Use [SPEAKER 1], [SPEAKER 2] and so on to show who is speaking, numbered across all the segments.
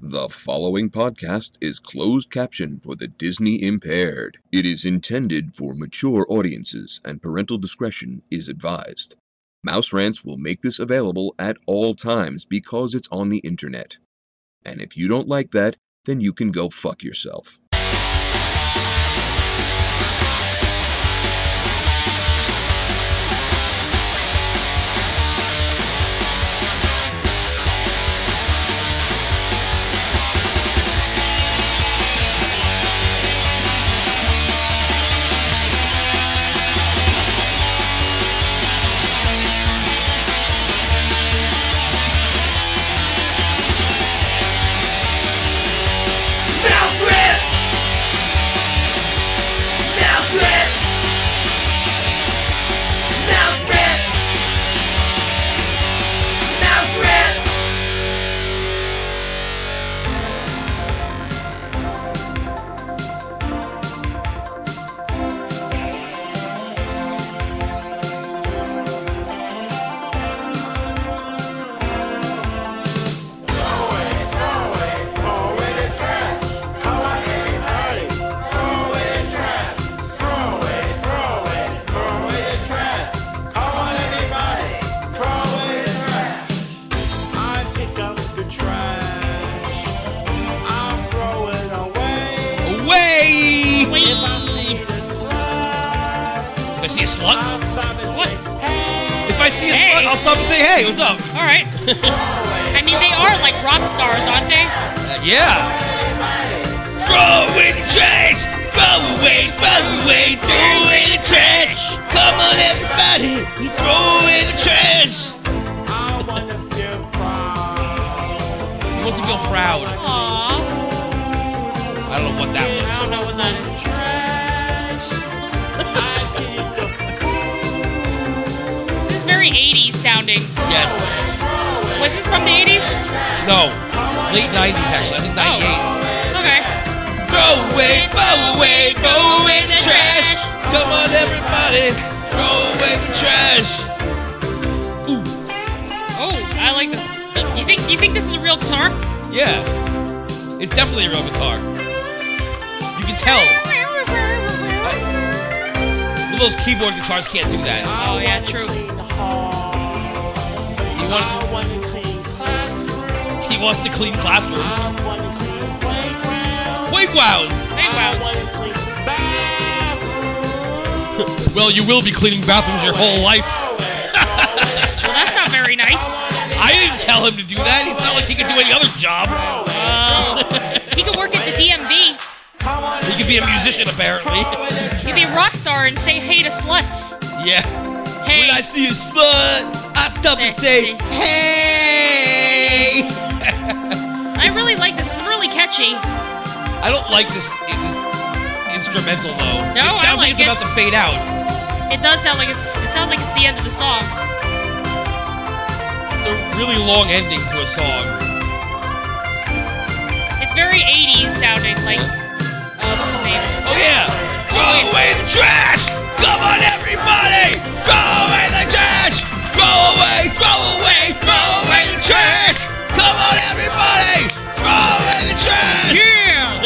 [SPEAKER 1] The following podcast is closed captioned for the Disney impaired. It is intended for mature audiences and parental discretion is advised. Mouse Rants will make this available at all times because it's on the internet. And if you don't like that, then you can go fuck yourself.
[SPEAKER 2] Mouse Rant! Mouse Rant! Mouse Rant! Mouse Rant!
[SPEAKER 3] I pick up the trash. I throw it away.
[SPEAKER 4] Away!
[SPEAKER 3] If I see the slug,
[SPEAKER 4] If I see a slut, if I see
[SPEAKER 5] What?
[SPEAKER 3] I'll stop and say, hey.
[SPEAKER 4] a
[SPEAKER 5] Hey.
[SPEAKER 4] slut, I'll stop and say, "Hey, what's up?"
[SPEAKER 5] All right. I mean, they are like rock stars, aren't they?
[SPEAKER 4] Uh, yeah. Throw away the trash. Throw away, throw away, throw away the trash. Come on, everybody, throw away the trash.
[SPEAKER 3] I wanna feel proud.
[SPEAKER 4] He wants to feel proud.
[SPEAKER 5] Aw.
[SPEAKER 4] I don't know what that was.
[SPEAKER 5] I don't know what that is.
[SPEAKER 3] Trash. I pick up food.
[SPEAKER 5] This is very 80s sounding.
[SPEAKER 4] Yes.
[SPEAKER 5] Was this from the 80s?
[SPEAKER 4] No. Late '90s, actually. I think
[SPEAKER 5] Oh.
[SPEAKER 4] '98.
[SPEAKER 5] Okay.
[SPEAKER 4] Throw away, throw away, throw away the trash. Come on, everybody, throw away the trash.
[SPEAKER 5] Oh, I like this. You think you think this is a real guitar?
[SPEAKER 4] Yeah. It's definitely a real guitar. You can tell. Well, those keyboard guitars can't do that.
[SPEAKER 5] Oh yeah, true.
[SPEAKER 3] Clean hall.
[SPEAKER 4] He, want,
[SPEAKER 5] oh,
[SPEAKER 3] I wanna clean classrooms.
[SPEAKER 4] he wants to clean classrooms.
[SPEAKER 3] I wanna clean playgrounds.
[SPEAKER 4] Playgrounds!
[SPEAKER 5] Hey,
[SPEAKER 3] I
[SPEAKER 5] Wounds.
[SPEAKER 3] wanna clean bathrooms.
[SPEAKER 4] Well, you will be cleaning bathrooms your whole life.
[SPEAKER 5] Well, that's not very nice.
[SPEAKER 4] I didn't tell him to do that. He's not like he could do any other job.
[SPEAKER 5] Oh. He could work at the DMV.
[SPEAKER 3] Come on,
[SPEAKER 4] He could be a musician, apparently.
[SPEAKER 5] He could be a rock star and say hey to sluts.
[SPEAKER 4] yeah. When
[SPEAKER 5] Hey.
[SPEAKER 4] I see a slut, I stop and say, hey!
[SPEAKER 5] I really like this. This is really catchy.
[SPEAKER 4] I don't like this, this instrumental, though.
[SPEAKER 5] No,
[SPEAKER 4] it
[SPEAKER 5] I
[SPEAKER 4] sounds
[SPEAKER 5] like
[SPEAKER 4] it's
[SPEAKER 5] it.
[SPEAKER 4] about to fade out.
[SPEAKER 5] It does sound like it's. It sounds like it's the end of the song.
[SPEAKER 4] It's a really long ending to a song.
[SPEAKER 5] It's very 80s sounding. Like, uh, what's his name?
[SPEAKER 4] Oh yeah! Throw away the trash! Come on everybody! Throw away the trash! Throw away, throw away, throw away the trash! Come on everybody! Throw away the trash!
[SPEAKER 5] Yeah.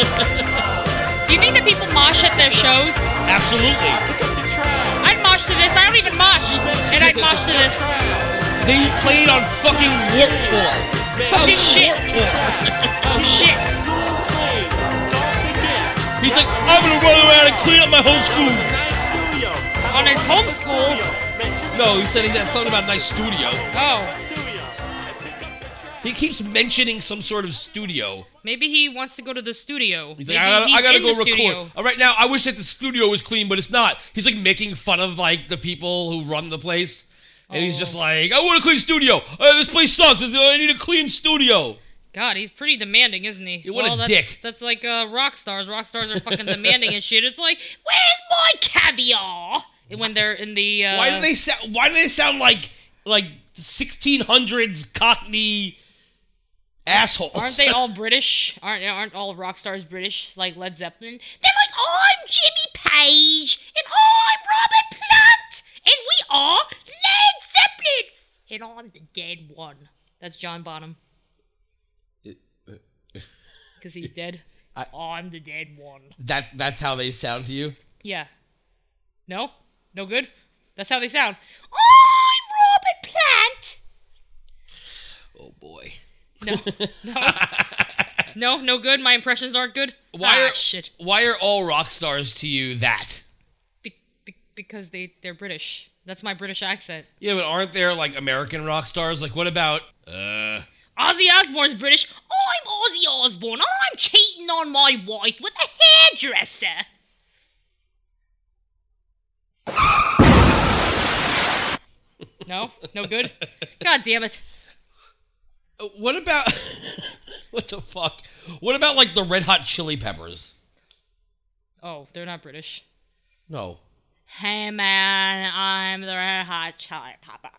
[SPEAKER 5] Do you think that people mosh at their shows?
[SPEAKER 4] Absolutely.
[SPEAKER 5] I'd mosh to this. I don't even mosh, and I'd mosh to this.
[SPEAKER 4] They played on fucking Warp Tour. Fucking
[SPEAKER 5] shit.
[SPEAKER 4] Warp Tour.
[SPEAKER 5] Oh shit!
[SPEAKER 3] School clean. Don't forget.
[SPEAKER 4] He's like, I'm gonna run around and clean up my whole school.
[SPEAKER 3] Nice studio.
[SPEAKER 5] On his homeschool.
[SPEAKER 3] Make sure
[SPEAKER 4] No, he said he had something about a nice studio.
[SPEAKER 5] Oh,
[SPEAKER 3] studio. And pick up the trash.
[SPEAKER 4] He keeps mentioning some sort of studio.
[SPEAKER 5] maybe he wants to go to the studio.
[SPEAKER 4] He's like,
[SPEAKER 5] maybe
[SPEAKER 4] I gotta, I
[SPEAKER 5] he's
[SPEAKER 4] gotta
[SPEAKER 5] in
[SPEAKER 4] go
[SPEAKER 5] the
[SPEAKER 4] record.
[SPEAKER 5] studio.
[SPEAKER 4] Uh, right now, I wish that the studio was clean, but it's not. He's like making fun of like the people who run the place, and he's
[SPEAKER 5] Oh.
[SPEAKER 4] just like, I want a clean studio. Uh, this place sucks. I need a clean studio.
[SPEAKER 5] God, he's pretty demanding, isn't he?
[SPEAKER 4] what
[SPEAKER 5] well,
[SPEAKER 4] a
[SPEAKER 5] that's,
[SPEAKER 4] dick.
[SPEAKER 5] That's like uh, rock stars. Rock stars are fucking demanding and shit. It's like, where's my caviar? When they're in the uh,
[SPEAKER 4] Why do they sound? Why do they sound like like 1600s Cockney assholes?
[SPEAKER 5] Aren't they all British? Aren't aren't all rock stars British? Like Led Zeppelin? They're like, I'm Jimmy Page, and I'm Robert Plant, and we are Led Zeppelin,
[SPEAKER 4] uh,
[SPEAKER 5] and I'm the dead one. That's John Bonham. because he's dead.
[SPEAKER 4] I-
[SPEAKER 5] I'm the dead one.
[SPEAKER 4] That that's how they sound to you.
[SPEAKER 5] Yeah. No? No good? That's how they sound. I'm Robert Plant!
[SPEAKER 4] Oh boy.
[SPEAKER 5] No, no good. My impressions aren't good.
[SPEAKER 4] Why
[SPEAKER 5] ah,
[SPEAKER 4] are
[SPEAKER 5] shit?
[SPEAKER 4] why are all rock stars to you that?
[SPEAKER 5] Be- be- because they they're British. That's my British accent.
[SPEAKER 4] Yeah, but aren't there like American rock stars? Like what about uh
[SPEAKER 5] Ozzy Osbourne's British. I'm Ozzy Osbourne. I'm cheating on my wife with a hairdresser. No, no good. God damn it.
[SPEAKER 4] Uh, what about what the fuck? What about like the Red Hot Chili Peppers?
[SPEAKER 5] Oh, they're not British.
[SPEAKER 4] No.
[SPEAKER 5] Hey man, I'm the red hot chili pepper.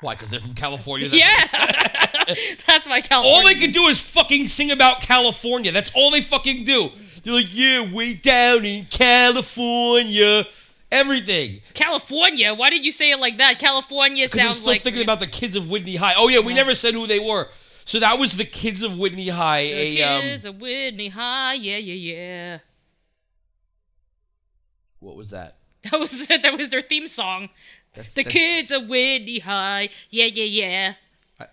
[SPEAKER 4] Why? Because they're from California. That's-
[SPEAKER 5] Yeah, that's my California.
[SPEAKER 4] All they could do is fucking sing about California. That's all they fucking do. They're like, yeah, way down in California. Everything.
[SPEAKER 5] California. Why did you say it like that? California
[SPEAKER 4] Because I'm
[SPEAKER 5] sounds
[SPEAKER 4] still
[SPEAKER 5] like
[SPEAKER 4] thinking about the kids of Whitney High. Oh yeah, we never said who they were. So that was the kids of Whitney High.
[SPEAKER 5] the
[SPEAKER 4] A um,
[SPEAKER 5] kids of Whitney High. Yeah, yeah, yeah.
[SPEAKER 4] what was that?
[SPEAKER 5] That was that was their theme song.
[SPEAKER 4] That's
[SPEAKER 5] The
[SPEAKER 4] that-
[SPEAKER 5] kids of Whitney High. Yeah, yeah, yeah.
[SPEAKER 4] I-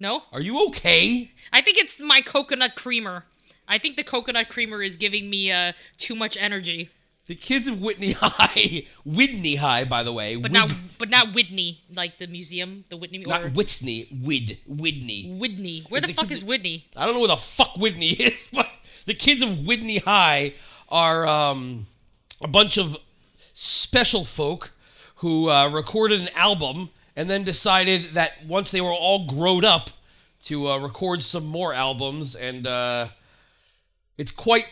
[SPEAKER 5] No,
[SPEAKER 4] Are you okay?
[SPEAKER 5] I think it's my coconut creamer. I think the coconut creamer is giving me uh too much energy.
[SPEAKER 4] The kids of Whitney High, Whitney High, by the way,
[SPEAKER 5] But not but not Whitney, like the museum, the Whitney or
[SPEAKER 4] not Whitney, Wid, Whitney.
[SPEAKER 5] Whitney. Where
[SPEAKER 4] Is
[SPEAKER 5] the
[SPEAKER 4] the
[SPEAKER 5] fuck
[SPEAKER 4] kids-
[SPEAKER 5] is Whitney?
[SPEAKER 4] I don't know where the fuck Whitney is, but the kids of Whitney High are um, a bunch of special folk who uh, recorded an album and then decided that once they were all grown up to uh, record some more albums, and uh, it's quite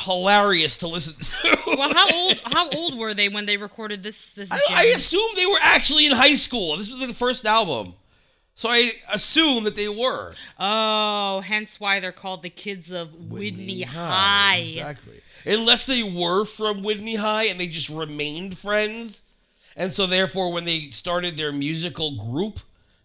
[SPEAKER 4] hilarious to listen to.
[SPEAKER 5] Well, how old how old were they when they recorded this this
[SPEAKER 4] I,
[SPEAKER 5] jam?
[SPEAKER 4] I assume they were actually in high school. This was their first album. So I assume that they were.
[SPEAKER 5] Oh, hence why they're called the kids of Whitney, High.
[SPEAKER 4] Exactly. Unless they were from Whitney High and they just remained friends. And so therefore when they started their musical group,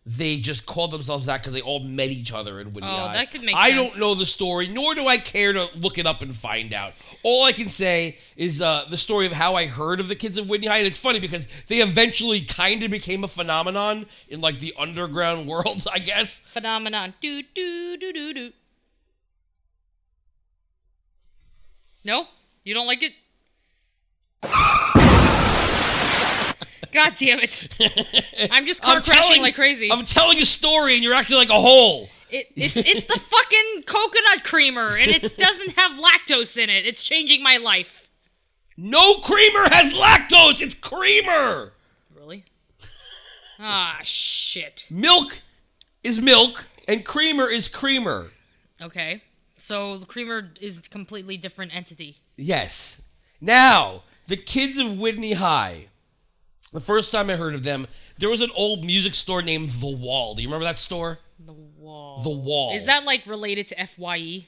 [SPEAKER 4] they just called themselves that because they all met each other in Whitney
[SPEAKER 5] Oh,
[SPEAKER 4] High.
[SPEAKER 5] that could make
[SPEAKER 4] I
[SPEAKER 5] sense.
[SPEAKER 4] don't know the story, nor do I care to look it up and find out. All I can say is uh, the story of how I heard of the kids of Whitney High. And it's funny because they eventually kind of became a phenomenon in like the underground world, I guess.
[SPEAKER 5] Phenomenon. Do do do do do. No, you don't like it. God damn it! I'm just car crashing like crazy.
[SPEAKER 4] I'm telling a story and you're acting like a hole.
[SPEAKER 5] It, it's it's the fucking coconut creamer, and it doesn't have lactose in it. It's changing my life.
[SPEAKER 4] No creamer has lactose. It's creamer.
[SPEAKER 5] Really? Ah shit.
[SPEAKER 4] Milk is milk and creamer is creamer.
[SPEAKER 5] Okay. So the creamer is a completely different entity.
[SPEAKER 4] Yes. Now, the kids of Whitney High. The first time I heard of them, there was an old music store named The Wall. Do you remember that store?
[SPEAKER 5] The wall.
[SPEAKER 4] The Wall.
[SPEAKER 5] Is that like related to FYE?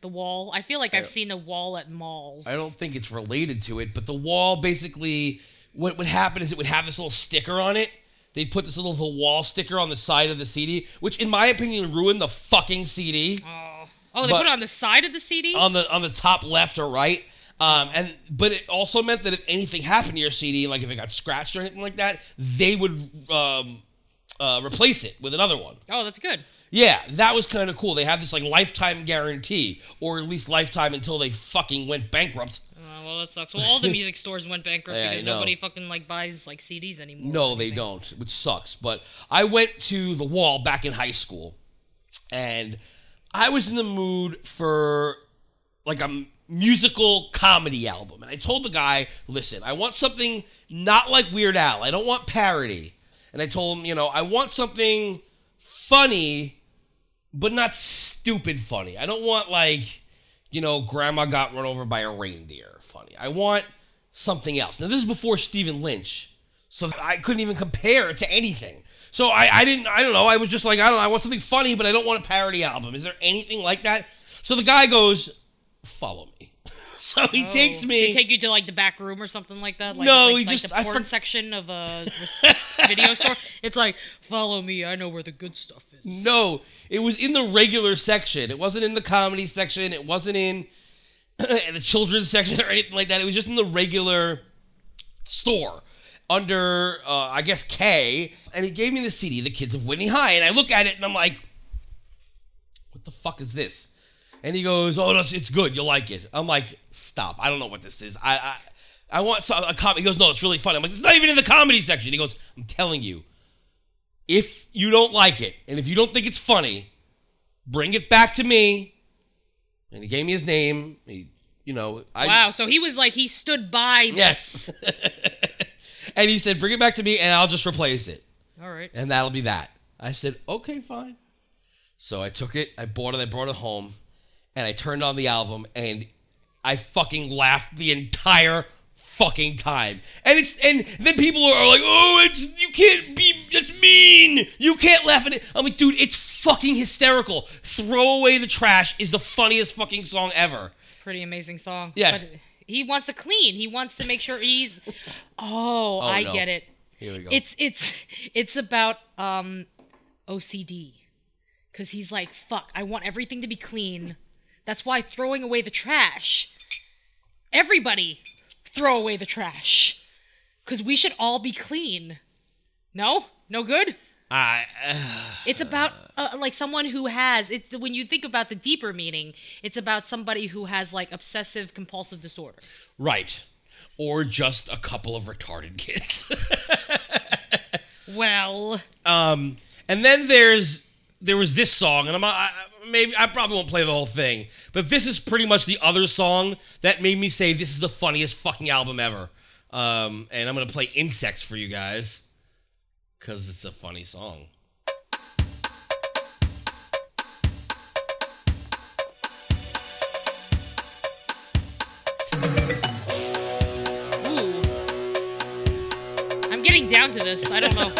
[SPEAKER 5] The wall? I feel like I've seen a wall at malls.
[SPEAKER 4] I don't think it's related to it, but the wall basically what would happen is it would have this little sticker on it. They'd put this little the wall sticker on the side of the CD, which in my opinion ruined the fucking CD
[SPEAKER 5] Oh, they
[SPEAKER 4] but-
[SPEAKER 5] put it on the side of the CD?
[SPEAKER 4] on the on the top left or right. Um, and but it also meant that if anything happened to your CD, like if it got scratched or anything like that, they would um, uh, replace it with another one.
[SPEAKER 5] oh, that's good.
[SPEAKER 4] Yeah, that was kind of cool. They have this like lifetime guarantee, or at least lifetime until they fucking went bankrupt.
[SPEAKER 5] Oh, well, that sucks. Well, all the music stores went bankrupt
[SPEAKER 4] Yeah, I
[SPEAKER 5] because
[SPEAKER 4] know.
[SPEAKER 5] nobody fucking like buys like CDs anymore.
[SPEAKER 4] No, they don't, which sucks. But I went to the wall back in high school, and I was in the mood for like a m- musical comedy album. And I told the guy, "Listen, I want something not like Weird Al. I don't want parody." And I told him, you know, I want something funny, but not stupid funny. I don't want like, you know, grandma got run over by a reindeer funny. I want something else. Now this is before Stephen Lynch so I couldn't even compare it to anything. So I, I didn't, I don't know. I was just like, I don't know. I want something funny, but I don't want a parody album. Is there anything like that? So the guy goes, follow me. So he
[SPEAKER 5] Oh.
[SPEAKER 4] takes me.
[SPEAKER 5] They take you to like the back room or something like that. Like,
[SPEAKER 4] No,
[SPEAKER 5] it's, like,
[SPEAKER 4] he
[SPEAKER 5] like,
[SPEAKER 4] just-
[SPEAKER 5] the
[SPEAKER 4] I
[SPEAKER 5] porn
[SPEAKER 4] for-
[SPEAKER 5] section of a s- video store. It's like, follow me. I know where the good stuff is.
[SPEAKER 4] No, it was in the regular section. It wasn't in the comedy section. It wasn't in the children's section or anything like that. It was just in the regular store under, uh, I guess, K. And he gave me the CD, The Kids of Whitney High. And I look at it and I'm like, what the fuck is this? And he goes, oh, no, it's, it's good. You'll like it. I'm like, stop. I don't know what this is. I, I, I want some, a comedy. He goes, no, it's really funny. I'm like, it's not even in the comedy section. He goes, I'm telling you if you don't like it and if you don't think it's funny, bring it back to me. And he gave me his name. He, you know, I
[SPEAKER 5] Wow. So he was like, he stood by.
[SPEAKER 4] yes. and he said, "Bring it back to me, and I'll just replace it,
[SPEAKER 5] All right.
[SPEAKER 4] and that'll be that." I said, "Okay, fine." So I took it, I bought it, I brought it home, and I turned on the album, and I fucking laughed the entire fucking time. And it's and then people are like, "Oh, it's you can't be that's mean. You can't laugh at it." I'm like, "Dude, it's fucking hysterical. Throw away the trash is the funniest fucking song ever."
[SPEAKER 5] It's a pretty amazing song.
[SPEAKER 4] Yes.
[SPEAKER 5] But he wants to clean. He wants to make sure he's. Oh, I
[SPEAKER 4] no.
[SPEAKER 5] get it.
[SPEAKER 4] Here we go.
[SPEAKER 5] It's it's it's about um OCD. Cuz he's like, fuck, I want everything to be clean. That's why throwing away the trash. Everybody throw away the trash. Cuz we should all be clean. No? No good?
[SPEAKER 4] I
[SPEAKER 5] It's about uh, like someone who has it's when you think about the deeper meaning, it's about somebody who has like obsessive compulsive disorder.
[SPEAKER 4] Right. Or just a couple of retarded kids.
[SPEAKER 5] Well,
[SPEAKER 4] um, and then there's there was this song, and I'm I, I- maybe I probably won't play the whole thing, but this is pretty much the other song that made me say this is the funniest fucking album ever. Um, and I'm gonna play Insects for you guys because it's a funny song.
[SPEAKER 5] ooh. I'm getting down to this. I don't know.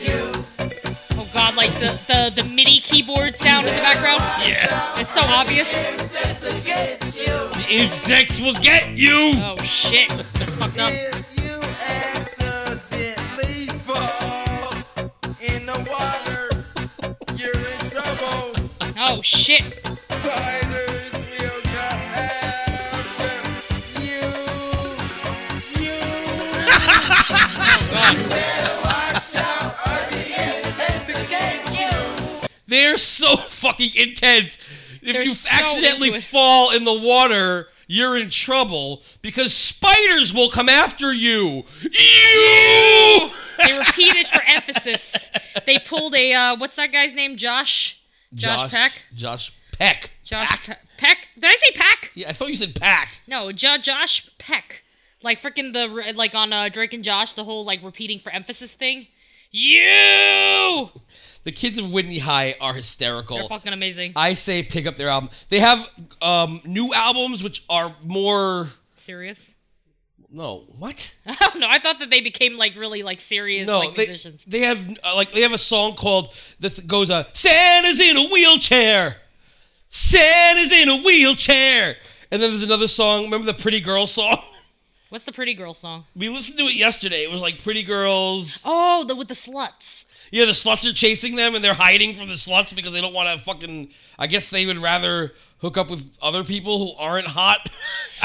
[SPEAKER 5] Oh god, like the, the, the MIDI keyboard sound in the background.
[SPEAKER 4] Yeah,
[SPEAKER 5] It's so obvious.
[SPEAKER 4] the insects will get you.
[SPEAKER 5] Oh shit. That's fucked up.
[SPEAKER 3] If you accidentally fall in the water, you're in trouble.
[SPEAKER 5] Oh shit.
[SPEAKER 3] Spiders will come after you. You
[SPEAKER 4] They're so fucking intense. If
[SPEAKER 5] They're
[SPEAKER 4] you
[SPEAKER 5] so
[SPEAKER 4] accidentally
[SPEAKER 5] into it.
[SPEAKER 4] fall in the water, you're in trouble because spiders will come after you. Ew!
[SPEAKER 5] They repeat it for emphasis. They pulled a uh, what's that guy's name? Josh? Josh, Peck?
[SPEAKER 4] Josh Peck.
[SPEAKER 5] Josh
[SPEAKER 4] Pack?
[SPEAKER 5] Pe- Peck? Did I say Peck?
[SPEAKER 4] Yeah, I thought you said Pack.
[SPEAKER 5] No, jo- Josh Peck. Like freaking the re- like on uh, Drake and Josh, the whole like repeating for emphasis thing. You.
[SPEAKER 4] The kids of Whitney High are hysterical.
[SPEAKER 5] They're fucking amazing.
[SPEAKER 4] I say pick up their album. They have um, new albums which are more.
[SPEAKER 5] Serious?
[SPEAKER 4] No, what?
[SPEAKER 5] I don't know. I thought that they became like really like serious like
[SPEAKER 4] they,
[SPEAKER 5] musicians.
[SPEAKER 4] they have uh, like they have a song called that goes uh Santa's in a wheelchair. Santa's in a wheelchair. And then there's another song, remember the pretty girl song?
[SPEAKER 5] What's the pretty girl song?
[SPEAKER 4] We listened to it yesterday. It was like pretty girls.
[SPEAKER 5] Oh, the with the sluts.
[SPEAKER 4] Yeah, the sluts are chasing them and they're hiding from the sluts because they don't want to fucking I guess they would rather hook up with other people who aren't hot.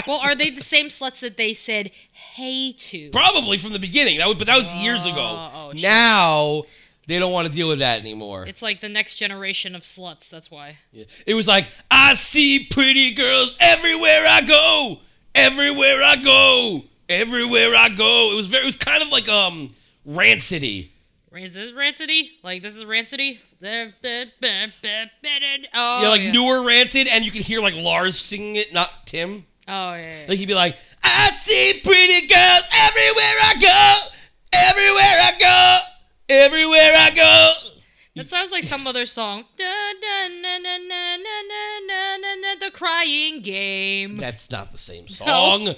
[SPEAKER 5] Well, are they the same sluts that they said hey to?
[SPEAKER 4] Probably from the beginning. That would but that was years ago.
[SPEAKER 5] Oh, shit.
[SPEAKER 4] now they don't want to deal with that anymore.
[SPEAKER 5] It's like the next generation of sluts. That's why.
[SPEAKER 4] It was like, I see pretty girls everywhere I go. Everywhere I go. Everywhere I go. It was very it was kind of like um rancity.
[SPEAKER 5] Is this Rancity? Like this is Rancity? Oh,
[SPEAKER 4] yeah, like
[SPEAKER 5] yeah.
[SPEAKER 4] newer rancid, and you could hear like Lars singing it, not Tim.
[SPEAKER 5] Oh yeah, yeah.
[SPEAKER 4] Like he'd be like, I see pretty girls everywhere I go. Everywhere I go. Everywhere I go.
[SPEAKER 5] That sounds like some other song. Da, da, na, na, na, na, na, na, na, na, the crying game.
[SPEAKER 4] That's not the same song.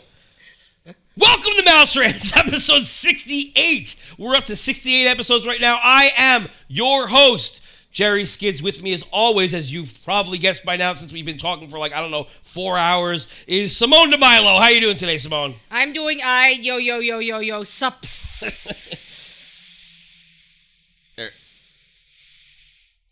[SPEAKER 4] Welcome to Mouse Rants, episode 68. We're up to 68 episodes right now. I am your host, Jerry Skids with me as always, as you've probably guessed by now since we've been talking for like, I don't know, four hours, is Simone DeMilo. How you doing today, Simone?
[SPEAKER 5] I'm doing I yo yo yo yo yo sups.
[SPEAKER 4] Er,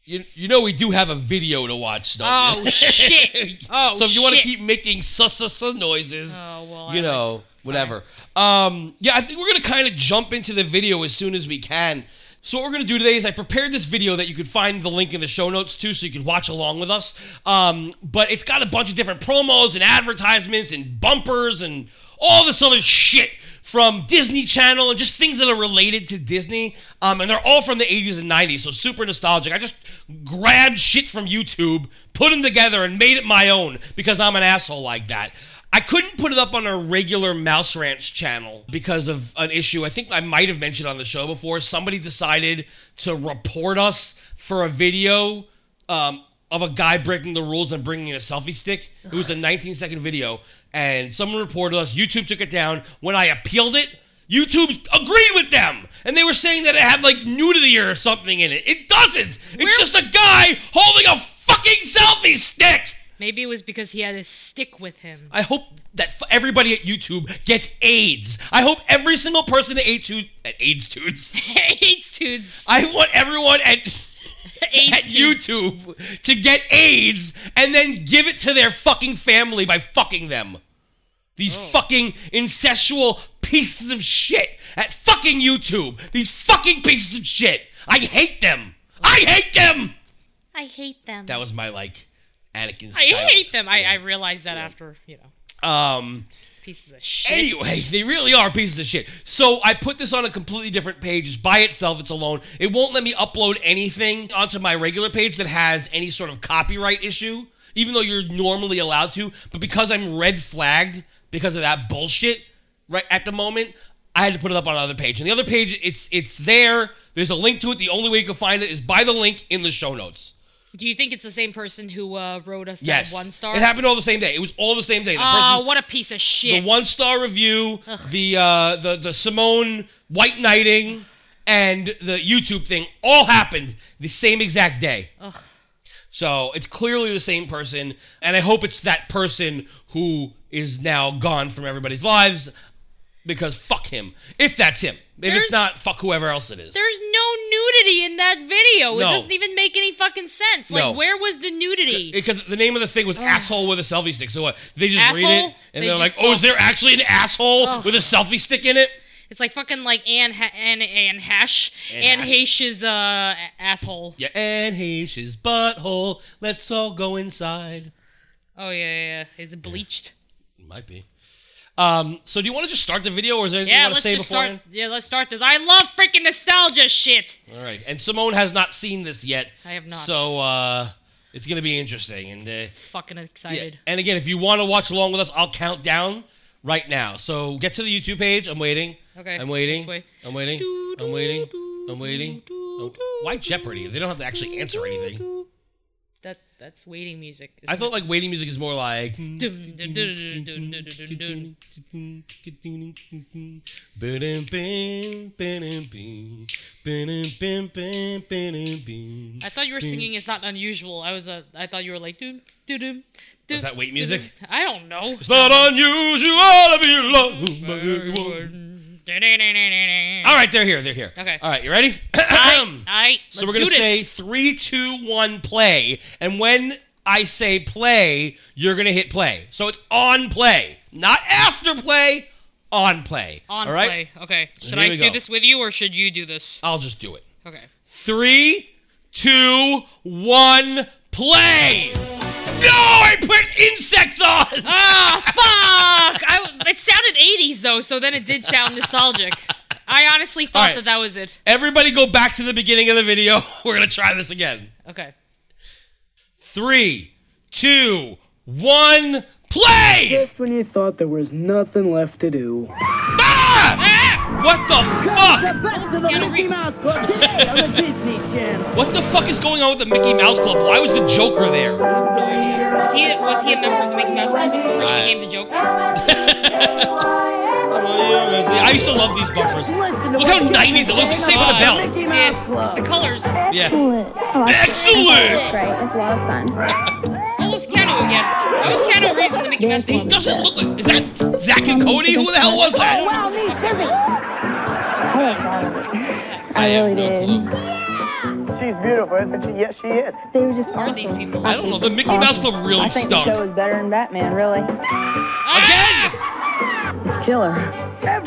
[SPEAKER 4] You, you know we do have a video to watch, don't you?
[SPEAKER 5] oh shit. Oh
[SPEAKER 4] so if you want to
[SPEAKER 5] shit.
[SPEAKER 4] keep making sus sus sus noises,
[SPEAKER 5] Oh, well,
[SPEAKER 4] you
[SPEAKER 5] I
[SPEAKER 4] know, whatever. Um, yeah, I think we're gonna kind of jump into the video as soon as we can. So what we're gonna do today is I prepared this video that you could find the link in the show notes too, so you can watch along with us. Um, but it's got a bunch of different promos and advertisements and bumpers and all this other shit from Disney Channel and just things that are related to Disney. Um, and they're all from the 80s and 90s, so super nostalgic. I just grabbed shit from YouTube, put them together, and made it my own because I'm an asshole like that. I couldn't put it up on a regular Mouse Ranch channel because of an issue I think I might have mentioned on the show before. Somebody decided to report us for a video um, of a guy breaking the rules and bringing in a selfie stick. It was a 19 second video, and someone reported us. YouTube took it down. When I appealed it, YouTube agreed with them, and they were saying that it had like nudity or something in it. It doesn't. It's just a guy holding a fucking selfie stick.
[SPEAKER 5] Maybe it was because he had a stick with him.
[SPEAKER 4] I hope that f- everybody at YouTube gets AIDS. I hope every single person at AIDS tu- at AIDS tudes.
[SPEAKER 5] AIDS dudes.
[SPEAKER 4] I want everyone at at
[SPEAKER 5] AIDS dudes.
[SPEAKER 4] YouTube to get AIDS and then give it to their fucking family by fucking them. These
[SPEAKER 5] Oh.
[SPEAKER 4] fucking incestual pieces of shit at fucking YouTube. These fucking pieces of shit. I hate them. I hate them.
[SPEAKER 5] I hate them.
[SPEAKER 4] That was my like Anakin.
[SPEAKER 5] Um, I hate them. I, I realized that after, you know,
[SPEAKER 4] Um.
[SPEAKER 5] pieces of shit.
[SPEAKER 4] Anyway, they really are pieces of shit. So I put this on a completely different page. It's by itself, it's alone. It won't let me upload anything onto my regular page that has any sort of copyright issue, even though you're normally allowed to. But because I'm red flagged because of that bullshit right at the moment, I had to put it up on another page. And the other page, it's it's there. There's a link to it. The only way you can find it is by the link in the show notes.
[SPEAKER 5] Do you think it's the same person who uh, wrote us
[SPEAKER 4] Yes.
[SPEAKER 5] that one star?
[SPEAKER 4] It happened all the same day. It was all the same day. The person
[SPEAKER 5] Oh, what a piece of shit.
[SPEAKER 4] the one star review, the uh, the the Simone white knighting, and the YouTube thing all happened the same exact day. So it's clearly the same person, and I hope it's that person who is now gone from everybody's lives because fuck him. If that's him, if
[SPEAKER 5] There's-
[SPEAKER 4] it's not, fuck whoever else it is.
[SPEAKER 5] There's no nudity in that video.
[SPEAKER 4] No.
[SPEAKER 5] It doesn't even make any fucking sense.
[SPEAKER 4] No.
[SPEAKER 5] Like, where was the nudity?
[SPEAKER 4] Because the name of the thing was asshole with a selfie stick. So what? Did they just read
[SPEAKER 5] Asshole?
[SPEAKER 4] it and
[SPEAKER 5] They
[SPEAKER 4] they're like,
[SPEAKER 5] just
[SPEAKER 4] oh,
[SPEAKER 5] saw-
[SPEAKER 4] is there actually an asshole with a selfie stick in it?
[SPEAKER 5] it's like fucking like Anne ha- Anne Anne Hash
[SPEAKER 4] Anne
[SPEAKER 5] Anne
[SPEAKER 4] Hash.
[SPEAKER 5] Hash's uh, a- asshole.
[SPEAKER 4] Yeah, and he's his butthole. Let's all go inside.
[SPEAKER 5] Oh yeah, yeah, yeah. Is it bleached?
[SPEAKER 4] Might be. Um, so do you want to just start the video, or is there anything
[SPEAKER 5] Yeah,
[SPEAKER 4] you want to
[SPEAKER 5] let's
[SPEAKER 4] say
[SPEAKER 5] just
[SPEAKER 4] before?
[SPEAKER 5] start. Yeah, let's start this. I love freaking nostalgia shit.
[SPEAKER 4] All right. And Simone has not seen this yet.
[SPEAKER 5] I have not.
[SPEAKER 4] So uh, it's gonna be interesting. And uh,
[SPEAKER 5] Fucking
[SPEAKER 4] yeah.
[SPEAKER 5] excited.
[SPEAKER 4] and again, if you want to watch along with us, I'll count down right now. So get to the YouTube page. I'm waiting.
[SPEAKER 5] Okay,
[SPEAKER 4] I'm
[SPEAKER 5] let's
[SPEAKER 4] waiting.
[SPEAKER 5] wait.
[SPEAKER 4] I'm waiting.
[SPEAKER 5] Doo,
[SPEAKER 4] I'm
[SPEAKER 5] doo,
[SPEAKER 4] waiting.
[SPEAKER 5] doo,
[SPEAKER 4] I'm waiting.
[SPEAKER 5] doo,
[SPEAKER 4] Oh, Why Jeopardy? They don't have to actually answer anything.
[SPEAKER 5] That that's waiting music.
[SPEAKER 4] I thought like waiting music is more like.
[SPEAKER 5] Isn't it? I
[SPEAKER 4] Is
[SPEAKER 5] thought you were singing. It's not unusual. I was a. I thought you were like doom doom doom. Is
[SPEAKER 4] that wait music?
[SPEAKER 5] I don't know.
[SPEAKER 4] It's not unusual to be loved. All right, they're here. They're here.
[SPEAKER 5] Okay.
[SPEAKER 4] All right, you ready?
[SPEAKER 5] I, I, let's
[SPEAKER 4] so we're
[SPEAKER 5] do
[SPEAKER 4] gonna say
[SPEAKER 5] this.
[SPEAKER 4] three, two, one, play. And when I say play, you're gonna hit play. So it's on play, not after play. On play.
[SPEAKER 5] on
[SPEAKER 4] All right.
[SPEAKER 5] play. Okay. Should
[SPEAKER 4] here
[SPEAKER 5] I
[SPEAKER 4] we
[SPEAKER 5] do
[SPEAKER 4] go.
[SPEAKER 5] this with you or should you do this?
[SPEAKER 4] I'll just do it.
[SPEAKER 5] Okay.
[SPEAKER 4] Three, two, one, play. No, I put insects on.
[SPEAKER 5] Ah, fuck! I, it sounded 80s though, so then it did sound nostalgic. I honestly thought
[SPEAKER 4] Alright.
[SPEAKER 5] that that was it.
[SPEAKER 4] Everybody, go back to the beginning of the video. We're gonna try this again.
[SPEAKER 5] Okay.
[SPEAKER 4] Three, two, one, play.
[SPEAKER 6] Just when you thought there was nothing left to do.
[SPEAKER 4] Ah! What the fuck?
[SPEAKER 6] Best of
[SPEAKER 5] Keanu Reeves.
[SPEAKER 6] Club today on the Disney Channel.
[SPEAKER 4] What the fuck is going on with the Mickey Mouse Club? Why was the Joker there?
[SPEAKER 5] No idea. Was he was he a member of the Mickey Mouse Club before
[SPEAKER 4] I-
[SPEAKER 5] he became the Joker?
[SPEAKER 4] I used to love these bumpers. Look how 90s it looks like Saved by the Bell.
[SPEAKER 7] Mickey
[SPEAKER 5] It,
[SPEAKER 7] Mouse Club.
[SPEAKER 5] it's the colors.
[SPEAKER 4] Yeah.
[SPEAKER 7] Excellent. Oh, I-
[SPEAKER 4] Excellent!
[SPEAKER 7] That's right. That's a lot of fun.
[SPEAKER 5] Oh, it's Keanu again. That was Keanu Reeves in the Mickey Mouse
[SPEAKER 4] It
[SPEAKER 5] Club.
[SPEAKER 4] doesn't look like. Is that Zach and Cody? Who the hell was
[SPEAKER 7] Oh,
[SPEAKER 4] that?
[SPEAKER 7] wow, me, Debbie. I didn't know.
[SPEAKER 4] I have no
[SPEAKER 7] really did.
[SPEAKER 4] clue.
[SPEAKER 3] She's beautiful, isn't she? Yes, she is.
[SPEAKER 7] They were just
[SPEAKER 5] Who
[SPEAKER 7] awesome.
[SPEAKER 5] are these people?
[SPEAKER 4] I don't know. The Mickey Mouse Club really
[SPEAKER 7] I think the show
[SPEAKER 4] stunk.
[SPEAKER 7] was better than Batman, really.
[SPEAKER 4] Again!
[SPEAKER 7] It's killer.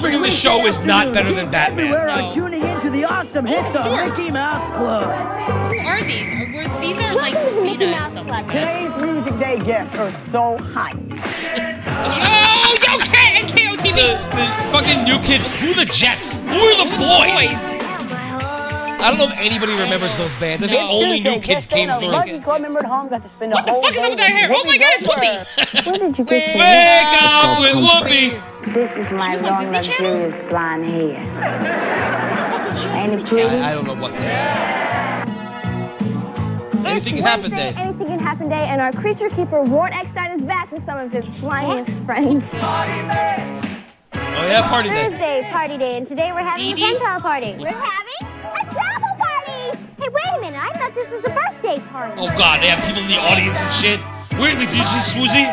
[SPEAKER 4] Even the show is not better than Batman.
[SPEAKER 8] Everywhere I'm tuning into the awesome hits of
[SPEAKER 5] Dwarf.
[SPEAKER 8] Mickey Mouse Club.
[SPEAKER 5] Who are these? Are- were- these are like Christina and stuff like that.
[SPEAKER 3] Today's music day guests are so hot.
[SPEAKER 5] Oh, yo, Cat and
[SPEAKER 4] The,
[SPEAKER 5] KOTV.
[SPEAKER 4] the fucking new kids. Who are the Jets? Who are the boys?
[SPEAKER 5] Boys.
[SPEAKER 4] I don't know if anybody remembers those bands. I think
[SPEAKER 5] No.
[SPEAKER 4] only new
[SPEAKER 3] Tuesday,
[SPEAKER 4] kids
[SPEAKER 3] guests
[SPEAKER 4] came
[SPEAKER 3] on a
[SPEAKER 4] through.
[SPEAKER 3] Lucky Club member at home got to spend
[SPEAKER 5] What the fuck is up with that hair? Oh my god, it's Whoopi.
[SPEAKER 7] Where did you get
[SPEAKER 5] Wake
[SPEAKER 7] this?
[SPEAKER 4] Wake up with Whoopi!
[SPEAKER 7] This is
[SPEAKER 5] She
[SPEAKER 7] my
[SPEAKER 5] was on
[SPEAKER 7] long,
[SPEAKER 5] Disney Channel?
[SPEAKER 7] luxurious blonde hair.
[SPEAKER 5] What the fuck was she on
[SPEAKER 7] Ain't
[SPEAKER 5] Disney
[SPEAKER 7] it
[SPEAKER 5] Channel?
[SPEAKER 7] pretty?
[SPEAKER 4] I, I don't know what this is. Anything can happen day.
[SPEAKER 7] Anything can happen day, and our creature keeper Ward Eckstein is back with some of his flying friends.
[SPEAKER 4] Oh yeah, party day.
[SPEAKER 7] Thursday party day, and today we're having
[SPEAKER 5] Dee Dee?
[SPEAKER 7] a pentile party. We're having a travel party. Hey, wait a minute! I thought this was a birthday party.
[SPEAKER 4] Oh god, they have people in the audience and shit. Wait, wait, did you see Swoozy?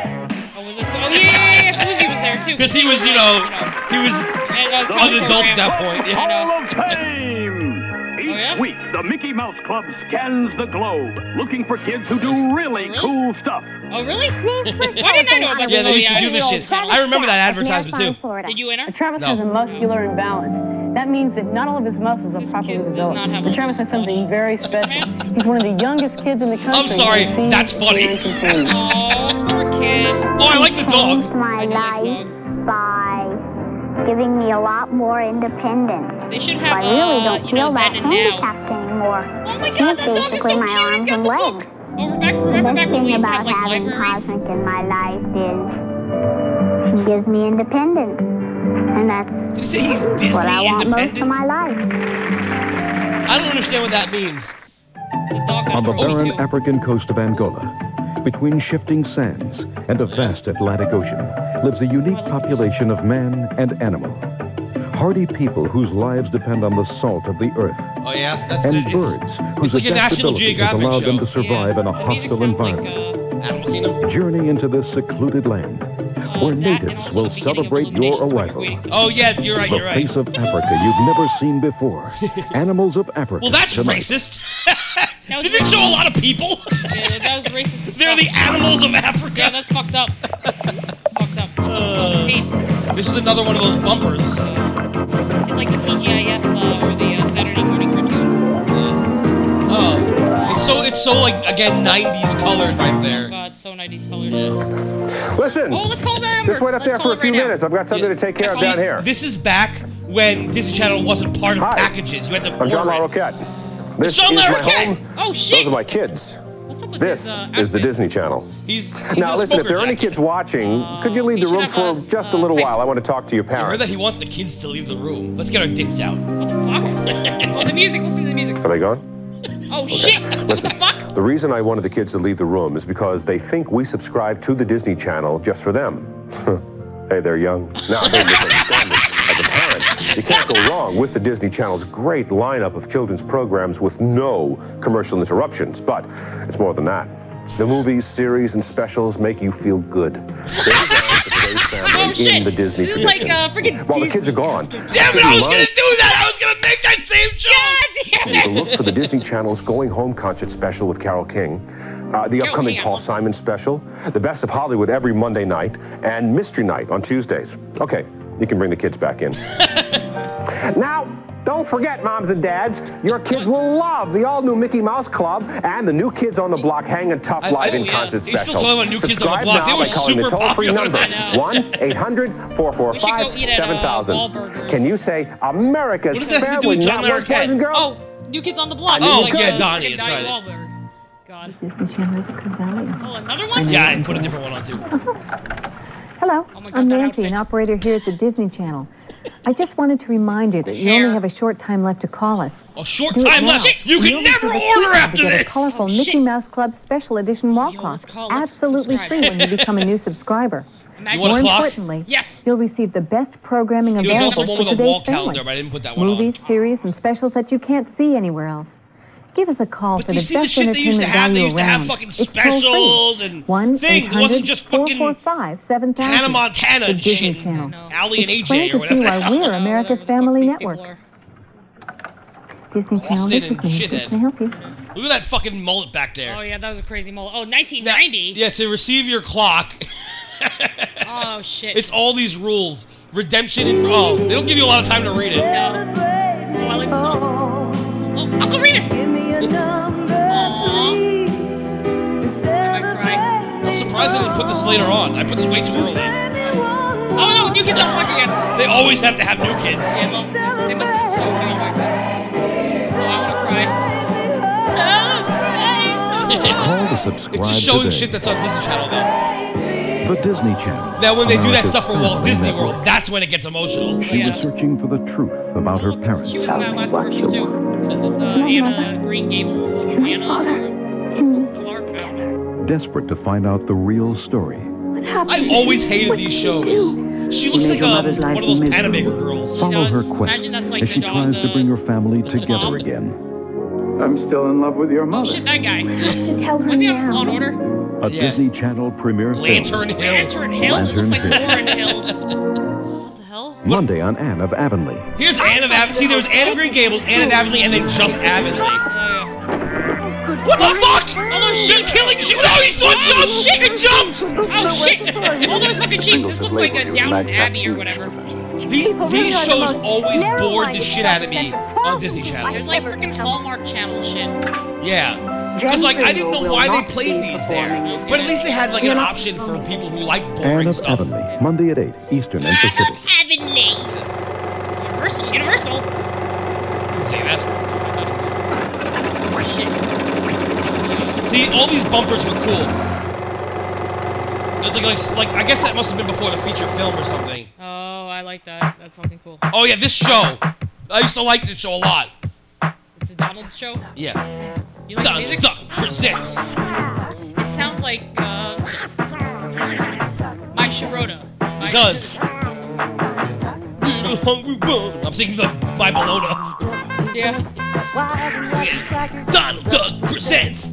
[SPEAKER 5] Oh, was this? Oh, yeah, yeah, yeah. Susie was there too.
[SPEAKER 4] Because he was, you know, he was
[SPEAKER 5] And, uh,
[SPEAKER 4] an
[SPEAKER 5] Kevin
[SPEAKER 4] adult at that
[SPEAKER 5] Program.
[SPEAKER 4] point.
[SPEAKER 5] I
[SPEAKER 4] Yeah.
[SPEAKER 5] know.
[SPEAKER 9] Hall of Fame! Each
[SPEAKER 5] Oh, yeah?
[SPEAKER 9] week, the Mickey Mouse Club scans the globe, looking for kids who do really cool stuff.
[SPEAKER 5] Oh, really? Why didn't I know about this?
[SPEAKER 4] Yeah, they used to
[SPEAKER 5] Oh,
[SPEAKER 4] do this
[SPEAKER 5] I
[SPEAKER 4] shit.
[SPEAKER 5] didn't know.
[SPEAKER 4] I remember that advertisement
[SPEAKER 7] Marathon,
[SPEAKER 4] too.
[SPEAKER 7] Florida.
[SPEAKER 5] Did you enter?
[SPEAKER 3] Travis
[SPEAKER 4] No.
[SPEAKER 3] has a muscular imbalance. That means that not all of his muscles are
[SPEAKER 5] This
[SPEAKER 3] properly
[SPEAKER 5] kid does
[SPEAKER 3] developed.
[SPEAKER 5] not have
[SPEAKER 3] But
[SPEAKER 5] all
[SPEAKER 3] Travis
[SPEAKER 5] those
[SPEAKER 3] has something
[SPEAKER 5] muscles.
[SPEAKER 3] very special. He's one of the youngest kids in the country.
[SPEAKER 4] I'm sorry,
[SPEAKER 3] to see
[SPEAKER 4] that's funny.
[SPEAKER 3] and conceive.
[SPEAKER 5] Oh, poor kid.
[SPEAKER 4] Oh, I like the
[SPEAKER 7] changed
[SPEAKER 4] dog.
[SPEAKER 7] my life by giving me a lot more independence.
[SPEAKER 5] They should
[SPEAKER 7] I
[SPEAKER 5] have,
[SPEAKER 7] really
[SPEAKER 5] uh,
[SPEAKER 7] don't
[SPEAKER 5] you
[SPEAKER 7] feel
[SPEAKER 5] know,
[SPEAKER 7] that
[SPEAKER 5] then and now.
[SPEAKER 7] handicapped anymore.
[SPEAKER 5] Oh my god, that dog is
[SPEAKER 7] Basically,
[SPEAKER 5] so
[SPEAKER 7] my
[SPEAKER 5] cute. He's
[SPEAKER 7] arms
[SPEAKER 5] got
[SPEAKER 7] and
[SPEAKER 5] the
[SPEAKER 7] legs.
[SPEAKER 5] book. Oh, remember, remember
[SPEAKER 7] the
[SPEAKER 5] back when
[SPEAKER 7] thing
[SPEAKER 5] we used to have
[SPEAKER 7] about
[SPEAKER 5] like
[SPEAKER 7] having
[SPEAKER 5] libraries?
[SPEAKER 7] Cosmic in my life is she gives me independence, and that's
[SPEAKER 4] Did he say he's Disney
[SPEAKER 7] what I want most of
[SPEAKER 4] independent?
[SPEAKER 7] my life.
[SPEAKER 4] I don't understand what that means.
[SPEAKER 5] The dog got
[SPEAKER 10] On the
[SPEAKER 5] broken
[SPEAKER 10] barren
[SPEAKER 5] too.
[SPEAKER 10] African coast of Angola, between shifting sands and a vast Atlantic Ocean, lives a unique population of man and animal. Hardy people whose lives depend on the salt of the earth,
[SPEAKER 4] Oh yeah, that's
[SPEAKER 10] and
[SPEAKER 4] it. It's
[SPEAKER 10] birds whose
[SPEAKER 4] like a National
[SPEAKER 10] adaptability has
[SPEAKER 4] Geographic
[SPEAKER 10] allowed them
[SPEAKER 4] show.
[SPEAKER 10] to survive
[SPEAKER 5] yeah.
[SPEAKER 10] in a
[SPEAKER 5] the music
[SPEAKER 10] hostile
[SPEAKER 5] sounds
[SPEAKER 10] environment.
[SPEAKER 5] like
[SPEAKER 4] uh, Animal Kingdom.
[SPEAKER 10] Journey into this secluded land,
[SPEAKER 5] uh, uh, that
[SPEAKER 10] where
[SPEAKER 5] and
[SPEAKER 10] natives
[SPEAKER 5] also
[SPEAKER 10] will
[SPEAKER 5] the beginning of
[SPEAKER 10] celebrate your
[SPEAKER 5] Illuminations when you're
[SPEAKER 10] arrival.
[SPEAKER 5] waiting for-
[SPEAKER 4] Oh yeah, you're right,
[SPEAKER 10] The
[SPEAKER 4] you're right.
[SPEAKER 10] face of Africa you've never seen before. Animals of Africa.
[SPEAKER 4] Well, that's
[SPEAKER 10] tonight.
[SPEAKER 4] racist.
[SPEAKER 5] That was
[SPEAKER 4] Did it show a lot of people?
[SPEAKER 5] Yeah, that was racist. as
[SPEAKER 4] They're
[SPEAKER 5] fuck.
[SPEAKER 4] the animals of
[SPEAKER 5] Yeah,
[SPEAKER 4] Africa.
[SPEAKER 5] that's fucked up. fucked up. It's
[SPEAKER 4] Uh.
[SPEAKER 5] paint.
[SPEAKER 4] This is another one of those bumpers.
[SPEAKER 5] It's like the TGIF uh, or the uh, Saturday morning cartoons.
[SPEAKER 4] Oh, it's so it's so like again '90s colored right there.
[SPEAKER 5] Oh, God, so 90s colored.
[SPEAKER 9] Listen,
[SPEAKER 5] Oh, let's call that number.
[SPEAKER 9] just wait up
[SPEAKER 5] let's
[SPEAKER 9] there
[SPEAKER 5] call
[SPEAKER 9] for a
[SPEAKER 5] it
[SPEAKER 9] few
[SPEAKER 5] right now.
[SPEAKER 9] minutes. I've got something to take care of
[SPEAKER 4] See,
[SPEAKER 9] down here.
[SPEAKER 4] This is back when Disney Channel wasn't part of
[SPEAKER 9] Hi.
[SPEAKER 4] packages. You had to
[SPEAKER 9] I'm John
[SPEAKER 4] order it.
[SPEAKER 9] LaRoquette. This
[SPEAKER 4] It's John
[SPEAKER 9] is my
[SPEAKER 4] LaRoquette!
[SPEAKER 9] home.
[SPEAKER 5] Oh
[SPEAKER 9] Those
[SPEAKER 5] shit!
[SPEAKER 9] are my kids.
[SPEAKER 5] What's up with
[SPEAKER 9] This
[SPEAKER 5] his uh,
[SPEAKER 9] is the
[SPEAKER 5] outfit?
[SPEAKER 9] Disney Channel.
[SPEAKER 4] He's, he's
[SPEAKER 9] Now,
[SPEAKER 4] a
[SPEAKER 9] listen, if
[SPEAKER 4] smoker
[SPEAKER 9] there are any
[SPEAKER 4] jacket.
[SPEAKER 9] kids watching, could you leave
[SPEAKER 5] you
[SPEAKER 9] the
[SPEAKER 5] should
[SPEAKER 9] room
[SPEAKER 5] have
[SPEAKER 9] for
[SPEAKER 5] us,
[SPEAKER 9] just
[SPEAKER 5] uh,
[SPEAKER 9] a little
[SPEAKER 5] pick-
[SPEAKER 9] while? I want to talk to your
[SPEAKER 4] I heard
[SPEAKER 9] parents.
[SPEAKER 4] that he wants the kids to leave the room. Let's get our dicks out.
[SPEAKER 5] What the fuck? oh, the music. Listen to the music.
[SPEAKER 9] Are they gone?
[SPEAKER 5] Oh shit! What the fuck?
[SPEAKER 9] The reason I wanted the kids to leave the room is because they think we subscribe to the Disney Channel just for them. hey, they're young. Now, they misunderstand it. As a parent, you can't go wrong with the Disney Channel's great lineup of children's programs with no commercial interruptions. But it's more than that. The movies, series, and specials make you feel good. They're designed for today's family
[SPEAKER 5] Oh shit!
[SPEAKER 9] in the Disney
[SPEAKER 5] this is like
[SPEAKER 9] tradition.
[SPEAKER 5] uh, freaking
[SPEAKER 9] While the
[SPEAKER 5] Disney.
[SPEAKER 9] kids are gone,
[SPEAKER 4] Damn it! I was
[SPEAKER 9] Mom.
[SPEAKER 4] gonna do that. I was gonna make that same joke.
[SPEAKER 5] God
[SPEAKER 9] You can
[SPEAKER 5] damn it!
[SPEAKER 9] look for the Disney Channel's Going Home concert special with Carol King, uh, the upcoming
[SPEAKER 5] King, I
[SPEAKER 9] Paul
[SPEAKER 5] love-
[SPEAKER 9] Simon special, the Best of Hollywood every Monday night, and Mystery Night on Tuesdays. Okay, you can bring the kids back in. now, don't forget, moms and dads, your kids will love the all-new Mickey Mouse Club and the New Kids on the Block Hangin' Tough
[SPEAKER 4] I-
[SPEAKER 9] Live
[SPEAKER 4] oh,
[SPEAKER 9] in
[SPEAKER 5] yeah.
[SPEAKER 9] Concert
[SPEAKER 4] He's still
[SPEAKER 9] special.
[SPEAKER 4] talking about New Kids on the
[SPEAKER 9] Subscribe
[SPEAKER 4] Block. They
[SPEAKER 9] now
[SPEAKER 4] were
[SPEAKER 9] by calling
[SPEAKER 4] super
[SPEAKER 9] the toll-free
[SPEAKER 4] popular.
[SPEAKER 9] number,
[SPEAKER 4] I
[SPEAKER 5] know.
[SPEAKER 9] 1-800-445-7000.
[SPEAKER 5] We should go eat at, uh, Wahlburgers.
[SPEAKER 9] Can you say America's
[SPEAKER 4] What does that have to
[SPEAKER 9] favorite
[SPEAKER 4] do with John
[SPEAKER 9] network, boys
[SPEAKER 4] Larroquette?
[SPEAKER 9] and girls?
[SPEAKER 5] Oh, New Kids on the Block.
[SPEAKER 4] Oh,
[SPEAKER 5] It's like,
[SPEAKER 4] yeah,
[SPEAKER 5] uh,
[SPEAKER 4] Donnie,
[SPEAKER 5] freaking
[SPEAKER 4] that's
[SPEAKER 5] Donnie
[SPEAKER 4] right.
[SPEAKER 5] Wahlberg. God.
[SPEAKER 7] Disney Channel is compelling.
[SPEAKER 5] Oh, another one?
[SPEAKER 4] Yeah, I put a different one on too.
[SPEAKER 11] Hello, I'm Nancy, an operator here at the Disney Channel. I just wanted to remind you that you only have a short time left to call us.
[SPEAKER 4] A short
[SPEAKER 11] Do it
[SPEAKER 4] time
[SPEAKER 11] now.
[SPEAKER 4] left. You can
[SPEAKER 11] only
[SPEAKER 4] never
[SPEAKER 11] have a few
[SPEAKER 4] order
[SPEAKER 11] days
[SPEAKER 4] after
[SPEAKER 11] to get
[SPEAKER 4] this.
[SPEAKER 11] A colorful Mickey Mouse Club Special Edition wall clock, absolutely free when you become a new subscriber.
[SPEAKER 5] Imagine- You
[SPEAKER 11] More
[SPEAKER 5] want a clock?
[SPEAKER 11] importantly, yes. you'll receive the best programming
[SPEAKER 4] There was
[SPEAKER 11] available
[SPEAKER 4] also one
[SPEAKER 11] for
[SPEAKER 4] with a wall
[SPEAKER 11] today's family.
[SPEAKER 4] calendar, but I didn't put that one on.
[SPEAKER 11] Movies, series, and specials that you can't see anywhere else. Give us a call for
[SPEAKER 4] do you
[SPEAKER 11] the
[SPEAKER 4] see the
[SPEAKER 11] best
[SPEAKER 4] shit they used to
[SPEAKER 11] entertainment
[SPEAKER 4] have? They
[SPEAKER 11] value
[SPEAKER 4] used to have
[SPEAKER 11] around.
[SPEAKER 4] fucking
[SPEAKER 11] It's toll-free.
[SPEAKER 4] specials and
[SPEAKER 11] 1-800-445-7000.
[SPEAKER 4] things. It wasn't just fucking Hannah Montana
[SPEAKER 11] The
[SPEAKER 4] and
[SPEAKER 11] Disney
[SPEAKER 4] shit.
[SPEAKER 11] Channel.
[SPEAKER 4] Ally and
[SPEAKER 11] It's
[SPEAKER 4] AJ
[SPEAKER 11] plain
[SPEAKER 4] or
[SPEAKER 11] to see
[SPEAKER 4] whatever the
[SPEAKER 11] why
[SPEAKER 4] hell.
[SPEAKER 11] we're America's Family Network. Disney Channel,
[SPEAKER 4] Austin
[SPEAKER 11] this is
[SPEAKER 4] and
[SPEAKER 11] Nancy.
[SPEAKER 4] shithead.
[SPEAKER 11] Can I help you?
[SPEAKER 4] Look at that fucking mullet back there.
[SPEAKER 5] Oh yeah, that was a crazy mullet. Oh, 1990.
[SPEAKER 4] Yeah, to receive your clock,
[SPEAKER 5] Oh shit.
[SPEAKER 4] it's all these rules. Redemption and oh, they don't give you a lot of time to read it.
[SPEAKER 5] No. Oh, I like the song. Oh, Uncle Remus. Aw.
[SPEAKER 4] I'm surprised I didn't put this later on. I put this way too early.
[SPEAKER 5] Oh no, New Kids on the Block again.
[SPEAKER 4] They always have to have new kids.
[SPEAKER 5] Yeah, well, they- they must have been so huge back then. Oh, I want to cry.
[SPEAKER 10] Call to subscribe
[SPEAKER 4] It's just showing
[SPEAKER 10] today.
[SPEAKER 4] shit that's on Disney Channel though.
[SPEAKER 10] The Disney Channel.
[SPEAKER 4] Now when they do that
[SPEAKER 10] America's
[SPEAKER 4] stuff for Walt
[SPEAKER 10] family
[SPEAKER 4] Disney
[SPEAKER 10] network.
[SPEAKER 4] World, that's when it gets emotional.
[SPEAKER 10] She was searching for the truth about her parents.
[SPEAKER 5] She was in that last commercial too. This is uh, Anna Green Gables. Anna Clark. I don't know.
[SPEAKER 10] Desperate to find out the real story,
[SPEAKER 4] I always hated these shows. She looks like um, one of those Panabaker girls.
[SPEAKER 10] follow her
[SPEAKER 5] does.
[SPEAKER 10] quest
[SPEAKER 5] Imagine that's like
[SPEAKER 10] as
[SPEAKER 5] the
[SPEAKER 10] she
[SPEAKER 5] dog-
[SPEAKER 10] tries to bring her family
[SPEAKER 5] mom.
[SPEAKER 10] together again.
[SPEAKER 3] I'm still in love with your
[SPEAKER 5] Oh shit, that guy. Was he on Law and Order?
[SPEAKER 10] A
[SPEAKER 4] Yeah.
[SPEAKER 10] Disney Channel premiere film
[SPEAKER 4] Lantern Hill.
[SPEAKER 5] Lantern Hill. It looks like Warren
[SPEAKER 10] Lantern
[SPEAKER 5] Hill. What the hell?
[SPEAKER 10] Monday on Anne of Avonlea.
[SPEAKER 4] Here's Anne of Avonlea. See, there was Anne of Green Gables, Anne of Avonlea, and then just Avonlea.
[SPEAKER 5] Oh,
[SPEAKER 4] What the fuck? Oh, shit, killing shit. No, he saw jump. Shit, it jumped.
[SPEAKER 5] yeah. oh shit! All those fucking sheep. This looks like a Downton Abbey or whatever.
[SPEAKER 4] These, these shows always bored the shit out of me on Disney Channel.
[SPEAKER 5] There's like freaking Hallmark Channel shit.
[SPEAKER 4] Yeah. Because, like, I didn't know why they played these there. But at least they had, like, an option for people who like
[SPEAKER 10] Anne
[SPEAKER 4] boring
[SPEAKER 10] of
[SPEAKER 4] stuff.
[SPEAKER 10] Avonlea, Monday at 8, Eastern and Pacific.
[SPEAKER 5] Avonlea. Universal. Universal.
[SPEAKER 4] Didn't say that.
[SPEAKER 5] Shit.
[SPEAKER 4] See, all these bumpers were cool. It's like, like, like, I guess that must have been before the feature film or something.
[SPEAKER 5] Oh, I like that. That's fucking cool.
[SPEAKER 4] Oh, yeah, this show. I used to like this show a lot.
[SPEAKER 5] It's a Donald show.
[SPEAKER 4] Yeah.
[SPEAKER 5] You like the
[SPEAKER 4] Donald
[SPEAKER 5] music?
[SPEAKER 4] Duck presents.
[SPEAKER 5] It sounds like uh, my Shiroda. My
[SPEAKER 4] It does. Little hungry bone. I'm singing the My Bologna.
[SPEAKER 5] Yeah.
[SPEAKER 4] Donald Duck presents.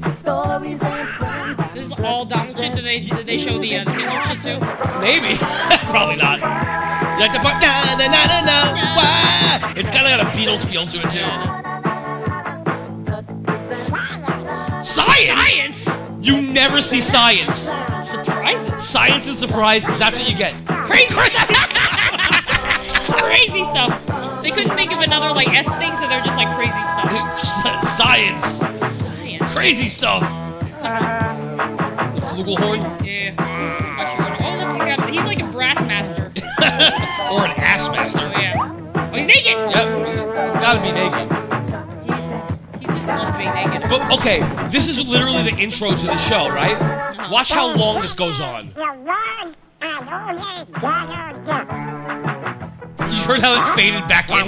[SPEAKER 5] This is all Donald shit. Did they did they show the uh, the Hitler shit too?
[SPEAKER 4] Maybe. Probably not. You like the part? Na na na na na. Wah. It's kind of got a Beatles feel to it too. Science. Science. You never see science.
[SPEAKER 5] Surprises.
[SPEAKER 4] Science and surprises. That's what you get.
[SPEAKER 5] Crazy. crazy stuff. They couldn't think of another like S thing, so they're just like crazy stuff.
[SPEAKER 4] Science.
[SPEAKER 5] Science.
[SPEAKER 4] Crazy stuff. The flugelhorn
[SPEAKER 5] Yeah. My Shiroda. Oh look, he's got he's like a brass master.
[SPEAKER 4] or an ass master.
[SPEAKER 5] Oh yeah. Oh, he's naked.
[SPEAKER 4] Yep. He's gotta be naked.
[SPEAKER 5] He just loves being naked.
[SPEAKER 4] But okay, this is literally the intro to the show, right?
[SPEAKER 5] Uh-huh.
[SPEAKER 4] Watch how long this goes on.
[SPEAKER 5] Oh,
[SPEAKER 4] You heard how it faded back in?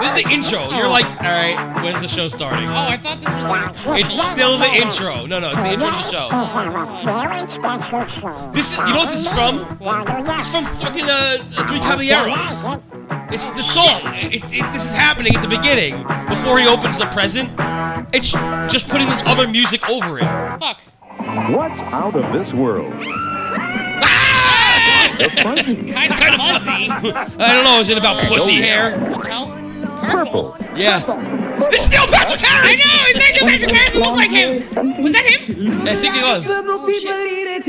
[SPEAKER 4] This is the intro. You're like, alright, when's the show starting?
[SPEAKER 5] Oh, I thought this was like.
[SPEAKER 4] It's still the intro. No, no, it's the intro to the show. This is, you know what this is from? It's from fucking uh, Three Caballeros. It's the song. It, it, this is happening at the beginning before he opens the present. It's just putting this other music over it.
[SPEAKER 5] Fuck.
[SPEAKER 10] What's out of this world?
[SPEAKER 4] Ah!
[SPEAKER 10] The Frightened,
[SPEAKER 5] Kind of fuzzy.
[SPEAKER 4] I don't know. Is it about pussy hair?
[SPEAKER 5] What the hell?
[SPEAKER 10] Purple,
[SPEAKER 4] Yeah. It's still Patrick Harris.
[SPEAKER 5] I know. Is that Patrick Harris? It looked like him. Was that him?
[SPEAKER 4] I think it was.
[SPEAKER 5] Oh shit!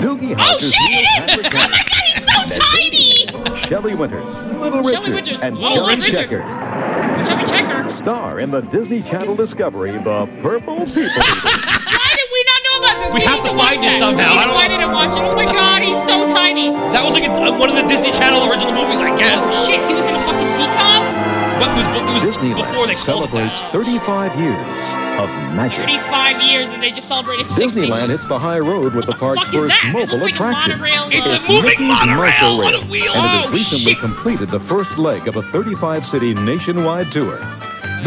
[SPEAKER 10] Doogie
[SPEAKER 5] Oh
[SPEAKER 10] Howser's
[SPEAKER 5] shit! It is. Oh my god, he's so tiny.
[SPEAKER 10] Shelley Winters, Little
[SPEAKER 5] Shelley
[SPEAKER 10] Richard,
[SPEAKER 5] Winters,
[SPEAKER 10] and
[SPEAKER 5] Little
[SPEAKER 10] Chubby
[SPEAKER 5] Richard.
[SPEAKER 10] Checker
[SPEAKER 5] Chubby Checker.
[SPEAKER 10] star in the Disney Channel Discovery, The Purple People.
[SPEAKER 5] Why did we not know about this?
[SPEAKER 4] We have
[SPEAKER 5] need
[SPEAKER 4] to find
[SPEAKER 5] watch
[SPEAKER 4] it
[SPEAKER 5] that.
[SPEAKER 4] somehow.
[SPEAKER 5] We
[SPEAKER 4] I
[SPEAKER 5] need to
[SPEAKER 4] don't-
[SPEAKER 5] find it and watch it. Oh my god, he's so tiny. Oh,
[SPEAKER 4] That was like a, uh, one of the Disney Channel original movies, I guess.
[SPEAKER 5] Shit, he was in a fucking decom.
[SPEAKER 4] But it was, it was
[SPEAKER 10] Disneyland
[SPEAKER 4] before they called it
[SPEAKER 10] celebrates
[SPEAKER 4] that.
[SPEAKER 10] 35 years. of magic.
[SPEAKER 5] 35 years and they just celebrated 60.
[SPEAKER 10] Disneyland hits the high road with the park's
[SPEAKER 5] fuck is
[SPEAKER 10] first
[SPEAKER 5] that? It
[SPEAKER 10] mobile
[SPEAKER 5] looks like a
[SPEAKER 10] attraction.
[SPEAKER 5] monorail. It's a
[SPEAKER 10] Mickey's
[SPEAKER 5] moving monorail on a
[SPEAKER 10] Microrail,
[SPEAKER 5] wheel.
[SPEAKER 10] And it has
[SPEAKER 5] Oh,
[SPEAKER 10] recently
[SPEAKER 5] shit.
[SPEAKER 10] completed the first leg of a 35 city nationwide tour.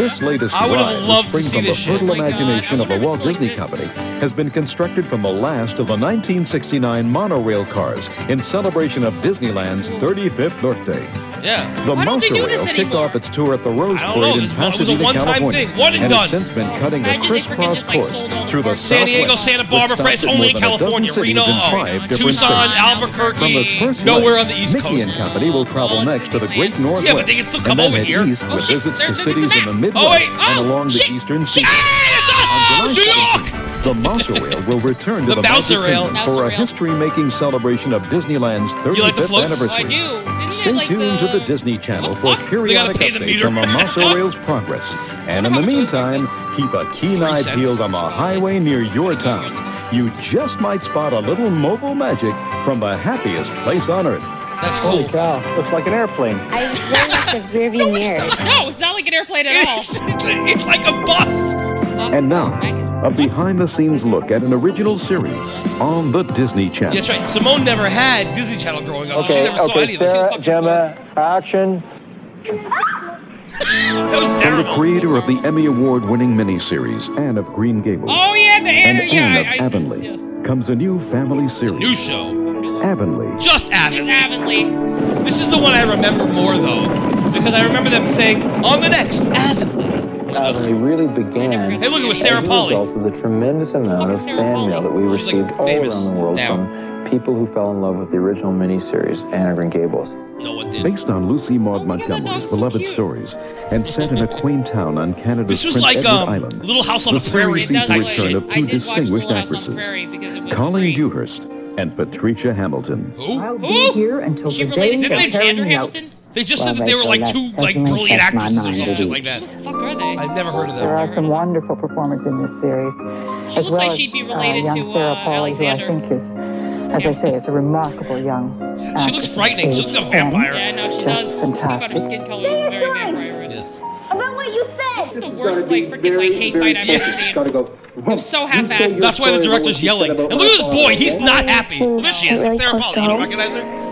[SPEAKER 10] This latest
[SPEAKER 4] I would've
[SPEAKER 10] ride, which
[SPEAKER 4] loved to
[SPEAKER 10] springs
[SPEAKER 4] see
[SPEAKER 10] from
[SPEAKER 4] this
[SPEAKER 10] the
[SPEAKER 4] shit. Oh
[SPEAKER 10] fertile
[SPEAKER 4] my God,
[SPEAKER 10] imagination
[SPEAKER 4] I
[SPEAKER 10] of the
[SPEAKER 4] wonder if
[SPEAKER 10] Walt
[SPEAKER 4] it still
[SPEAKER 10] Disney
[SPEAKER 4] exists.
[SPEAKER 10] Company, has been constructed from the last of the 1969 monorail cars in celebration of Disneyland's 35th birthday.
[SPEAKER 4] Yeah.
[SPEAKER 10] The
[SPEAKER 4] Why don't they do
[SPEAKER 10] monorail
[SPEAKER 4] this
[SPEAKER 10] kicked
[SPEAKER 4] anymore?
[SPEAKER 10] off its tour at the Rose
[SPEAKER 4] I don't
[SPEAKER 10] Parade
[SPEAKER 4] know,
[SPEAKER 10] in
[SPEAKER 4] this was- it was a
[SPEAKER 10] Pasadena,
[SPEAKER 4] one-time
[SPEAKER 10] California,
[SPEAKER 4] thing. One and
[SPEAKER 10] and
[SPEAKER 4] done.
[SPEAKER 10] has since been cutting a
[SPEAKER 4] Imagine they freaking
[SPEAKER 10] crisscross
[SPEAKER 4] just, like,
[SPEAKER 10] course
[SPEAKER 4] sold all the
[SPEAKER 10] through the
[SPEAKER 4] parks. San Diego,
[SPEAKER 10] Southwest,
[SPEAKER 4] Santa
[SPEAKER 10] with
[SPEAKER 4] Barbara,
[SPEAKER 10] stops
[SPEAKER 4] France,
[SPEAKER 10] in
[SPEAKER 4] only
[SPEAKER 10] more than a dozen
[SPEAKER 4] California,
[SPEAKER 10] cities
[SPEAKER 4] Reno,
[SPEAKER 10] in
[SPEAKER 4] oh,
[SPEAKER 10] five different
[SPEAKER 4] Tucson,
[SPEAKER 10] states.
[SPEAKER 4] Albuquerque,
[SPEAKER 10] From the first
[SPEAKER 4] nowhere
[SPEAKER 10] leg,
[SPEAKER 4] on the East
[SPEAKER 10] Mickey
[SPEAKER 4] Coast.
[SPEAKER 10] and company will travel next to the Great Northwest.
[SPEAKER 4] Yeah, but they can still come
[SPEAKER 10] and
[SPEAKER 4] over
[SPEAKER 10] then head
[SPEAKER 4] here.
[SPEAKER 10] East
[SPEAKER 4] Oh,
[SPEAKER 10] with
[SPEAKER 4] shit,
[SPEAKER 10] visits
[SPEAKER 4] there-
[SPEAKER 10] to
[SPEAKER 4] there's a
[SPEAKER 10] cities in the Midwest
[SPEAKER 4] Oh, wait,
[SPEAKER 10] and along the Eastern Seaboard. On July 17th, the Mouser Rail will return
[SPEAKER 4] The
[SPEAKER 10] to the, Magic
[SPEAKER 4] Mouser Rail.
[SPEAKER 10] Kingdom for a
[SPEAKER 4] Mouser Rail.
[SPEAKER 10] history-making celebration of Disneyland's 35th
[SPEAKER 4] You like the floats?
[SPEAKER 10] anniversary.
[SPEAKER 5] do.
[SPEAKER 10] Stay tuned to the Disney Channel for periodic
[SPEAKER 4] pay the
[SPEAKER 10] updates
[SPEAKER 4] meter.
[SPEAKER 10] on the Monster Rail's progress. And in the meantime, keep a keen eye
[SPEAKER 4] cents.
[SPEAKER 10] peeled on the highway near your town. You just might spot a little mobile magic from the happiest place on earth.
[SPEAKER 4] That's cool. Holy
[SPEAKER 10] cow, looks like an airplane.
[SPEAKER 5] No, it's not like an airplane at all.
[SPEAKER 4] it's like a bus.
[SPEAKER 10] And now, a behind-the-scenes look at an original series on the Disney Channel.
[SPEAKER 4] Yeah, that's right. Simone never had Disney Channel growing up. she never saw any of this.
[SPEAKER 10] Gemma, action.
[SPEAKER 4] That was
[SPEAKER 10] From the creator of the Emmy Award-winning miniseries, Anne of Green Gables.
[SPEAKER 5] Oh, yeah, the
[SPEAKER 10] and
[SPEAKER 5] air. Yeah,
[SPEAKER 10] Anne
[SPEAKER 5] I- I-
[SPEAKER 10] of Avonlea comes a new family series.
[SPEAKER 4] New show.
[SPEAKER 10] Avonlea.
[SPEAKER 4] Just Avonlea. Avonlea. This is the one I remember more though, because I remember them saying on the next Avonlea.
[SPEAKER 12] Avonlea really began.
[SPEAKER 4] Hey, look, it was Sarah
[SPEAKER 12] as a
[SPEAKER 4] Polley.
[SPEAKER 12] result of the tremendous amount of fan mail that we received all around the world from people who fell in love with the original miniseries Anne of Green Gables.
[SPEAKER 10] Based on Lucy Maud Montgomery's beloved stories and set in a quaint town on Canada's
[SPEAKER 4] This was
[SPEAKER 10] Prince
[SPEAKER 4] like
[SPEAKER 10] Edward
[SPEAKER 4] um,
[SPEAKER 10] Island.
[SPEAKER 4] Little House on the
[SPEAKER 10] the
[SPEAKER 4] Prairie.
[SPEAKER 10] series
[SPEAKER 4] It does
[SPEAKER 10] features
[SPEAKER 4] look
[SPEAKER 10] the
[SPEAKER 4] like
[SPEAKER 10] return
[SPEAKER 4] shit.
[SPEAKER 10] of two distinguished actresses, Colleen Dewhurst and Patricia Hamilton.
[SPEAKER 4] I'll
[SPEAKER 12] be here until
[SPEAKER 5] She related to Alexander Hamilton?
[SPEAKER 4] They just said that they were like two like brilliant actresses or some shit like that.
[SPEAKER 5] Fuck are they?
[SPEAKER 4] I've never heard of
[SPEAKER 12] There
[SPEAKER 4] them.
[SPEAKER 12] are some wonderful performers in this series.
[SPEAKER 5] She
[SPEAKER 12] as
[SPEAKER 5] looks
[SPEAKER 12] well
[SPEAKER 5] like
[SPEAKER 12] as,
[SPEAKER 5] she'd be related
[SPEAKER 12] uh,
[SPEAKER 5] to,
[SPEAKER 12] young Sarah
[SPEAKER 5] uh,
[SPEAKER 12] Pauley,
[SPEAKER 5] Alexander.
[SPEAKER 12] Who I think is, as I say, is a remarkable young.
[SPEAKER 4] She looks frightening. She looks like a vampire.
[SPEAKER 5] Yeah, no, she does. Think about her skin color. It's very vampire-esque.
[SPEAKER 13] About what you said.
[SPEAKER 5] This is the worst, like, freaking, like, hate fight I've ever seen. It was so half-assed.
[SPEAKER 4] That's why the director's yelling. And look at
[SPEAKER 5] Oh,
[SPEAKER 4] this boy. He's not happy. Look at she is. It's Sarah Paulson. You don't recognize her?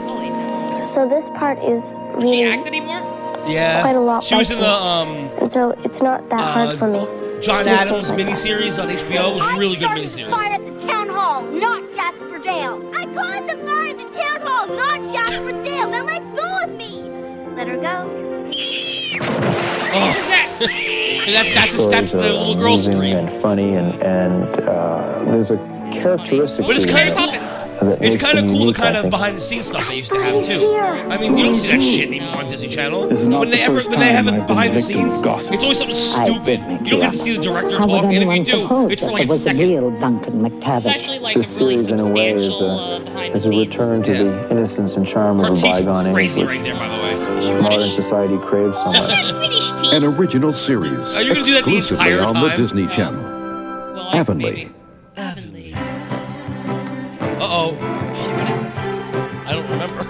[SPEAKER 14] So this part is really
[SPEAKER 5] she act anymore?
[SPEAKER 4] Yeah.
[SPEAKER 14] Quite a lot
[SPEAKER 4] She was
[SPEAKER 14] like
[SPEAKER 4] in the
[SPEAKER 14] it.
[SPEAKER 4] um
[SPEAKER 14] And so it's not that
[SPEAKER 4] Uh,
[SPEAKER 14] hard for me.
[SPEAKER 4] John
[SPEAKER 14] to
[SPEAKER 4] Adams
[SPEAKER 14] think like
[SPEAKER 4] miniseries on HBO. It was a really good miniseries.
[SPEAKER 13] Fire at the town hall, not Jasper Dale. I caused the fire at the town hall, not Jasper Dale. Now let go of me. Let her go.
[SPEAKER 4] Oh. And that, that's just, that's the little girl scream.
[SPEAKER 12] And funny and
[SPEAKER 4] Oh.
[SPEAKER 12] and uh, there's a characteristic.
[SPEAKER 4] But it's
[SPEAKER 12] to
[SPEAKER 4] kind of
[SPEAKER 12] it
[SPEAKER 4] cool.
[SPEAKER 12] that
[SPEAKER 4] It's
[SPEAKER 12] makes
[SPEAKER 4] kind of
[SPEAKER 12] them
[SPEAKER 4] cool the
[SPEAKER 12] unique, I
[SPEAKER 4] kind of
[SPEAKER 12] think.
[SPEAKER 4] behind the scenes stuff they used to have too. I mean, you don't see that shit anymore on Disney Channel. When they ever when they have it behind the scenes, it's always something stupid. You don't get to see the director
[SPEAKER 12] How
[SPEAKER 4] talk,
[SPEAKER 12] would
[SPEAKER 4] and if you
[SPEAKER 12] anyone
[SPEAKER 4] do,
[SPEAKER 12] suppose
[SPEAKER 4] it's for
[SPEAKER 12] that
[SPEAKER 4] like a
[SPEAKER 12] it was
[SPEAKER 4] second.
[SPEAKER 12] the real Duncan McTavish?
[SPEAKER 5] This
[SPEAKER 12] series, in a way, is a,
[SPEAKER 5] uh,
[SPEAKER 12] is a return to the innocence and charm
[SPEAKER 4] Her
[SPEAKER 12] of a
[SPEAKER 4] teeth are
[SPEAKER 12] bygone age,
[SPEAKER 4] crazy
[SPEAKER 12] which
[SPEAKER 4] right there, by the way.
[SPEAKER 12] modern society craves so much.
[SPEAKER 10] An original series
[SPEAKER 4] Are you gonna do that the
[SPEAKER 10] exclusively
[SPEAKER 4] entire
[SPEAKER 10] on the
[SPEAKER 4] time?
[SPEAKER 10] Disney Channel. Avonlea.
[SPEAKER 4] Uh oh.
[SPEAKER 5] Shit, what is this?
[SPEAKER 4] I don't remember.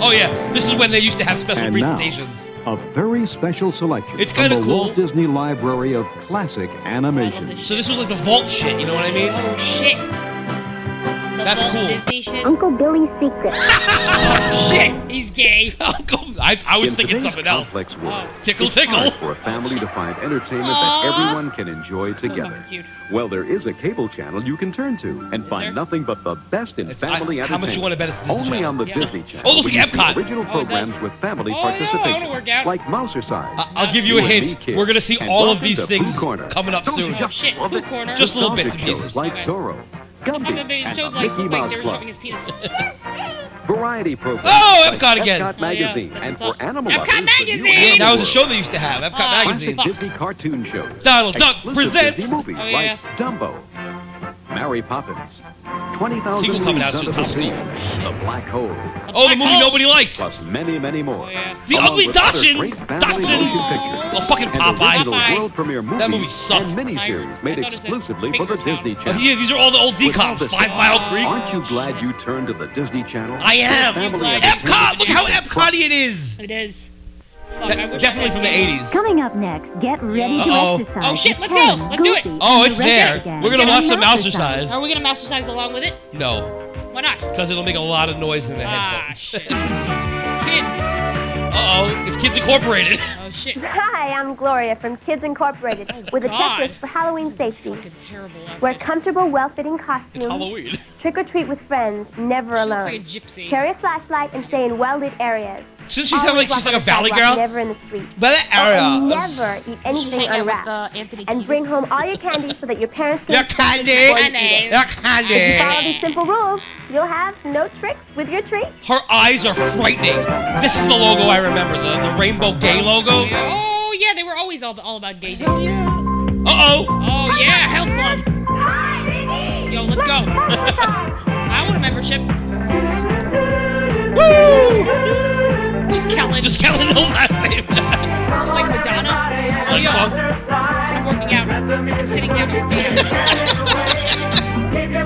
[SPEAKER 4] oh yeah, this is when they used to have special
[SPEAKER 10] And now,
[SPEAKER 4] presentations.
[SPEAKER 10] a very special selection
[SPEAKER 4] It's
[SPEAKER 10] from
[SPEAKER 4] kinda
[SPEAKER 10] the
[SPEAKER 4] cool.
[SPEAKER 10] Walt Disney Library of Classic Animation.
[SPEAKER 4] So this was like the vault shit. You know what I mean?
[SPEAKER 5] Oh shit.
[SPEAKER 4] That's cool.
[SPEAKER 14] Uncle Billy's secret.
[SPEAKER 5] oh shit, he's gay.
[SPEAKER 4] I, I was
[SPEAKER 10] In
[SPEAKER 4] thinking
[SPEAKER 10] today's
[SPEAKER 4] something else.
[SPEAKER 10] complex world,
[SPEAKER 4] Tickle,
[SPEAKER 10] it's
[SPEAKER 4] tickle.
[SPEAKER 10] hard for a family to find entertainment
[SPEAKER 5] Aw.
[SPEAKER 10] that everyone can enjoy together.
[SPEAKER 5] cute.
[SPEAKER 10] Well, there is a cable channel you can turn to and find nothing but the best in family
[SPEAKER 4] I-
[SPEAKER 10] entertainment.
[SPEAKER 4] how much you wanna bet it's Disney
[SPEAKER 10] Only
[SPEAKER 4] Channel?
[SPEAKER 10] on the
[SPEAKER 4] Yeah.
[SPEAKER 10] Disney Channel.
[SPEAKER 4] Oh, looks
[SPEAKER 10] where
[SPEAKER 4] like
[SPEAKER 10] you see
[SPEAKER 4] Epcot.
[SPEAKER 10] Original
[SPEAKER 4] Oh, it
[SPEAKER 10] programs
[SPEAKER 4] does.
[SPEAKER 10] with family
[SPEAKER 4] Oh, yeah, I wanna
[SPEAKER 10] participation,
[SPEAKER 4] work out.
[SPEAKER 10] like Mousercise.
[SPEAKER 4] I'll give you a
[SPEAKER 10] Let Me
[SPEAKER 4] hint.
[SPEAKER 10] Kiss,
[SPEAKER 4] We're gonna see
[SPEAKER 10] and
[SPEAKER 4] all of
[SPEAKER 10] Welcome
[SPEAKER 4] these
[SPEAKER 10] to
[SPEAKER 4] things
[SPEAKER 10] Poo Corner.
[SPEAKER 4] coming up
[SPEAKER 10] Don't you
[SPEAKER 4] soon. Oh,
[SPEAKER 10] just love it?
[SPEAKER 5] corner.
[SPEAKER 4] Just little
[SPEAKER 10] Nostalgic
[SPEAKER 4] bits and
[SPEAKER 10] shows
[SPEAKER 4] pieces.
[SPEAKER 10] like
[SPEAKER 4] Okay.
[SPEAKER 10] Zorro,
[SPEAKER 5] The fact that they
[SPEAKER 10] Gumby, and
[SPEAKER 5] showed
[SPEAKER 10] the
[SPEAKER 5] like
[SPEAKER 10] Mickey
[SPEAKER 5] looked like
[SPEAKER 10] Mouse
[SPEAKER 5] they were
[SPEAKER 10] Club.
[SPEAKER 5] shoving his penis.
[SPEAKER 10] Variety programs.
[SPEAKER 4] Oh,
[SPEAKER 10] like
[SPEAKER 4] Epcot again.
[SPEAKER 10] Epcot magazine and for animal
[SPEAKER 5] Epcot
[SPEAKER 10] lovers, the new
[SPEAKER 5] magazine!
[SPEAKER 10] Animal
[SPEAKER 4] Yeah, that was a
[SPEAKER 10] World.
[SPEAKER 4] show they used to have. Epcot
[SPEAKER 5] Ah,
[SPEAKER 4] magazine.
[SPEAKER 5] fuck.
[SPEAKER 10] Disney cartoon shows.
[SPEAKER 4] Donald Duck
[SPEAKER 10] Exclusive
[SPEAKER 4] presents-
[SPEAKER 10] Disney movies
[SPEAKER 5] Oh, yeah.
[SPEAKER 10] like Dumbo, Mary Poppins, 20,000
[SPEAKER 4] Sequel coming out
[SPEAKER 10] Leagues Under
[SPEAKER 4] soon,
[SPEAKER 10] the Sea, The Black Hole,
[SPEAKER 4] Oh, the movie nobody likes.
[SPEAKER 10] plus many, many more.
[SPEAKER 5] Oh,
[SPEAKER 4] The
[SPEAKER 10] Along
[SPEAKER 4] Ugly
[SPEAKER 10] with other
[SPEAKER 4] Dachshund!
[SPEAKER 10] great family
[SPEAKER 4] Dachshund!
[SPEAKER 10] motion pictures.
[SPEAKER 4] Oh, fucking
[SPEAKER 10] and
[SPEAKER 4] Popeye.
[SPEAKER 10] original
[SPEAKER 4] Popeye.
[SPEAKER 10] world premiere movies
[SPEAKER 4] movie sucks.
[SPEAKER 10] And miniseries made exclusively for the Disney
[SPEAKER 4] Oh,
[SPEAKER 10] Channel.
[SPEAKER 4] yeah, these are all the old
[SPEAKER 10] With all
[SPEAKER 4] decoms.
[SPEAKER 10] this
[SPEAKER 4] Five Mile
[SPEAKER 10] stuff,
[SPEAKER 4] Creek.
[SPEAKER 10] Aren't you glad you turned to the Disney Channel?
[SPEAKER 4] I am.
[SPEAKER 10] Family
[SPEAKER 4] Epcot. Look how Epcot it is.
[SPEAKER 5] It is. Fuck, I wish
[SPEAKER 4] definitely from the 80s.
[SPEAKER 3] Coming up next, get ready to
[SPEAKER 4] Uh-oh.
[SPEAKER 3] exercise.
[SPEAKER 4] Oh, shit,
[SPEAKER 5] let's
[SPEAKER 3] Ten
[SPEAKER 5] go. Let's do it.
[SPEAKER 3] goofy
[SPEAKER 4] Oh,
[SPEAKER 3] and
[SPEAKER 4] it's
[SPEAKER 3] erect
[SPEAKER 4] there.
[SPEAKER 3] again.
[SPEAKER 4] We're gonna
[SPEAKER 3] Get
[SPEAKER 4] watch some
[SPEAKER 3] mouse
[SPEAKER 4] exercise.
[SPEAKER 5] Are we gonna mastercise along with it?
[SPEAKER 4] No,
[SPEAKER 5] Why not?
[SPEAKER 4] because it'll make a lot of noise in the
[SPEAKER 5] Ah,
[SPEAKER 4] headphones.
[SPEAKER 5] Kids.
[SPEAKER 4] uh oh, it's Kids Incorporated.
[SPEAKER 5] Oh shit. Oh,
[SPEAKER 7] Hi, I'm Gloria from Kids Incorporated with a
[SPEAKER 4] God.
[SPEAKER 7] checklist for Halloween safety. Wear comfortable, well-fitting costumes.
[SPEAKER 4] Halloween.
[SPEAKER 7] Trick or treat with friends, never
[SPEAKER 5] She
[SPEAKER 7] alone.
[SPEAKER 5] looks like a gypsy.
[SPEAKER 7] Carry a flashlight and stay in well-lit areas.
[SPEAKER 4] Doesn't she sound like
[SPEAKER 7] Always
[SPEAKER 4] she's
[SPEAKER 7] walk
[SPEAKER 4] like a
[SPEAKER 7] on the
[SPEAKER 4] valley
[SPEAKER 7] sidewalk,
[SPEAKER 4] girl?
[SPEAKER 7] Never in the street.
[SPEAKER 4] By the
[SPEAKER 7] And
[SPEAKER 4] areas.
[SPEAKER 7] never eat anything unwrapped.
[SPEAKER 5] uh,
[SPEAKER 7] and bring home all your candy so that your parents can.
[SPEAKER 4] Your candy.
[SPEAKER 7] before you eat it.
[SPEAKER 4] Your candy.
[SPEAKER 7] If you follow these simple rules, you'll have no tricks with your treat.
[SPEAKER 4] Her eyes are frightening. This is the logo I remember, the, the rainbow gay logo. Uh
[SPEAKER 5] Oh yeah, they were always all, all about gay dudes. Oh
[SPEAKER 4] oh.
[SPEAKER 5] yeah, health club. Yo, let's go. I want a membership. Woo! Just Kellen.
[SPEAKER 4] Just Kellen, no last name.
[SPEAKER 5] She's like Madonna. Oh
[SPEAKER 4] Like
[SPEAKER 5] yo,
[SPEAKER 4] song.
[SPEAKER 5] I'm working out. I'm sitting down. and working out. oh yeah.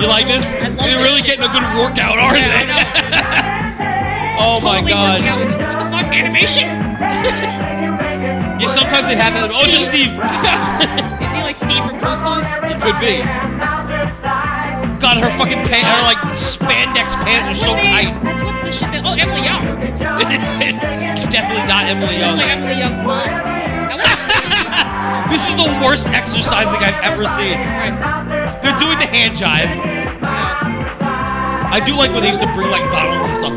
[SPEAKER 4] You like this?
[SPEAKER 5] I love
[SPEAKER 4] They're
[SPEAKER 5] this
[SPEAKER 4] really
[SPEAKER 5] shit.
[SPEAKER 4] getting a good workout, aren't
[SPEAKER 5] Yeah, I
[SPEAKER 4] they? oh my
[SPEAKER 5] Totally
[SPEAKER 4] god.
[SPEAKER 5] working out with this. What the fuck? Animation?
[SPEAKER 4] Yeah, sometimes they have that. Oh, just Steve.
[SPEAKER 5] Is he like Steve from Bruce Clues?
[SPEAKER 4] It could be. God, her fucking pants, her like spandex pants are so
[SPEAKER 5] What they-
[SPEAKER 4] tight.
[SPEAKER 5] That's what the shit that. Oh, Emily Young.
[SPEAKER 4] it's definitely not Emily
[SPEAKER 5] That's
[SPEAKER 4] Young.
[SPEAKER 5] like Emily Young's mom. That was-
[SPEAKER 4] This is the worst exercising I've ever seen. They're doing the hand jive. I do like when they used to bring like Donald and stuff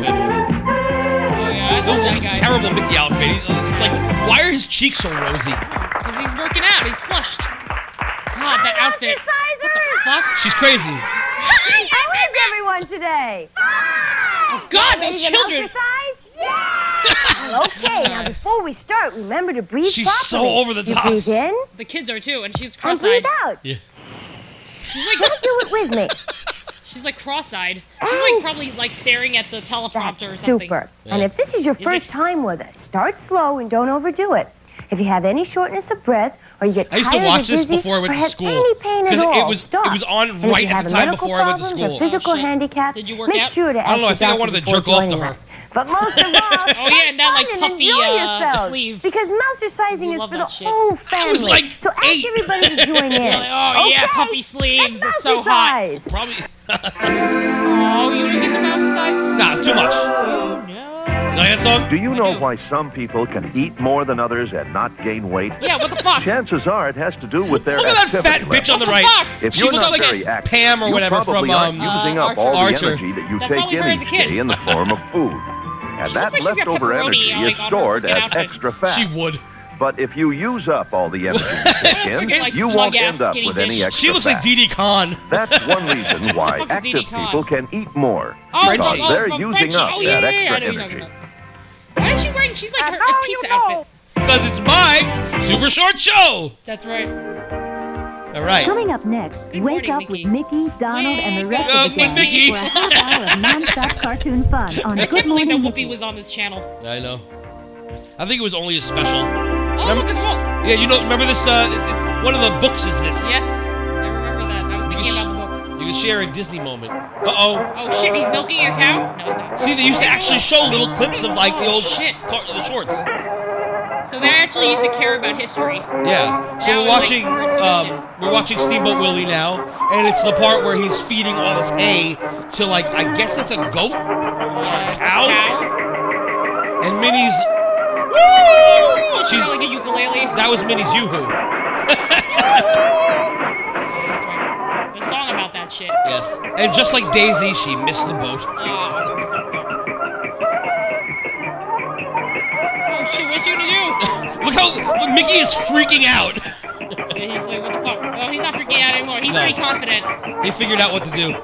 [SPEAKER 5] Oh,
[SPEAKER 4] in. No, it's terrible Mickey outfit. He- It's like, why are his cheeks so rosy?
[SPEAKER 5] Cause he's working out. He's flushed. God, that outfit. What the fuck?
[SPEAKER 4] She's crazy.
[SPEAKER 5] How
[SPEAKER 3] is everyone today?
[SPEAKER 5] Oh God, those children.
[SPEAKER 3] Well, okay, now before we start, remember to breathe
[SPEAKER 5] She's so
[SPEAKER 3] properly.
[SPEAKER 5] over the
[SPEAKER 3] You
[SPEAKER 5] top.
[SPEAKER 3] breathe in
[SPEAKER 5] The kids are too, and she's
[SPEAKER 3] and
[SPEAKER 5] cross-eyed.
[SPEAKER 3] breathe out.
[SPEAKER 4] Yeah.
[SPEAKER 5] She's like, don't
[SPEAKER 3] do it with me.
[SPEAKER 5] She's like cross-eyed. She's like probably like staring at the teleprompter or something.
[SPEAKER 3] Super. And if this is your first time with us, start slow and don't overdo it. If you have any shortness of breath or you get
[SPEAKER 4] I used to
[SPEAKER 3] tired or
[SPEAKER 4] watch this
[SPEAKER 3] dizzy
[SPEAKER 4] before I went
[SPEAKER 3] or
[SPEAKER 4] to
[SPEAKER 3] have
[SPEAKER 4] school,
[SPEAKER 3] any pain at
[SPEAKER 4] because it
[SPEAKER 3] all,
[SPEAKER 4] was- it
[SPEAKER 3] stop.
[SPEAKER 4] was on
[SPEAKER 3] And if you
[SPEAKER 4] right at
[SPEAKER 3] have
[SPEAKER 4] the time
[SPEAKER 3] medical
[SPEAKER 4] before I went to
[SPEAKER 3] problems or
[SPEAKER 4] school.
[SPEAKER 3] Physical handicap. make
[SPEAKER 5] out?
[SPEAKER 3] sure to
[SPEAKER 4] I don't know, I
[SPEAKER 3] ask
[SPEAKER 4] think I
[SPEAKER 3] your
[SPEAKER 4] wanted to
[SPEAKER 3] doctor before
[SPEAKER 4] jerk off to
[SPEAKER 3] joining
[SPEAKER 4] her.
[SPEAKER 3] us. But most of all,
[SPEAKER 5] Oh yeah, and that like puffy
[SPEAKER 3] enjoy
[SPEAKER 5] uh,
[SPEAKER 3] yourselves,
[SPEAKER 5] sleeve.
[SPEAKER 3] Because mouseercising is for the whole family.
[SPEAKER 5] was like
[SPEAKER 3] so ask everybody to join in.
[SPEAKER 5] oh yeah,
[SPEAKER 3] Okay?
[SPEAKER 5] puffy sleeves. It's so hot.
[SPEAKER 3] exercise.
[SPEAKER 4] Probably.
[SPEAKER 5] oh, you didn't get to mouse size?
[SPEAKER 4] Nah, it's too much. Like that song?
[SPEAKER 10] Do you know why some people can eat more than others and not gain weight?
[SPEAKER 5] Yeah, what the fuck?
[SPEAKER 10] Chances are it has to do with their
[SPEAKER 4] Look at that fat
[SPEAKER 10] activity
[SPEAKER 4] bitch on the
[SPEAKER 10] level.
[SPEAKER 4] right.
[SPEAKER 10] If
[SPEAKER 4] She
[SPEAKER 10] you're
[SPEAKER 4] looks
[SPEAKER 10] not
[SPEAKER 4] like
[SPEAKER 10] very active,
[SPEAKER 4] Pam or
[SPEAKER 10] you
[SPEAKER 4] whatever
[SPEAKER 10] probably
[SPEAKER 4] from
[SPEAKER 10] aren't
[SPEAKER 4] um,
[SPEAKER 10] using up all the energy that you
[SPEAKER 5] That's
[SPEAKER 10] take
[SPEAKER 5] probably
[SPEAKER 10] in
[SPEAKER 5] her as
[SPEAKER 10] each
[SPEAKER 5] a kid.
[SPEAKER 10] day in the form of food. And
[SPEAKER 5] She looks
[SPEAKER 10] that
[SPEAKER 5] like she's got
[SPEAKER 10] leftover
[SPEAKER 5] pepperoni,
[SPEAKER 10] energy
[SPEAKER 5] like,
[SPEAKER 10] is
[SPEAKER 5] on her
[SPEAKER 10] stored
[SPEAKER 5] fucking
[SPEAKER 10] as
[SPEAKER 5] outfit.
[SPEAKER 10] extra fat.
[SPEAKER 4] She would.
[SPEAKER 10] But if you use up all the energy you take in,
[SPEAKER 4] Like
[SPEAKER 10] you won't
[SPEAKER 4] slug-ass
[SPEAKER 10] end up
[SPEAKER 4] skinny
[SPEAKER 10] with
[SPEAKER 4] bitch.
[SPEAKER 10] any extra
[SPEAKER 4] She looks like
[SPEAKER 10] fat.
[SPEAKER 4] DD Khan.
[SPEAKER 10] That's one reason why
[SPEAKER 4] What the fuck is
[SPEAKER 10] active
[SPEAKER 4] DD Khan?
[SPEAKER 10] people can eat more.
[SPEAKER 5] Oh,
[SPEAKER 10] because
[SPEAKER 5] oh,
[SPEAKER 10] they're
[SPEAKER 5] from
[SPEAKER 10] using
[SPEAKER 5] Frenchie.
[SPEAKER 10] up
[SPEAKER 5] Oh, yeah,
[SPEAKER 10] that
[SPEAKER 5] yeah, yeah, I know
[SPEAKER 10] extra
[SPEAKER 5] what you're
[SPEAKER 10] energy.
[SPEAKER 5] Why is she wearing? She's like her a pizza outfit.
[SPEAKER 4] Because it's Mike's Super Short Show.
[SPEAKER 5] That's right.
[SPEAKER 4] All right.
[SPEAKER 3] Coming up next, wake up with Mickey, Donald, and the rest
[SPEAKER 4] up
[SPEAKER 3] of the
[SPEAKER 4] with
[SPEAKER 3] gang
[SPEAKER 4] Mickey.
[SPEAKER 3] for a half hour of non-stop cartoon fun on
[SPEAKER 5] I
[SPEAKER 3] Good
[SPEAKER 5] can't believe that
[SPEAKER 3] Morning
[SPEAKER 5] Whoopi was on this channel.
[SPEAKER 4] Yeah, I know. I think it was only a special.
[SPEAKER 5] Oh, look, it's Walt.
[SPEAKER 4] Yeah, you know, remember this? Uh, it- it- one of the books is this.
[SPEAKER 5] Yes, I remember that. I was thinking about the book.
[SPEAKER 4] You can share a Disney moment. Uh oh.
[SPEAKER 5] Oh shit, he's milking a cow. No, he's not.
[SPEAKER 4] See, they used to actually show little clips of like the
[SPEAKER 5] Oh,
[SPEAKER 4] old
[SPEAKER 5] shit.
[SPEAKER 4] car- the shorts.
[SPEAKER 5] So they actually used to care about history.
[SPEAKER 4] Yeah. So we're
[SPEAKER 5] Now it's like
[SPEAKER 4] watching
[SPEAKER 5] cartoon shit.
[SPEAKER 4] um, we're watching Steamboat Willie now, and it's the part where he's feeding all this hay to like I guess it's a goat or a cow. And Minnie's
[SPEAKER 5] Woo! Oh, She's
[SPEAKER 4] She's-
[SPEAKER 5] like a ukulele.
[SPEAKER 4] that was Minnie's yoo-hoo.
[SPEAKER 5] That's right. The song about that shit.
[SPEAKER 4] Yes. And just like Daisy, she missed the boat.
[SPEAKER 5] Oh, that's fucked up. Oh shit, what's he gonna
[SPEAKER 4] Look how Mickey is freaking out.
[SPEAKER 5] do? And he's like, what the fuck? Oh, he's not freaking out anymore. He's
[SPEAKER 4] No.
[SPEAKER 5] pretty confident.
[SPEAKER 4] He figured out what to do.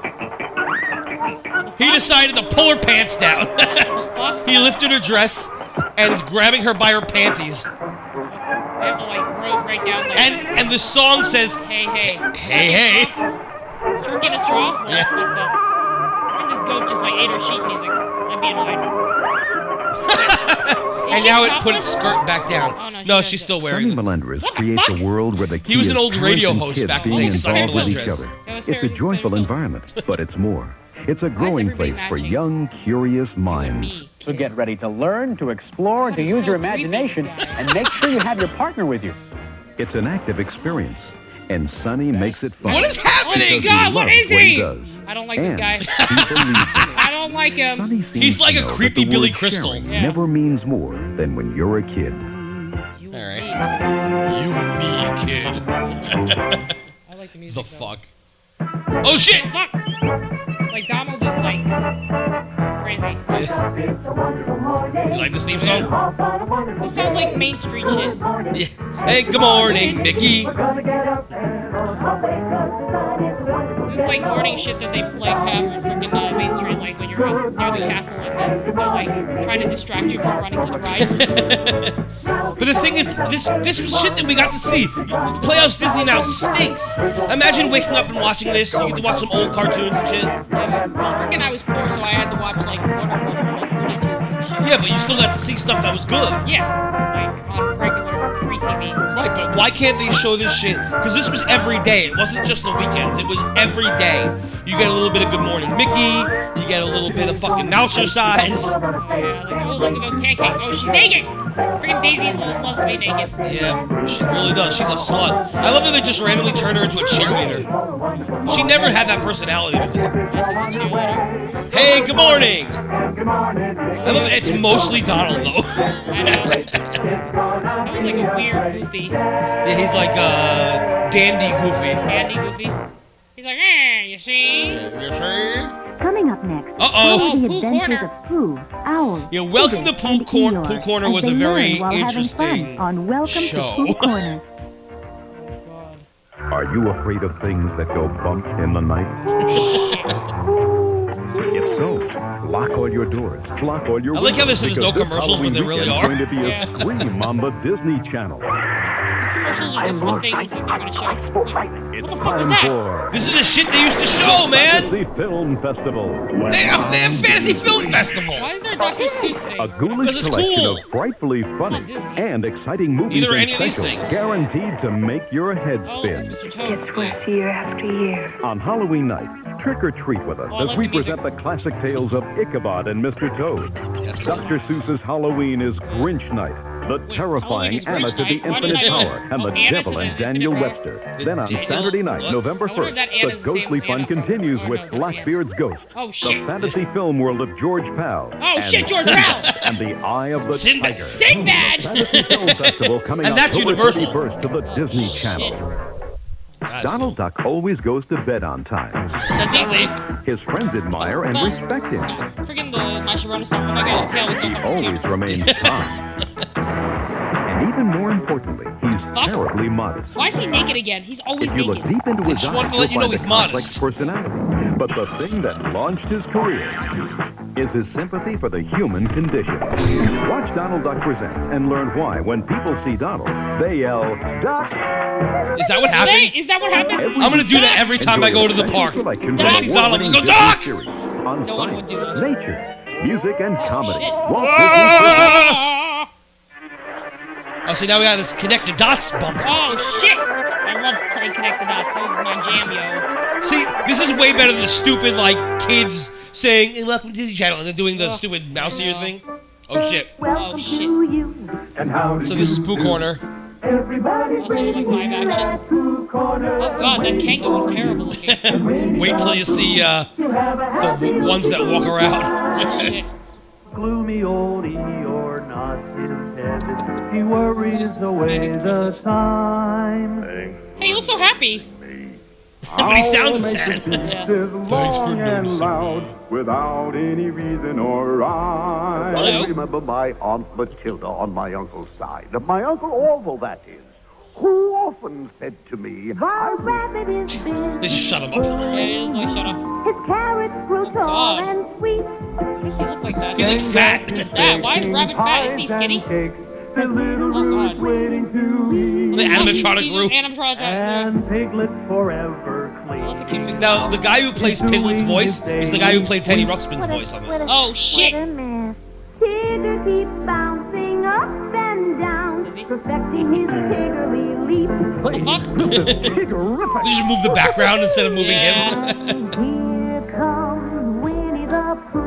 [SPEAKER 4] He decided to pull her pants down. he lifted her dress and is grabbing her by her panties.
[SPEAKER 5] I have to like rope right down there.
[SPEAKER 4] And and the song says,
[SPEAKER 5] hey, hey.
[SPEAKER 4] "Hey, hey."
[SPEAKER 5] Straw get a straw? Well, that's fucked up. And this goat just like ate her sheet music. I'd be annoyed. Is
[SPEAKER 4] And
[SPEAKER 5] she
[SPEAKER 4] now it put
[SPEAKER 5] topless?
[SPEAKER 4] its skirt back down.
[SPEAKER 5] Oh, no, she
[SPEAKER 4] no,
[SPEAKER 5] does
[SPEAKER 4] she's
[SPEAKER 5] it.
[SPEAKER 4] still wearing
[SPEAKER 15] Sonny
[SPEAKER 4] it.
[SPEAKER 15] Melendres creates a world where the key
[SPEAKER 4] He was
[SPEAKER 15] is
[SPEAKER 4] an old
[SPEAKER 15] parents
[SPEAKER 4] radio
[SPEAKER 15] and
[SPEAKER 4] host
[SPEAKER 15] kids
[SPEAKER 4] back in the
[SPEAKER 15] being
[SPEAKER 4] day, Sonny
[SPEAKER 15] involved with each
[SPEAKER 4] Melendres.
[SPEAKER 15] other.
[SPEAKER 5] That was
[SPEAKER 15] It's a
[SPEAKER 5] very-
[SPEAKER 15] joyful environment, but it's more.
[SPEAKER 10] It's a growing place for young, curious minds.
[SPEAKER 16] So get ready to learn, to explore, and to
[SPEAKER 10] is
[SPEAKER 16] use
[SPEAKER 10] so
[SPEAKER 16] your
[SPEAKER 10] creepy,
[SPEAKER 16] imagination, and make sure you have your partner with you.
[SPEAKER 10] It's an active experience, and Sonny makes it fun.
[SPEAKER 16] What is
[SPEAKER 5] happening?
[SPEAKER 10] Because he
[SPEAKER 5] God, what
[SPEAKER 10] loves
[SPEAKER 5] is
[SPEAKER 10] he
[SPEAKER 5] he?
[SPEAKER 10] does.
[SPEAKER 5] I don't like this
[SPEAKER 10] And
[SPEAKER 5] guy.
[SPEAKER 10] he believes it.
[SPEAKER 5] I don't like him.
[SPEAKER 10] Seems to know that the word sharing
[SPEAKER 5] Yeah.
[SPEAKER 10] Never means more than when you're a kid.
[SPEAKER 4] All right. You and me, kid. I
[SPEAKER 5] like the
[SPEAKER 4] music. The fuck. Oh shit!
[SPEAKER 5] Fuck. Like Donald is like crazy.
[SPEAKER 4] You like this theme song?
[SPEAKER 5] This sounds like Main Street shit.
[SPEAKER 4] Hey, good morning, Mickey.
[SPEAKER 5] This is like morning shit that they like have freaking uh, Main Street like when you're out near the castle and then they're like trying to distract you from running to the rides.
[SPEAKER 4] But the thing is, this this was shit that we got to see. Playoffs Disney now stinks. Imagine waking up and watching this. You get to watch some old cartoons and shit.
[SPEAKER 5] well, freaking I was poor, so I had to watch like Warner Brothers like Looney Tunes and shit.
[SPEAKER 4] Yeah, but you still got to see stuff that was good.
[SPEAKER 5] Yeah, like on regular free TV.
[SPEAKER 4] Right, but why can't they show this shit? Because this was every day. It wasn't just the weekends. It was every day. You get a little bit of Good Morning Mickey. You get a little bit of fucking Mouser size.
[SPEAKER 5] Oh, look at those pancakes. Oh, she's naked. Freaking Daisy loves to be naked.
[SPEAKER 4] Yeah, she really does. She's a slut. I love that they just randomly turn her into a cheerleader. She never had that personality before. Hey, good morning. I love it. It's mostly Donald though.
[SPEAKER 5] That was like a weird goofy.
[SPEAKER 4] Yeah, he's like uh, dandy goofy.
[SPEAKER 5] Dandy goofy. He's like, eh, you see?
[SPEAKER 13] Oh,
[SPEAKER 17] Coming up next,
[SPEAKER 4] Uh oh.
[SPEAKER 17] follow the adventures of Pooh, Owl,
[SPEAKER 4] Yeah, welcome to Pool Corner. Pool Corner
[SPEAKER 17] as
[SPEAKER 4] was
[SPEAKER 17] they
[SPEAKER 4] a
[SPEAKER 17] learn
[SPEAKER 4] very
[SPEAKER 17] while having
[SPEAKER 4] interesting.
[SPEAKER 17] fun on Welcome
[SPEAKER 4] show.
[SPEAKER 17] to Pooh Corner.
[SPEAKER 10] Are you afraid of things that go bump in the night? if so, lock all your doors, block all your
[SPEAKER 4] I like how
[SPEAKER 10] windows,
[SPEAKER 4] this is no
[SPEAKER 10] because this
[SPEAKER 4] commercials, but
[SPEAKER 10] Halloween
[SPEAKER 4] there really
[SPEAKER 10] weekend's
[SPEAKER 4] are.
[SPEAKER 10] going to be a scream on the Disney Channel.
[SPEAKER 5] These commercials are just for things that they're gonna show. Like, what the fuck was
[SPEAKER 10] Time
[SPEAKER 5] that?
[SPEAKER 10] for
[SPEAKER 4] This is the shit they used to show, man.
[SPEAKER 10] Fantasy Film Festival.
[SPEAKER 4] Damn Fantasy Film Festival.
[SPEAKER 5] Why is there a Dr. Seuss thing?
[SPEAKER 10] A ghoulish
[SPEAKER 5] it's
[SPEAKER 10] collection
[SPEAKER 5] cool.
[SPEAKER 10] of frightfully funny and exciting movies
[SPEAKER 4] Neither are
[SPEAKER 10] and
[SPEAKER 4] any of these
[SPEAKER 10] specials
[SPEAKER 4] things. Oh,
[SPEAKER 10] guaranteed to make your head spin.
[SPEAKER 17] It's worse year after year.
[SPEAKER 10] On Halloween night, trick or treat with us
[SPEAKER 17] Oh, I
[SPEAKER 10] as
[SPEAKER 17] like
[SPEAKER 10] we
[SPEAKER 17] the music.
[SPEAKER 10] present the classic tales of Ichabod and Mr. Toad. Dr. Seuss's Halloween is Grinch Night. The terrifying
[SPEAKER 5] Grinch
[SPEAKER 10] Anna to the
[SPEAKER 5] Night? Why did
[SPEAKER 10] Infinite
[SPEAKER 5] I know this?
[SPEAKER 10] Power and
[SPEAKER 5] Oh,
[SPEAKER 10] the
[SPEAKER 5] Anna to
[SPEAKER 10] Devil
[SPEAKER 5] the
[SPEAKER 10] and
[SPEAKER 5] Infinite
[SPEAKER 10] Daniel
[SPEAKER 5] Power.
[SPEAKER 10] Webster.
[SPEAKER 5] The
[SPEAKER 10] Then on
[SPEAKER 5] Devil-
[SPEAKER 10] Saturday night,
[SPEAKER 5] What?
[SPEAKER 10] November
[SPEAKER 5] I wonder if
[SPEAKER 10] 1st,
[SPEAKER 5] that Anna's
[SPEAKER 10] the
[SPEAKER 5] the same
[SPEAKER 10] ghostly
[SPEAKER 5] Anna
[SPEAKER 10] fun
[SPEAKER 5] from-
[SPEAKER 10] continues
[SPEAKER 5] oh, no,
[SPEAKER 10] with
[SPEAKER 5] that's
[SPEAKER 10] Blackbeard's Ghost,
[SPEAKER 5] Oh,
[SPEAKER 10] the
[SPEAKER 5] shit.
[SPEAKER 10] fantasy film world of George Pal.
[SPEAKER 5] Oh,
[SPEAKER 10] and
[SPEAKER 5] shit, George Pal!
[SPEAKER 10] and the Eye of the Tiger.
[SPEAKER 5] Sinbad!
[SPEAKER 10] Film Festival coming
[SPEAKER 4] And that's
[SPEAKER 10] October
[SPEAKER 4] Universal.
[SPEAKER 10] 31st to the
[SPEAKER 5] Oh,
[SPEAKER 10] Disney Channel. Donald Duck always goes to bed on time.
[SPEAKER 5] Does he?
[SPEAKER 10] His friends admire and respect him.
[SPEAKER 5] Freaking the My Sharona stuff. Oh my god, the tail is so
[SPEAKER 10] He
[SPEAKER 5] fucking
[SPEAKER 10] always remains calm. and even more importantly, he's terribly modest.
[SPEAKER 5] Why is he naked again? He's always
[SPEAKER 10] If you
[SPEAKER 5] naked.
[SPEAKER 10] look deep into his eyes,
[SPEAKER 4] want to let you
[SPEAKER 10] you'll
[SPEAKER 4] know
[SPEAKER 10] find
[SPEAKER 4] he's
[SPEAKER 10] a complex personality. But the thing that launched his career is his sympathy for the human condition. Watch Donald Duck Presents and learn why when people see Donald, they yell, Duck!
[SPEAKER 4] Is that what happens?
[SPEAKER 5] Is that what happens?
[SPEAKER 4] I'm gonna do that every time I go to the park. When I see Donald, I'm gonna go
[SPEAKER 10] Doc!
[SPEAKER 4] Doc.
[SPEAKER 10] Series on science, nature, music, and comedy. Walt Disney Presents.
[SPEAKER 5] Ah!
[SPEAKER 4] Oh, see now we got this connect the dots bumper.
[SPEAKER 5] Oh shit! I love playing Connect the Dots. That was my jam, yo.
[SPEAKER 4] See, this is way better than the stupid like kids saying "Hey, "Welcome to Disney Channel" and then doing the
[SPEAKER 5] Ugh,
[SPEAKER 4] stupid mouse ear thing. Oh shit.
[SPEAKER 5] Oh shit.
[SPEAKER 4] So this is Pooh Corner.
[SPEAKER 5] Also, it was like live action. Oh god, that Kango was terrible looking.
[SPEAKER 4] Wait till you see uh, the w- ones that walk around.
[SPEAKER 18] Gloomy old Eeyore nods his head. He worries away the time. Thanks.
[SPEAKER 5] Hey, you look so happy.
[SPEAKER 18] But he
[SPEAKER 10] Oh
[SPEAKER 18] sounds sad.
[SPEAKER 19] Thanks for noticing loud, Without any reason or rhyme.
[SPEAKER 18] Hello?
[SPEAKER 19] I remember my Aunt Matilda on my uncle's side. My Uncle Orville, that is. Who often said to me, I
[SPEAKER 13] rabbit is big.
[SPEAKER 4] They just shut him up.
[SPEAKER 5] shut up.
[SPEAKER 13] His carrots grew tall and sweet. Why
[SPEAKER 5] does he look like that?
[SPEAKER 4] He's like fat.
[SPEAKER 5] He's fat. Why is Rabbit fat? Isn't he skinny? Oh god.
[SPEAKER 4] The animatronic group.
[SPEAKER 5] And
[SPEAKER 18] Piglet forever clean.
[SPEAKER 4] Now the guy who plays Piglet's voice is the guy who played Teddy Ruxpin's voice on this.
[SPEAKER 5] Oh shit!
[SPEAKER 13] What a mess. Tigger keeps bouncing up and down, perfecting his
[SPEAKER 3] Mm.
[SPEAKER 13] tiggerly leaps.
[SPEAKER 5] What the fuck?
[SPEAKER 4] They just move the background instead of moving him.
[SPEAKER 13] Here comes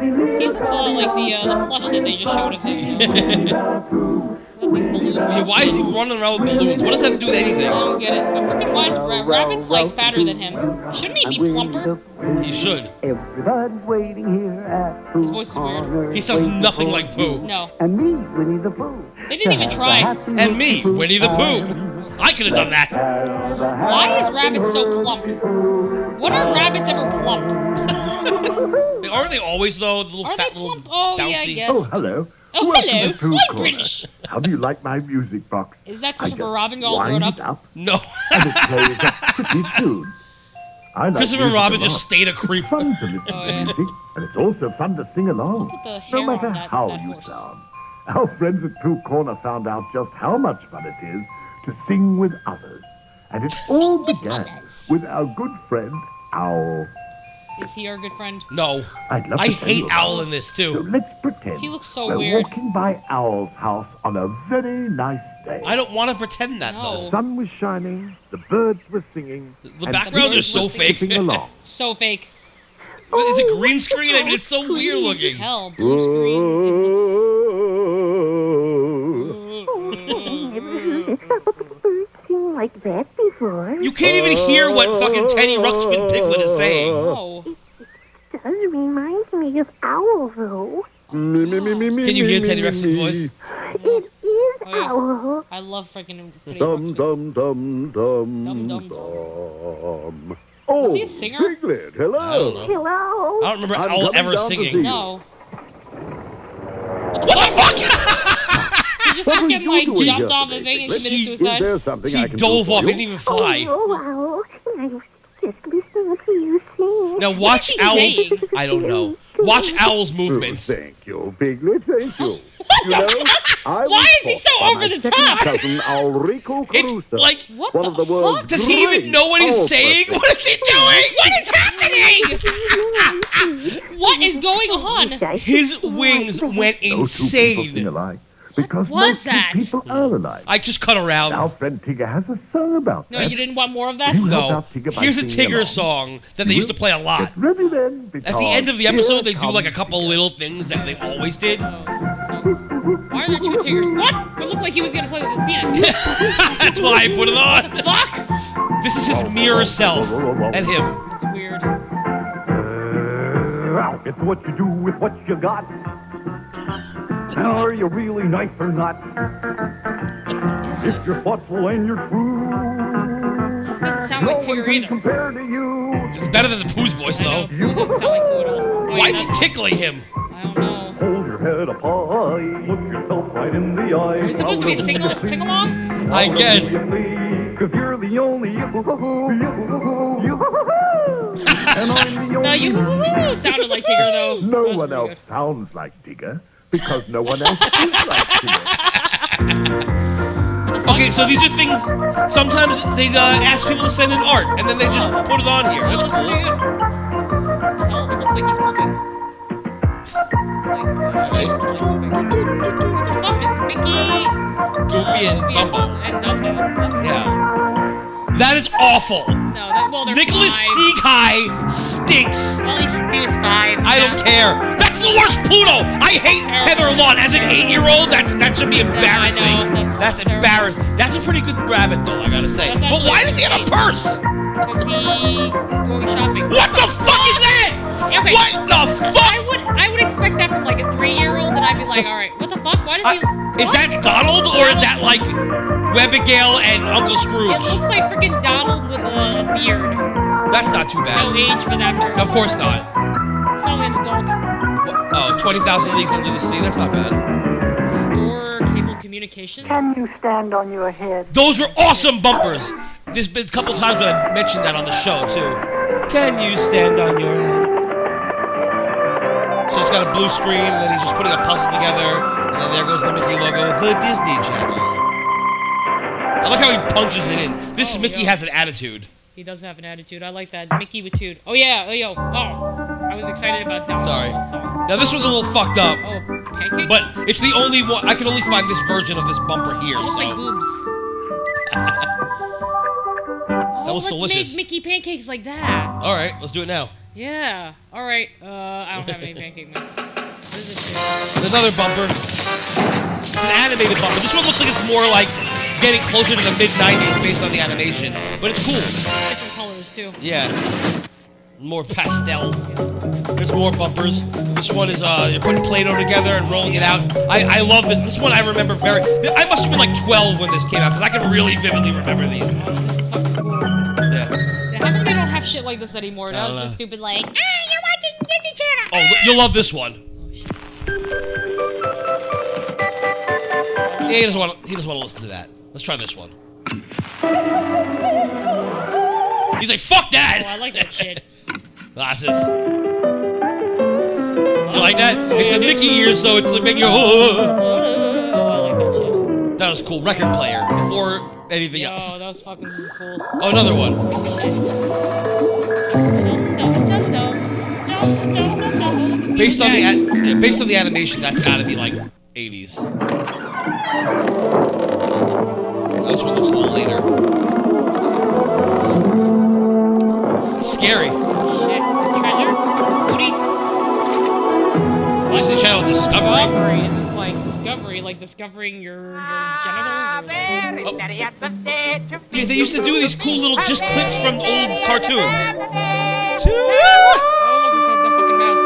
[SPEAKER 5] He looks a lot like the, uh, the plush that they just showed of him.
[SPEAKER 4] Yeah, why is he running around with balloons? What does that have to do with anything?
[SPEAKER 5] I don't get it. But freaking why is Ra- Rabbit's like fatter than him? Shouldn't he be plumper?
[SPEAKER 4] He should.
[SPEAKER 3] Everybody's waiting here at Pooh
[SPEAKER 5] His voice is weird.
[SPEAKER 3] Corner.
[SPEAKER 4] He sounds nothing like Pooh.
[SPEAKER 5] No.
[SPEAKER 3] And me, Winnie the Pooh.
[SPEAKER 5] They didn't even try.
[SPEAKER 4] And me, Winnie the Pooh. I could have done that.
[SPEAKER 5] Why is Rabbit so plump? What are rabbits ever plump?
[SPEAKER 4] They- Aren't they always though? The little fat little
[SPEAKER 5] Oh, yeah, I
[SPEAKER 4] bouncy.
[SPEAKER 5] guess.
[SPEAKER 3] Oh, hello.
[SPEAKER 5] Oh,
[SPEAKER 3] Welcome
[SPEAKER 5] hello.
[SPEAKER 3] to Pooh
[SPEAKER 5] I'm
[SPEAKER 3] Corner.
[SPEAKER 5] British.
[SPEAKER 3] How do you like my music box?
[SPEAKER 5] Is that
[SPEAKER 3] I just
[SPEAKER 5] Christopher Robin all
[SPEAKER 3] wind
[SPEAKER 5] grown
[SPEAKER 3] it
[SPEAKER 5] up?
[SPEAKER 3] up
[SPEAKER 4] No.
[SPEAKER 3] and it plays up pretty soon. I like
[SPEAKER 4] Christopher
[SPEAKER 3] music
[SPEAKER 4] Robin
[SPEAKER 3] a
[SPEAKER 4] just
[SPEAKER 3] lot.
[SPEAKER 4] stayed a creep.
[SPEAKER 3] It's fun to listen
[SPEAKER 5] Oh,
[SPEAKER 3] to
[SPEAKER 5] yeah.
[SPEAKER 3] music, and it's also fun to sing along,
[SPEAKER 5] Put the hair
[SPEAKER 3] no
[SPEAKER 5] on
[SPEAKER 3] matter
[SPEAKER 5] that-
[SPEAKER 3] how
[SPEAKER 5] that
[SPEAKER 3] you
[SPEAKER 5] horse.
[SPEAKER 3] sound. Oh, Our friends at Pooh Corner found out just how much fun it is to sing with others, and it all began with our good friend Owl.
[SPEAKER 5] Is he our good friend?
[SPEAKER 4] No.
[SPEAKER 3] I'd love
[SPEAKER 4] I
[SPEAKER 3] to tell
[SPEAKER 4] hate
[SPEAKER 3] you about
[SPEAKER 4] Owl in this too.
[SPEAKER 3] Let's pretend
[SPEAKER 5] He looks so
[SPEAKER 3] we're
[SPEAKER 5] weird.
[SPEAKER 3] walking by Owl's house on a very nice day.
[SPEAKER 4] I don't want to pretend that
[SPEAKER 3] The
[SPEAKER 4] though.
[SPEAKER 3] sun was shining, the birds were singing.
[SPEAKER 4] The backgrounds are so fake.
[SPEAKER 3] along.
[SPEAKER 5] So fake.
[SPEAKER 4] Is it green screen? I mean, it's so weird looking.
[SPEAKER 5] Hell, blue
[SPEAKER 3] Oh,
[SPEAKER 7] Seen like that before.
[SPEAKER 4] You can't even hear what fucking Teddy Ruxpin Piglet is saying.
[SPEAKER 5] Oh.
[SPEAKER 7] It does remind me of Owl, though.
[SPEAKER 4] Can you hear Teddy Ruxpin's voice?
[SPEAKER 7] It is
[SPEAKER 5] Oh, yeah.
[SPEAKER 7] Owl.
[SPEAKER 5] I love freaking Pretty
[SPEAKER 3] Dum
[SPEAKER 5] Ruxpin.
[SPEAKER 3] dum dum dum
[SPEAKER 5] Dum,
[SPEAKER 3] dum.
[SPEAKER 5] dum, dum.
[SPEAKER 3] Oh,
[SPEAKER 5] Was he a singer?
[SPEAKER 3] Piglet, hello.
[SPEAKER 4] I don't know.
[SPEAKER 7] Hello.
[SPEAKER 4] I don't remember
[SPEAKER 3] I'm
[SPEAKER 4] Owl
[SPEAKER 3] coming
[SPEAKER 4] ever
[SPEAKER 3] down to see
[SPEAKER 4] singing.
[SPEAKER 3] you.
[SPEAKER 5] No.
[SPEAKER 4] What the fuck?
[SPEAKER 5] He just
[SPEAKER 3] What were
[SPEAKER 5] freaking
[SPEAKER 3] you
[SPEAKER 5] like
[SPEAKER 3] doing
[SPEAKER 5] jumped
[SPEAKER 3] yesterday,
[SPEAKER 5] off the thing and
[SPEAKER 3] Piglet?
[SPEAKER 5] committed
[SPEAKER 4] He-
[SPEAKER 5] suicide.
[SPEAKER 3] Is there something I
[SPEAKER 4] He
[SPEAKER 3] can
[SPEAKER 4] dove
[SPEAKER 3] do for
[SPEAKER 4] off. He
[SPEAKER 3] you?
[SPEAKER 4] didn't even fly.
[SPEAKER 7] Oh, Owl. I was just listening to you sing.
[SPEAKER 4] Now watch
[SPEAKER 5] he
[SPEAKER 4] Owl's.
[SPEAKER 5] saying?
[SPEAKER 4] I don't know. Watch Owl's
[SPEAKER 3] Oh,
[SPEAKER 4] movements.
[SPEAKER 3] thank you, Piglet. Thank you. you know, I
[SPEAKER 5] Why
[SPEAKER 3] was
[SPEAKER 5] is he
[SPEAKER 3] taught
[SPEAKER 5] so
[SPEAKER 3] by my
[SPEAKER 5] over the
[SPEAKER 3] second
[SPEAKER 5] top?
[SPEAKER 3] Cousin Ulrico
[SPEAKER 4] It's
[SPEAKER 3] Caruso,
[SPEAKER 4] like,
[SPEAKER 5] What
[SPEAKER 3] one
[SPEAKER 5] the
[SPEAKER 3] of the
[SPEAKER 5] fuck?
[SPEAKER 3] world's
[SPEAKER 4] does he even
[SPEAKER 3] great Oh,
[SPEAKER 4] know what he's saying?
[SPEAKER 3] operas.
[SPEAKER 4] What is he doing?
[SPEAKER 5] What is happening? what is going on?
[SPEAKER 4] His wings went
[SPEAKER 3] No two people sing
[SPEAKER 4] insane.
[SPEAKER 3] alike because no
[SPEAKER 5] was
[SPEAKER 3] two
[SPEAKER 5] that?
[SPEAKER 3] people are alike.
[SPEAKER 4] I just cut
[SPEAKER 3] Our
[SPEAKER 4] around.
[SPEAKER 3] friend Tigger has a song about
[SPEAKER 5] No,
[SPEAKER 3] that.
[SPEAKER 5] you didn't want more of that?
[SPEAKER 3] You
[SPEAKER 4] No.
[SPEAKER 3] helped out Tigger by
[SPEAKER 4] Here's a
[SPEAKER 3] singing
[SPEAKER 4] Tigger
[SPEAKER 3] along.
[SPEAKER 4] song that they used to play a lot.
[SPEAKER 3] Get ready then,
[SPEAKER 4] At
[SPEAKER 3] because
[SPEAKER 4] the end of the
[SPEAKER 3] here
[SPEAKER 4] episode, they do
[SPEAKER 3] comes
[SPEAKER 4] like a couple little things that they always did.
[SPEAKER 5] Why are there two Tiggers? What? It looked like he was gonna play with his penis.
[SPEAKER 4] That's why I put it on.
[SPEAKER 5] Fuck!
[SPEAKER 4] This is his mirror self and him.
[SPEAKER 5] That's weird.
[SPEAKER 3] Well, it's what you do with what you got. And are you really nice or not?
[SPEAKER 5] Is
[SPEAKER 3] If
[SPEAKER 5] this?
[SPEAKER 3] you're thoughtful and you're true,
[SPEAKER 5] Doesn't sound
[SPEAKER 3] no
[SPEAKER 5] like
[SPEAKER 3] one
[SPEAKER 5] Tigger
[SPEAKER 3] can
[SPEAKER 5] either.
[SPEAKER 3] compare to you.
[SPEAKER 4] It's better than the Pooh's voice though.
[SPEAKER 5] No, it doesn't sound like Pooh at all. Oh,
[SPEAKER 4] Why
[SPEAKER 5] yeah,
[SPEAKER 4] is he
[SPEAKER 5] that's-
[SPEAKER 4] tickling him?
[SPEAKER 5] I don't know.
[SPEAKER 3] Hold your head up high, look yourself right in the eye.
[SPEAKER 5] Are we supposed to be sing sing along?
[SPEAKER 4] I guess.
[SPEAKER 3] Cause you're the only and I'm the only
[SPEAKER 5] No, Uh, you Oh, woo-hoo sounded like Tigger though.
[SPEAKER 3] No
[SPEAKER 5] That was
[SPEAKER 3] one
[SPEAKER 5] pretty
[SPEAKER 3] else
[SPEAKER 5] good.
[SPEAKER 3] sounds like Digger because no one else is like Digger.
[SPEAKER 4] Okay, so these are things. Sometimes they uh, ask people to send in art, and then they just put it on here.
[SPEAKER 5] That
[SPEAKER 4] That's
[SPEAKER 5] was pretty
[SPEAKER 4] cool.
[SPEAKER 5] good. Hell, it looks like he's pooping. Like, uh, it looks like pooping. What the fuck? It's Mickey,
[SPEAKER 4] Goofy and
[SPEAKER 5] Goofy,
[SPEAKER 4] Dumbo.
[SPEAKER 5] and Dumbo. That's-
[SPEAKER 4] Yeah. That is awful.
[SPEAKER 5] No, that, well, they're
[SPEAKER 4] Nicholas
[SPEAKER 5] five.
[SPEAKER 4] Seeghai stinks.
[SPEAKER 5] Well, he's, he was five.
[SPEAKER 4] I
[SPEAKER 5] yeah.
[SPEAKER 4] don't care. That's the worst Pluto. I hate Heather Lawn as an eight-year-old. That's that should be embarrassing.
[SPEAKER 5] I know. That's
[SPEAKER 4] That's
[SPEAKER 5] terrible.
[SPEAKER 4] embarrassing. That's a pretty good rabbit, though. I gotta say.
[SPEAKER 5] That's
[SPEAKER 4] But
[SPEAKER 5] actually
[SPEAKER 4] why does he have a
[SPEAKER 5] pretty-
[SPEAKER 4] purse?
[SPEAKER 5] Because he is going shopping.
[SPEAKER 4] What the fuck is that?
[SPEAKER 5] Okay.
[SPEAKER 4] What the
[SPEAKER 5] I
[SPEAKER 4] fuck?
[SPEAKER 5] would I would expect that from like a three year old, and I'd be like, all right, what the fuck? Why does
[SPEAKER 4] I-
[SPEAKER 5] he?
[SPEAKER 4] Uh, is
[SPEAKER 5] what?
[SPEAKER 4] that Donald or is that like Webigail and Uncle
[SPEAKER 5] It looks
[SPEAKER 4] Scrooge?
[SPEAKER 5] like freaking Donald with a beard.
[SPEAKER 4] That's not too
[SPEAKER 5] No
[SPEAKER 4] bad.
[SPEAKER 5] age for that. Beard.
[SPEAKER 4] Of course not.
[SPEAKER 5] It's probably an adult.
[SPEAKER 4] Wha- Oh, 20,000 Leagues Under the Sea. That's not bad.
[SPEAKER 5] Store cable communications.
[SPEAKER 20] Can you stand on your head?
[SPEAKER 4] Those were awesome bumpers. There's been a couple times when I mentioned that on the show too. Can you stand on your head? So it's got a blue screen, and then he's just putting a puzzle together, and then there goes the Mickey logo, the Disney Channel. I like how he punches it in. This
[SPEAKER 5] Oh,
[SPEAKER 4] Mickey
[SPEAKER 5] yeah.
[SPEAKER 4] has an attitude.
[SPEAKER 5] He does have an attitude. I like that. Mickey with tude. Oh yeah. Oh yo. Oh, I was excited about Donald.
[SPEAKER 4] Sorry.
[SPEAKER 5] Also.
[SPEAKER 4] Now this one's a little fucked up,
[SPEAKER 5] Oh, pancakes.
[SPEAKER 4] but it's the only one I can only find this version of this bumper here.
[SPEAKER 5] looks like
[SPEAKER 4] So
[SPEAKER 5] boobs.
[SPEAKER 4] that
[SPEAKER 5] Oh,
[SPEAKER 4] was
[SPEAKER 5] let's
[SPEAKER 4] delicious.
[SPEAKER 5] Oh, make Mickey pancakes like that.
[SPEAKER 4] All right, let's do it now.
[SPEAKER 5] Yeah. All right. Uh, I don't have any pancake mix. What is this shit?
[SPEAKER 4] Another bumper. It's an animated bumper. This one looks like it's more like getting closer to the mid 90s based on the animation, but it's cool.
[SPEAKER 5] It's different colors too.
[SPEAKER 4] Yeah. More pastel. There's more bumpers. This one is uh, you're putting Play-Doh together and rolling it out. I, I love this. This one I remember very. I must have been like 12 when this came out because I can really vividly remember these.
[SPEAKER 5] This is fucking cool.
[SPEAKER 4] Yeah.
[SPEAKER 5] How come they don't have shit like this anymore?
[SPEAKER 4] I
[SPEAKER 5] That
[SPEAKER 4] don't
[SPEAKER 5] was just
[SPEAKER 4] know.
[SPEAKER 5] stupid. Like, ah, you're watching Disney Channel.
[SPEAKER 4] Oh, lo- you'll love this one. Yeah, he doesn't want. He doesn't want to listen to that. Let's try this one. He's like, fuck that.
[SPEAKER 5] Oh, I like that shit.
[SPEAKER 4] That's this. You like that? It's the Mickey ears, so it's like making you. Oh, that was cool. Record player before anything else.
[SPEAKER 5] Oh, that was fucking cool.
[SPEAKER 4] Oh, another one.
[SPEAKER 5] Oh, shit. Dum, dum, dum, dum. Dum, dum, dum, dum. Look, it's
[SPEAKER 4] Based on the
[SPEAKER 5] guy.
[SPEAKER 4] an- yeah, based on the animation, that's got to be like 80s. That was one looks a little later. Scary.
[SPEAKER 5] Shit. Treasure? Booty?
[SPEAKER 4] Disney Channel Discovery.
[SPEAKER 5] Discovery. Is this like discovery? Like discovering your, your genitals? Or like...
[SPEAKER 4] Oh. Yeah, they used to do these cool little just clips from old cartoons.
[SPEAKER 5] Oh, look, it's the, the fucking mouse.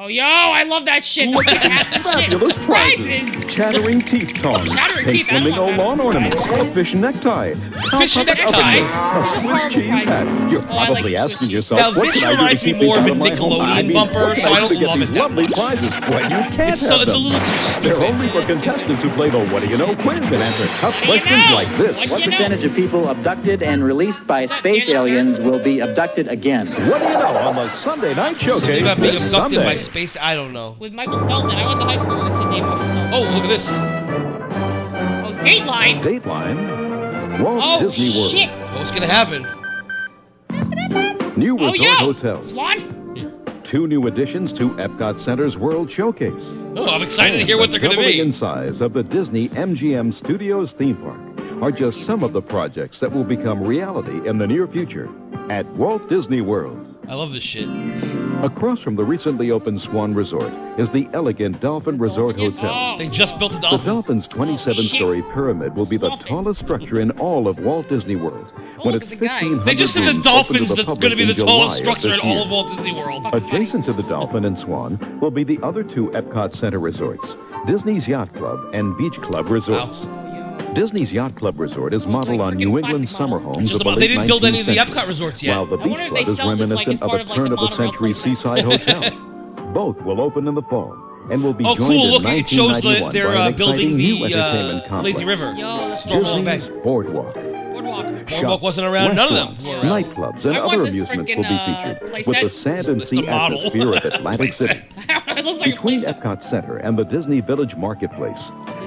[SPEAKER 5] Oh, yo, I love that shit. The fucking hats and
[SPEAKER 10] Fabulous
[SPEAKER 5] shit. Prizes.
[SPEAKER 10] Chattering teeth combs.
[SPEAKER 5] Chattering
[SPEAKER 10] a
[SPEAKER 5] teeth, I don't
[SPEAKER 10] flamingo
[SPEAKER 5] want that
[SPEAKER 10] lawn
[SPEAKER 5] as a
[SPEAKER 10] ornament.
[SPEAKER 5] prize.
[SPEAKER 10] A fish necktie.
[SPEAKER 4] Fish
[SPEAKER 10] top-up
[SPEAKER 4] necktie?
[SPEAKER 5] Those are
[SPEAKER 10] ovens, A Swiss
[SPEAKER 5] horrible
[SPEAKER 10] cheese
[SPEAKER 5] prizes.
[SPEAKER 10] hat. You're
[SPEAKER 5] Oh, I like
[SPEAKER 10] probably
[SPEAKER 5] the
[SPEAKER 10] asking
[SPEAKER 5] Swiss
[SPEAKER 10] yourself,
[SPEAKER 4] Now,
[SPEAKER 10] what
[SPEAKER 4] this
[SPEAKER 10] can I do to
[SPEAKER 4] reminds me
[SPEAKER 10] keep these
[SPEAKER 4] more of
[SPEAKER 10] out
[SPEAKER 4] a
[SPEAKER 10] my home? I
[SPEAKER 4] Nickelodeon
[SPEAKER 10] mean,
[SPEAKER 4] bumper,
[SPEAKER 10] what can
[SPEAKER 4] so I
[SPEAKER 10] do
[SPEAKER 4] don't
[SPEAKER 10] to get
[SPEAKER 4] love it
[SPEAKER 10] these
[SPEAKER 4] that
[SPEAKER 10] lovely
[SPEAKER 4] much.
[SPEAKER 10] prizes when you can't
[SPEAKER 4] It's so- it's
[SPEAKER 10] have
[SPEAKER 4] a
[SPEAKER 10] them.
[SPEAKER 4] little too stupid.
[SPEAKER 10] They're only for contestants who play the what do you know quiz and answer tough questions like this.
[SPEAKER 12] What percentage of people abducted and released by space aliens will be abducted again?
[SPEAKER 10] What do you know on the Sunday Night Showcase
[SPEAKER 4] Something about being
[SPEAKER 10] this
[SPEAKER 4] abducted
[SPEAKER 10] Sunday.
[SPEAKER 4] by space. I don't know.
[SPEAKER 5] With Michael Feldman. I went to high school with a kid named Michael Feldman.
[SPEAKER 4] Oh, look at this.
[SPEAKER 5] Oh, Dateline.
[SPEAKER 10] Dateline, Walt
[SPEAKER 5] Oh,
[SPEAKER 10] Disney World,
[SPEAKER 5] shit.
[SPEAKER 4] What's gonna happen?
[SPEAKER 10] New
[SPEAKER 5] Oh,
[SPEAKER 10] Resort
[SPEAKER 5] yo.
[SPEAKER 10] Hotel,
[SPEAKER 5] Swan.
[SPEAKER 10] two new additions to Epcot Center's World Showcase.
[SPEAKER 4] Oh, I'm excited to hear what they're gonna
[SPEAKER 10] Doubling
[SPEAKER 4] be.
[SPEAKER 10] in size of the Disney MGM Studios theme park are just some of the projects that will become reality in the near future at Walt Disney World.
[SPEAKER 4] I love this shit.
[SPEAKER 10] Across from the recently opened Swan Resort is the elegant Dolphin Resort Hotel.
[SPEAKER 4] They just built the
[SPEAKER 10] The
[SPEAKER 4] dolphin.
[SPEAKER 10] Dolphin's 27 story pyramid will be the tallest structure in all of Walt Disney World. When it's 1500
[SPEAKER 4] They just said the
[SPEAKER 10] rooms open
[SPEAKER 4] dolphin's
[SPEAKER 10] to
[SPEAKER 4] the,
[SPEAKER 10] the
[SPEAKER 4] gonna be the
[SPEAKER 10] public in
[SPEAKER 4] tallest
[SPEAKER 10] July of
[SPEAKER 4] structure in
[SPEAKER 10] this
[SPEAKER 4] all
[SPEAKER 10] year.
[SPEAKER 4] of Walt Disney World.
[SPEAKER 10] Adjacent to the Dolphin and Swan will be the other two Epcot Center resorts, Disney's Yacht Club and Beach Club resorts. Disney's Yacht Club Resort is modeled on New England summer homes.
[SPEAKER 4] Just
[SPEAKER 10] of the
[SPEAKER 4] about- they
[SPEAKER 10] late
[SPEAKER 4] didn't build any of the
[SPEAKER 10] 19th
[SPEAKER 4] Epcot resorts yet.
[SPEAKER 10] While the
[SPEAKER 4] I
[SPEAKER 10] Beach
[SPEAKER 4] wonder if
[SPEAKER 10] Club
[SPEAKER 4] they
[SPEAKER 10] is
[SPEAKER 4] sell this like
[SPEAKER 10] reminiscent
[SPEAKER 4] it's part
[SPEAKER 10] of
[SPEAKER 4] of, like,
[SPEAKER 10] a
[SPEAKER 4] the
[SPEAKER 10] turn of the century seaside hotel. Both will open in the fall and will be
[SPEAKER 4] Oh,
[SPEAKER 10] joined
[SPEAKER 4] cool,
[SPEAKER 10] in
[SPEAKER 4] look, it shows the-
[SPEAKER 10] 1991
[SPEAKER 4] they're,
[SPEAKER 10] by an
[SPEAKER 4] uh, building
[SPEAKER 10] exciting new
[SPEAKER 4] the, uh,
[SPEAKER 10] entertainment complex.
[SPEAKER 4] Lazy River. uh, Yo, that's cool. Long Bay.
[SPEAKER 10] Disney's Boardwalk.
[SPEAKER 4] Boardwalk wasn't around. None of them.
[SPEAKER 10] Restaurants, Nightclubs and
[SPEAKER 5] I want
[SPEAKER 10] other
[SPEAKER 5] this
[SPEAKER 10] amusements
[SPEAKER 5] frickin',
[SPEAKER 10] will be
[SPEAKER 5] uh,
[SPEAKER 10] featured
[SPEAKER 5] playset.
[SPEAKER 10] with the sand and sea
[SPEAKER 4] model.
[SPEAKER 10] atmosphere of Atlantic City.
[SPEAKER 5] it looks like a
[SPEAKER 10] Between
[SPEAKER 5] place.
[SPEAKER 10] Epcot Center and the Disney Village Marketplace,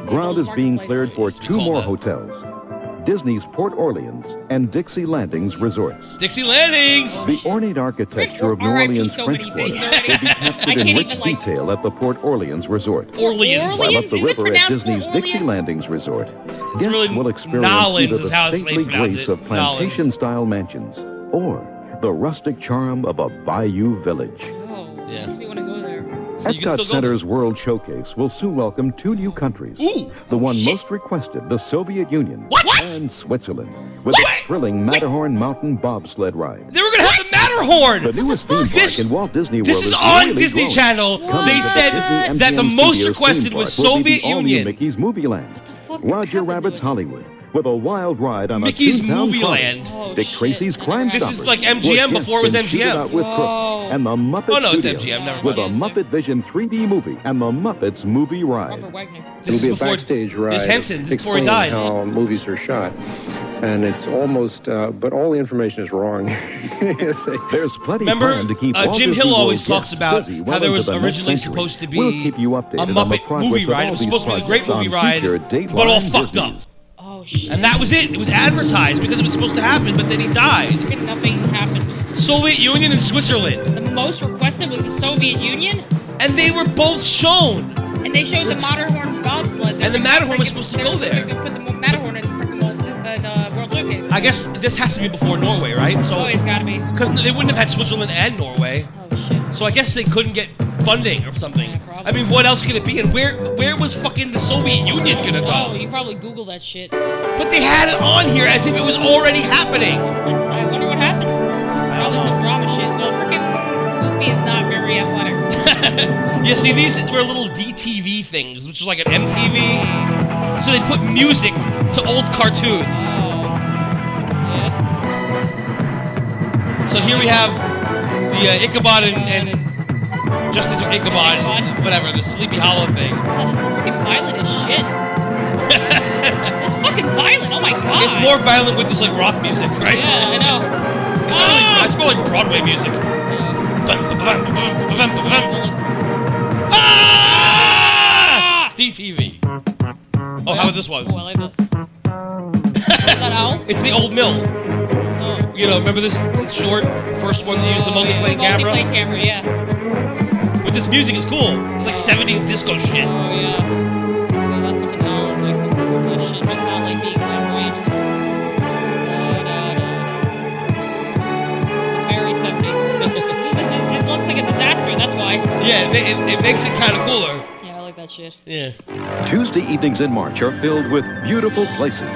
[SPEAKER 10] ground is being cleared for two more hotels Disney's Port Orleans and Dixie Landings Resorts.
[SPEAKER 4] Dixie Landings.
[SPEAKER 10] The ornate architecture of New
[SPEAKER 4] R.I.P.
[SPEAKER 10] Orleans
[SPEAKER 4] so
[SPEAKER 10] French
[SPEAKER 4] many
[SPEAKER 10] Quarter
[SPEAKER 4] things
[SPEAKER 10] will be
[SPEAKER 4] already. I
[SPEAKER 10] captured in
[SPEAKER 4] can't
[SPEAKER 10] rich
[SPEAKER 4] even, like-
[SPEAKER 10] detail at the Port Orleans Resort.
[SPEAKER 4] Orleans.
[SPEAKER 10] While up the
[SPEAKER 4] Is it
[SPEAKER 10] river at
[SPEAKER 4] pronounced
[SPEAKER 10] Disney's
[SPEAKER 4] Port
[SPEAKER 10] Dixie
[SPEAKER 4] Orleans?
[SPEAKER 10] Landings Resort, guests
[SPEAKER 4] really
[SPEAKER 10] will experience
[SPEAKER 4] Nolans
[SPEAKER 10] either
[SPEAKER 4] is
[SPEAKER 10] the
[SPEAKER 4] how they
[SPEAKER 10] stately
[SPEAKER 4] pronounce
[SPEAKER 10] grace
[SPEAKER 4] it.
[SPEAKER 10] of plantation-style mansions or the rustic charm of a bayou village.
[SPEAKER 5] Oh, makes me want to go there.
[SPEAKER 10] Epcot Center's World Showcase will soon welcome two new countries. the one most requested, the Soviet Union, and Switzerland, with a thrilling Matterhorn Mountain bobsled ride.
[SPEAKER 4] They were gonna have the Matterhorn.
[SPEAKER 10] The newest theme park
[SPEAKER 4] This-
[SPEAKER 10] in Walt Disney World
[SPEAKER 4] This is
[SPEAKER 10] really
[SPEAKER 4] on Disney
[SPEAKER 10] growing.
[SPEAKER 4] Channel.
[SPEAKER 10] Coming
[SPEAKER 4] They
[SPEAKER 10] to the
[SPEAKER 4] said
[SPEAKER 10] Disney
[SPEAKER 4] that the
[SPEAKER 10] MGM
[SPEAKER 4] most
[SPEAKER 10] Studios
[SPEAKER 4] requested
[SPEAKER 10] theme
[SPEAKER 4] was
[SPEAKER 10] park will be the
[SPEAKER 4] Soviet
[SPEAKER 10] all-new
[SPEAKER 4] Union.
[SPEAKER 10] Mickey's Movie Land. Roger Rabbit's Hollywood. With a wild ride on
[SPEAKER 4] Mickey's
[SPEAKER 10] a two-town
[SPEAKER 4] Movie
[SPEAKER 10] trolley.
[SPEAKER 4] Land.
[SPEAKER 10] Dick Tracy's Climb
[SPEAKER 4] This is
[SPEAKER 10] Stoppers,
[SPEAKER 4] like MGM
[SPEAKER 10] where
[SPEAKER 4] before it was
[SPEAKER 10] guests can shoot
[SPEAKER 4] MGM.
[SPEAKER 10] out with Crooks,
[SPEAKER 4] Whoa.
[SPEAKER 10] And the Muppet
[SPEAKER 4] Oh, no, it's
[SPEAKER 10] Studios,
[SPEAKER 4] MGM, never
[SPEAKER 10] With a Muppet Vision 3D movie and the Muppets Movie Ride.
[SPEAKER 4] This is before.
[SPEAKER 21] backstage ride.
[SPEAKER 4] This Henson. This before he
[SPEAKER 21] explaining
[SPEAKER 4] died.
[SPEAKER 21] How uh, movies are shot, and it's almost, uh, but all the information is wrong. There's
[SPEAKER 10] plenty
[SPEAKER 21] Remember,
[SPEAKER 10] planned to keep
[SPEAKER 21] uh,
[SPEAKER 10] all
[SPEAKER 21] Jim
[SPEAKER 10] Disney
[SPEAKER 21] Hill
[SPEAKER 10] World
[SPEAKER 21] always
[SPEAKER 10] guests
[SPEAKER 21] talks about
[SPEAKER 10] busy
[SPEAKER 21] how
[SPEAKER 10] well
[SPEAKER 21] there
[SPEAKER 10] into
[SPEAKER 21] was
[SPEAKER 10] the next
[SPEAKER 21] originally
[SPEAKER 10] century.
[SPEAKER 21] supposed to
[SPEAKER 10] We'll
[SPEAKER 21] be
[SPEAKER 10] keep you updated
[SPEAKER 21] a
[SPEAKER 10] on the
[SPEAKER 21] Muppet
[SPEAKER 10] progress
[SPEAKER 21] movie
[SPEAKER 10] of all
[SPEAKER 21] ride. It was
[SPEAKER 10] these
[SPEAKER 21] supposed to be the
[SPEAKER 10] projects
[SPEAKER 21] great movie
[SPEAKER 10] on
[SPEAKER 21] ride,
[SPEAKER 10] future Dateline
[SPEAKER 4] but all fucked up. And that was it. It was advertised because it was supposed to happen, but then he died.
[SPEAKER 5] Freaking nothing happened.
[SPEAKER 4] Soviet Union and Switzerland.
[SPEAKER 5] The most requested was the Soviet Union,
[SPEAKER 4] And they were both shown.
[SPEAKER 5] and they showed the Matterhorn bobsleds.
[SPEAKER 4] And the Matterhorn was supposed to go
[SPEAKER 5] They
[SPEAKER 4] there.
[SPEAKER 5] put the Matterhorn in the freaking Walt Dis- uh, the World Showcase.
[SPEAKER 4] I guess this has to be before Norway, right? So
[SPEAKER 5] oh, it's gotta be.
[SPEAKER 4] Because they wouldn't have had Switzerland and Norway. Oh shit. So I guess they couldn't get funding or something. I mean, what else could it be? And where where was fucking the Soviet Union gonna go?
[SPEAKER 5] Oh, you probably Google that shit.
[SPEAKER 4] But they had it on here as if it was already happening.
[SPEAKER 5] That's, I wonder what happened. It's probably some drama shit. No, freaking Goofy is not very athletic.
[SPEAKER 4] Yeah, see, these were little DTV things, which was like an MTV. So they put music to old cartoons.
[SPEAKER 5] Oh,
[SPEAKER 4] So here we have the uh, Ichabod and, and Justice of Ichabod, whatever, the Sleepy Hollow thing.
[SPEAKER 5] Oh, this is freaking violent as shit. it's fucking violent. Oh my god. Oh,
[SPEAKER 4] It's more violent with this like rock music, right?
[SPEAKER 5] Yeah, I know.
[SPEAKER 4] It's, not really, it's more like Broadway music. Ah! DTV. Oh, how about this one?
[SPEAKER 5] Well, I know. Is that owl?
[SPEAKER 4] It's the old mill. You know, remember this this short first one that used Oh. the multiplane camera?
[SPEAKER 5] Multiplane camera, yeah.
[SPEAKER 4] But this music is cool. It's like 70s disco shit.
[SPEAKER 5] Oh yeah. Well, that fucking owl is like some cool shit. Must not like being flamboyant. Da-da-da. It's a very 70s. this, this, is- it looks like a disaster. That's why.
[SPEAKER 4] Yeah, it, ma- it, it makes it kind of cooler.
[SPEAKER 5] Yeah, I like that shit.
[SPEAKER 4] Yeah.
[SPEAKER 10] Tuesday evenings in March are filled with beautiful places,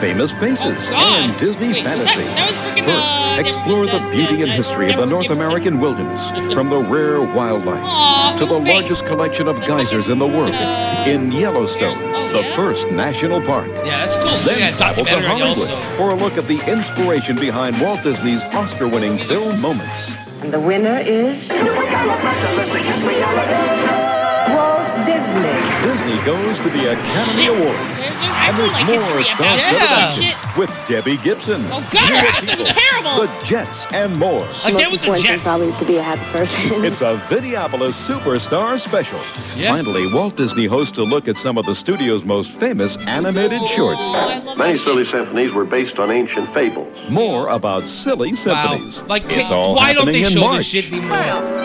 [SPEAKER 10] famous faces, and Disney fantasy. First, explore the beauty and history of the North American wilderness, from the rare wildlife to the largest collection of geysers in the world in Yellowstone, the first national park.
[SPEAKER 4] Yeah, that's cool.
[SPEAKER 10] Then
[SPEAKER 4] Yeah,
[SPEAKER 10] travel to
[SPEAKER 4] documentary on
[SPEAKER 10] Hollywood
[SPEAKER 4] Yellowstone.
[SPEAKER 10] for a look at the inspiration behind Walt Disney's Oscar-winning film moments.
[SPEAKER 6] And the winner is. Walt Disney.
[SPEAKER 10] Disney goes to the Academy Awards.
[SPEAKER 5] There's, there's actually like
[SPEAKER 10] more
[SPEAKER 5] history
[SPEAKER 10] stuff
[SPEAKER 5] about
[SPEAKER 10] to
[SPEAKER 5] this
[SPEAKER 10] come
[SPEAKER 5] fucking shit.
[SPEAKER 10] with Debbie Gibson.
[SPEAKER 5] Oh god, her accent was terrible.
[SPEAKER 10] The Jets and more.
[SPEAKER 5] Again with the Most important Jets. probably
[SPEAKER 10] to be a happy person. it's a Videopolis Superstar Special. Finally, Walt Disney hosts a look at some of the studio's most famous animated
[SPEAKER 5] Oh,
[SPEAKER 10] shorts.
[SPEAKER 9] Many silly symphonies were based on ancient fables.
[SPEAKER 10] More about silly symphonies.
[SPEAKER 4] Like,
[SPEAKER 10] it's all
[SPEAKER 4] why don't
[SPEAKER 10] happening
[SPEAKER 4] they
[SPEAKER 10] in
[SPEAKER 4] show
[SPEAKER 10] March
[SPEAKER 4] this shit anymore?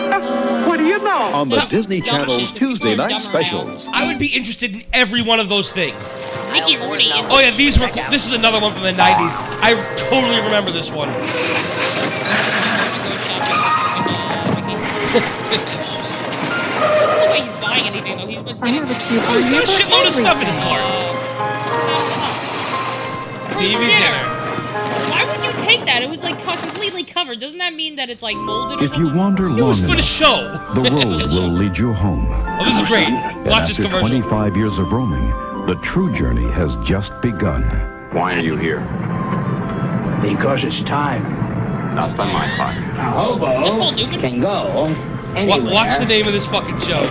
[SPEAKER 6] What do you know?
[SPEAKER 10] on the
[SPEAKER 4] Stop
[SPEAKER 10] Disney
[SPEAKER 4] dumb
[SPEAKER 10] Channel's
[SPEAKER 4] shit, just
[SPEAKER 10] Tuesday
[SPEAKER 4] people are
[SPEAKER 10] night specials.
[SPEAKER 4] I would be interested in every one of those things.
[SPEAKER 5] Mickey Rooney.
[SPEAKER 4] Oh yeah, these were. Cool. This is another one from the '90s. I totally remember this one.
[SPEAKER 5] Doesn't look like he's buying anything though. He's been getting.
[SPEAKER 4] Oh, he's got a shitload of stuff in his car.
[SPEAKER 5] frozen
[SPEAKER 4] TV dinner.
[SPEAKER 5] Why would you take that? It was like co- completely covered. Doesn't that mean that it's like molded or
[SPEAKER 10] If you
[SPEAKER 5] something?
[SPEAKER 10] wander long
[SPEAKER 4] for the
[SPEAKER 10] enough,
[SPEAKER 4] show.
[SPEAKER 10] the road will lead you home.
[SPEAKER 4] Oh, this is great.
[SPEAKER 10] And
[SPEAKER 4] Watch this
[SPEAKER 10] after
[SPEAKER 4] commercial.
[SPEAKER 10] 25 years of roaming, the true journey has just begun. Why are you here?
[SPEAKER 16] Because it's time.
[SPEAKER 10] Not by my part.
[SPEAKER 16] Hobo
[SPEAKER 5] can
[SPEAKER 16] go
[SPEAKER 4] Wa- watch the name of this fucking show.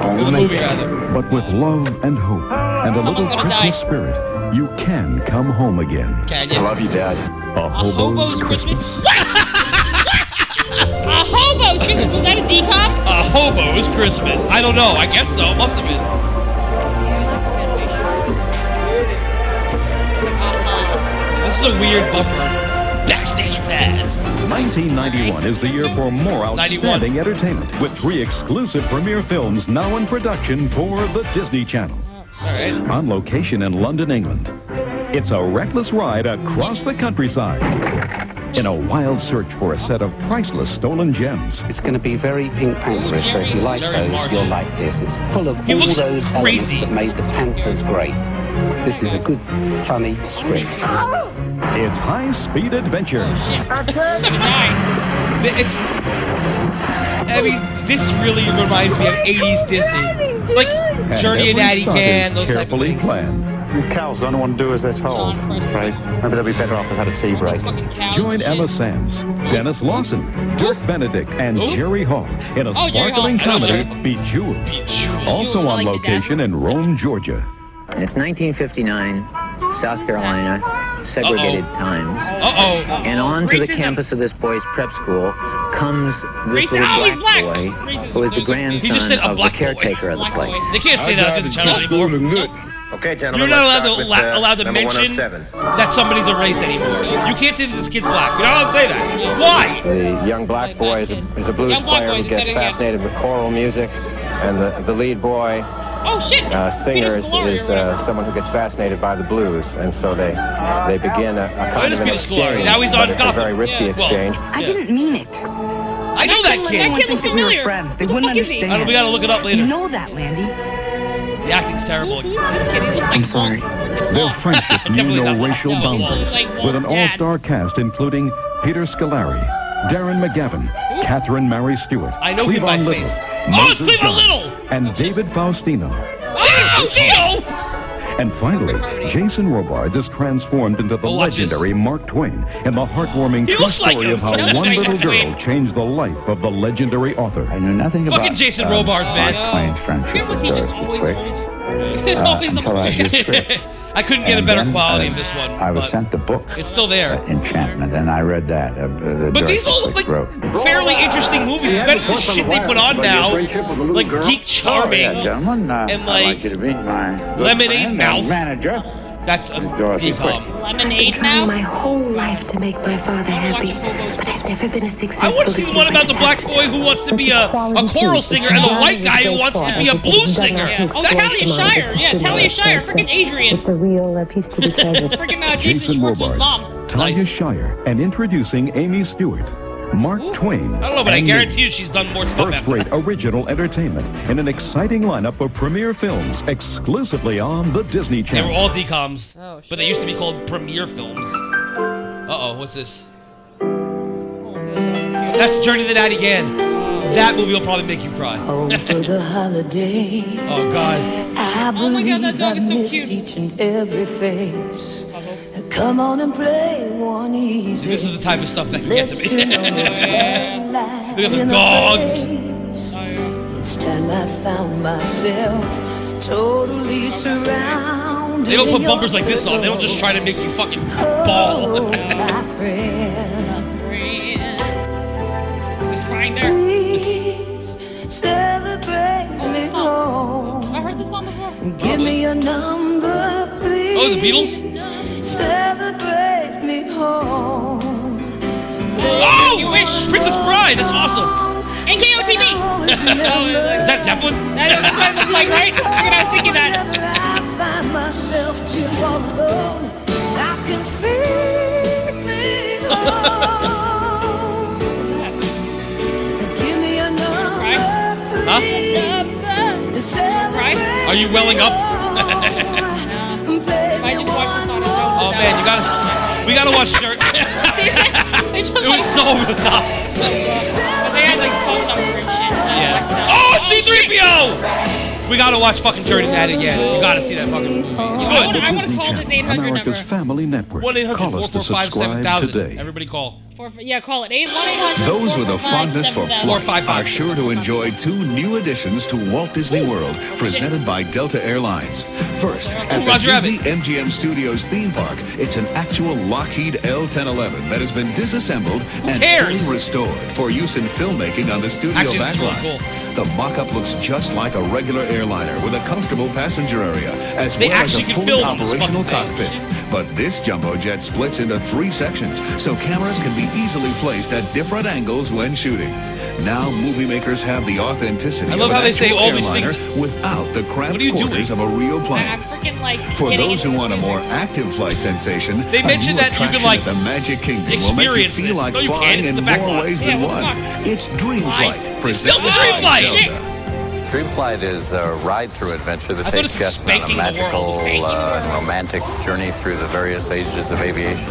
[SPEAKER 4] Or the movie rather.
[SPEAKER 10] But with love and hope and a
[SPEAKER 4] Someone's
[SPEAKER 10] little
[SPEAKER 4] gonna die.
[SPEAKER 10] Christmas spirit, you can come home again.
[SPEAKER 4] Can you? I love
[SPEAKER 10] you, Dad. A hobo's,
[SPEAKER 5] hobo's
[SPEAKER 10] Christmas.
[SPEAKER 5] What? what? A hobo's Christmas was that a decom?
[SPEAKER 4] A hobo's Christmas. I don't know. I guess so. Must have been. This is a weird bumper. Backstage pass.
[SPEAKER 10] 1991 is the year for more outstanding entertainment with three exclusive premiere films now in production for the Disney Channel. On location in London, England. It's a reckless ride across the countryside in a wild search for a set of priceless stolen gems. It's going to be very Pink Pantherish, so if you like
[SPEAKER 16] those, you'll like this. It's full of all those crazy. that made the Panthers great. This is a good, funny script.
[SPEAKER 10] It's high speed adventure.
[SPEAKER 4] Th- It's. I mean, this really reminds me of 80s Disney. Like
[SPEAKER 10] And
[SPEAKER 4] Journey and
[SPEAKER 10] every
[SPEAKER 4] Natty
[SPEAKER 10] shot
[SPEAKER 4] Can,
[SPEAKER 10] is
[SPEAKER 4] those type of
[SPEAKER 10] carefully
[SPEAKER 4] things.
[SPEAKER 10] planned.
[SPEAKER 16] The cows don't know what to do as they're told, right? Maybe they'd be better off if had a tea break.
[SPEAKER 10] Join Emma Sams, Dennis Lawson, Dirk Benedict, and Jerry Hall in a
[SPEAKER 16] Oh, Jerry Hall.
[SPEAKER 10] sparkling
[SPEAKER 16] I know
[SPEAKER 10] comedy,
[SPEAKER 16] Jerry
[SPEAKER 10] Bejeweled. Also on location in Rome, Georgia.
[SPEAKER 22] It's 1959, South Carolina, segregated times.
[SPEAKER 4] Uh-oh.
[SPEAKER 22] And onto
[SPEAKER 4] Racism.
[SPEAKER 22] the campus of this boy's prep school comes this
[SPEAKER 4] Racism.
[SPEAKER 22] little
[SPEAKER 4] Oh, he's
[SPEAKER 22] black, boy
[SPEAKER 4] black.
[SPEAKER 22] who is the
[SPEAKER 4] He just
[SPEAKER 22] grandson
[SPEAKER 4] said a
[SPEAKER 22] of the
[SPEAKER 4] black boy.
[SPEAKER 22] caretaker of the place.
[SPEAKER 4] They can't say that on this channel anymore.
[SPEAKER 22] Okay,
[SPEAKER 4] You're not allowed to, allow,
[SPEAKER 9] uh,
[SPEAKER 4] allowed to
[SPEAKER 9] oh
[SPEAKER 4] mention that somebody's a race anymore. You can't say that this kid's black. You're not allowed to say that. Why?
[SPEAKER 16] The young black boy is a, is a blues
[SPEAKER 4] Young black
[SPEAKER 16] player
[SPEAKER 4] boy
[SPEAKER 16] who
[SPEAKER 4] that
[SPEAKER 16] gets
[SPEAKER 4] said it again.
[SPEAKER 16] fascinated with choral music, and the, the lead boy
[SPEAKER 5] Oh shit!
[SPEAKER 9] Uh, singer
[SPEAKER 5] Peter
[SPEAKER 9] is,
[SPEAKER 5] Scolari or
[SPEAKER 9] is uh, someone who gets fascinated by the blues, and so they they begin a, a
[SPEAKER 4] Where
[SPEAKER 9] kind
[SPEAKER 4] Oh, is
[SPEAKER 9] of an
[SPEAKER 4] Peter Scolari?
[SPEAKER 9] exchange.
[SPEAKER 4] Now he's
[SPEAKER 9] but
[SPEAKER 4] on
[SPEAKER 9] it's a
[SPEAKER 4] Gotham.
[SPEAKER 9] very risky
[SPEAKER 4] Yeah, well,
[SPEAKER 9] exchange.
[SPEAKER 4] I didn't
[SPEAKER 9] mean it.
[SPEAKER 4] I know that kid.
[SPEAKER 9] That kid looks familiar.
[SPEAKER 4] friends.
[SPEAKER 9] They wouldn't
[SPEAKER 4] I don't know, we gotta look it up later.
[SPEAKER 9] know that, Landy.
[SPEAKER 4] The acting's terrible. Who's
[SPEAKER 5] this kid? He looks
[SPEAKER 9] like
[SPEAKER 4] sorry.
[SPEAKER 10] Their friendship knew
[SPEAKER 4] Definitely
[SPEAKER 10] no
[SPEAKER 4] not
[SPEAKER 10] racial
[SPEAKER 4] Walt's dad.
[SPEAKER 10] boundaries,
[SPEAKER 4] Like Walt's
[SPEAKER 10] with an
[SPEAKER 4] dad.
[SPEAKER 10] all-star cast including Peter Scolari, Darren McGavin, Catherine Mary Stewart,
[SPEAKER 4] I know him by
[SPEAKER 10] Cleavon Little,
[SPEAKER 4] face. Oh, it's
[SPEAKER 10] Moses
[SPEAKER 4] Cleveland
[SPEAKER 10] Dunn,
[SPEAKER 4] Little!
[SPEAKER 10] and David Faustino.
[SPEAKER 4] Oh,
[SPEAKER 10] And finally, Jason Robards is transformed into the
[SPEAKER 4] Oh, watch this.
[SPEAKER 10] legendary Mark Twain in the heartwarming
[SPEAKER 4] He
[SPEAKER 10] true
[SPEAKER 4] looks like
[SPEAKER 10] story
[SPEAKER 4] him.
[SPEAKER 10] of how
[SPEAKER 4] That was
[SPEAKER 10] one
[SPEAKER 4] great,
[SPEAKER 10] little
[SPEAKER 4] Mark Twain.
[SPEAKER 10] girl changed the life of the legendary author. I
[SPEAKER 9] knew nothing
[SPEAKER 4] Fucking about, Jason um, Robards, man. Mark Twain's
[SPEAKER 9] friendship.
[SPEAKER 5] Where was he just always old? There's
[SPEAKER 9] Uh,
[SPEAKER 5] always
[SPEAKER 9] until
[SPEAKER 5] someone.
[SPEAKER 9] I did
[SPEAKER 4] I couldn't get a
[SPEAKER 9] And
[SPEAKER 4] better
[SPEAKER 9] then,
[SPEAKER 4] quality
[SPEAKER 9] uh,
[SPEAKER 4] of this one.
[SPEAKER 9] I was sent the book
[SPEAKER 4] It's still there.
[SPEAKER 9] Enchantment, and I read that. Uh, uh,
[SPEAKER 4] But these all look like fairly interesting movies. It's better than the shit they put on now. Like Geek Charming.
[SPEAKER 9] gentlemen, uh,
[SPEAKER 4] and,
[SPEAKER 9] I'd
[SPEAKER 4] like,
[SPEAKER 9] you to meet my good
[SPEAKER 4] Lemonade
[SPEAKER 9] friend and
[SPEAKER 4] Mouth.
[SPEAKER 9] manager.
[SPEAKER 4] That's a
[SPEAKER 9] Dorothy
[SPEAKER 4] decom.
[SPEAKER 5] Lemonade
[SPEAKER 3] now? my whole life to make my father happy, but I've never been a successful
[SPEAKER 4] I want to see the one about the black boy who wants to be a, a choral singer and the white guy who wants to be a blues singer.
[SPEAKER 5] Oh,
[SPEAKER 4] That's
[SPEAKER 5] Talia Shire. Yeah, Talia Shire. Freaking Adrian.
[SPEAKER 3] It's a real uh, piece to be treasured.
[SPEAKER 5] Freaking uh, Jason Schwartzman's mom.
[SPEAKER 10] Talia Shire, and introducing Amy Stewart, Mark Twain.
[SPEAKER 4] I don't know, but I
[SPEAKER 10] and
[SPEAKER 4] guarantee you she's done more stuff after.
[SPEAKER 10] First-rate original entertainment and an exciting lineup of premiere films exclusively on the Disney
[SPEAKER 4] They were
[SPEAKER 10] Channel.
[SPEAKER 4] all decoms,
[SPEAKER 5] Oh,
[SPEAKER 4] but they used to be called premiere films. Uh oh, what's this?
[SPEAKER 5] Oh,
[SPEAKER 4] That's Journey to the Night again. That movie will probably make you cry.
[SPEAKER 9] Oh.
[SPEAKER 3] For the holiday,
[SPEAKER 4] Oh God.
[SPEAKER 3] I
[SPEAKER 5] Oh
[SPEAKER 3] believe I missed each and every face. Come on and play one easy.
[SPEAKER 4] See, this is the type of stuff that can get to me. Look at the
[SPEAKER 3] in a
[SPEAKER 4] dogs.
[SPEAKER 5] Oh,
[SPEAKER 3] It's time I found myself totally surrounded.
[SPEAKER 4] They don't
[SPEAKER 3] in
[SPEAKER 4] put
[SPEAKER 3] your Oh,
[SPEAKER 4] bumpers like this on. They don't just try to make you fucking ball.
[SPEAKER 5] Just crying there. Oh, this song. I heard this song before.
[SPEAKER 3] Give me your number, please.
[SPEAKER 4] Oh, the Beatles?
[SPEAKER 3] Celebrate me home.
[SPEAKER 4] Oh! Princess Bride. That's awesome.
[SPEAKER 5] NKOTB.
[SPEAKER 4] Is that Zeppelin?
[SPEAKER 5] I know that's what it looks like, right? I mean, I was thinking that.
[SPEAKER 3] I find myself too alone. I can see me home. Give me your number, please. Celebrate
[SPEAKER 4] Are you welling up?
[SPEAKER 3] I
[SPEAKER 5] just watched this on its own.
[SPEAKER 4] Oh man, you gotta, we gotta watch Dirt.
[SPEAKER 5] They just
[SPEAKER 4] It was so over the top.
[SPEAKER 5] But Oh, they had like phone number and shit. So
[SPEAKER 4] Yeah.
[SPEAKER 5] that's not-
[SPEAKER 4] Oh, C3PO! We gotta watch fucking Journey to That again. You gotta see that fucking movie. It's
[SPEAKER 5] Oh, I wanna-
[SPEAKER 4] good.
[SPEAKER 5] I want to call this 800
[SPEAKER 10] America's
[SPEAKER 5] number.
[SPEAKER 10] Family Network. Call us to subscribe
[SPEAKER 4] 1-800-445-7000.
[SPEAKER 10] today.
[SPEAKER 4] Everybody call.
[SPEAKER 5] Four, yeah, call it 8 800
[SPEAKER 23] Those with a fondness for flight are
[SPEAKER 4] 455.
[SPEAKER 23] sure to enjoy two new additions to Walt Disney World presented by Delta Airlines. First, at the
[SPEAKER 4] Roger
[SPEAKER 23] Disney MGM Studios theme park, it's an actual Lockheed L-1011 that has been disassembled and
[SPEAKER 4] cares?
[SPEAKER 23] fully restored for use in filmmaking on the studio
[SPEAKER 4] Actually, this is really
[SPEAKER 23] backline. The mock-up looks just like a regular airliner with a comfortable passenger area as
[SPEAKER 4] They
[SPEAKER 23] well
[SPEAKER 4] actually
[SPEAKER 23] as a
[SPEAKER 4] could
[SPEAKER 23] fully
[SPEAKER 4] film on this
[SPEAKER 23] operational
[SPEAKER 4] fucking
[SPEAKER 23] cockpit. But this jumbo jet splits into three sections, so cameras can be easily placed at different angles when shooting. Now movie makers have the authenticity
[SPEAKER 4] I love
[SPEAKER 23] of an
[SPEAKER 4] how they say
[SPEAKER 23] actual
[SPEAKER 4] all these
[SPEAKER 23] airliner
[SPEAKER 4] things.
[SPEAKER 23] without the cramped quarters of a real
[SPEAKER 5] I'm
[SPEAKER 23] plane.
[SPEAKER 5] freaking like.
[SPEAKER 23] For
[SPEAKER 5] getting
[SPEAKER 23] those
[SPEAKER 5] into
[SPEAKER 23] who
[SPEAKER 5] this
[SPEAKER 23] want a
[SPEAKER 5] music.
[SPEAKER 23] more active flight sensation,
[SPEAKER 4] They
[SPEAKER 23] a
[SPEAKER 4] mentioned
[SPEAKER 23] new
[SPEAKER 4] that you could,
[SPEAKER 23] attraction
[SPEAKER 4] like,
[SPEAKER 23] at the Magic Kingdom will make you
[SPEAKER 4] experience
[SPEAKER 23] feel
[SPEAKER 4] this.
[SPEAKER 23] like
[SPEAKER 4] No, you can't.
[SPEAKER 23] flying
[SPEAKER 4] It's
[SPEAKER 23] in
[SPEAKER 4] the back
[SPEAKER 23] more
[SPEAKER 4] lot.
[SPEAKER 23] ways
[SPEAKER 4] Yeah,
[SPEAKER 23] than
[SPEAKER 4] what the
[SPEAKER 23] one. It's Dream
[SPEAKER 4] Lies.
[SPEAKER 23] Flight,
[SPEAKER 4] It's still the Dream
[SPEAKER 23] presented by
[SPEAKER 4] Flight!
[SPEAKER 23] Delta.
[SPEAKER 4] Shit!
[SPEAKER 16] Dreamflight is a ride through adventure that
[SPEAKER 4] I thought
[SPEAKER 16] takes
[SPEAKER 4] it said
[SPEAKER 16] guests on a
[SPEAKER 4] spanking the world.
[SPEAKER 16] magical
[SPEAKER 4] Spanking
[SPEAKER 16] uh, and romantic journey through the various ages of aviation.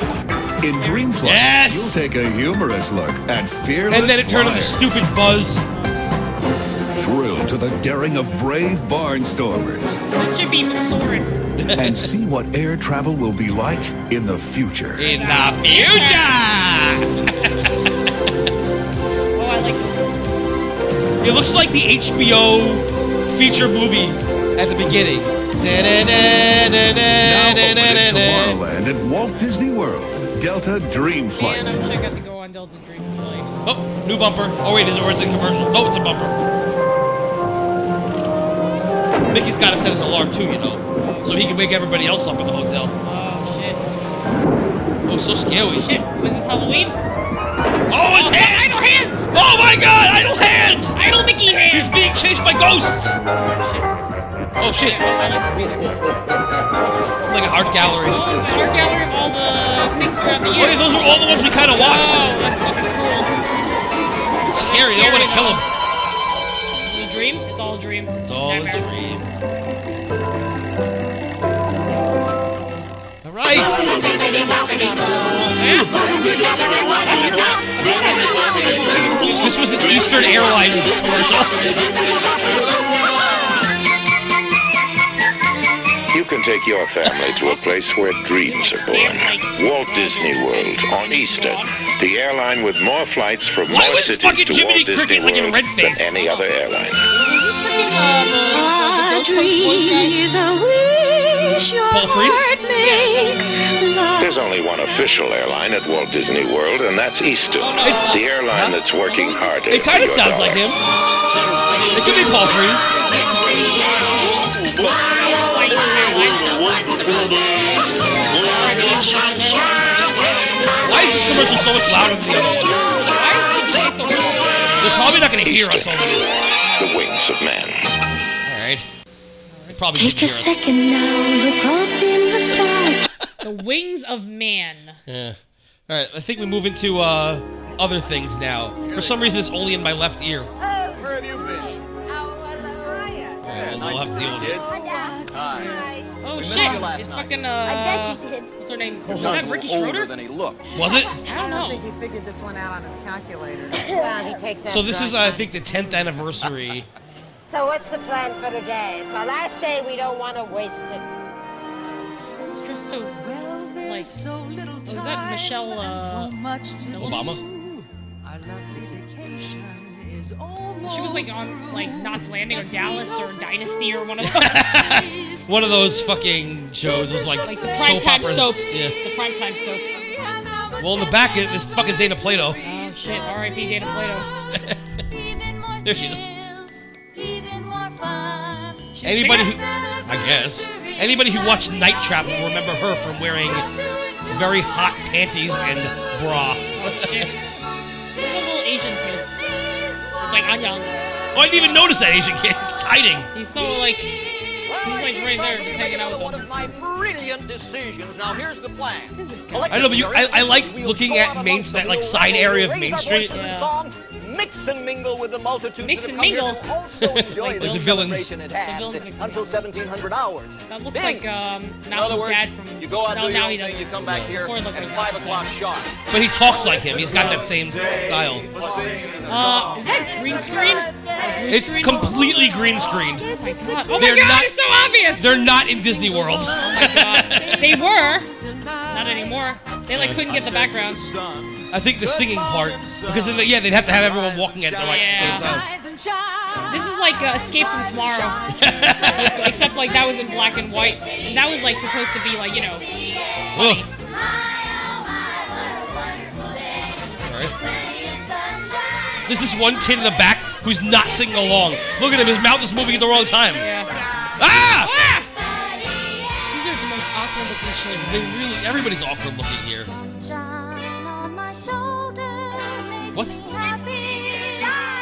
[SPEAKER 23] In Dreamflight, you'll take a humorous look at fearless
[SPEAKER 4] And then it turned into
[SPEAKER 23] flyers.
[SPEAKER 4] stupid buzz.
[SPEAKER 23] Thrill to the daring of brave barnstormers
[SPEAKER 5] This should be Soren.
[SPEAKER 23] and see what air travel will be like in the future.
[SPEAKER 4] In the future!
[SPEAKER 5] Oh, I like this.
[SPEAKER 4] It looks like the HBO feature movie at the beginning.
[SPEAKER 23] Now open at Tomorrowland at Walt Disney World, Delta Dream Flight.
[SPEAKER 5] Man, I wish I got to go on Delta Dream Flight.
[SPEAKER 4] Oh, new bumper. Oh wait, is it where it's a commercial? No, it's a bumper. Mickey's gotta set his alarm too, you know. So he can wake everybody else up in the hotel.
[SPEAKER 5] Oh, shit.
[SPEAKER 4] Oh so scary.
[SPEAKER 5] Shit, was this Halloween?
[SPEAKER 4] Oh his hands!
[SPEAKER 5] Idle hands!
[SPEAKER 4] Oh my god, idle hands!
[SPEAKER 5] Idle Mickey hands!
[SPEAKER 4] He's being chased by ghosts! Oh shit!
[SPEAKER 5] I love this music.
[SPEAKER 4] It's like an art gallery.
[SPEAKER 5] Oh, it's an art gallery of all the things throughout the
[SPEAKER 4] Wait,
[SPEAKER 5] years.
[SPEAKER 4] those are all the ones we kind of watched.
[SPEAKER 5] Oh, that's fucking cool.
[SPEAKER 4] It's scary. I want to kill him.
[SPEAKER 5] Is it a dream? It's all a dream.
[SPEAKER 4] It's all a dream. All right. This was an Eastern Airlines commercial.
[SPEAKER 24] You can take your family to a place where dreams are born. Walt Disney World on Easter, the airline with more flights from
[SPEAKER 4] Why
[SPEAKER 24] more
[SPEAKER 4] was
[SPEAKER 24] cities
[SPEAKER 4] fucking
[SPEAKER 24] to
[SPEAKER 4] Jiminy
[SPEAKER 24] Walt Disney
[SPEAKER 4] Cricket, like, in
[SPEAKER 24] World
[SPEAKER 4] red
[SPEAKER 24] than
[SPEAKER 4] face?
[SPEAKER 24] any other airline.
[SPEAKER 5] Is this freaking uh, the, the, the Ghost Coast voice guy?
[SPEAKER 4] Paul Frees?
[SPEAKER 24] There's only one official airline at Walt Disney World, and that's Easter.
[SPEAKER 4] Oh,
[SPEAKER 24] It's the airline that's working harder.
[SPEAKER 4] It kind
[SPEAKER 24] for
[SPEAKER 4] of
[SPEAKER 24] your
[SPEAKER 4] sounds like
[SPEAKER 24] dollar.
[SPEAKER 4] him. It could be Paul Frees. Why is this commercial so much louder than the other ones? They're probably not going to hear us over this.
[SPEAKER 24] The wings of man.
[SPEAKER 4] All right. They probably didn't hear us.
[SPEAKER 5] The Wings of Man.
[SPEAKER 4] Yeah. All right. I think we move into uh, other things now. For some reason, it's only in my left ear.
[SPEAKER 3] Where have you been?
[SPEAKER 4] Yeah, we'll have to deal with it.
[SPEAKER 5] Oh
[SPEAKER 3] We missed
[SPEAKER 5] shit!
[SPEAKER 3] you last
[SPEAKER 5] It's
[SPEAKER 3] night.
[SPEAKER 5] fucking uh. What's her name? Was
[SPEAKER 3] Sounds
[SPEAKER 5] that
[SPEAKER 3] a
[SPEAKER 5] Ricky
[SPEAKER 3] little older
[SPEAKER 5] Schroeder?
[SPEAKER 3] than he looks.
[SPEAKER 4] Was it?
[SPEAKER 5] I don't know.
[SPEAKER 25] think he figured this one out on his calculator. wow, he takes
[SPEAKER 4] So this is, I think, the 10th anniversary.
[SPEAKER 25] So what's the plan for today? It's our last day. We don't want to waste it.
[SPEAKER 5] It's just so like. was that Michelle? Uh,
[SPEAKER 4] Obama.
[SPEAKER 5] She was like on like Knots Landing or Dallas or Dynasty or one of those.
[SPEAKER 4] One of those fucking shows. Those like,
[SPEAKER 5] like the
[SPEAKER 4] soap
[SPEAKER 5] primetime
[SPEAKER 4] operas.
[SPEAKER 5] soaps.
[SPEAKER 4] Yeah.
[SPEAKER 5] The primetime soaps.
[SPEAKER 4] Well, in the back, it is fucking Dana Plato.
[SPEAKER 5] Oh shit! R.I.P. Dana Plato.
[SPEAKER 4] There she is.
[SPEAKER 5] She's a
[SPEAKER 4] Anybody
[SPEAKER 5] singer?
[SPEAKER 4] who, I guess, anybody who watched Night Trap will remember her from wearing very hot panties and bra.
[SPEAKER 5] Oh shit! There's a little Asian kid. It's like Anyang.
[SPEAKER 4] Oh, I didn't even notice that Asian kid. It's hiding.
[SPEAKER 5] He's so like. He's like right there, just hanging out with them.
[SPEAKER 3] My brilliant decisions. Now here's the plan.
[SPEAKER 4] I know, but you, I, I like looking at Main that like side area of Main Street.
[SPEAKER 3] Song, mix and mingle with the multitude.
[SPEAKER 5] Mix
[SPEAKER 3] that
[SPEAKER 5] and
[SPEAKER 3] have come here
[SPEAKER 5] mingle?
[SPEAKER 3] to Also enjoy
[SPEAKER 4] Like
[SPEAKER 3] this
[SPEAKER 4] the villains.
[SPEAKER 3] celebration at hand until 1700 hours.
[SPEAKER 5] That looks
[SPEAKER 3] Then,
[SPEAKER 5] like um.
[SPEAKER 3] in
[SPEAKER 5] Now
[SPEAKER 3] other
[SPEAKER 5] his
[SPEAKER 3] words,
[SPEAKER 5] dad from.
[SPEAKER 3] you go out
[SPEAKER 5] no,
[SPEAKER 3] do
[SPEAKER 5] now
[SPEAKER 3] your
[SPEAKER 5] he
[SPEAKER 3] own
[SPEAKER 5] doesn't.
[SPEAKER 3] thing, you come back here
[SPEAKER 5] Before it looked
[SPEAKER 3] at
[SPEAKER 5] like
[SPEAKER 3] five o'clock sharp.
[SPEAKER 4] But he talks like him. He's got that same style.
[SPEAKER 5] Uh, is that green screen? Green
[SPEAKER 4] It's
[SPEAKER 5] screen?
[SPEAKER 4] completely green screened.
[SPEAKER 5] Oh my god! Oh my
[SPEAKER 4] They're
[SPEAKER 5] god!
[SPEAKER 4] not-
[SPEAKER 5] It's so obvious.
[SPEAKER 4] They're not in Disney World.
[SPEAKER 5] They were. Not anymore. They like couldn't get the background.
[SPEAKER 4] I think the singing part, because then they, yeah, they'd have to have everyone walking at the right at the same time.
[SPEAKER 5] This is like uh, Escape from Tomorrow, except like that was in black and white. And that was like supposed to be like you know.
[SPEAKER 4] Ugh. Alright. This is one kid in the back who's not singing along. Look at him, his mouth is moving at the wrong time. Ah!
[SPEAKER 5] These are the most awkward looking children.
[SPEAKER 4] They really, everybody's awkward looking here. What?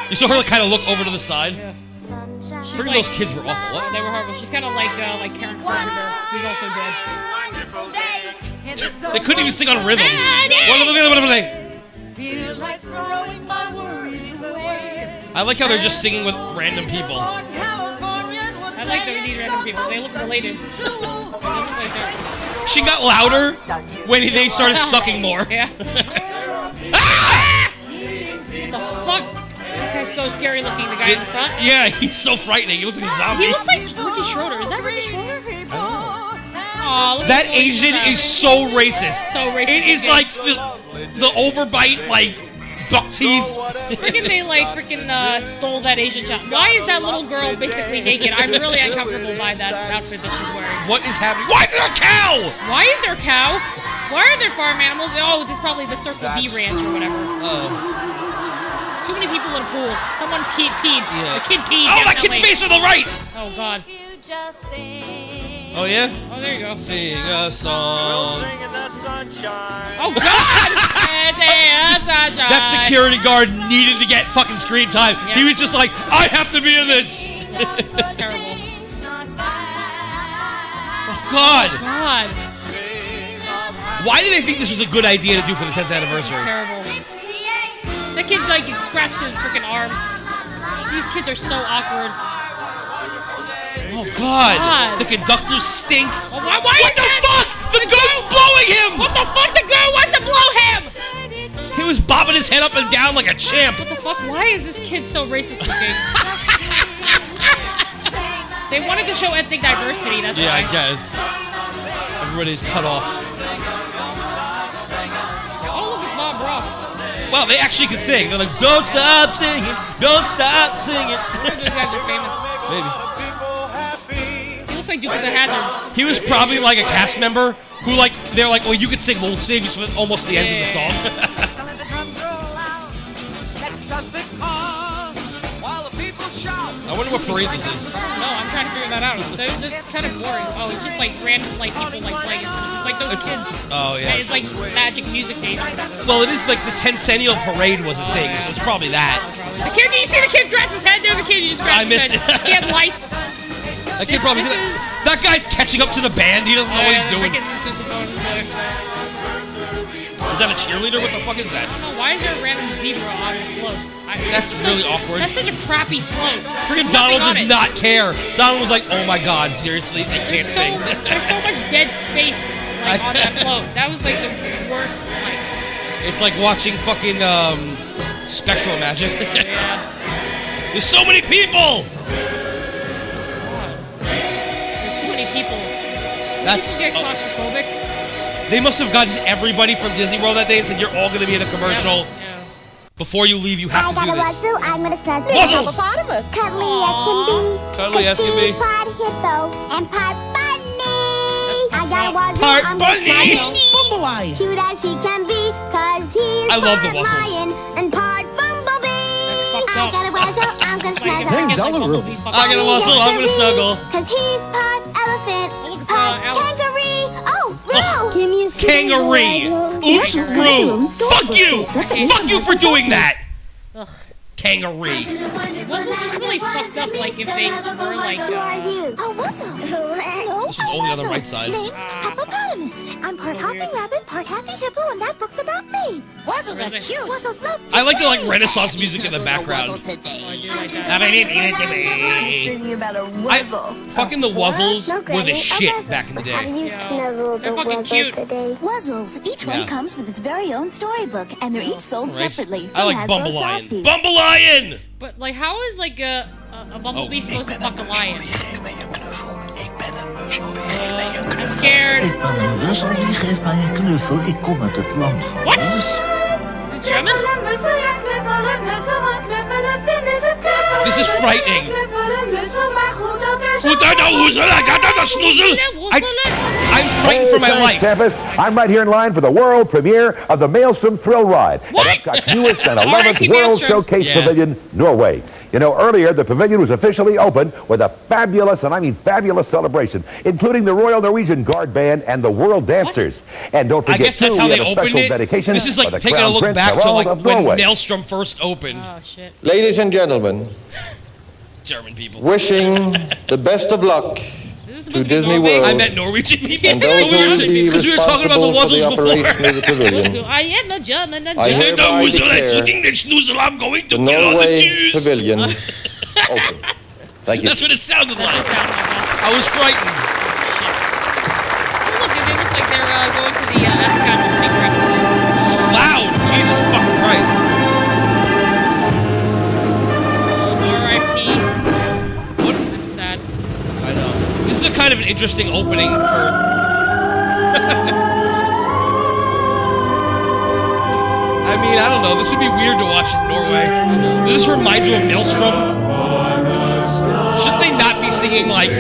[SPEAKER 4] You saw her kind of look over to the side?
[SPEAKER 5] She's
[SPEAKER 4] Freaking
[SPEAKER 5] like-
[SPEAKER 4] those kids were awful. What?
[SPEAKER 5] They were horrible. She's kind of like uh, like Karen Carpenter, who's also dead.
[SPEAKER 4] They couldn't even sing on rhythm. One of the other- one of the thing.
[SPEAKER 11] Feel like throwing my worries away.
[SPEAKER 4] I like how they're just singing with random people.
[SPEAKER 5] I like the, these random people. They look related. They look like they're-
[SPEAKER 4] She got louder when they started sucking more.
[SPEAKER 5] Yeah. What the fuck? That guy's so scary looking. The guy in the front.
[SPEAKER 4] Yeah, he's so frightening. He looks like a zombie.
[SPEAKER 5] He looks like Ricky Schroeder. Is that Ricky Schroeder? Aw, look at
[SPEAKER 4] That
[SPEAKER 5] the voice
[SPEAKER 4] Asian
[SPEAKER 5] of
[SPEAKER 4] is so racist.
[SPEAKER 5] So racist
[SPEAKER 4] It is
[SPEAKER 5] again.
[SPEAKER 4] like the, the overbite, like buck teeth.
[SPEAKER 5] Freaking they like freaking uh, stole that Asian child. Why is that little girl basically naked? I'm really uncomfortable by that outfit that she's wearing.
[SPEAKER 4] What is happening? Why is there a cow?
[SPEAKER 5] Why is there a cow? Why are there farm animals? Oh, this is probably the Circle D Ranch or whatever.
[SPEAKER 4] Oh.
[SPEAKER 5] Too many people in a pool. Someone kid peed.
[SPEAKER 4] Yeah.
[SPEAKER 5] A kid peed.
[SPEAKER 4] Oh, that
[SPEAKER 5] definitely.
[SPEAKER 4] kid's face to the right.
[SPEAKER 5] Oh god.
[SPEAKER 4] Oh yeah.
[SPEAKER 5] Oh, there you go.
[SPEAKER 4] Sing a song.
[SPEAKER 5] Oh god.
[SPEAKER 4] That security guard needed to get fucking screen time. He was just like, I have to be in this.
[SPEAKER 5] Terrible.
[SPEAKER 4] God.
[SPEAKER 5] God.
[SPEAKER 4] Why do they think this was a good idea to do for the 10th anniversary?
[SPEAKER 5] Terrible. That kid like scratched his freaking arm. These kids are so awkward.
[SPEAKER 4] Oh God.
[SPEAKER 5] God.
[SPEAKER 4] The conductors stink.
[SPEAKER 5] Oh, why, why
[SPEAKER 4] what
[SPEAKER 5] is
[SPEAKER 4] the
[SPEAKER 5] that-
[SPEAKER 4] fuck? The, goat's blowing him.
[SPEAKER 5] What the fuck? The girl wants to blow him.
[SPEAKER 4] He was bobbing his head up and down like a champ.
[SPEAKER 5] What the fuck? Why is this kid so racist looking? they wanted to show ethnic diversity. That's
[SPEAKER 4] yeah,
[SPEAKER 5] why.
[SPEAKER 4] I guess. Everybody's cut off.
[SPEAKER 5] Oh look, it's Bob Ross.
[SPEAKER 4] Wow, they actually could sing. They're like, don't stop singing, don't stop singing.
[SPEAKER 5] Those guys are famous.
[SPEAKER 4] Maybe.
[SPEAKER 5] He looks like Duke is a hazard.
[SPEAKER 4] He was probably like a cast member who like they're like, well, you could sing, but we'll save you for almost the end of the song. I wonder what parade this is.
[SPEAKER 5] I don't know. I'm trying to figure that out. That, that's kind of boring. Oh, it's just like random like people like playing instruments. It's like those kids.
[SPEAKER 4] Oh yeah.
[SPEAKER 5] It's like Magic Music Days. or whatever.
[SPEAKER 4] well, it is like the Tencennial Parade was a thing, so it's probably that.
[SPEAKER 5] The kid, did you see the kid scratch his head? There's a kid you just
[SPEAKER 4] I
[SPEAKER 5] scratched
[SPEAKER 4] missed
[SPEAKER 5] his head.
[SPEAKER 4] it.
[SPEAKER 5] He had lice.
[SPEAKER 4] That kid
[SPEAKER 5] This-
[SPEAKER 4] probably
[SPEAKER 5] this
[SPEAKER 4] did that. that guy's catching up to the band. He doesn't know what he's doing.
[SPEAKER 5] Freaking Sisyphone is there.
[SPEAKER 4] Is that a cheerleader? What the fuck is that?
[SPEAKER 5] Oh, why is there a random zebra on the float? I,
[SPEAKER 4] That's
[SPEAKER 5] it's
[SPEAKER 4] really
[SPEAKER 5] such-
[SPEAKER 4] awkward.
[SPEAKER 5] That's such a crappy float.
[SPEAKER 4] Freaking
[SPEAKER 5] Nothing
[SPEAKER 4] Donald
[SPEAKER 5] on
[SPEAKER 4] does
[SPEAKER 5] it.
[SPEAKER 4] not care. Donald was like, oh my god, seriously, I can't
[SPEAKER 5] There's so,
[SPEAKER 4] sing.
[SPEAKER 5] there's so much dead space like on that float. That was like the worst. Like,
[SPEAKER 4] It's like watching fucking um, Spectral Magic. There's so many people.
[SPEAKER 5] there are too many people.
[SPEAKER 4] That's
[SPEAKER 5] People get claustrophobic.
[SPEAKER 4] they must have gotten everybody from Disney World that day and said you're all gonna be in a commercial. Before you leave, you have to do this.
[SPEAKER 13] I'm gonna snatch
[SPEAKER 4] this Muzzles!
[SPEAKER 13] Cuddly as can be.
[SPEAKER 4] Cuddly as can
[SPEAKER 13] Cushy,
[SPEAKER 4] be.
[SPEAKER 13] Part hippo and part bunny. I got a wazoo.
[SPEAKER 4] Part
[SPEAKER 13] I'm
[SPEAKER 4] bunny!
[SPEAKER 13] Bumblebee. Cute as he can be, cause he's
[SPEAKER 4] I love the
[SPEAKER 13] part
[SPEAKER 4] Wuzzles.
[SPEAKER 13] lion and part bumblebee. I got a wazoo. I'm gonna snuggle.
[SPEAKER 4] I got a muzzle. I'm gonna snuggle.
[SPEAKER 13] Cause he's part elephant, part kangaroo. Oh, Roo! Give me a
[SPEAKER 4] Kangaroo. Oops, Roo. Fuck you. Fuck you for doing that.
[SPEAKER 5] Ugh.
[SPEAKER 4] Kangaroo.
[SPEAKER 5] Wasn't this really fucked up? Like if they were like. Uh,
[SPEAKER 13] Oh, Wuzzle.
[SPEAKER 4] This is only on the right side.
[SPEAKER 13] Name's Hippopotamus. I'm part hopping rabbit, part happy hippo, and that book's about me. Wuzzles are cute. Wuzzles love
[SPEAKER 4] Oh, I like the like Renaissance music in the background. I
[SPEAKER 13] you about a
[SPEAKER 4] fucking
[SPEAKER 3] Oh,
[SPEAKER 4] the Wuzzles were the shit back in the day.
[SPEAKER 13] Oh, you snuggle
[SPEAKER 5] They're fucking cute.
[SPEAKER 13] today? Wuzzles. Each
[SPEAKER 4] Yeah.
[SPEAKER 13] one comes with its very own storybook, and they're each sold
[SPEAKER 4] All right.
[SPEAKER 13] separately.
[SPEAKER 4] I like Bumble Lion. Bumble Lion.
[SPEAKER 5] But like, how is like a a, a bumblebee
[SPEAKER 4] Oh.
[SPEAKER 5] supposed to fuck a lion? Uh, I'm scared.
[SPEAKER 14] Ik ben een wissel die geeft mij een knuffel. Ik kom uit het land van
[SPEAKER 5] What?
[SPEAKER 14] Oz.
[SPEAKER 5] Is this German?
[SPEAKER 4] This is frightening. Goed uit de hoezelen, gaat uit de snoezelen. I- I'm frightened for my
[SPEAKER 15] Hey,
[SPEAKER 4] life.
[SPEAKER 15] thanks, Tempest. I'm right here in line for the world premiere of the Maelstrom Thrill Ride. What? And I've got newest and 11th World
[SPEAKER 18] Maelstrom.
[SPEAKER 15] Showcase
[SPEAKER 18] Yeah.
[SPEAKER 15] Pavilion, Norway. You know, earlier the pavilion was officially open with a fabulous, and I mean fabulous celebration, including the Royal Norwegian Guard Band and the World Dancers. And don't
[SPEAKER 4] I
[SPEAKER 15] forget,
[SPEAKER 4] guess that's
[SPEAKER 15] too,
[SPEAKER 4] how
[SPEAKER 15] we
[SPEAKER 4] they
[SPEAKER 15] had a
[SPEAKER 4] opened
[SPEAKER 15] special
[SPEAKER 4] it.
[SPEAKER 15] dedication
[SPEAKER 4] This is
[SPEAKER 15] by the
[SPEAKER 4] like taking a
[SPEAKER 15] Crown
[SPEAKER 4] look
[SPEAKER 15] Prince
[SPEAKER 4] back to
[SPEAKER 15] Harald
[SPEAKER 4] like
[SPEAKER 15] of
[SPEAKER 4] when
[SPEAKER 15] Norway.
[SPEAKER 4] Maelstrom first opened. Oh
[SPEAKER 5] shit.
[SPEAKER 22] Ladies and gentlemen,
[SPEAKER 4] German people.
[SPEAKER 22] wishing the best of luck to Disney World.
[SPEAKER 4] I met Norwegian people.
[SPEAKER 22] and those who will be
[SPEAKER 4] Because we were talking about the
[SPEAKER 22] responsible for the operation
[SPEAKER 4] Wuzzles
[SPEAKER 22] of the
[SPEAKER 4] before.
[SPEAKER 22] pavilion.
[SPEAKER 5] I am a German. A
[SPEAKER 22] I
[SPEAKER 5] German.
[SPEAKER 22] hereby declare
[SPEAKER 4] I'm going
[SPEAKER 22] The
[SPEAKER 4] to kill all the
[SPEAKER 22] Norway
[SPEAKER 4] Jews.
[SPEAKER 22] Pavilion
[SPEAKER 15] Oh,
[SPEAKER 22] open. Thank you.
[SPEAKER 4] That's what it sounded like. I was frightened.
[SPEAKER 5] Look, they look like they're uh, going to the uh, Escon opening, Chris.
[SPEAKER 4] Loud. Jesus fucking Christ.
[SPEAKER 5] R.I.P. I'm sad.
[SPEAKER 4] I know. This is a kind of an interesting opening for. I mean, I don't know. This would be weird to watch in Norway. Does this remind you of Maelstrom? Shouldn't they not be singing like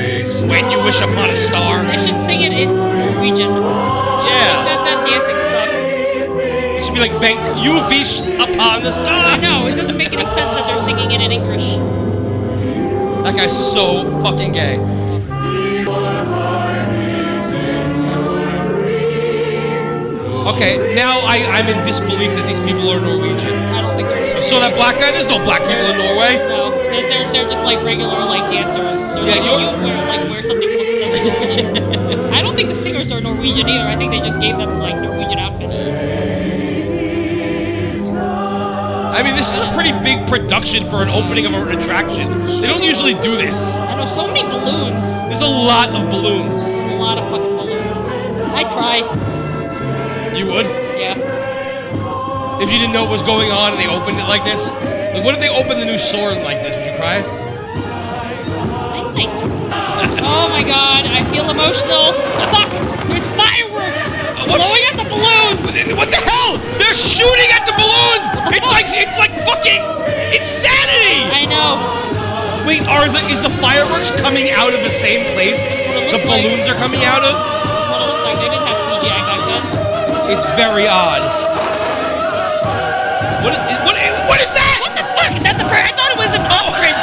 [SPEAKER 4] "When You Wish Upon a Star"?
[SPEAKER 5] They should sing it in Norwegian.
[SPEAKER 4] Yeah.
[SPEAKER 5] That, that dancing sucked.
[SPEAKER 4] It should be like "Venk You Fish Upon the Star."
[SPEAKER 5] I know. It doesn't make any sense that they're singing it in English.
[SPEAKER 4] That guy's so fucking gay. Okay, now I, I'm in disbelief that these people are Norwegian.
[SPEAKER 5] I don't think they're.
[SPEAKER 4] You saw that black guy? There's no black people in Norway.
[SPEAKER 5] No, they're, they're, they're just like regular like dancers. They're
[SPEAKER 4] Yeah,
[SPEAKER 5] like,
[SPEAKER 4] you're-
[SPEAKER 5] you wear like wear something. look- that looks Norwegian. I don't think the singers are Norwegian either. I think they just gave them like Norwegian outfits.
[SPEAKER 4] I mean, this is a pretty big production for an opening of an attraction. They don't usually do this.
[SPEAKER 5] I know so many balloons.
[SPEAKER 4] There's a lot of balloons.
[SPEAKER 5] A lot of fucking balloons. I'd cry.
[SPEAKER 4] You would?
[SPEAKER 5] Yeah.
[SPEAKER 4] If you didn't know what was going on and they opened it like this? Like, what if they opened the new sword like this? Would you cry?
[SPEAKER 5] I might. oh my god, I feel emotional. Fuck! There's fireworks blowing at the balloons.
[SPEAKER 4] What the hell? They're shooting at the balloons! It's like it's like fucking insanity!
[SPEAKER 5] I know.
[SPEAKER 4] Wait, are the is the fireworks coming out of the same place the
[SPEAKER 5] looks like.
[SPEAKER 4] balloons are coming out of?
[SPEAKER 5] That's what it looks like. They didn't have CGI back then.
[SPEAKER 4] It's very odd. What, what, what is that? Oh,
[SPEAKER 5] What the fuck? That's a bird. I thought it was an ostrich.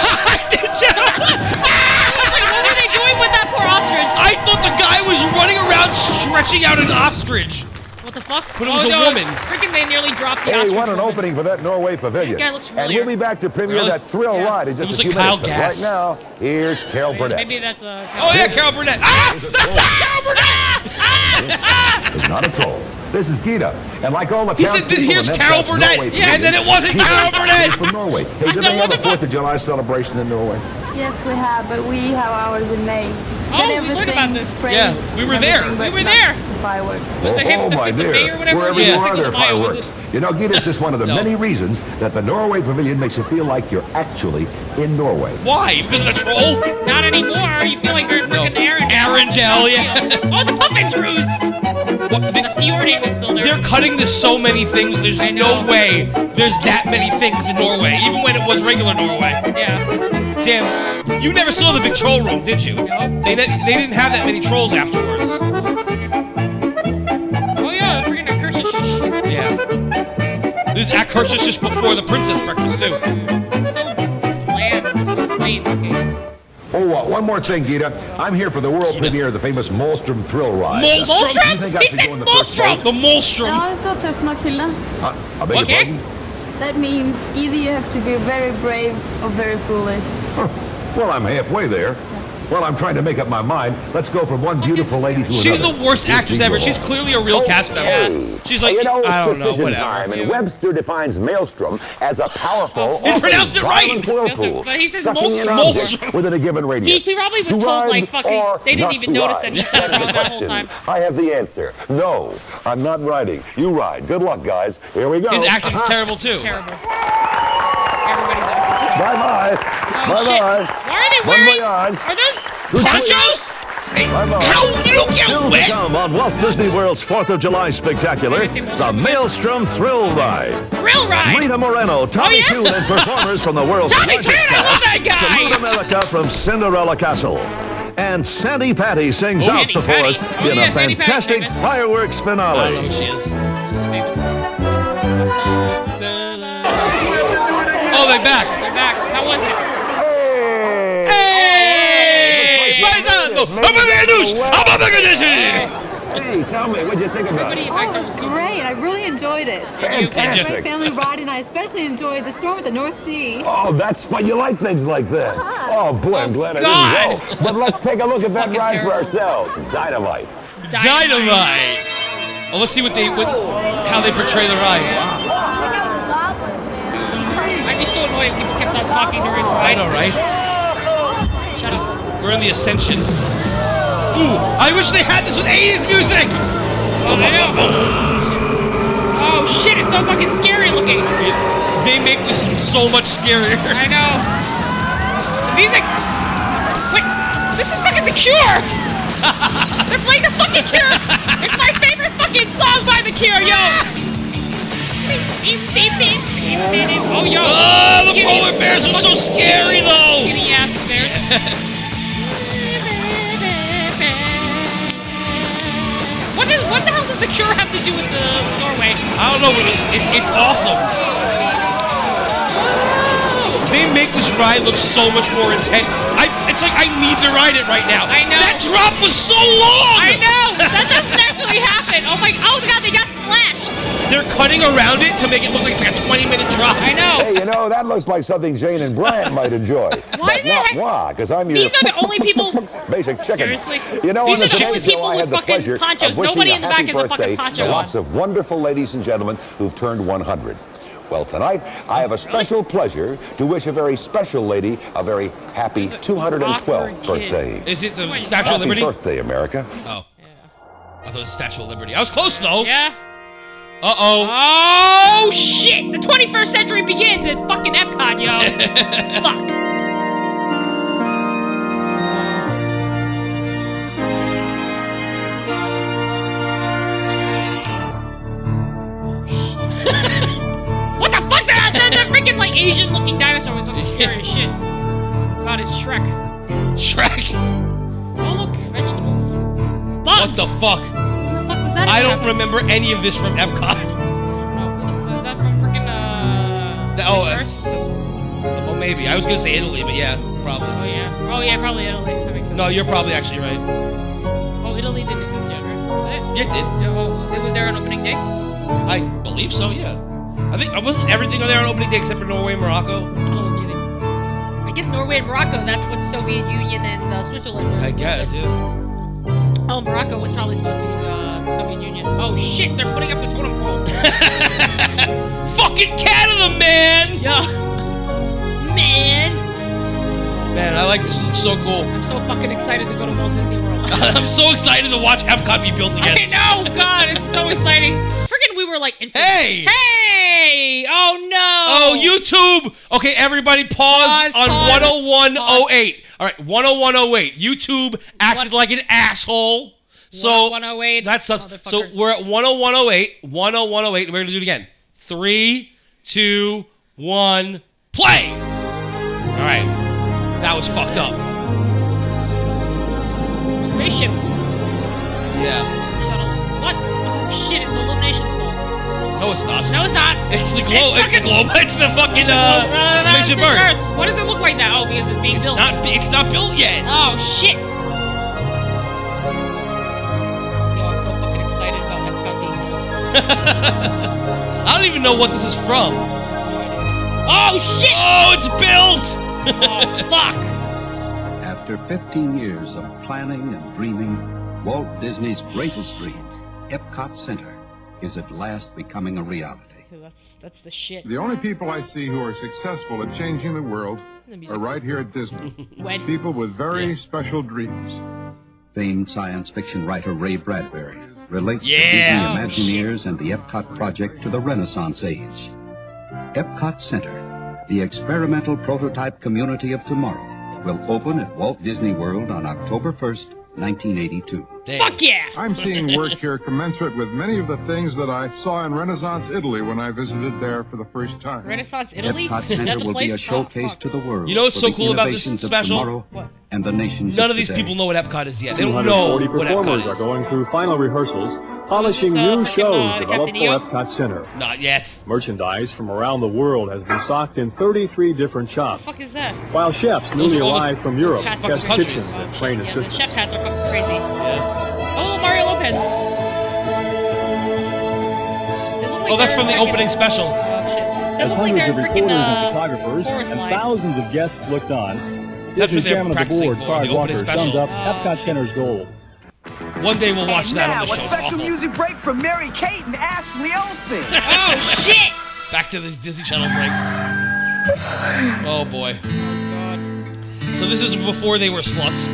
[SPEAKER 5] Like, what were they doing with that poor ostrich?
[SPEAKER 4] I thought the guy was running around stretching out an ostrich.
[SPEAKER 5] What the fuck?
[SPEAKER 4] But it was
[SPEAKER 5] oh,
[SPEAKER 4] a
[SPEAKER 5] no.
[SPEAKER 4] woman.
[SPEAKER 5] Freaking they nearly dropped the
[SPEAKER 15] Hey,
[SPEAKER 5] ostrich.
[SPEAKER 15] what an opening for that Norway pavilion.
[SPEAKER 5] That guy looks
[SPEAKER 15] and we'll
[SPEAKER 5] familiar.
[SPEAKER 15] be back to premiere
[SPEAKER 4] Really?
[SPEAKER 15] that thrill
[SPEAKER 4] Yeah.
[SPEAKER 15] ride in just
[SPEAKER 4] Looks
[SPEAKER 15] a few
[SPEAKER 4] like Kyle
[SPEAKER 15] minutes.
[SPEAKER 4] Gass.
[SPEAKER 15] But right now, here's Carol Burnett.
[SPEAKER 5] Maybe that's a.
[SPEAKER 4] Oh yeah, Carol Burnett. Ah, that's not Carol Burnett.
[SPEAKER 15] It's not a troll. This is Gita. And like all the
[SPEAKER 4] He said,
[SPEAKER 15] townspeople
[SPEAKER 4] "Here's
[SPEAKER 15] and
[SPEAKER 4] Carol
[SPEAKER 15] that's
[SPEAKER 4] Burnett."
[SPEAKER 15] Norway
[SPEAKER 4] Yeah, and then it wasn't
[SPEAKER 15] Gita
[SPEAKER 4] Carol
[SPEAKER 15] is
[SPEAKER 4] Burnett.
[SPEAKER 15] from Norway. Hey, did they have a 4th of July celebration in Norway?
[SPEAKER 26] Yes, we have, but we have ours in May.
[SPEAKER 5] Oh, we learned about this.
[SPEAKER 4] Yeah, we were there.
[SPEAKER 5] We were there.
[SPEAKER 26] Fireworks.
[SPEAKER 5] Was the
[SPEAKER 15] oh,
[SPEAKER 5] hip- the
[SPEAKER 15] my
[SPEAKER 5] fifth of
[SPEAKER 15] dear.
[SPEAKER 5] May or whatever?
[SPEAKER 15] Wherever
[SPEAKER 5] Yeah.
[SPEAKER 15] you
[SPEAKER 5] Sixth
[SPEAKER 15] are,
[SPEAKER 5] of
[SPEAKER 15] there are
[SPEAKER 5] May, was
[SPEAKER 15] fireworks. You know, Gita, it's just one of the many reasons that the Norway Pavilion makes you feel like you're actually in Norway.
[SPEAKER 4] Why? Because of the troll?
[SPEAKER 5] Not anymore. You feel like you're freaking Aaron.
[SPEAKER 4] Arendelle, yeah.
[SPEAKER 5] Oh, the puffins roost. the Fjordane was still there.
[SPEAKER 4] They're cutting to so many things. There's no way there's that many things in Norway, even when it was regular Norway.
[SPEAKER 5] Yeah.
[SPEAKER 4] Damn, you never saw the big troll room, did you? They didn't. They didn't have that many trolls afterwards.
[SPEAKER 5] Oh yeah, the freaking Akershashish.
[SPEAKER 4] Yeah. There's Akershus just before the princess breakfast too.
[SPEAKER 5] It's so bland, plain
[SPEAKER 4] Mm-hmm.
[SPEAKER 5] looking.
[SPEAKER 15] Oh, uh, one more thing, Gita. I'm here for the world premiere of the famous Molstrom Thrill Ride.
[SPEAKER 4] Molstrom?
[SPEAKER 15] Do you think I
[SPEAKER 4] He
[SPEAKER 15] should
[SPEAKER 4] said
[SPEAKER 15] go in the first
[SPEAKER 4] Molstrom!
[SPEAKER 15] boat?
[SPEAKER 4] The Molstrom.
[SPEAKER 26] Ja, så tøff nok til det.
[SPEAKER 15] Huh? I beg your pardon?
[SPEAKER 26] That means either you have to be very brave or very foolish.
[SPEAKER 15] Well, I'm halfway there. Well, I'm trying to make up my mind. Let's go from one beautiful lady to
[SPEAKER 4] She's the
[SPEAKER 15] another.
[SPEAKER 4] worst actress ever. She's clearly a real cast member. She's like,
[SPEAKER 15] you know, it's
[SPEAKER 4] I don't know,
[SPEAKER 15] decision
[SPEAKER 4] whatever.
[SPEAKER 15] time, and Webster defines maelstrom as a powerful,
[SPEAKER 4] He pronounced it right.
[SPEAKER 15] violent whirlpool,
[SPEAKER 5] But he says
[SPEAKER 15] sucking in
[SPEAKER 5] Molstrom.
[SPEAKER 15] objects within a given
[SPEAKER 5] He
[SPEAKER 15] radius.
[SPEAKER 5] probably was told like fucking.
[SPEAKER 15] or
[SPEAKER 5] They didn't
[SPEAKER 15] not
[SPEAKER 5] even
[SPEAKER 15] to
[SPEAKER 5] notice
[SPEAKER 15] ride.
[SPEAKER 5] that he said it wrong that whole
[SPEAKER 15] Question.
[SPEAKER 5] time.
[SPEAKER 15] I have the answer. No, I'm not riding. You ride. Good luck, guys. Here we go. Uh-huh.
[SPEAKER 4] His acting's terrible too.
[SPEAKER 5] Terrible. Everybody's acting sucks.
[SPEAKER 15] Bye bye.
[SPEAKER 5] Oh,
[SPEAKER 15] bye
[SPEAKER 5] shit.
[SPEAKER 15] bye.
[SPEAKER 5] Why are they
[SPEAKER 15] One
[SPEAKER 5] wearing?
[SPEAKER 15] voyage.
[SPEAKER 5] Are those
[SPEAKER 15] Two
[SPEAKER 5] ponchos?
[SPEAKER 15] Bye bye.
[SPEAKER 4] How you don't
[SPEAKER 18] Still
[SPEAKER 4] get
[SPEAKER 18] to
[SPEAKER 4] wet?
[SPEAKER 18] come on Walt Disney World's 4th of July spectacular, the Maelstrom Thrill Ride.
[SPEAKER 5] Thrill ride. Oh,
[SPEAKER 18] Rita Moreno, Tommy
[SPEAKER 5] yeah?
[SPEAKER 18] Toon, and performers from the world's
[SPEAKER 5] Tommy
[SPEAKER 18] largest
[SPEAKER 5] Toon, I love
[SPEAKER 18] cast
[SPEAKER 5] that guy!
[SPEAKER 18] salute America from Cinderella Castle. And Sandy Patty sings
[SPEAKER 5] Oh,
[SPEAKER 18] out
[SPEAKER 5] Sandy
[SPEAKER 18] the
[SPEAKER 5] Patty.
[SPEAKER 18] forest
[SPEAKER 5] Oh,
[SPEAKER 18] in
[SPEAKER 5] yeah,
[SPEAKER 18] a
[SPEAKER 5] Sandy Patty's
[SPEAKER 18] fantastic
[SPEAKER 5] famous.
[SPEAKER 18] fireworks
[SPEAKER 4] I don't know
[SPEAKER 18] finale.
[SPEAKER 4] who she is.
[SPEAKER 5] She's famous.
[SPEAKER 4] Oh, they're back.
[SPEAKER 5] They're back. How was it?
[SPEAKER 4] Hey! Paisano! I'm a Venus! I'm a Venus!
[SPEAKER 15] Hey, tell me, what'd you think about it?
[SPEAKER 26] Oh, it was great. I really enjoyed it. My
[SPEAKER 15] Fantastic.
[SPEAKER 26] family ride, and I especially enjoyed the storm at the North Sea.
[SPEAKER 15] Oh, that's fun. You like things like that.
[SPEAKER 5] Uh-huh.
[SPEAKER 15] Oh, boy, I'm glad I
[SPEAKER 4] God.
[SPEAKER 15] didn't go. But let's take a look at that
[SPEAKER 4] fucking
[SPEAKER 15] ride
[SPEAKER 4] terrible.
[SPEAKER 15] for ourselves. Dynamite.
[SPEAKER 4] Dynamite! Oh, let's see what they what how they portray the ride.
[SPEAKER 5] I'd be so annoyed if people kept on talking during the
[SPEAKER 4] I
[SPEAKER 5] ride.
[SPEAKER 4] know, right?
[SPEAKER 5] Shut up.
[SPEAKER 4] We're in the ascension. Ooh, I wish they had this with 80s music! Boom, boom, boom, boom.
[SPEAKER 5] Oh shit, it's so fucking scary looking.
[SPEAKER 4] They make this so much scarier.
[SPEAKER 5] I know. The music. Wait, this is fucking The Cure. They're playing The fucking Cure. It's my favorite fucking song by The Cure, yo. Beep, beep, beep, beep, beep, beep, beep. Oh, yo.
[SPEAKER 4] Oh, the
[SPEAKER 5] Skinny-
[SPEAKER 4] polar bears are so scary though!
[SPEAKER 5] Skinny ass bears. What, is, what the hell does The Cure have to do with the Norway?
[SPEAKER 4] I don't know, but it's, it, it's awesome. They make this ride look so much more intense. I, it's like I need to ride it right now.
[SPEAKER 5] I know.
[SPEAKER 4] That drop was so long.
[SPEAKER 5] I know! That doesn't actually happen! Oh my oh my god, they got splashed!
[SPEAKER 4] They're cutting everything around it to make it look like it's like a 20 minute drop. I know.
[SPEAKER 15] Hey, you know, that looks like something Jane and Brian might enjoy.
[SPEAKER 5] Why
[SPEAKER 15] but
[SPEAKER 5] do they
[SPEAKER 15] not
[SPEAKER 5] have-
[SPEAKER 15] why, because I'm your
[SPEAKER 5] These are the only people.
[SPEAKER 15] basic chicken.
[SPEAKER 5] Seriously?
[SPEAKER 15] You know,
[SPEAKER 5] These
[SPEAKER 15] on
[SPEAKER 5] are
[SPEAKER 15] the
[SPEAKER 5] the only
[SPEAKER 15] Tonight Show,
[SPEAKER 5] people
[SPEAKER 15] I
[SPEAKER 5] with
[SPEAKER 15] had the
[SPEAKER 5] fucking
[SPEAKER 15] pleasure
[SPEAKER 5] ponchos.
[SPEAKER 15] of wishing
[SPEAKER 5] Nobody
[SPEAKER 15] a
[SPEAKER 5] in the
[SPEAKER 15] happy
[SPEAKER 5] back has a fucking
[SPEAKER 15] birthday
[SPEAKER 5] poncho
[SPEAKER 15] to
[SPEAKER 5] on.
[SPEAKER 15] lots of wonderful ladies and gentlemen who've turned 100. Well, tonight, I have a special pleasure to wish a very special lady a very happy 212th birthday.
[SPEAKER 4] Is it the Statue
[SPEAKER 15] happy
[SPEAKER 4] of Liberty?
[SPEAKER 15] birthday, America.
[SPEAKER 4] Oh. I thought it was Statue of Liberty. I was close though.
[SPEAKER 5] Yeah.
[SPEAKER 4] Uh oh.
[SPEAKER 5] Oh shit! The 21st century begins at fucking Epcot, yo. Fuck. what the fuck? That that, that freaking like Asian-looking dinosaur was fucking scary as shit. Oh god, it's Shrek.
[SPEAKER 4] Shrek.
[SPEAKER 5] Oh look, vegetables.
[SPEAKER 4] What the fuck?
[SPEAKER 5] What the fuck does that?
[SPEAKER 4] I
[SPEAKER 5] even
[SPEAKER 4] don't remember any of this from Epcot.
[SPEAKER 5] have- Is that from freaking uh?
[SPEAKER 4] That- oh, that's,
[SPEAKER 5] Toys
[SPEAKER 4] well, maybe. I was gonna say Italy, but yeah, probably. Oh
[SPEAKER 5] yeah. R Us? Oh yeah, probably Italy. That makes sense.
[SPEAKER 4] No, you're probably actually right.
[SPEAKER 5] Oh, Italy didn't exist yet, right?
[SPEAKER 4] It did.
[SPEAKER 5] Yeah, well, it was there on opening day.
[SPEAKER 4] I believe so. Yeah. I think uh, wasn't everything there on opening day except for Norway and Morocco.
[SPEAKER 5] Oh, maybe. I guess Norway and Morocco. That's what Soviet Union and uh, Switzerland were.
[SPEAKER 4] I guess. Yeah.
[SPEAKER 5] Oh, Morocco was probably supposed to be uh, Soviet Union. Oh shit! They're putting up the totem pole.
[SPEAKER 4] Fucking Canada, man.
[SPEAKER 5] Yeah. Man.
[SPEAKER 4] Man, I like this. Looks so cool.
[SPEAKER 5] I'm so fucking excited to go to Walt Disney World.
[SPEAKER 4] I'm so excited to watch Epcot be built
[SPEAKER 5] I
[SPEAKER 4] again.
[SPEAKER 5] know, God, it's so exciting. Freaking, we were like, infants. hey, hey, oh no,
[SPEAKER 4] Oh, YouTube! Okay, everybody, pause,
[SPEAKER 5] Pause,
[SPEAKER 4] on
[SPEAKER 5] pause,
[SPEAKER 4] 10108. All right, 10108. YouTube acted like an asshole. So
[SPEAKER 5] 10108,
[SPEAKER 4] that sucks. So we're at 10108. 10108. We're gonna do it again. Three, two, one, play. All right, that was fucked up.
[SPEAKER 5] spaceship
[SPEAKER 4] Yeah.
[SPEAKER 5] shuttle. What? Oh shit, it's the Illuminations Ball.
[SPEAKER 4] No, it's not.
[SPEAKER 5] No, it's not.
[SPEAKER 4] It's the globe. It's, the
[SPEAKER 5] fucking-
[SPEAKER 4] globe. It's the fucking
[SPEAKER 5] Oh, no, no,
[SPEAKER 4] uh,
[SPEAKER 5] no,
[SPEAKER 4] spaceship
[SPEAKER 5] it's
[SPEAKER 4] Earth.
[SPEAKER 5] What does it look like now? Oh, because it's being
[SPEAKER 4] It's
[SPEAKER 5] built.
[SPEAKER 4] not. It's not built yet.
[SPEAKER 5] Oh shit. Yo, I'm so fucking excited about Epcot being built.
[SPEAKER 4] I don't even know what this is from.
[SPEAKER 5] Oh shit!
[SPEAKER 4] Oh, it's built.
[SPEAKER 5] Oh fuck!
[SPEAKER 10] After 15 years of planning and dreaming, Walt Disney's greatest dream, Epcot Center, is at last becoming a reality.
[SPEAKER 5] That's that's the shit.
[SPEAKER 26] The only people I see who are successful at changing the world are right here at Disney.
[SPEAKER 5] Wed.
[SPEAKER 10] People with very special dreams. Famed science fiction writer Ray Bradbury relates
[SPEAKER 4] Yeah.
[SPEAKER 10] the Disney Imagineers and the Epcot project to the Renaissance age. Epcot Center, the experimental prototype community of tomorrow, will open at Walt Disney World on October 1st, 1982.
[SPEAKER 5] Fuck yeah!
[SPEAKER 26] I'm seeing work here commensurate with many of the things that I saw in Renaissance Italy when I visited there for the first time.
[SPEAKER 5] Renaissance Italy?
[SPEAKER 10] Epcot
[SPEAKER 5] That's
[SPEAKER 10] Center
[SPEAKER 5] a
[SPEAKER 10] will be a
[SPEAKER 5] place? Oh,
[SPEAKER 10] showcase to the world.
[SPEAKER 4] You know what's
[SPEAKER 10] for
[SPEAKER 4] so
[SPEAKER 10] the
[SPEAKER 4] cool about this
[SPEAKER 10] innovations of
[SPEAKER 4] special?
[SPEAKER 10] tomorrow And the nation's
[SPEAKER 4] None of these people know what Epcot is yet. They don't know what Epcot
[SPEAKER 27] are
[SPEAKER 4] is.
[SPEAKER 27] going through final rehearsals, polishing
[SPEAKER 4] uh,
[SPEAKER 27] new
[SPEAKER 4] freaking,
[SPEAKER 27] shows
[SPEAKER 4] uh,
[SPEAKER 27] developed
[SPEAKER 4] Captain
[SPEAKER 27] for
[SPEAKER 4] EO?
[SPEAKER 27] Epcot Center.
[SPEAKER 4] Not yet.
[SPEAKER 27] Merchandise from around the world has been stocked in 33 different shops,
[SPEAKER 5] fuck is that?
[SPEAKER 27] while chefs
[SPEAKER 5] Those
[SPEAKER 27] newly
[SPEAKER 5] are all the-
[SPEAKER 27] arrived from
[SPEAKER 5] those
[SPEAKER 27] Europe
[SPEAKER 5] hats
[SPEAKER 27] test
[SPEAKER 5] fucking
[SPEAKER 27] kitchens
[SPEAKER 5] countries.
[SPEAKER 27] and train
[SPEAKER 5] The
[SPEAKER 27] assistants.
[SPEAKER 5] chef hats are fucking crazy. Oh, Mario Lopez.
[SPEAKER 4] Oh, that's from the opening special.
[SPEAKER 5] Oh, They
[SPEAKER 27] As
[SPEAKER 5] look like
[SPEAKER 27] hundreds
[SPEAKER 5] they're
[SPEAKER 27] of
[SPEAKER 5] freaking,
[SPEAKER 27] reporters
[SPEAKER 5] uh,
[SPEAKER 27] and photographers
[SPEAKER 5] forest
[SPEAKER 27] and
[SPEAKER 5] line.
[SPEAKER 27] thousands of guests looked on,
[SPEAKER 4] That's
[SPEAKER 27] Disney
[SPEAKER 4] what they're
[SPEAKER 27] Chairman of the
[SPEAKER 4] practicing
[SPEAKER 27] Board,
[SPEAKER 4] for,
[SPEAKER 27] Carl
[SPEAKER 4] the opening
[SPEAKER 27] Walker, summed
[SPEAKER 4] special.
[SPEAKER 27] up Epcot Center's goals.
[SPEAKER 4] One day we'll watch
[SPEAKER 3] And
[SPEAKER 4] that
[SPEAKER 3] now,
[SPEAKER 4] on the
[SPEAKER 3] a
[SPEAKER 4] show. It's
[SPEAKER 3] special
[SPEAKER 4] awful.
[SPEAKER 3] music break from Mary Kate and Ashley Olsen.
[SPEAKER 5] oh, shit!
[SPEAKER 4] Back to these Disney Channel breaks. Oh boy. So this is before they were sluts.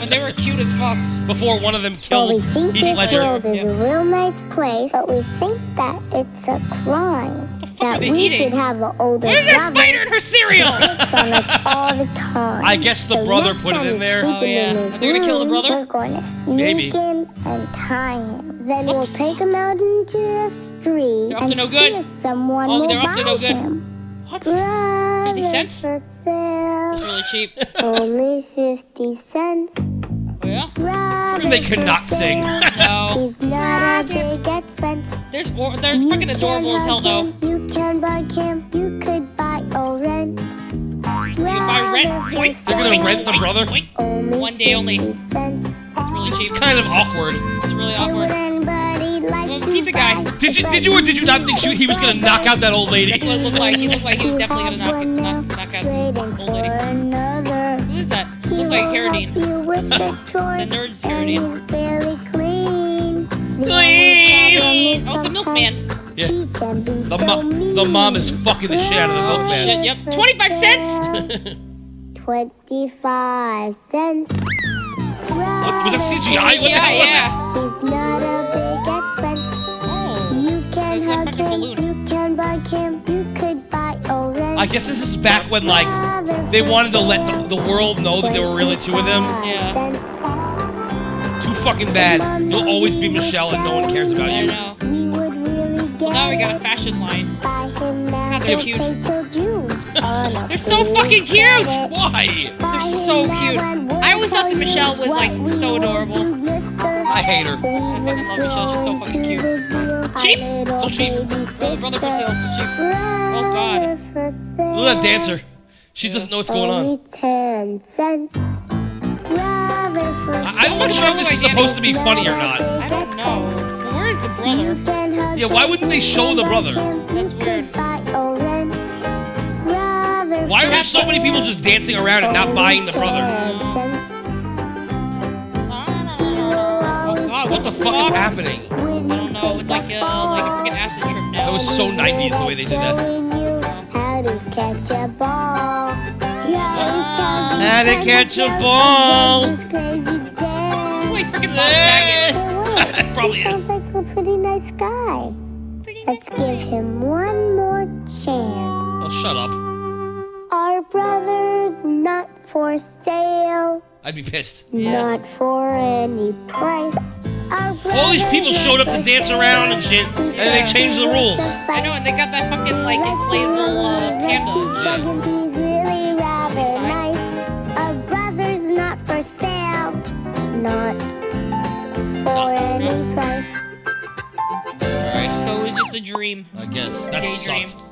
[SPEAKER 5] when they were cute as fuck.
[SPEAKER 4] Before one of them killed Heath
[SPEAKER 7] This
[SPEAKER 4] Ledger.
[SPEAKER 7] world is a real nice place, but we think that it's a crime
[SPEAKER 4] are
[SPEAKER 7] that
[SPEAKER 4] they
[SPEAKER 7] we
[SPEAKER 4] eating?
[SPEAKER 7] should have an older
[SPEAKER 5] Where's that
[SPEAKER 7] brother
[SPEAKER 5] spider in her cereal?
[SPEAKER 7] that picks on us all the time.
[SPEAKER 4] I guess the
[SPEAKER 7] So
[SPEAKER 4] brother
[SPEAKER 7] next
[SPEAKER 4] put it
[SPEAKER 7] time
[SPEAKER 4] in
[SPEAKER 7] he's
[SPEAKER 4] there.
[SPEAKER 7] sleeping
[SPEAKER 4] Oh, yeah.
[SPEAKER 7] in
[SPEAKER 4] Are
[SPEAKER 7] his
[SPEAKER 4] they gonna kill the
[SPEAKER 7] room,
[SPEAKER 4] brother?
[SPEAKER 7] We're going to sneak
[SPEAKER 4] Maybe.
[SPEAKER 7] in and tie him. Then we'll take him out into the street
[SPEAKER 5] They're up
[SPEAKER 7] and
[SPEAKER 5] to no good.
[SPEAKER 7] see if someone
[SPEAKER 5] Oh,
[SPEAKER 7] will
[SPEAKER 5] they're up
[SPEAKER 7] buy
[SPEAKER 5] to no good.
[SPEAKER 7] him.
[SPEAKER 5] What?
[SPEAKER 7] 50
[SPEAKER 5] cents?
[SPEAKER 7] That's
[SPEAKER 5] really cheap.
[SPEAKER 7] Only 50 cents.
[SPEAKER 5] yeah?
[SPEAKER 7] Brothers
[SPEAKER 4] They could not sing.
[SPEAKER 7] No. He's not a big expense.
[SPEAKER 5] There's or, there's freaking adorable as hell though.
[SPEAKER 7] You can buy camp. You could buy or rent. You can
[SPEAKER 5] buy rent? Boink.
[SPEAKER 4] They're gonna rent the brother.
[SPEAKER 5] One day only. It's really
[SPEAKER 4] This
[SPEAKER 5] cheap.
[SPEAKER 4] is kind of awkward.
[SPEAKER 5] It's really awkward.
[SPEAKER 7] Anybody like
[SPEAKER 5] Well,
[SPEAKER 7] to
[SPEAKER 5] people pizza guy.
[SPEAKER 4] Did you did you or did you not think she, he was gonna knock out that old lady?
[SPEAKER 5] That's what it looked like. He looked like he was definitely gonna knock, knock, knock out the old lady. Who is that? Looks like Herodine. the nerd's Herodine.
[SPEAKER 7] Fairly clean.
[SPEAKER 5] Clean. Oh, it's a milkman.
[SPEAKER 4] Yeah. The mom the mom is fucking the shit out of the
[SPEAKER 5] Oh shit!
[SPEAKER 4] milkman.
[SPEAKER 5] Yep. Twenty-five cents.
[SPEAKER 7] 25 cents. What?
[SPEAKER 4] Was that CGI? What the hell was that?
[SPEAKER 7] It's not a big expense.
[SPEAKER 5] Oh,
[SPEAKER 7] You can hug him, you can bug him, you could buy orange.
[SPEAKER 4] I guess this is back when like they wanted to let the, the world know that there were really two of them.
[SPEAKER 7] Yeah.
[SPEAKER 4] Too fucking bad. You'll always be Michelle, and no one cares about you.
[SPEAKER 5] Well, now we got a fashion line. God, they're cute. They're so fucking cute.
[SPEAKER 4] Why?
[SPEAKER 5] They're so cute. I always thought that Michelle was like so adorable.
[SPEAKER 4] I hate her.
[SPEAKER 5] I fucking love Michelle. She's so fucking cute. Cheap. So cheap. Brother, brother for sale. So cheap. Oh god.
[SPEAKER 4] Look at that dancer. She doesn't know what's going on.
[SPEAKER 7] Only 10 cents.
[SPEAKER 4] I, I'm not sure if this is supposed to be funny or not.
[SPEAKER 5] I don't know. But where is the brother?
[SPEAKER 4] Yeah, why wouldn't they show the brother?
[SPEAKER 5] That's weird.
[SPEAKER 4] Why are there so many people just dancing around and not buying the brother?
[SPEAKER 5] Oh god.
[SPEAKER 4] Ah, What the fuck is happening?
[SPEAKER 5] I don't know. It's like a like a freaking acid trip now.
[SPEAKER 4] That was so 90s the way they did that.
[SPEAKER 7] How to catch a ball.
[SPEAKER 5] Ah.
[SPEAKER 4] How to catch a ball.
[SPEAKER 5] Wait, freaking Bob Saget.
[SPEAKER 4] It Eh. probably is.
[SPEAKER 7] Sounds like a pretty nice guy. Let's give him one more chance.
[SPEAKER 4] Oh, shut up.
[SPEAKER 7] Our brother's not for sale,
[SPEAKER 4] I'd be pissed.
[SPEAKER 7] not for any price. Our
[SPEAKER 4] All these people showed up to dance around and shit, and they changed the rules.
[SPEAKER 5] I know, and they got that fucking like inflatable uh, panda.
[SPEAKER 7] brother's he's really rather
[SPEAKER 5] Besides.
[SPEAKER 7] nice. Our brother's not for sale, not for
[SPEAKER 5] Mm.
[SPEAKER 7] any price.
[SPEAKER 4] Alright,
[SPEAKER 5] So it was just a dream.
[SPEAKER 4] I guess. That
[SPEAKER 5] Daydream.
[SPEAKER 4] sucked.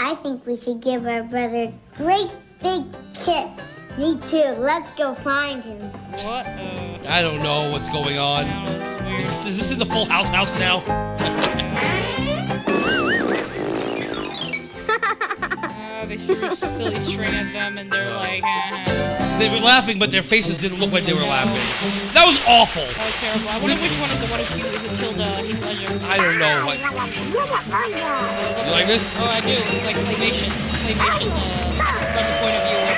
[SPEAKER 7] I think we should give our brother a great big kiss. Me too. Let's go find him.
[SPEAKER 5] What? Uh,
[SPEAKER 4] I don't know what's going on. Is, is this in the full house house now?
[SPEAKER 5] uh, they threw a silly string at them, and they're like, eh, eh.
[SPEAKER 4] They were laughing, but their faces didn't look like they were laughing. That was awful.
[SPEAKER 5] that was terrible. I wonder which one is the one who, killed- who killed uh, Heath Ledger.
[SPEAKER 4] I don't know what. You like this?
[SPEAKER 5] Oh, I do. It's like claymation. Claymation uh, from the point of view of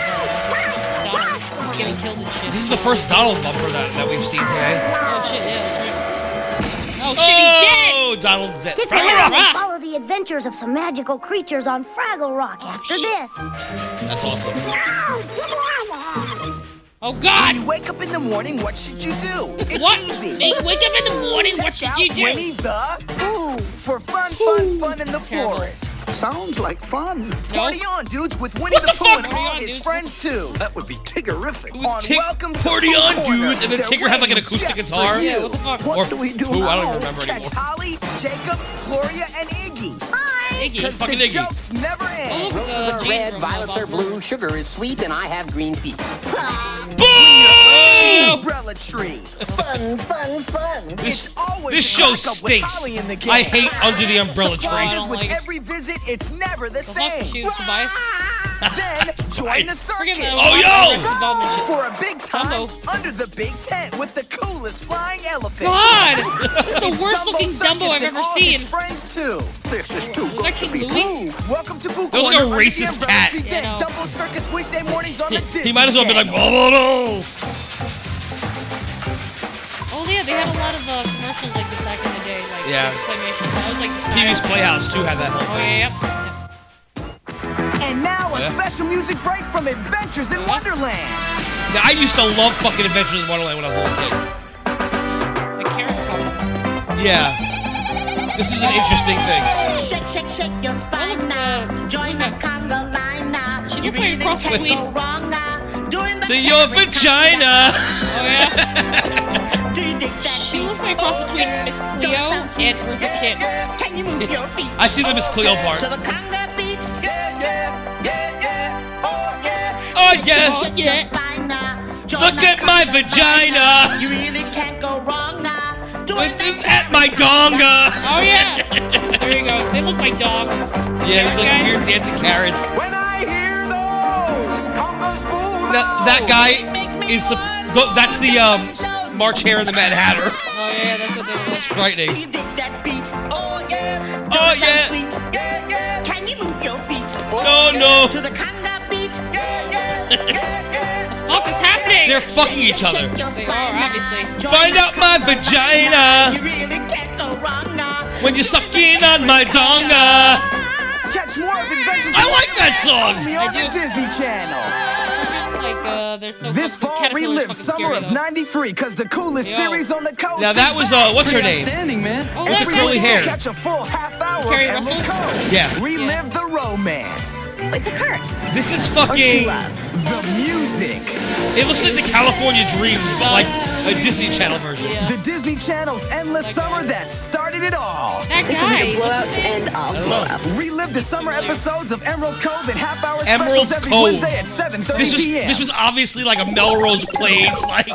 [SPEAKER 5] uh, Donald. He's getting killed and shit.
[SPEAKER 4] This is the first Donald bumper that, that we've seen today.
[SPEAKER 5] Oh shit! Yeah, that's right. Oh shit! He's dead.
[SPEAKER 4] Oh, Donald's dead. Fraggle Rock!
[SPEAKER 28] follow the adventures of some magical creatures on Fraggle Rock after this.
[SPEAKER 4] That's awesome.
[SPEAKER 5] Oh god!
[SPEAKER 3] When you wake up in the morning, what should you do? It's
[SPEAKER 5] What?
[SPEAKER 3] easy.
[SPEAKER 5] Hey, wake up in the morning. What
[SPEAKER 3] Check
[SPEAKER 5] should you
[SPEAKER 3] out
[SPEAKER 5] do?
[SPEAKER 3] Winnie the Pooh for fun, fun, fun in the forest. Sounds like fun. Party on, dudes, with Winnie the,
[SPEAKER 4] the
[SPEAKER 3] Pooh
[SPEAKER 4] fuck?
[SPEAKER 3] and all his friends too. That would be tiggerific. On
[SPEAKER 4] Tig-
[SPEAKER 3] Welcome to
[SPEAKER 4] Party
[SPEAKER 3] Pooh
[SPEAKER 4] on,
[SPEAKER 3] Corner,
[SPEAKER 4] dudes, and then
[SPEAKER 3] they're
[SPEAKER 4] Tigger had, like, an
[SPEAKER 3] waiting
[SPEAKER 4] acoustic
[SPEAKER 3] just for
[SPEAKER 4] guitar.
[SPEAKER 3] you.
[SPEAKER 4] Yeah, what the fuck?
[SPEAKER 3] What
[SPEAKER 4] Or
[SPEAKER 3] do we do?
[SPEAKER 4] Pooh, I don't
[SPEAKER 3] now?
[SPEAKER 4] remember
[SPEAKER 3] Catch
[SPEAKER 4] anymore.
[SPEAKER 3] Holly, Jacob, Gloria, and Iggy. Hi.
[SPEAKER 5] Iggy.
[SPEAKER 3] Because
[SPEAKER 4] Fucking
[SPEAKER 3] the
[SPEAKER 4] Iggy.
[SPEAKER 3] jokes never end.
[SPEAKER 5] Look, it's,
[SPEAKER 10] Roses
[SPEAKER 5] uh,
[SPEAKER 10] are
[SPEAKER 5] Jane
[SPEAKER 10] red,
[SPEAKER 5] from, uh,
[SPEAKER 10] violets are
[SPEAKER 5] Buffalo.
[SPEAKER 10] blue, sugar is sweet, and I have green feet.
[SPEAKER 4] Boom!
[SPEAKER 3] Umbrella tree.
[SPEAKER 10] Fun, fun, fun.
[SPEAKER 4] This,
[SPEAKER 3] Always
[SPEAKER 4] this show
[SPEAKER 3] rock up with
[SPEAKER 4] stinks.
[SPEAKER 3] Holly in the
[SPEAKER 4] I
[SPEAKER 3] gang.
[SPEAKER 4] hate Under the Umbrella
[SPEAKER 5] I
[SPEAKER 4] Tree.
[SPEAKER 5] don't
[SPEAKER 3] Surprises with
[SPEAKER 5] like it.
[SPEAKER 3] every visit, it's never the
[SPEAKER 5] Fuck
[SPEAKER 3] same.
[SPEAKER 5] shoes, Tobias.
[SPEAKER 3] Then join the
[SPEAKER 5] Forget
[SPEAKER 3] circus
[SPEAKER 5] that.
[SPEAKER 4] Oh, yo!
[SPEAKER 5] Arrested Development shit.
[SPEAKER 3] for a big time
[SPEAKER 5] Dumbo.
[SPEAKER 3] under the big tent with the coolest flying elephant.
[SPEAKER 5] God! This is the worst looking
[SPEAKER 3] Circus
[SPEAKER 5] Dumbo I've
[SPEAKER 3] and
[SPEAKER 5] ever
[SPEAKER 3] all
[SPEAKER 5] seen.
[SPEAKER 3] His friends too. This is too
[SPEAKER 5] Is that King Louie?
[SPEAKER 3] Welcome to Boo
[SPEAKER 4] That was like a
[SPEAKER 3] Corner under the
[SPEAKER 4] racist
[SPEAKER 3] umbrella
[SPEAKER 4] cat.
[SPEAKER 3] tree
[SPEAKER 5] Yeah,
[SPEAKER 3] bed.
[SPEAKER 5] no.
[SPEAKER 3] Dumbo Circus weekday mornings on the Disney.
[SPEAKER 4] He might as well be like,
[SPEAKER 3] Channel.
[SPEAKER 4] oh, no.
[SPEAKER 5] Oh yeah, they had a lot of uh, commercials like this back in the day, like
[SPEAKER 4] Yeah.
[SPEAKER 5] claymation. That was like the style.
[SPEAKER 4] TV's Playhouse, too, had that whole
[SPEAKER 5] Oh
[SPEAKER 4] thing.
[SPEAKER 5] yeah, yep.
[SPEAKER 3] And now a
[SPEAKER 4] Yeah.
[SPEAKER 3] special music break from Adventures in Wonderland.
[SPEAKER 4] Yeah, I used to love fucking Adventures in Wonderland when I was a little
[SPEAKER 5] yep. The carrot couple.
[SPEAKER 4] kid. Yeah. This is an interesting thing.
[SPEAKER 28] Shake, shake, shake your spine
[SPEAKER 5] Look,
[SPEAKER 28] now. Join
[SPEAKER 5] who's
[SPEAKER 28] the
[SPEAKER 5] that?
[SPEAKER 28] conga line now.
[SPEAKER 5] She looks like a cross
[SPEAKER 28] Can't
[SPEAKER 5] between.
[SPEAKER 28] go wrong now. Doing the
[SPEAKER 4] To your
[SPEAKER 28] every
[SPEAKER 4] vagina.
[SPEAKER 5] Oh yeah.
[SPEAKER 28] time. Do you dig that
[SPEAKER 5] She
[SPEAKER 28] beat?
[SPEAKER 5] looks like a cross between Miss Cleo and Eartha Kitt.
[SPEAKER 28] Can you move your feet?
[SPEAKER 4] I see the Miss Cleo part.
[SPEAKER 28] To the conga beat.
[SPEAKER 3] Yeah, yeah, yeah, yeah. Oh yeah.
[SPEAKER 4] Oh, yeah.
[SPEAKER 28] Shake your
[SPEAKER 5] yeah. Ah.
[SPEAKER 28] spine now. Join
[SPEAKER 4] Look
[SPEAKER 28] the
[SPEAKER 4] at my
[SPEAKER 28] conga line now.
[SPEAKER 4] vagina.
[SPEAKER 28] You really can't go wrong now. Do
[SPEAKER 4] With this- at my donga.
[SPEAKER 5] Oh yeah. There you go. They look like dogs.
[SPEAKER 4] Yeah, it was like
[SPEAKER 5] Carrot
[SPEAKER 4] weird
[SPEAKER 5] guys.
[SPEAKER 4] dancing carrots. When I hear those that guy is sup- tho- that's the um March Hare and the Mad Hatter.
[SPEAKER 5] Oh yeah, that's what they look
[SPEAKER 4] It's frightening.
[SPEAKER 29] Oh yeah. Can you move your feet? Oh,
[SPEAKER 4] No, no.
[SPEAKER 29] To the conga beat.
[SPEAKER 5] The fuck is happening?
[SPEAKER 4] They're fucking each other.
[SPEAKER 5] They are obviously.
[SPEAKER 4] Find out my vagina when you're sucking on my donga.
[SPEAKER 3] Catch more of Adventures.
[SPEAKER 4] I like that song.
[SPEAKER 3] Only on the Disney Channel.
[SPEAKER 5] Like uh, they're so
[SPEAKER 3] This
[SPEAKER 5] fucking- the
[SPEAKER 3] fall,
[SPEAKER 5] caterpillar's
[SPEAKER 3] relive
[SPEAKER 5] fucking
[SPEAKER 3] summer
[SPEAKER 5] scary,
[SPEAKER 3] of
[SPEAKER 5] though.
[SPEAKER 3] '93, cause the coolest
[SPEAKER 5] Yo.
[SPEAKER 3] series on the coast.
[SPEAKER 4] Now
[SPEAKER 3] is
[SPEAKER 4] that was,
[SPEAKER 3] back.
[SPEAKER 4] uh, what's her
[SPEAKER 3] Pretty
[SPEAKER 4] name?
[SPEAKER 3] outstanding, man.
[SPEAKER 5] Oh,
[SPEAKER 4] With the curly hair.
[SPEAKER 3] Catch a full half hour of
[SPEAKER 5] Carrie
[SPEAKER 3] Emerald
[SPEAKER 5] Russell?
[SPEAKER 3] Coast.
[SPEAKER 4] Yeah.
[SPEAKER 3] Relive the romance.
[SPEAKER 18] It's a curse.
[SPEAKER 4] This is
[SPEAKER 3] Aren't
[SPEAKER 4] fucking.
[SPEAKER 3] you loved? The music.
[SPEAKER 4] It looks like the California Dreams, but like a Disney Channel version.
[SPEAKER 3] The Disney Channel's endless summer that started it all.
[SPEAKER 5] That guy. What's his name?
[SPEAKER 3] And I'll
[SPEAKER 4] blow up.
[SPEAKER 3] Relive the summer episodes of Emerald Cove and half hour
[SPEAKER 4] Emerald
[SPEAKER 3] specials every
[SPEAKER 4] Cove.
[SPEAKER 3] Wednesday at 7:30
[SPEAKER 4] This was
[SPEAKER 3] p.m.
[SPEAKER 4] this was obviously like a Melrose Place. Like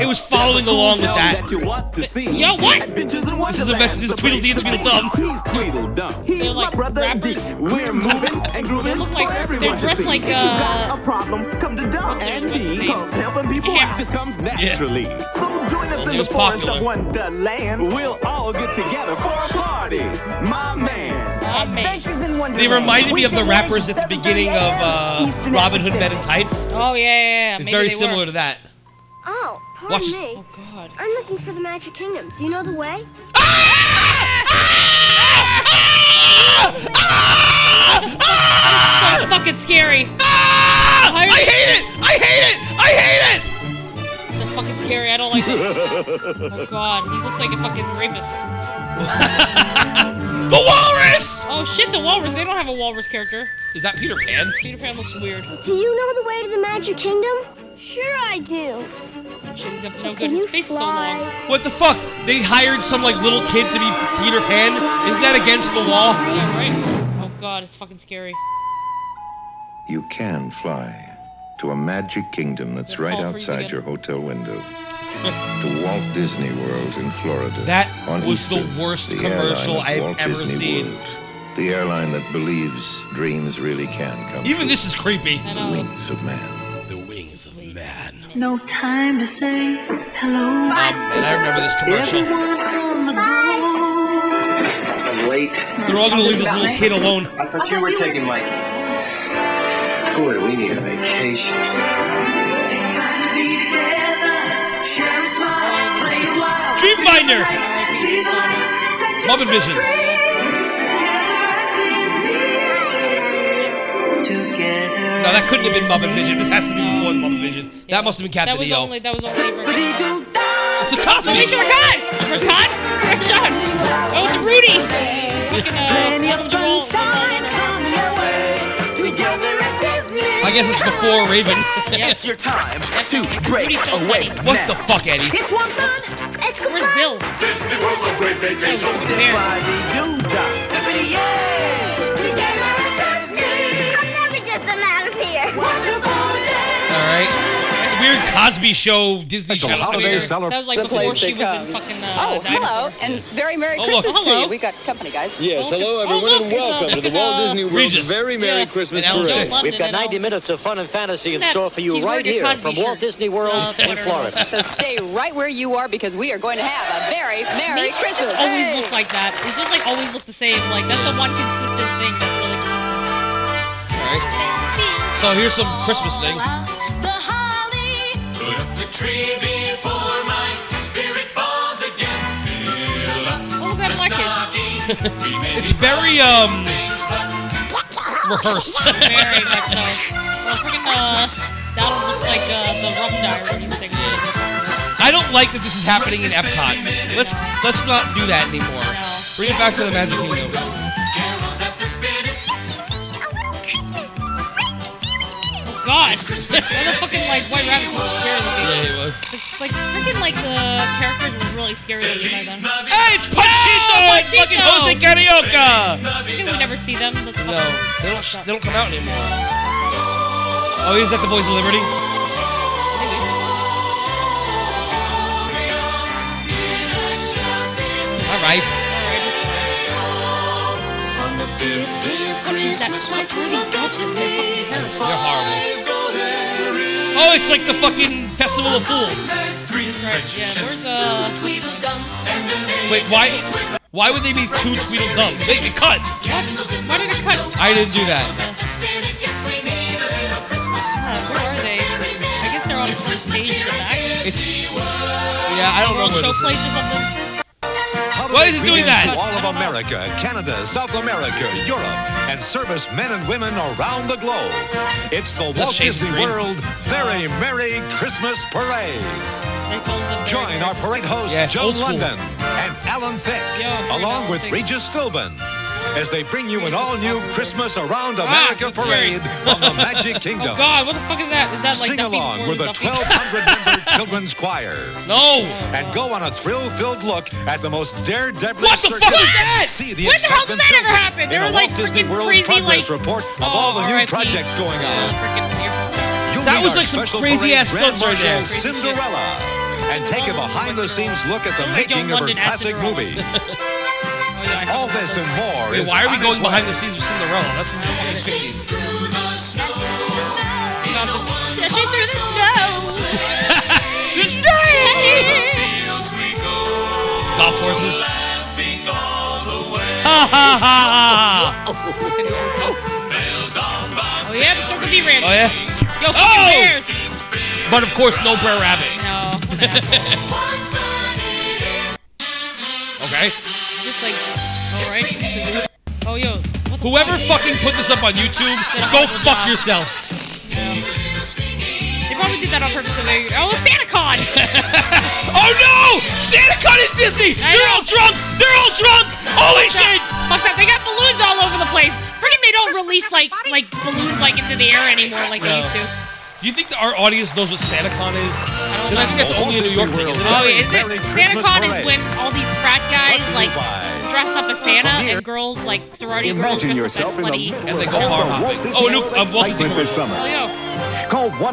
[SPEAKER 4] it was following along with that.
[SPEAKER 5] Yo, what?
[SPEAKER 4] This is the best. This is Tweedledee and Tweedledum.
[SPEAKER 5] They're like rappers. We're moving and grooving. They look like they're dressed like uh. What's her- what's his name? Hammer.
[SPEAKER 4] Naturally. It was popular.
[SPEAKER 27] We'll all get together for a party. My man.
[SPEAKER 5] Oh, man.
[SPEAKER 4] They reminded me of the rappers at the beginning of uh, Robin Hood Men in Tights.
[SPEAKER 5] Oh yeah, yeah, yeah.
[SPEAKER 4] It's
[SPEAKER 5] Maybe
[SPEAKER 4] very
[SPEAKER 5] they
[SPEAKER 4] similar
[SPEAKER 5] were.
[SPEAKER 4] to that.
[SPEAKER 18] Oh, pardon
[SPEAKER 4] Watch this.
[SPEAKER 18] me. Oh,
[SPEAKER 5] God.
[SPEAKER 18] I'm looking for the Magic Kingdom. Do you know the way?
[SPEAKER 4] Ah!
[SPEAKER 5] So fucking scary.
[SPEAKER 4] Ah! I hate it! I hate it! I hate it!
[SPEAKER 5] They're fucking scary. I don't like them. oh god, he looks like a fucking rapist.
[SPEAKER 4] The walrus!
[SPEAKER 5] Oh shit, the walrus. They don't have a walrus character.
[SPEAKER 4] Is that Peter Pan?
[SPEAKER 5] Peter Pan looks weird.
[SPEAKER 18] Do you know the way to the Magic Kingdom? Sure I do.
[SPEAKER 5] Shit, he's up to no good.
[SPEAKER 18] Can
[SPEAKER 5] His
[SPEAKER 18] you
[SPEAKER 5] face is so
[SPEAKER 18] fly?
[SPEAKER 5] long.
[SPEAKER 4] What the fuck? They hired some like little kid to be Peter Pan? Isn't that against the law?
[SPEAKER 5] Yeah, right. Oh god, it's fucking scary.
[SPEAKER 24] You can fly to a magic kingdom that's right
[SPEAKER 5] all freeze
[SPEAKER 24] outside
[SPEAKER 5] again.
[SPEAKER 24] your hotel window. to Walt Disney World in Florida.
[SPEAKER 4] That
[SPEAKER 24] on
[SPEAKER 4] was the
[SPEAKER 24] Easter,
[SPEAKER 4] worst
[SPEAKER 24] the
[SPEAKER 4] commercial
[SPEAKER 24] airline of
[SPEAKER 4] I've
[SPEAKER 24] Walt
[SPEAKER 4] ever
[SPEAKER 24] Disney
[SPEAKER 4] seen.
[SPEAKER 24] World, the airline that believes dreams really can come
[SPEAKER 4] Even this is creepy.
[SPEAKER 24] true. The wings of man.
[SPEAKER 4] The wings of man.
[SPEAKER 18] No time to say hello.
[SPEAKER 4] Um, And I remember this commercial.
[SPEAKER 30] I'm late.
[SPEAKER 4] They're all gonna leave this little kid alone.
[SPEAKER 30] I thought you were taking my. Boy, we need a vacation.
[SPEAKER 4] Dreamfinder! Muppet Vision. No, that couldn't have been Muppet Vision. This has to be before the Muppet Vision. That must have been
[SPEAKER 5] That
[SPEAKER 4] Captain
[SPEAKER 5] was
[SPEAKER 4] EO.
[SPEAKER 5] only that was only for It's
[SPEAKER 4] It's a cop.
[SPEAKER 5] only for Rakan! Rakan? Rakan! Oh, it's Rudy! Fucking uh, Lord of the Wall-
[SPEAKER 4] I guess it's before Raven.
[SPEAKER 30] It's your time to
[SPEAKER 5] Because
[SPEAKER 30] break
[SPEAKER 5] Rudy's so tiny.
[SPEAKER 30] away.
[SPEAKER 4] What the fuck, Eddie?
[SPEAKER 30] It's one son. It's
[SPEAKER 5] Where's Bill? Oh, fucking bears.
[SPEAKER 7] I'll never get them out of here.
[SPEAKER 4] Alright. Weird Cosby Show Disney
[SPEAKER 24] Special
[SPEAKER 4] Channel.
[SPEAKER 24] holiday
[SPEAKER 4] premiere.
[SPEAKER 24] celebra-
[SPEAKER 5] That was like
[SPEAKER 24] The
[SPEAKER 5] before
[SPEAKER 24] place
[SPEAKER 5] she
[SPEAKER 24] they
[SPEAKER 5] was
[SPEAKER 24] come.
[SPEAKER 5] in fucking uh,
[SPEAKER 24] Oh,
[SPEAKER 5] Dinosaur.
[SPEAKER 24] hello, and very Merry
[SPEAKER 5] Oh, look.
[SPEAKER 24] Christmas to
[SPEAKER 5] Hello.
[SPEAKER 24] you. We got company, guys.
[SPEAKER 31] Yes, hello
[SPEAKER 5] it's- oh,
[SPEAKER 31] everyone,
[SPEAKER 5] look,
[SPEAKER 31] and
[SPEAKER 5] it's, uh,
[SPEAKER 31] welcome to the
[SPEAKER 5] fucking, uh,
[SPEAKER 31] Walt Disney World's
[SPEAKER 5] Regis.
[SPEAKER 31] very Merry
[SPEAKER 5] Yeah.
[SPEAKER 31] Christmas
[SPEAKER 5] And Al Joe
[SPEAKER 31] parade.
[SPEAKER 5] London
[SPEAKER 16] We've got
[SPEAKER 5] and all
[SPEAKER 16] 90 minutes of fun and fantasy in
[SPEAKER 5] Look at
[SPEAKER 16] store
[SPEAKER 5] that.
[SPEAKER 16] for you
[SPEAKER 5] He's
[SPEAKER 16] right
[SPEAKER 5] wearing a
[SPEAKER 16] here
[SPEAKER 5] Cosby
[SPEAKER 16] from
[SPEAKER 5] shirt.
[SPEAKER 16] Walt Disney World
[SPEAKER 5] Uh,
[SPEAKER 16] in
[SPEAKER 5] Twitter.
[SPEAKER 16] Florida.
[SPEAKER 24] So stay right where you are because we are going to have a very Merry
[SPEAKER 5] Main Street
[SPEAKER 24] Christmas.
[SPEAKER 5] just always looked like that. It's just like always looked the same. Like that's the one consistent thing that's really consistent.
[SPEAKER 4] Alright. So here's some Christmas thing.
[SPEAKER 32] Put up the tree before my spirit falls again. Fill up
[SPEAKER 5] Oh, that like it.
[SPEAKER 4] It's very um rehearsed.
[SPEAKER 5] Very much so. Well, freaking uh, Donald looks like uh, the rum diaries thing.
[SPEAKER 4] I don't like that this is happening in Epcot. Let's let's not do that anymore. Bring it back to the Magic Kingdom.
[SPEAKER 32] carols at the spirit.
[SPEAKER 5] Oh God! All the fucking like white rabbits were scary looking.
[SPEAKER 4] Yeah, it was.
[SPEAKER 5] Like freaking like the characters were really scary looking by then.
[SPEAKER 4] Hey, it's Panchito! and Fucking
[SPEAKER 5] Panchito!
[SPEAKER 4] Jose Carioca!
[SPEAKER 5] I think we never see them. That's
[SPEAKER 4] No,
[SPEAKER 5] fucking-
[SPEAKER 4] they don't, sh- they don't come out anymore. Oh, is that the voice of Liberty?
[SPEAKER 5] Maybe.
[SPEAKER 4] All right.
[SPEAKER 33] On the fifth day of Christmas, my true love got to me.
[SPEAKER 4] They're horrible. Oh, it's like the fucking Festival of Fools. Wait, why? Why would they be two Tweedledums? Wait, it cut.
[SPEAKER 5] Why did it cut?
[SPEAKER 4] I didn't do that.
[SPEAKER 5] Uh, where are they? I guess they're on the first stage in the back.
[SPEAKER 4] Yeah, I don't know
[SPEAKER 5] World
[SPEAKER 4] where this
[SPEAKER 5] Showplace or something.
[SPEAKER 4] Why is it doing that?
[SPEAKER 10] All of America, Canada, South America, Europe, and service men and women around the globe. It's the Walt
[SPEAKER 4] shades of
[SPEAKER 10] Disney
[SPEAKER 4] green.
[SPEAKER 10] World Very Merry Christmas Parade. Join our parade hosts
[SPEAKER 4] Yeah, it's
[SPEAKER 10] Joe
[SPEAKER 4] old school.
[SPEAKER 10] London and Alan Thicke, along with Regis Philbin, as they bring you an all-new Christmas Around America
[SPEAKER 5] I'm scared.
[SPEAKER 10] Parade from the Magic Kingdom.
[SPEAKER 5] Oh God, what the fuck is that? Is that like
[SPEAKER 10] Sing
[SPEAKER 5] Duffy
[SPEAKER 10] along with
[SPEAKER 5] Gordon's
[SPEAKER 10] the
[SPEAKER 5] Duffy?
[SPEAKER 10] 1,200 member children's choir.
[SPEAKER 4] No!
[SPEAKER 10] And go on a thrill filled look at the most daredevil.
[SPEAKER 5] What the fuck
[SPEAKER 10] circus.
[SPEAKER 5] was that?
[SPEAKER 10] See the
[SPEAKER 5] When the hell does
[SPEAKER 10] excitement
[SPEAKER 5] that ever
[SPEAKER 10] building
[SPEAKER 5] happen? There
[SPEAKER 10] in a
[SPEAKER 5] were, like,
[SPEAKER 10] Walt Disney
[SPEAKER 5] freaking
[SPEAKER 10] World
[SPEAKER 5] crazy, like,
[SPEAKER 10] progress report
[SPEAKER 5] s-
[SPEAKER 10] of all the
[SPEAKER 5] oh,
[SPEAKER 10] new
[SPEAKER 5] RIP.
[SPEAKER 10] projects going on. You'll
[SPEAKER 4] That
[SPEAKER 10] meet
[SPEAKER 4] was
[SPEAKER 10] our
[SPEAKER 4] like some
[SPEAKER 10] special
[SPEAKER 4] crazy ass
[SPEAKER 10] parade
[SPEAKER 4] stunts right there.
[SPEAKER 10] Grand Marshal Cinderella. And take a behind the scenes look at the
[SPEAKER 4] Somebody
[SPEAKER 10] making
[SPEAKER 4] don't
[SPEAKER 10] of her
[SPEAKER 4] London ass
[SPEAKER 10] classic
[SPEAKER 4] Cinderella.
[SPEAKER 10] movie. All this and more
[SPEAKER 4] Wait,
[SPEAKER 10] is
[SPEAKER 4] why are we
[SPEAKER 10] on
[SPEAKER 4] going
[SPEAKER 10] its way.
[SPEAKER 4] behind the scenes with Cinderella? That's what the fucking 50s.
[SPEAKER 5] Dashing through the snow. the snow.
[SPEAKER 4] Golf courses.
[SPEAKER 5] Oh yeah, the Circle D Ranch.
[SPEAKER 4] Oh, yeah?
[SPEAKER 5] Yo, fucking
[SPEAKER 4] Oh!
[SPEAKER 5] bears.
[SPEAKER 4] But of course, no Brer Rabbit.
[SPEAKER 5] No, what an asshole.
[SPEAKER 4] Okay.
[SPEAKER 5] Just like, all right. just 'cause you- Oh yo, what the
[SPEAKER 4] Whoever fucking put this up on YouTube, go fuck yourself.
[SPEAKER 5] They probably did that on purpose. So they, oh, look, SantaCon.
[SPEAKER 4] Oh no! Santa cut at Disney! They're all drunk! They're all drunk! Holy shit!
[SPEAKER 5] Fuck that. They got balloons all over the place. Freaking, they don't release like like balloons like into the air anymore like they used to.
[SPEAKER 4] Do you think that our audience knows what SantaCon is? Because I think that's only a New York thing. isn't it?
[SPEAKER 5] Oh, is it?
[SPEAKER 10] Merry Christmas
[SPEAKER 5] SantaCon is
[SPEAKER 10] parade.
[SPEAKER 5] when all these frat guys like
[SPEAKER 10] Bye.
[SPEAKER 5] dress up as Santa and girls like sorority girls
[SPEAKER 16] Imagine
[SPEAKER 5] dress up as
[SPEAKER 16] yourself in the
[SPEAKER 5] slutty.
[SPEAKER 16] middle
[SPEAKER 4] And they
[SPEAKER 16] of
[SPEAKER 4] go bar
[SPEAKER 16] all the
[SPEAKER 4] hopping. Oh,
[SPEAKER 16] Walt Disney
[SPEAKER 4] no,
[SPEAKER 16] World
[SPEAKER 4] uh, Walt Disney
[SPEAKER 16] excitement this
[SPEAKER 5] Oh,
[SPEAKER 16] summer.
[SPEAKER 5] yo.
[SPEAKER 16] Call 1-800-532-5000
[SPEAKER 5] Let's-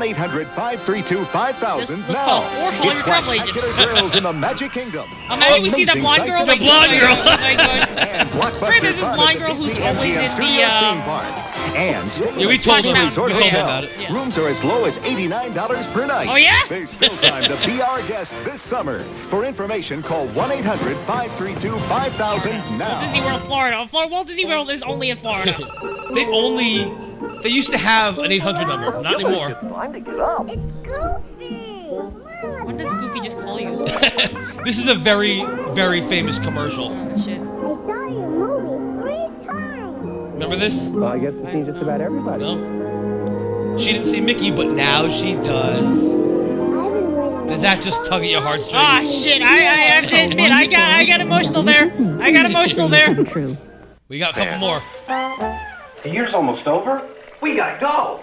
[SPEAKER 5] let's
[SPEAKER 16] now.
[SPEAKER 5] call or call
[SPEAKER 16] It's
[SPEAKER 5] your travel agent.
[SPEAKER 16] spectacular girls in the Magic Kingdom.
[SPEAKER 5] Imagine we see that
[SPEAKER 16] Amazing
[SPEAKER 5] blonde girl.
[SPEAKER 16] sights to
[SPEAKER 5] like,
[SPEAKER 16] behold.
[SPEAKER 5] Oh my god.
[SPEAKER 16] And blockbuster
[SPEAKER 5] Fred, there's this
[SPEAKER 16] fun at
[SPEAKER 5] blonde
[SPEAKER 16] the
[SPEAKER 5] girl who's
[SPEAKER 16] Disney
[SPEAKER 5] always
[SPEAKER 16] MGM
[SPEAKER 5] in the,
[SPEAKER 16] Studios
[SPEAKER 5] uh,
[SPEAKER 16] theme park. And stay
[SPEAKER 4] Yeah, we
[SPEAKER 16] at
[SPEAKER 4] told
[SPEAKER 16] Splash
[SPEAKER 4] them.
[SPEAKER 16] Mountain Resort
[SPEAKER 4] We told them
[SPEAKER 16] Hotel.
[SPEAKER 4] about it. Yeah.
[SPEAKER 16] Rooms are as low as $89 per night.
[SPEAKER 5] Oh, yeah?
[SPEAKER 16] There's still time to be our guest this summer. For information, call 1-800-532-5000 now.
[SPEAKER 5] Walt Disney World, Florida. Florida. Walt Disney World is only in Florida.
[SPEAKER 4] They only. They used to have an 800 number. Not anymore.
[SPEAKER 5] when does Goofy just call you?
[SPEAKER 4] This is a very, very famous commercial.
[SPEAKER 5] Shit.
[SPEAKER 4] Remember this?
[SPEAKER 16] Well, I guess it's see just about everybody.
[SPEAKER 4] No. She didn't see Mickey, but now she does. Does that just tug at your heartstrings?
[SPEAKER 5] Ah shit! I I have to admit, I got I got emotional there. I got emotional there.
[SPEAKER 4] We got a couple more.
[SPEAKER 3] The year's almost over. We gotta go.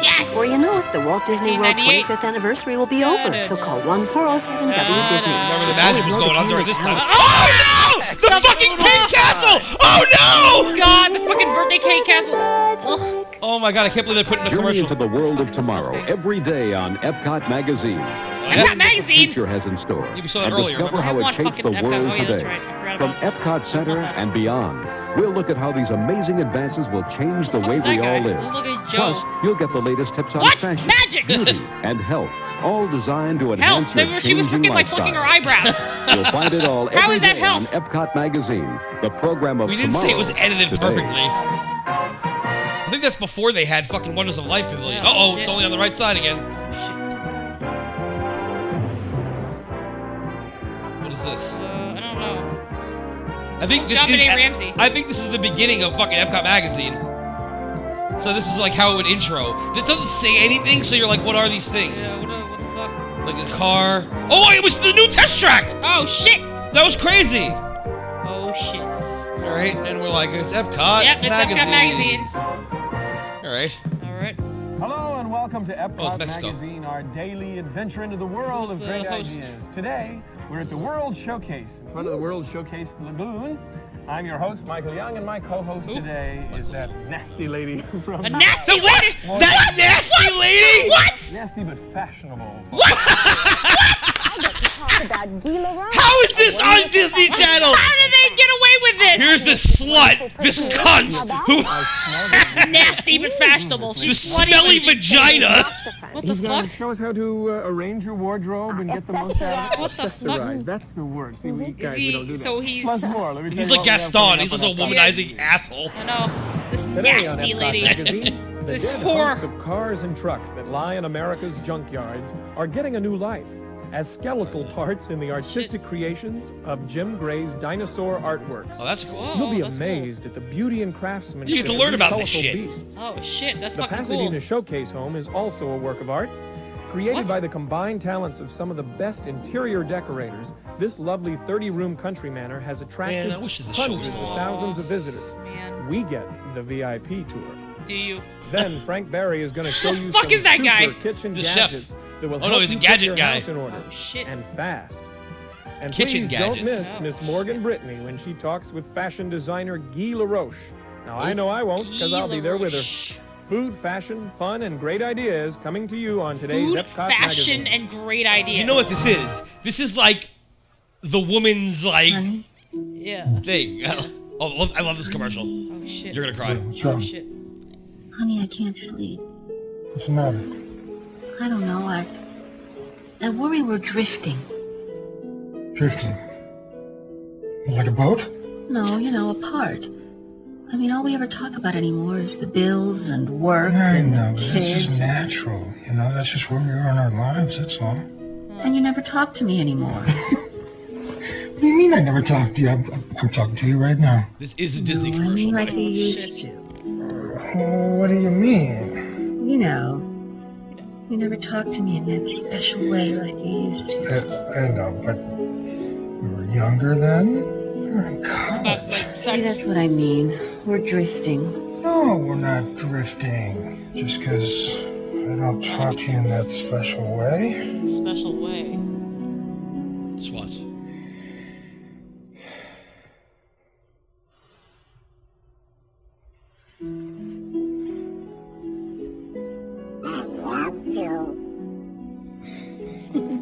[SPEAKER 5] Yes.
[SPEAKER 18] Before you know it, the Walt Disney World
[SPEAKER 5] 1998.
[SPEAKER 18] 25th anniversary will be over, so call 1-407-W-DISNEY.
[SPEAKER 4] Remember the magic was going on during this time. Oh no! The fucking pink castle! Oh no!
[SPEAKER 5] God, the fucking birthday cake castle. Ugh.
[SPEAKER 4] Oh my god, I can't believe they put in a
[SPEAKER 15] Journey
[SPEAKER 4] commercial.
[SPEAKER 15] into the world of tomorrow every day on Epcot Magazine.
[SPEAKER 5] Epcot
[SPEAKER 15] What
[SPEAKER 5] Magazine?
[SPEAKER 15] The future has in store.
[SPEAKER 4] Yeah, we Oh, saw that
[SPEAKER 15] and
[SPEAKER 4] earlier,
[SPEAKER 15] discover
[SPEAKER 4] remember?
[SPEAKER 15] how
[SPEAKER 5] I
[SPEAKER 15] it
[SPEAKER 5] want
[SPEAKER 15] shaped the
[SPEAKER 5] fucking Epcot.
[SPEAKER 15] world
[SPEAKER 5] Oh, yeah, that's
[SPEAKER 15] today.
[SPEAKER 5] right. I forgot
[SPEAKER 15] From
[SPEAKER 5] about
[SPEAKER 15] Epcot Center and beyond, we'll look at how these amazing advances will change the,
[SPEAKER 5] fuck
[SPEAKER 15] way
[SPEAKER 5] is that
[SPEAKER 15] we
[SPEAKER 5] guy?
[SPEAKER 15] all live.
[SPEAKER 5] Oh, look at Joe.
[SPEAKER 15] Plus, you'll get the latest tips on
[SPEAKER 5] What?
[SPEAKER 15] fashion,
[SPEAKER 5] Magic!
[SPEAKER 15] beauty, and health, all designed to enhance
[SPEAKER 5] Health.
[SPEAKER 15] your
[SPEAKER 5] They- She was
[SPEAKER 15] changing
[SPEAKER 5] freaking like
[SPEAKER 15] lifestyle.
[SPEAKER 5] flicking her eyebrows.
[SPEAKER 15] You'll find it all
[SPEAKER 5] How
[SPEAKER 15] every
[SPEAKER 5] is that
[SPEAKER 15] day
[SPEAKER 5] health?
[SPEAKER 15] on Epcot Magazine, the program of
[SPEAKER 4] We didn't say it
[SPEAKER 15] tomorrow,
[SPEAKER 4] was edited
[SPEAKER 15] today.
[SPEAKER 4] perfectly. I think that's before they had fucking Wonders of Life Pavilion. Uh
[SPEAKER 5] Oh,
[SPEAKER 4] oh,
[SPEAKER 5] shit.
[SPEAKER 4] it's only on the right side again. What is this?
[SPEAKER 5] Uh, I don't know.
[SPEAKER 4] I think this
[SPEAKER 5] Dominic
[SPEAKER 4] is. at-
[SPEAKER 5] Ramsey.
[SPEAKER 4] I think this is the beginning of fucking Epcot magazine. So this is like how it would intro. It doesn't say anything, so you're like, what are these things?
[SPEAKER 5] What, uh, what the fuck?
[SPEAKER 4] Like a car. Oh, it was the new test track.
[SPEAKER 5] Oh shit!
[SPEAKER 4] That was crazy.
[SPEAKER 5] Oh shit!
[SPEAKER 4] All right, and we're like, it's Epcot.
[SPEAKER 5] Yep, it's
[SPEAKER 4] magazine.
[SPEAKER 5] Epcot magazine.
[SPEAKER 4] All right.
[SPEAKER 5] All right.
[SPEAKER 27] Hello and welcome to Epcot
[SPEAKER 4] Oh, it's Mexico.
[SPEAKER 27] Magazine, our daily adventure into the world
[SPEAKER 5] Who's
[SPEAKER 27] of
[SPEAKER 5] the
[SPEAKER 27] great
[SPEAKER 5] host?
[SPEAKER 27] ideas. Today, we're at the World Showcase, in front of the World Showcase Lagoon. I'm your host, Michael Young, and my co-host today is that nasty lady from...
[SPEAKER 5] A nasty lady.
[SPEAKER 27] What?
[SPEAKER 4] That nasty lady.
[SPEAKER 5] What?
[SPEAKER 27] Nasty but fashionable.
[SPEAKER 5] What?
[SPEAKER 4] How is this on Disney Channel?
[SPEAKER 5] How did they get away with this?
[SPEAKER 4] Here's this slut, this cunt, who
[SPEAKER 5] nasty but fashionable.
[SPEAKER 4] the
[SPEAKER 5] She's slutty,
[SPEAKER 4] smelly
[SPEAKER 5] but she's-
[SPEAKER 4] vagina.
[SPEAKER 5] What the
[SPEAKER 27] He's
[SPEAKER 5] fuck?
[SPEAKER 27] gonna show us how to uh, arrange your wardrobe and get the most out of it.
[SPEAKER 5] What the fuck? Mm-hmm.
[SPEAKER 27] Accessorize. That's the word. See, we guys,
[SPEAKER 5] Is
[SPEAKER 27] we don't do
[SPEAKER 5] he?
[SPEAKER 27] that.
[SPEAKER 5] So he's.
[SPEAKER 27] Plus more, let me tell
[SPEAKER 4] He's
[SPEAKER 27] you
[SPEAKER 4] like
[SPEAKER 27] what we have
[SPEAKER 4] Gaston.
[SPEAKER 27] coming
[SPEAKER 4] He's
[SPEAKER 27] up
[SPEAKER 4] just a
[SPEAKER 27] on our
[SPEAKER 4] womanizing asshole.
[SPEAKER 5] I know. This
[SPEAKER 27] Today on
[SPEAKER 5] nasty
[SPEAKER 27] Xbox
[SPEAKER 5] lady.
[SPEAKER 27] Magazine, the
[SPEAKER 5] This
[SPEAKER 27] dead
[SPEAKER 5] whore.
[SPEAKER 27] hunks of cars and trucks that lie in America's junkyards are getting a new life as skeletal parts in the artistic creations of Jim Gray's dinosaur artworks.
[SPEAKER 4] Oh, that's cool.
[SPEAKER 27] You'll be
[SPEAKER 5] that's cool.
[SPEAKER 27] amazed at the beauty and craftsmanship.
[SPEAKER 4] You get to
[SPEAKER 27] of
[SPEAKER 4] learn
[SPEAKER 27] these
[SPEAKER 4] about this
[SPEAKER 27] colorful
[SPEAKER 4] shit.
[SPEAKER 27] beasts.
[SPEAKER 5] Oh shit, that's
[SPEAKER 27] the
[SPEAKER 5] fucking
[SPEAKER 27] Pasadena
[SPEAKER 5] cool.
[SPEAKER 27] Showcase Home is also a work of art. Created
[SPEAKER 5] What?
[SPEAKER 27] by the combined talents of some of the best interior decorators, this lovely 30 room country manor has attracted
[SPEAKER 4] I wish this show was
[SPEAKER 27] hundreds of
[SPEAKER 4] still on.
[SPEAKER 27] thousands of visitors. We get the VIP tour.
[SPEAKER 5] Do you?
[SPEAKER 27] Then Frank Barry is going to show you
[SPEAKER 5] fuck
[SPEAKER 27] some
[SPEAKER 5] is that
[SPEAKER 27] super
[SPEAKER 5] guy?
[SPEAKER 27] kitchen
[SPEAKER 4] The chef.
[SPEAKER 27] gadgets that will
[SPEAKER 4] Oh, no,
[SPEAKER 27] help
[SPEAKER 4] he's a
[SPEAKER 27] you
[SPEAKER 4] gadget
[SPEAKER 27] put your
[SPEAKER 4] guy.
[SPEAKER 27] house in order and fast. And
[SPEAKER 4] Kitchen
[SPEAKER 27] please don't
[SPEAKER 4] gadgets.
[SPEAKER 27] miss Miss Morgan Brittany when she talks with fashion designer Guy LaRoche. Now I
[SPEAKER 4] Oh.
[SPEAKER 27] know I won't because
[SPEAKER 4] Guy
[SPEAKER 27] I'll be there with her. Food, fashion, fun, and great ideas coming to you on today's
[SPEAKER 5] Food,
[SPEAKER 27] Epcot
[SPEAKER 5] fashion,
[SPEAKER 27] magazine.
[SPEAKER 5] and great ideas.
[SPEAKER 4] You know what this is? This is like the woman's like
[SPEAKER 5] Yeah.
[SPEAKER 4] thing. Oh, I love- I love this commercial. Oh
[SPEAKER 5] shit.
[SPEAKER 4] You're gonna cry.
[SPEAKER 5] Oh shit.
[SPEAKER 34] Honey, I can't sleep.
[SPEAKER 27] What's the matter?
[SPEAKER 34] I don't know. I I worry we're drifting.
[SPEAKER 26] Drifting. Like a boat?
[SPEAKER 34] No, you know, apart. I mean, all we ever talk about anymore is the bills and work
[SPEAKER 26] I
[SPEAKER 34] and
[SPEAKER 26] know, but that's
[SPEAKER 34] kids.
[SPEAKER 26] just natural. You know, that's just where we are in our lives, that's all.
[SPEAKER 34] And you never talk to me anymore.
[SPEAKER 26] What do you mean I never talked to you? I'm, I'm talking to you right now.
[SPEAKER 4] This is a Disney
[SPEAKER 34] I mean,
[SPEAKER 4] commercial.
[SPEAKER 34] like we used to.
[SPEAKER 26] Oh, what do you mean?
[SPEAKER 34] You know, you never talk to me in that special way like you used to.
[SPEAKER 26] I, I know, but we were younger then?
[SPEAKER 34] See, that's what I mean. We're drifting.
[SPEAKER 26] No, we're not drifting. Just because I don't talk to you in that special way.
[SPEAKER 5] Special way.
[SPEAKER 4] Just watch.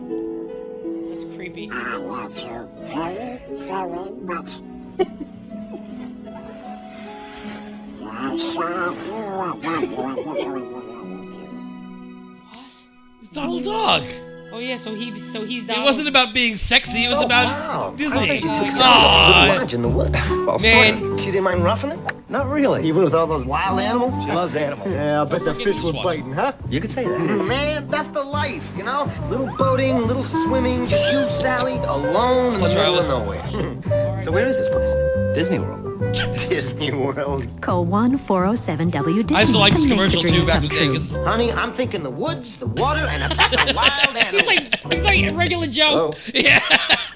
[SPEAKER 5] That's creepy. I
[SPEAKER 34] love you very, very much.
[SPEAKER 4] It's Donald Duck.
[SPEAKER 5] Oh yeah, so he so he's
[SPEAKER 4] It
[SPEAKER 5] Donald.
[SPEAKER 4] wasn't about being sexy.
[SPEAKER 23] Oh,
[SPEAKER 4] It was about Disney.
[SPEAKER 16] Aw.
[SPEAKER 3] Uh,
[SPEAKER 4] Aw.
[SPEAKER 16] in the wood. Well,
[SPEAKER 4] Man.
[SPEAKER 16] Sort of. She didn't mind roughing it? Not really. Even with all those wild animals? She loves animals.
[SPEAKER 9] Yeah, I bet that fish was
[SPEAKER 16] Swatch.
[SPEAKER 9] biting, huh?
[SPEAKER 16] You could say that.
[SPEAKER 9] Man, that's the life, you know? Little boating, little swimming, just you, Sally, alone in the
[SPEAKER 16] That's right,
[SPEAKER 9] middle of
[SPEAKER 16] that's-
[SPEAKER 9] nowhere.
[SPEAKER 16] So where is this place? Disney World. Disney World.
[SPEAKER 9] Call 1407W.
[SPEAKER 16] I used to like this commercial, too, back in the day, 'cause-
[SPEAKER 9] Honey, I'm thinking the woods, the water, and a pack of wild animals.
[SPEAKER 5] He's like he's like regular Joe.
[SPEAKER 4] Yeah.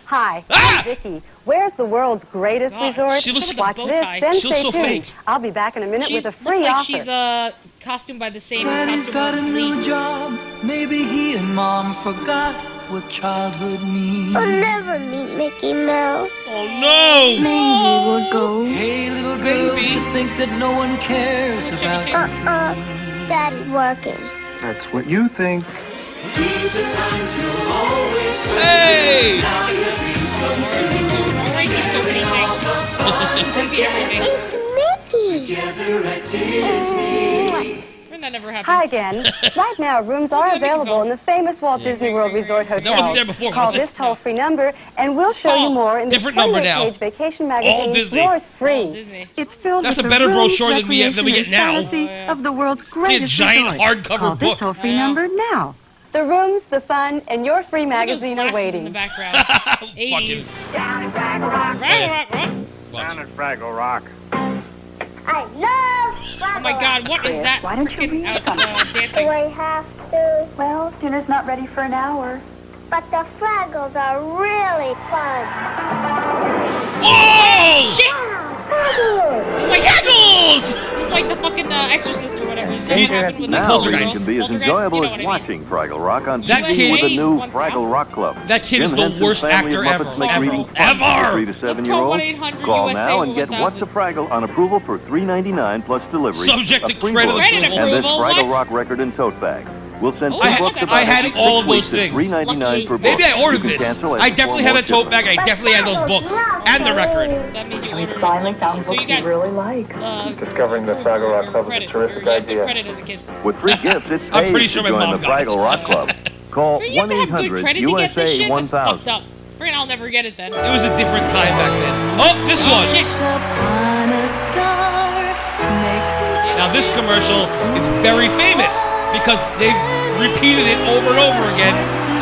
[SPEAKER 18] Hi,
[SPEAKER 4] Ah!
[SPEAKER 18] I'm Vicky. Where's the world's greatest resort?
[SPEAKER 5] she looks like a
[SPEAKER 18] Watch
[SPEAKER 5] bow
[SPEAKER 18] this,
[SPEAKER 5] tie.
[SPEAKER 18] then
[SPEAKER 5] She looks
[SPEAKER 18] stay
[SPEAKER 5] so
[SPEAKER 18] tuned.
[SPEAKER 5] fake.
[SPEAKER 18] I'll be back in a minute
[SPEAKER 5] She
[SPEAKER 18] with a
[SPEAKER 5] looks
[SPEAKER 18] free
[SPEAKER 5] like
[SPEAKER 18] offer.
[SPEAKER 5] she's uh costumed by the same
[SPEAKER 3] Daddy's
[SPEAKER 5] costume.
[SPEAKER 3] got a new job. Maybe he and mom forgot what childhood means.
[SPEAKER 35] I'll never meet Mickey Mouse.
[SPEAKER 4] Oh no!
[SPEAKER 35] Maybe we'll go.
[SPEAKER 3] Hey, little girl, you think that no one cares about
[SPEAKER 35] Uh uh. Daddy's working.
[SPEAKER 9] That's what you think.
[SPEAKER 3] These are times you'll always
[SPEAKER 4] Hey!
[SPEAKER 3] Now your dreams come true.
[SPEAKER 5] He's so boring. He's so many things. Could be everything.
[SPEAKER 3] Together at Disney.
[SPEAKER 35] Oh.
[SPEAKER 5] And that never happens.
[SPEAKER 18] Hi again. right now, rooms are available in the famous Walt Disney World Resort
[SPEAKER 5] But that
[SPEAKER 18] Hotel.
[SPEAKER 5] wasn't there before,
[SPEAKER 18] Call
[SPEAKER 5] was it?
[SPEAKER 18] this toll-free number, and we'll show you more in
[SPEAKER 4] Different
[SPEAKER 18] the
[SPEAKER 4] number now.
[SPEAKER 18] 28-page vacation magazine.
[SPEAKER 4] Disney.
[SPEAKER 18] Yours free. It's filled
[SPEAKER 4] That's
[SPEAKER 18] with
[SPEAKER 4] a better
[SPEAKER 18] the rooms,
[SPEAKER 4] brochure than we have- than we
[SPEAKER 18] recreation,
[SPEAKER 4] get now.
[SPEAKER 18] and
[SPEAKER 5] Oh,
[SPEAKER 18] fantasy Of the world's
[SPEAKER 4] See a
[SPEAKER 18] greatest
[SPEAKER 4] giant
[SPEAKER 18] resort.
[SPEAKER 4] hardcover
[SPEAKER 18] This
[SPEAKER 4] book.
[SPEAKER 18] toll-free number now. The rooms, the fun, and your free magazine are
[SPEAKER 5] glasses in
[SPEAKER 18] waiting.
[SPEAKER 5] the background. 80s. Fraggle Rock.
[SPEAKER 7] Down at Fraggle Rock.
[SPEAKER 5] I love Oh my god, what is that? Why don't you read
[SPEAKER 7] Do I have to?
[SPEAKER 18] Well, dinner's not ready for an hour.
[SPEAKER 7] But the Fraggles are really fun.
[SPEAKER 4] Whoa!
[SPEAKER 5] Shit! It's like
[SPEAKER 4] Chuckles!
[SPEAKER 5] It's like the fucking uh, Exorcist or whatever. Isn't that what happened with the
[SPEAKER 10] Now things
[SPEAKER 5] Poltergeist?
[SPEAKER 10] can be as enjoyable as watching Fraggle Rock on
[SPEAKER 4] That
[SPEAKER 10] TV
[SPEAKER 4] kid-
[SPEAKER 10] with the new
[SPEAKER 5] 1000.
[SPEAKER 10] Fraggle Rock Club.
[SPEAKER 4] That kid is the worst actor ever. Ever. Ever.
[SPEAKER 10] Three to seven year old.
[SPEAKER 5] 1-800
[SPEAKER 10] Call
[SPEAKER 5] USA
[SPEAKER 10] now and get
[SPEAKER 5] 1000.
[SPEAKER 10] What's a Fraggle on approval for $3.99 plus delivery.
[SPEAKER 4] Subject
[SPEAKER 10] a
[SPEAKER 4] to
[SPEAKER 10] free
[SPEAKER 4] credit
[SPEAKER 10] book,
[SPEAKER 4] approval.
[SPEAKER 10] And this
[SPEAKER 4] Credit
[SPEAKER 10] Fraggle
[SPEAKER 4] approval,
[SPEAKER 10] Rock record and tote bag.
[SPEAKER 23] We'll send two
[SPEAKER 4] I,
[SPEAKER 23] books
[SPEAKER 4] had,
[SPEAKER 23] about
[SPEAKER 4] I
[SPEAKER 23] it
[SPEAKER 4] had
[SPEAKER 23] six
[SPEAKER 4] all of
[SPEAKER 23] weeks
[SPEAKER 4] those
[SPEAKER 23] at
[SPEAKER 4] things.
[SPEAKER 23] $3.99 per book.
[SPEAKER 4] Maybe I
[SPEAKER 23] You
[SPEAKER 4] ordered
[SPEAKER 23] can
[SPEAKER 4] this.
[SPEAKER 23] cancel
[SPEAKER 4] I
[SPEAKER 23] after
[SPEAKER 4] definitely
[SPEAKER 23] four
[SPEAKER 4] had that
[SPEAKER 23] more
[SPEAKER 4] tote bag. I definitely had those books and the record.
[SPEAKER 3] That means you
[SPEAKER 36] We
[SPEAKER 3] ordered.
[SPEAKER 36] finally found
[SPEAKER 3] So you
[SPEAKER 36] books we
[SPEAKER 3] got- uh,
[SPEAKER 36] really like.
[SPEAKER 23] Discovering the Fraggle Rock Club
[SPEAKER 3] is a
[SPEAKER 23] terrific
[SPEAKER 3] Credit as a kid.
[SPEAKER 23] With free gifts, it's
[SPEAKER 4] I'm pretty
[SPEAKER 23] pays
[SPEAKER 4] sure
[SPEAKER 23] to
[SPEAKER 4] my
[SPEAKER 23] join
[SPEAKER 4] mom
[SPEAKER 23] the
[SPEAKER 4] got it.
[SPEAKER 23] Fraggle Rock Club. Call
[SPEAKER 3] You have to have good
[SPEAKER 23] 1-800
[SPEAKER 3] credit to get this
[SPEAKER 23] USA
[SPEAKER 3] shit. That's fucked
[SPEAKER 23] 1000.
[SPEAKER 3] up. Friggin', I'll never get it then.
[SPEAKER 4] It was a different time back then. Oh, this one. Now this commercial is very famous because they repeated it over and over again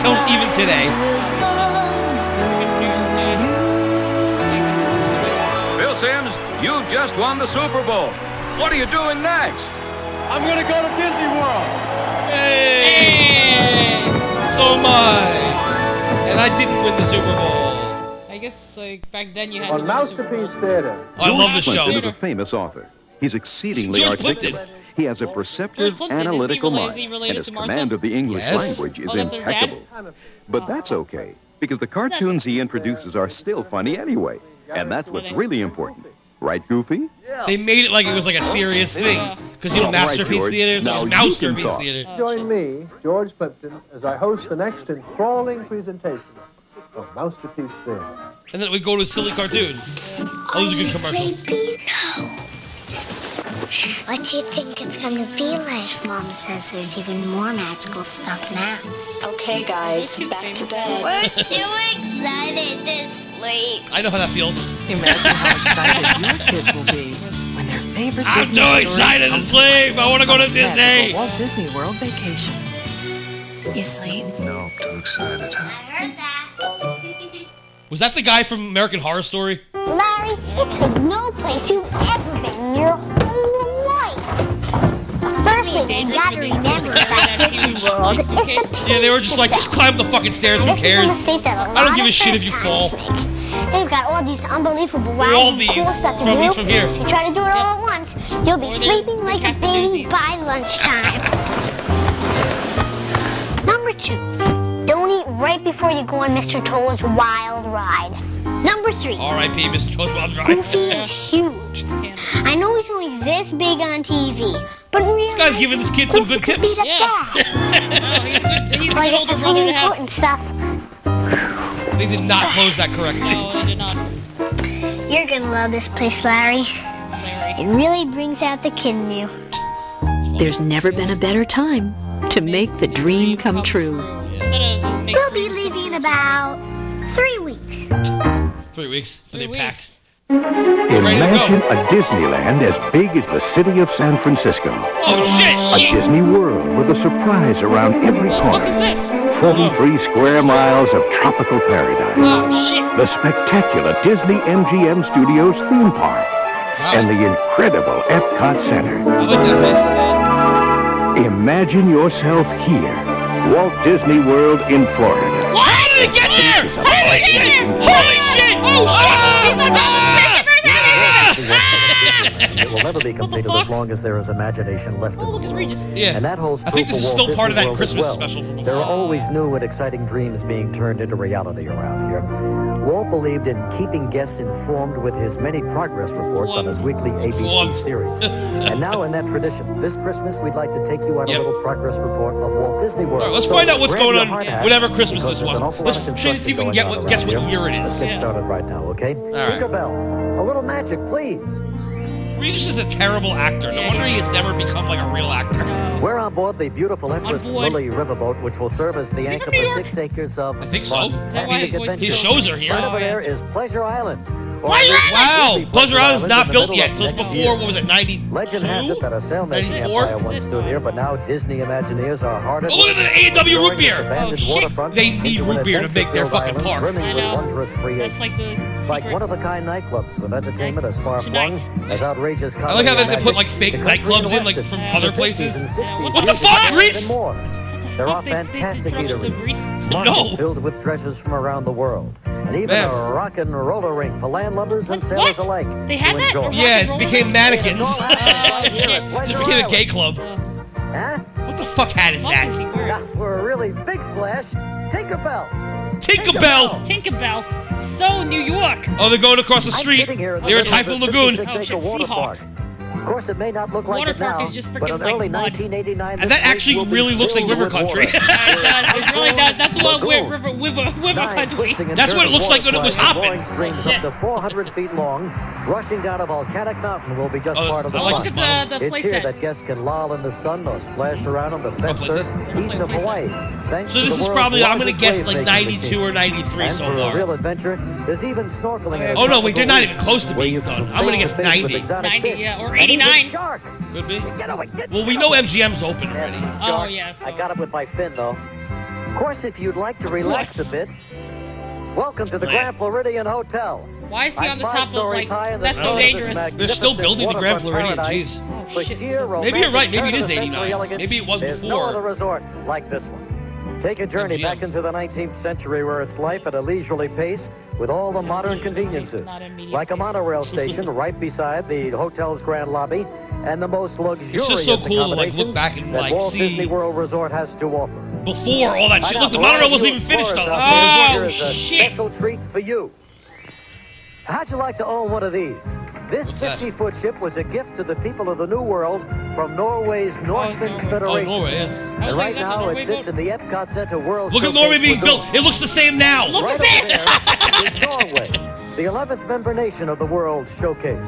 [SPEAKER 4] till even today.
[SPEAKER 37] Phil Sims, you've just won the Super Bowl. What are you doing next? I'm going to go to Disney World.
[SPEAKER 4] Hey! So am I. And I didn't win the Super Bowl.
[SPEAKER 3] I guess like back then you had to.
[SPEAKER 23] On Masterpiece Theater.
[SPEAKER 4] Oh, I love the
[SPEAKER 10] George
[SPEAKER 4] show.
[SPEAKER 10] Plimpton is a famous author. He's exceedingly
[SPEAKER 4] George
[SPEAKER 10] articulate.
[SPEAKER 4] Plimpton.
[SPEAKER 10] He has a
[SPEAKER 3] George
[SPEAKER 10] perceptive,
[SPEAKER 3] Plimpton, is he
[SPEAKER 10] analytical
[SPEAKER 3] rela- is
[SPEAKER 10] mind,
[SPEAKER 3] he related
[SPEAKER 10] and his
[SPEAKER 3] to Martha?
[SPEAKER 10] command of the English
[SPEAKER 3] Yes.
[SPEAKER 10] language is
[SPEAKER 3] Oh, that's her dad?
[SPEAKER 10] impeccable. But that's
[SPEAKER 4] Oh.
[SPEAKER 10] okay, because the cartoons he introduces are still funny anyway, and that's what's really important, right, Goofy?
[SPEAKER 4] They made it like it was like a serious thing. Because, you know,
[SPEAKER 10] All right,
[SPEAKER 4] Masterpiece
[SPEAKER 10] George.
[SPEAKER 4] Theater is
[SPEAKER 10] Now
[SPEAKER 4] always
[SPEAKER 10] you can
[SPEAKER 4] Masterpiece
[SPEAKER 10] talk.
[SPEAKER 4] Theater.
[SPEAKER 11] Join me, George Clifton, as I host the next enthralling presentation of Masterpiece Theater.
[SPEAKER 4] And then we go to a silly cartoon. That was a good commercial.
[SPEAKER 7] What do you think it's gonna be like? Mom says there's even more magical stuff now. Okay, guys, back to bed. We're too excited to sleep.
[SPEAKER 4] I know how that feels.
[SPEAKER 38] Imagine how excited your kids will be when their favorite
[SPEAKER 4] I'm
[SPEAKER 38] Disney
[SPEAKER 4] so
[SPEAKER 38] stories
[SPEAKER 4] excited to
[SPEAKER 38] come
[SPEAKER 4] sleep. I want to go to
[SPEAKER 38] on set
[SPEAKER 4] Disney.
[SPEAKER 38] for Walt Disney World vacation.
[SPEAKER 7] You sleep?
[SPEAKER 39] No, too excited.
[SPEAKER 4] Was that the guy from American Horror Story?
[SPEAKER 7] Larry, it's the no place you've ever been in your whole life. First thing you gotta remember about Disney World is the
[SPEAKER 4] Yeah, they were just like, just climb the fucking stairs. Who cares? I don't give a shit if you fall.
[SPEAKER 7] They've got all these unbelievable rides
[SPEAKER 4] All
[SPEAKER 7] and
[SPEAKER 4] these
[SPEAKER 7] cool stuff to
[SPEAKER 4] from-
[SPEAKER 7] do.
[SPEAKER 4] from here.
[SPEAKER 7] If you try to do it all at once, you'll be sleeping like a baby by lunchtime. Number two, don't eat right before you go on Mr. Toad's wild ride. Number three,
[SPEAKER 4] R.I.P. Mr. Toad's Wild
[SPEAKER 7] Goofy
[SPEAKER 4] Ride.
[SPEAKER 7] is huge. I know he's only this big on TV, but in real
[SPEAKER 4] This guy's giving this kid some good tips.
[SPEAKER 7] he's like, older brother to have. important stuff.
[SPEAKER 4] They did not close that correctly.
[SPEAKER 7] I did not. You're gonna love this place, Larry. It really brings out the kid in you.
[SPEAKER 18] There's never been a better time to make the dream come true.
[SPEAKER 7] We'll be leaving in about three weeks.
[SPEAKER 4] Three weeks. And they packed.
[SPEAKER 10] Imagine a Disneyland as big as the city of San Francisco.
[SPEAKER 4] Oh shit!
[SPEAKER 10] A Disney World with a surprise around every corner.
[SPEAKER 3] this?
[SPEAKER 10] 43 square miles of tropical paradise.
[SPEAKER 3] Oh shit.
[SPEAKER 10] The spectacular Disney MGM Studios theme park. And the incredible Epcot Center.
[SPEAKER 4] I like that place.
[SPEAKER 10] Imagine yourself here, Walt Disney World in Florida.
[SPEAKER 4] How did it get there? Holy shit! Holy shit! Oh shit!
[SPEAKER 16] it will never be completed as long as there is imagination left in the world.
[SPEAKER 4] Yeah.
[SPEAKER 16] And that holds
[SPEAKER 4] I think
[SPEAKER 16] true
[SPEAKER 4] this
[SPEAKER 16] for
[SPEAKER 4] is
[SPEAKER 16] Walt
[SPEAKER 4] still part of that
[SPEAKER 16] Disney World as
[SPEAKER 4] Christmas
[SPEAKER 16] well.
[SPEAKER 4] special from
[SPEAKER 16] There are always new and exciting dreams being turned into reality around here. Walt believed in keeping guests informed with his many progress reports on his weekly ABC series. and now, in that tradition, this Christmas we'd like to take you on a little progress report of Walt Disney World.
[SPEAKER 4] All right, let's
[SPEAKER 16] So
[SPEAKER 4] find out what's
[SPEAKER 16] grab
[SPEAKER 4] going
[SPEAKER 16] your
[SPEAKER 4] on,
[SPEAKER 16] hard hat,
[SPEAKER 4] whatever Christmas
[SPEAKER 16] because
[SPEAKER 4] this
[SPEAKER 16] there's an
[SPEAKER 4] was.
[SPEAKER 16] awful
[SPEAKER 4] Let's
[SPEAKER 16] lot of
[SPEAKER 4] see if we can
[SPEAKER 16] construction
[SPEAKER 4] get
[SPEAKER 16] going
[SPEAKER 4] what,
[SPEAKER 16] on
[SPEAKER 4] guess
[SPEAKER 16] around
[SPEAKER 4] what
[SPEAKER 16] here.
[SPEAKER 4] year it
[SPEAKER 16] Let's
[SPEAKER 4] is.
[SPEAKER 16] get started right now, okay?
[SPEAKER 4] right.
[SPEAKER 16] Tinkerbell, a little magic, please.
[SPEAKER 4] Regis is a terrible actor. No wonder he has never become like a real actor.
[SPEAKER 16] We're on board the beautiful Empress
[SPEAKER 4] board.
[SPEAKER 16] Lily Riverboat, which will serve as the anchor for six acres of. I
[SPEAKER 4] think so. Is that why his voice is
[SPEAKER 16] His
[SPEAKER 4] so- His shows are here.
[SPEAKER 16] Right
[SPEAKER 4] Oh,
[SPEAKER 16] over there
[SPEAKER 4] yes.
[SPEAKER 16] is Pleasure Island. or
[SPEAKER 4] Pleasure
[SPEAKER 16] at least
[SPEAKER 4] Island!
[SPEAKER 16] will
[SPEAKER 4] Wow,
[SPEAKER 16] be
[SPEAKER 4] Pleasure Island's
[SPEAKER 16] in
[SPEAKER 4] not
[SPEAKER 16] the
[SPEAKER 4] built
[SPEAKER 16] middle
[SPEAKER 4] yet,
[SPEAKER 16] of
[SPEAKER 4] so it's
[SPEAKER 16] next
[SPEAKER 4] before,
[SPEAKER 16] year.
[SPEAKER 4] what was it, 92?
[SPEAKER 16] Legend has it that a sailmaking
[SPEAKER 4] 94?
[SPEAKER 16] empire once stood here, but now Disney Imagineers are hard at
[SPEAKER 4] Oh, look at the A&W root beer!
[SPEAKER 16] abandoned
[SPEAKER 4] Oh, shit.
[SPEAKER 16] waterfront
[SPEAKER 4] They need
[SPEAKER 16] into an
[SPEAKER 4] root beer to make their
[SPEAKER 16] adventure-filled
[SPEAKER 4] fucking
[SPEAKER 16] island
[SPEAKER 4] park.
[SPEAKER 16] brimming
[SPEAKER 4] I
[SPEAKER 16] with
[SPEAKER 4] know.
[SPEAKER 16] wondrous creations.
[SPEAKER 3] like the
[SPEAKER 16] Like one of a kind nightclubs with entertainment as far flung as outrageous.
[SPEAKER 4] I like how they, they
[SPEAKER 16] comedy
[SPEAKER 4] put like
[SPEAKER 16] imagined.
[SPEAKER 4] fake
[SPEAKER 16] The country
[SPEAKER 4] nightclubs in,
[SPEAKER 16] west
[SPEAKER 4] like
[SPEAKER 16] is
[SPEAKER 4] from
[SPEAKER 16] full
[SPEAKER 4] other
[SPEAKER 16] of 50s and
[SPEAKER 4] places.
[SPEAKER 16] 60s
[SPEAKER 4] What the
[SPEAKER 16] music
[SPEAKER 4] fuck,
[SPEAKER 16] and
[SPEAKER 4] Reese?
[SPEAKER 16] more. There are
[SPEAKER 3] They- they- they
[SPEAKER 16] fantastic
[SPEAKER 3] dropped the Reese-
[SPEAKER 16] eateries,
[SPEAKER 4] No.
[SPEAKER 16] markets filled with treasures from around the world, and even
[SPEAKER 4] Man.
[SPEAKER 16] a rock and roller rink for landlubbers and sailors alike
[SPEAKER 3] They had
[SPEAKER 16] to
[SPEAKER 3] that?
[SPEAKER 16] enjoy. Oh,
[SPEAKER 4] Yeah, it became mannequins.
[SPEAKER 5] Oh,
[SPEAKER 16] shit.
[SPEAKER 4] Just became a gay club.
[SPEAKER 16] Huh?
[SPEAKER 4] What the fuck hat is that?
[SPEAKER 16] Now, for a really big splash, Tinkerbell.
[SPEAKER 4] Tinkerbell!
[SPEAKER 3] Tinkerbell. So New York.
[SPEAKER 4] Oh, they're going across the street.
[SPEAKER 16] Sitting here at the
[SPEAKER 4] They're
[SPEAKER 16] middle
[SPEAKER 4] at
[SPEAKER 16] of
[SPEAKER 5] Oh,
[SPEAKER 4] Typhoon
[SPEAKER 16] the
[SPEAKER 4] Lagoon.
[SPEAKER 16] 56 acre water park. Of course, it may not look like
[SPEAKER 5] Water
[SPEAKER 16] it
[SPEAKER 5] park
[SPEAKER 16] now,
[SPEAKER 5] is just
[SPEAKER 16] but
[SPEAKER 5] freaking
[SPEAKER 16] in
[SPEAKER 5] like
[SPEAKER 16] early
[SPEAKER 5] mud.
[SPEAKER 16] 1989,
[SPEAKER 4] And that actually really looks like River Country.
[SPEAKER 5] It really does. That's the one where River River River Country.
[SPEAKER 4] That's what it looks like when it was hopping.
[SPEAKER 16] Streams up to 400 feet long, rushing down a volcanic mountain will be just
[SPEAKER 4] Oh,
[SPEAKER 16] part of the
[SPEAKER 4] I like
[SPEAKER 16] fun.
[SPEAKER 4] this model. Look at the- the
[SPEAKER 16] it's here
[SPEAKER 4] playset.
[SPEAKER 16] that guests can loll in the sun or splash around on the best
[SPEAKER 4] playset.
[SPEAKER 16] surf east of Hawaii. Thanks
[SPEAKER 4] So
[SPEAKER 16] to
[SPEAKER 4] this
[SPEAKER 16] the
[SPEAKER 4] is
[SPEAKER 16] world's
[SPEAKER 4] probably I'm gonna
[SPEAKER 16] largest
[SPEAKER 4] guess
[SPEAKER 16] wave
[SPEAKER 4] like
[SPEAKER 16] making
[SPEAKER 4] 92 or 93
[SPEAKER 16] and
[SPEAKER 4] so
[SPEAKER 16] for
[SPEAKER 4] far.
[SPEAKER 16] a real adventure, there's even snorkeling. in a
[SPEAKER 4] Oh no, wait, they're
[SPEAKER 16] tropical
[SPEAKER 4] not even close to being done. I'm gonna guess 90.
[SPEAKER 5] 90, yeah, or 89.
[SPEAKER 4] Could be. Well, we know MGM's open already.
[SPEAKER 5] Oh, yeah, so-
[SPEAKER 16] I got him with my fin, though. Of course, if you'd like to relax
[SPEAKER 5] course.
[SPEAKER 16] a bit, welcome to the
[SPEAKER 4] Relax.
[SPEAKER 16] Grand Floridian Hotel.
[SPEAKER 5] Why is he
[SPEAKER 16] I'm
[SPEAKER 5] on the
[SPEAKER 16] five
[SPEAKER 5] top of, like-
[SPEAKER 16] stories high in the
[SPEAKER 5] that's so
[SPEAKER 16] middle of this
[SPEAKER 5] dangerous.
[SPEAKER 4] They're still
[SPEAKER 16] magnificent
[SPEAKER 4] building the Grand
[SPEAKER 16] waterfront
[SPEAKER 4] Floridian.
[SPEAKER 16] paradise.
[SPEAKER 4] Jeez.
[SPEAKER 5] Oh, shit.
[SPEAKER 16] Secure,
[SPEAKER 5] so-
[SPEAKER 4] Maybe you're right. Maybe it
[SPEAKER 16] romantic,
[SPEAKER 4] is
[SPEAKER 16] turn-of-the-century
[SPEAKER 4] 89.
[SPEAKER 16] elegance.
[SPEAKER 4] Maybe it was
[SPEAKER 16] There's
[SPEAKER 4] before.
[SPEAKER 16] no other resort like this one. Take a journey
[SPEAKER 4] MGM.
[SPEAKER 16] back into the 19th century where it's life at a leisurely pace with all the modern conveniences. Like a monorail station right beside the hotel's grand lobby and the most
[SPEAKER 4] It's
[SPEAKER 16] luxurious
[SPEAKER 4] just so cool to like look back and
[SPEAKER 16] that
[SPEAKER 4] like
[SPEAKER 16] Walt
[SPEAKER 4] see
[SPEAKER 16] Disney World Resort has to offer.
[SPEAKER 4] before all that shit. Look, the monorail wasn't even finished. though.
[SPEAKER 16] Oh, shit. Special treat for you. How'd you like to own one of these? This 50 foot ship was a gift to the people of the New World from Norway's Norsemen's Federation.
[SPEAKER 4] Oh, Norway, yeah.
[SPEAKER 16] And right now it sits in the Epcot Center World
[SPEAKER 4] Look at
[SPEAKER 16] Showcase
[SPEAKER 4] Norway being
[SPEAKER 16] window.
[SPEAKER 4] built. It looks the same now.
[SPEAKER 16] Right over there is Norway, the 11th member nation of the World Showcase,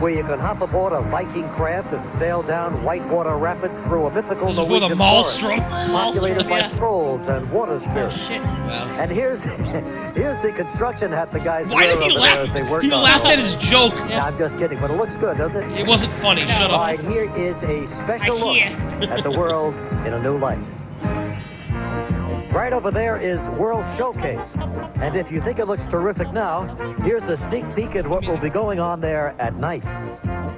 [SPEAKER 16] where you can hop aboard a Viking craft and sail down whitewater rapids through a mythical
[SPEAKER 4] This is for the
[SPEAKER 16] Norwegian
[SPEAKER 4] Maelstrom.
[SPEAKER 16] forest,
[SPEAKER 4] Maelstrom,
[SPEAKER 16] populated by
[SPEAKER 4] yeah. Oh,
[SPEAKER 16] trolls and water spirits.
[SPEAKER 4] Wow.
[SPEAKER 16] And here's here's the construction hat the guys
[SPEAKER 4] Why
[SPEAKER 16] wear
[SPEAKER 4] did he
[SPEAKER 16] over
[SPEAKER 4] laugh?
[SPEAKER 16] there as they work
[SPEAKER 4] He
[SPEAKER 16] on
[SPEAKER 4] laughed
[SPEAKER 16] it.
[SPEAKER 4] at his joke.
[SPEAKER 16] No, I'm just kidding, but it looks good, doesn't it?
[SPEAKER 4] It wasn't funny. Shut up.
[SPEAKER 16] Why, here is a special
[SPEAKER 4] I
[SPEAKER 16] look
[SPEAKER 4] hear.
[SPEAKER 16] at the world in a new light. Right over there is World Showcase. And if you think it looks terrific now, here's a sneak peek at what will be going on there at night.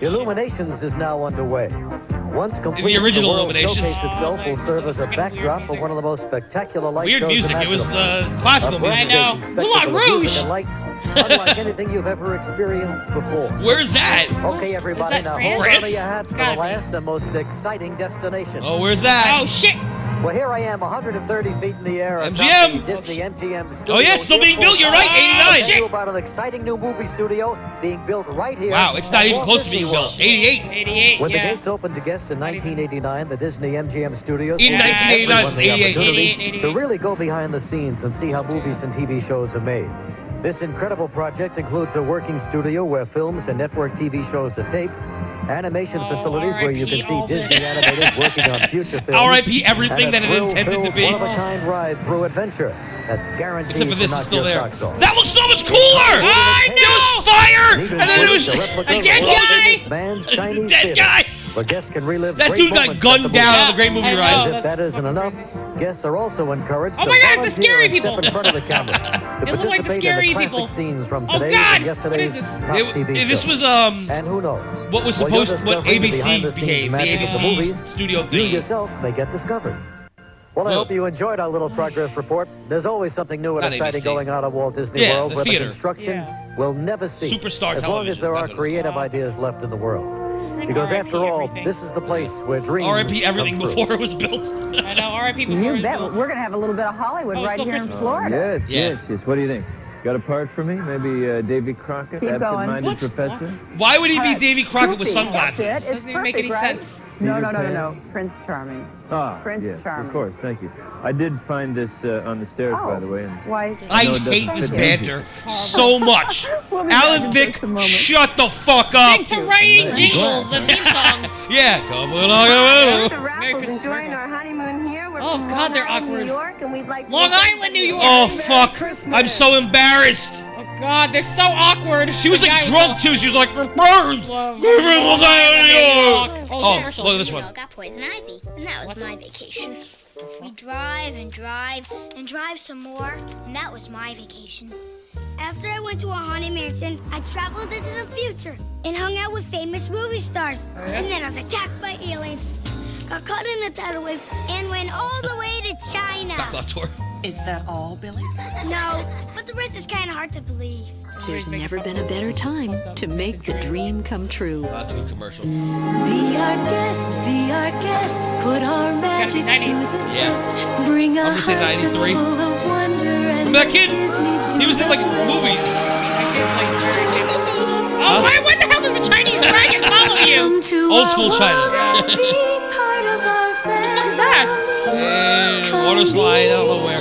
[SPEAKER 16] Illuminations is now underway. Once complete,
[SPEAKER 4] original
[SPEAKER 16] World
[SPEAKER 4] Illuminations.
[SPEAKER 16] Showcase itself will serve as a backdrop for one of the most spectacular light
[SPEAKER 4] Weird
[SPEAKER 16] shows
[SPEAKER 4] music. It was
[SPEAKER 16] imaginable.
[SPEAKER 4] the classical
[SPEAKER 16] A
[SPEAKER 4] music. I know.
[SPEAKER 16] breathtaking
[SPEAKER 4] Moulin
[SPEAKER 16] spectacle of music
[SPEAKER 4] Rouge!
[SPEAKER 16] and lights, unlike anything you've ever experienced before.
[SPEAKER 4] Where is that?
[SPEAKER 16] Okay, everybody,
[SPEAKER 4] that
[SPEAKER 16] now
[SPEAKER 4] France?
[SPEAKER 16] hold on to
[SPEAKER 4] France?
[SPEAKER 16] your hats for the last and most exciting destination.
[SPEAKER 4] Oh, where's that? Oh,
[SPEAKER 5] shit!
[SPEAKER 16] Well, here I am, 130 feet in the air. atop
[SPEAKER 4] MGM.
[SPEAKER 16] the Disney MGM studio.
[SPEAKER 4] Oh, yeah, it's still being built. You're right,
[SPEAKER 16] Here for-
[SPEAKER 4] 89.
[SPEAKER 16] Tell you about an exciting new movie studio being built right here.
[SPEAKER 4] Wow, it's not
[SPEAKER 16] at
[SPEAKER 4] even
[SPEAKER 16] Walt
[SPEAKER 4] close to
[SPEAKER 16] Disney
[SPEAKER 4] being
[SPEAKER 16] World.
[SPEAKER 4] built. 88. 88,
[SPEAKER 16] When
[SPEAKER 4] yeah.
[SPEAKER 16] the gates opened to guests in 1989, the Disney MGM studios.
[SPEAKER 4] In
[SPEAKER 16] gave
[SPEAKER 4] 1989,
[SPEAKER 16] everyone
[SPEAKER 4] it's
[SPEAKER 16] the
[SPEAKER 4] 88.
[SPEAKER 16] opportunity
[SPEAKER 4] 88, 88.
[SPEAKER 16] To really go behind the scenes and see how movies and TV shows are made. This incredible project includes a working studio where films and network TV shows are taped, animation
[SPEAKER 4] Oh,
[SPEAKER 16] facilities where you can see Disney animators working on future films.
[SPEAKER 4] R.I.P. everything
[SPEAKER 16] and a
[SPEAKER 4] that it is intended to be.
[SPEAKER 16] One of a kind ride through adventure. That's guaranteed.
[SPEAKER 4] Except for
[SPEAKER 16] to
[SPEAKER 4] this,
[SPEAKER 16] knock
[SPEAKER 4] it's still
[SPEAKER 16] your
[SPEAKER 4] there.
[SPEAKER 16] socks off.
[SPEAKER 4] That looks so much cooler! I know! It was fire! And then it was a dead guy!
[SPEAKER 16] Chinese
[SPEAKER 4] Dead
[SPEAKER 16] theater,
[SPEAKER 4] guy!
[SPEAKER 16] Where guests can relive
[SPEAKER 4] That
[SPEAKER 16] great
[SPEAKER 4] dude got
[SPEAKER 16] moments
[SPEAKER 4] gunned
[SPEAKER 16] at the
[SPEAKER 4] down on
[SPEAKER 16] movie.
[SPEAKER 4] the Great Movie I know, Ride.
[SPEAKER 16] As if
[SPEAKER 4] that's
[SPEAKER 16] that isn't enough, guests are also encouraged
[SPEAKER 5] Oh
[SPEAKER 16] to
[SPEAKER 5] my God, it's the
[SPEAKER 16] volunteer
[SPEAKER 5] scary
[SPEAKER 16] and
[SPEAKER 5] people.
[SPEAKER 16] step in front of the camera to
[SPEAKER 5] It looked like the
[SPEAKER 16] participate in
[SPEAKER 5] scary
[SPEAKER 16] classic
[SPEAKER 5] people.
[SPEAKER 16] scenes from
[SPEAKER 5] Oh
[SPEAKER 16] today's
[SPEAKER 5] God!
[SPEAKER 16] and yesterday's
[SPEAKER 5] What is this?
[SPEAKER 16] top
[SPEAKER 4] It-
[SPEAKER 16] TV
[SPEAKER 4] it- this
[SPEAKER 16] shows.
[SPEAKER 4] was, um,
[SPEAKER 16] and who knows
[SPEAKER 4] what was
[SPEAKER 16] While you're
[SPEAKER 4] supposed- what
[SPEAKER 16] discovering the
[SPEAKER 4] ABC
[SPEAKER 16] behind-the-scenes
[SPEAKER 4] became, the
[SPEAKER 16] magic of
[SPEAKER 4] ABC
[SPEAKER 16] movies,
[SPEAKER 4] studio
[SPEAKER 16] You
[SPEAKER 4] thing.
[SPEAKER 16] yourself may get discovered. Well, I hope you enjoyed our little progress report. There's always something new and
[SPEAKER 4] Not
[SPEAKER 16] exciting
[SPEAKER 4] ABC.
[SPEAKER 16] going on at Walt Disney
[SPEAKER 4] Yeah,
[SPEAKER 16] World
[SPEAKER 4] the
[SPEAKER 16] where
[SPEAKER 4] theater.
[SPEAKER 16] the construction will never cease.
[SPEAKER 4] Superstar
[SPEAKER 16] as long as
[SPEAKER 4] television,
[SPEAKER 16] there
[SPEAKER 4] that's
[SPEAKER 16] are
[SPEAKER 4] what it's
[SPEAKER 16] creative ideas left in the world. Because after all, this is the place where dreams
[SPEAKER 4] R.I.P.
[SPEAKER 16] come
[SPEAKER 4] everything
[SPEAKER 16] true.
[SPEAKER 4] before it was built.
[SPEAKER 5] I know. R.I.P. before
[SPEAKER 24] You
[SPEAKER 5] it
[SPEAKER 24] bet.
[SPEAKER 5] was-
[SPEAKER 24] We're going to have a little bit of Hollywood
[SPEAKER 5] Oh, it's
[SPEAKER 24] right
[SPEAKER 5] still
[SPEAKER 24] here
[SPEAKER 5] Christmas.
[SPEAKER 24] in Florida.
[SPEAKER 3] Yes,
[SPEAKER 4] Yeah.
[SPEAKER 3] yes, yes. What do you think? Got a part for me? Maybe uh, Davy Crockett,
[SPEAKER 24] Keep going.
[SPEAKER 3] absent-minded
[SPEAKER 24] What?
[SPEAKER 3] professor.
[SPEAKER 4] Why would he be Davy Crockett with
[SPEAKER 24] Goofy.
[SPEAKER 4] sunglasses?
[SPEAKER 24] That's it. It's
[SPEAKER 5] Doesn't even make
[SPEAKER 24] perfect,
[SPEAKER 5] any
[SPEAKER 24] right?
[SPEAKER 5] sense.
[SPEAKER 24] No, no,
[SPEAKER 3] Peter
[SPEAKER 24] no, no,
[SPEAKER 3] Pan.
[SPEAKER 24] no. Prince Charming.
[SPEAKER 3] Ah,
[SPEAKER 24] Prince
[SPEAKER 3] yes,
[SPEAKER 24] Charming.
[SPEAKER 3] of course. Thank you. I did find this uh, on the stairs, by the way. And
[SPEAKER 24] Why?
[SPEAKER 4] I
[SPEAKER 3] No, it doesn't
[SPEAKER 4] hate
[SPEAKER 3] fit
[SPEAKER 4] this
[SPEAKER 3] Davy.
[SPEAKER 4] banter so much.
[SPEAKER 24] We'll be
[SPEAKER 4] Alan
[SPEAKER 24] back in
[SPEAKER 4] Vick,
[SPEAKER 24] just a moment.
[SPEAKER 4] shut the fuck up.
[SPEAKER 5] Stick to writing
[SPEAKER 4] Nice.
[SPEAKER 5] jingles and theme songs.
[SPEAKER 4] Yeah, come on.
[SPEAKER 5] Merry Christmas,
[SPEAKER 24] Enjoying
[SPEAKER 5] Michael.
[SPEAKER 24] our honeymoon here. We're
[SPEAKER 5] Oh,
[SPEAKER 24] from
[SPEAKER 5] God,
[SPEAKER 24] Long
[SPEAKER 5] they're
[SPEAKER 24] Island, New
[SPEAKER 5] awkward.
[SPEAKER 24] York, and we'd like to
[SPEAKER 5] Long
[SPEAKER 24] thank
[SPEAKER 5] Island, New York.
[SPEAKER 4] Oh fuck! I'm so embarrassed.
[SPEAKER 5] Oh god, they're so awkward.
[SPEAKER 4] She was
[SPEAKER 5] The
[SPEAKER 4] like
[SPEAKER 5] guy
[SPEAKER 4] drunk too. She was like, "Burns, give him a guy in New York."
[SPEAKER 5] Oh,
[SPEAKER 4] Oh,
[SPEAKER 5] commercial.
[SPEAKER 4] look at this
[SPEAKER 40] I
[SPEAKER 4] one.
[SPEAKER 40] got poison ivy, and that was my vacation. We drive and drive and drive some more, and that was my vacation.
[SPEAKER 25] After I went to a haunted mansion, I traveled into the future and hung out with famous movie stars.
[SPEAKER 4] Oh,
[SPEAKER 25] And then I was attacked by aliens, got caught in a tidal wave, and went all the way to China.
[SPEAKER 4] Backlot tour.
[SPEAKER 25] Is that all, Billy? No, but the rest is kind of hard to believe.
[SPEAKER 14] There's never been a better time to make the dream come true.
[SPEAKER 4] Oh, That's a good commercial.
[SPEAKER 14] Be our guest, be our guest, put our magic to the
[SPEAKER 4] Yeah.
[SPEAKER 14] Bring
[SPEAKER 4] I'm
[SPEAKER 14] our
[SPEAKER 4] gonna say
[SPEAKER 14] heart that's
[SPEAKER 4] 93.
[SPEAKER 14] full of wonder and
[SPEAKER 4] Remember that kid? He was in like movies.
[SPEAKER 5] Oh, why, what the hell does a Chinese dragon follow you?
[SPEAKER 4] Old school China.
[SPEAKER 5] the fuck is that?
[SPEAKER 4] Eh, water slide, I don't know where.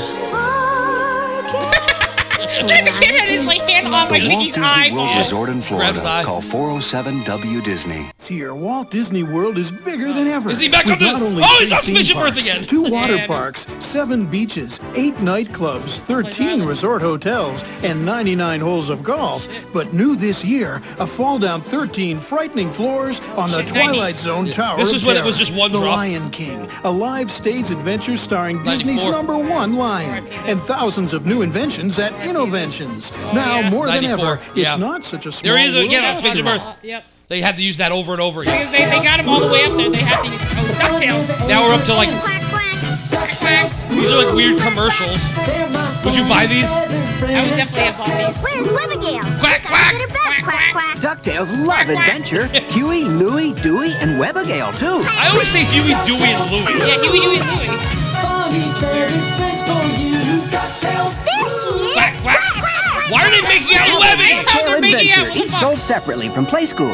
[SPEAKER 5] the kid had his like hand on like Mickey's eyeball.
[SPEAKER 10] World Resort in Florida. Call 407 W Disney.
[SPEAKER 11] Here, Walt Disney World is bigger than ever.
[SPEAKER 10] Is he back
[SPEAKER 11] With
[SPEAKER 10] on the-
[SPEAKER 11] not only
[SPEAKER 10] Oh, he's
[SPEAKER 11] three
[SPEAKER 10] on
[SPEAKER 11] theme
[SPEAKER 10] Spaceship Earth
[SPEAKER 11] parks,
[SPEAKER 10] again.
[SPEAKER 11] Two water
[SPEAKER 10] Yeah.
[SPEAKER 11] parks, seven beaches, eight nightclubs, 13 resort hotels, and 99 holes of golf. But new this year, a fall down 13 frightening floors on the
[SPEAKER 4] Shit,
[SPEAKER 11] Twilight
[SPEAKER 4] 90s.
[SPEAKER 11] Zone
[SPEAKER 4] Yeah.
[SPEAKER 11] Tower.
[SPEAKER 4] This
[SPEAKER 11] of
[SPEAKER 4] is when it was
[SPEAKER 11] Terror,
[SPEAKER 4] just one
[SPEAKER 11] The
[SPEAKER 4] drop.
[SPEAKER 11] Lion King, a live stage adventure starring Disney's
[SPEAKER 4] 94.
[SPEAKER 11] number one lion, and thousands of new inventions at Innoventions. Now
[SPEAKER 4] Oh, yeah.
[SPEAKER 11] more than
[SPEAKER 4] 94,
[SPEAKER 11] ever,
[SPEAKER 4] yeah.
[SPEAKER 11] it's not such a small.
[SPEAKER 4] There he is again on
[SPEAKER 11] world
[SPEAKER 4] Spaceship
[SPEAKER 11] after all.
[SPEAKER 4] Earth.
[SPEAKER 5] Uh, Yep.
[SPEAKER 4] They had to use that over and over
[SPEAKER 5] Because
[SPEAKER 4] again.
[SPEAKER 5] they, they got him all the way up there. They had to use oh Ducktales.
[SPEAKER 4] Now we're up to like. These are like weird commercials. Would you buy these?
[SPEAKER 5] I would definitely have bought these.
[SPEAKER 7] Where's Abigail?
[SPEAKER 4] Quack, quack!
[SPEAKER 7] Quack, quack, quack.
[SPEAKER 26] DuckTales love adventure. Huey, Louie, Dewey, and Webbergale, too.
[SPEAKER 4] I always say Huey, Dewey, and Louie.
[SPEAKER 5] Yeah, Huey, Dewey, and Louie.
[SPEAKER 26] Mommy's begging friends for you. DuckTales.
[SPEAKER 7] There she is.
[SPEAKER 4] Quack, quack. Why are they making out with Webby?
[SPEAKER 26] They're making out Each sold separately from Play School.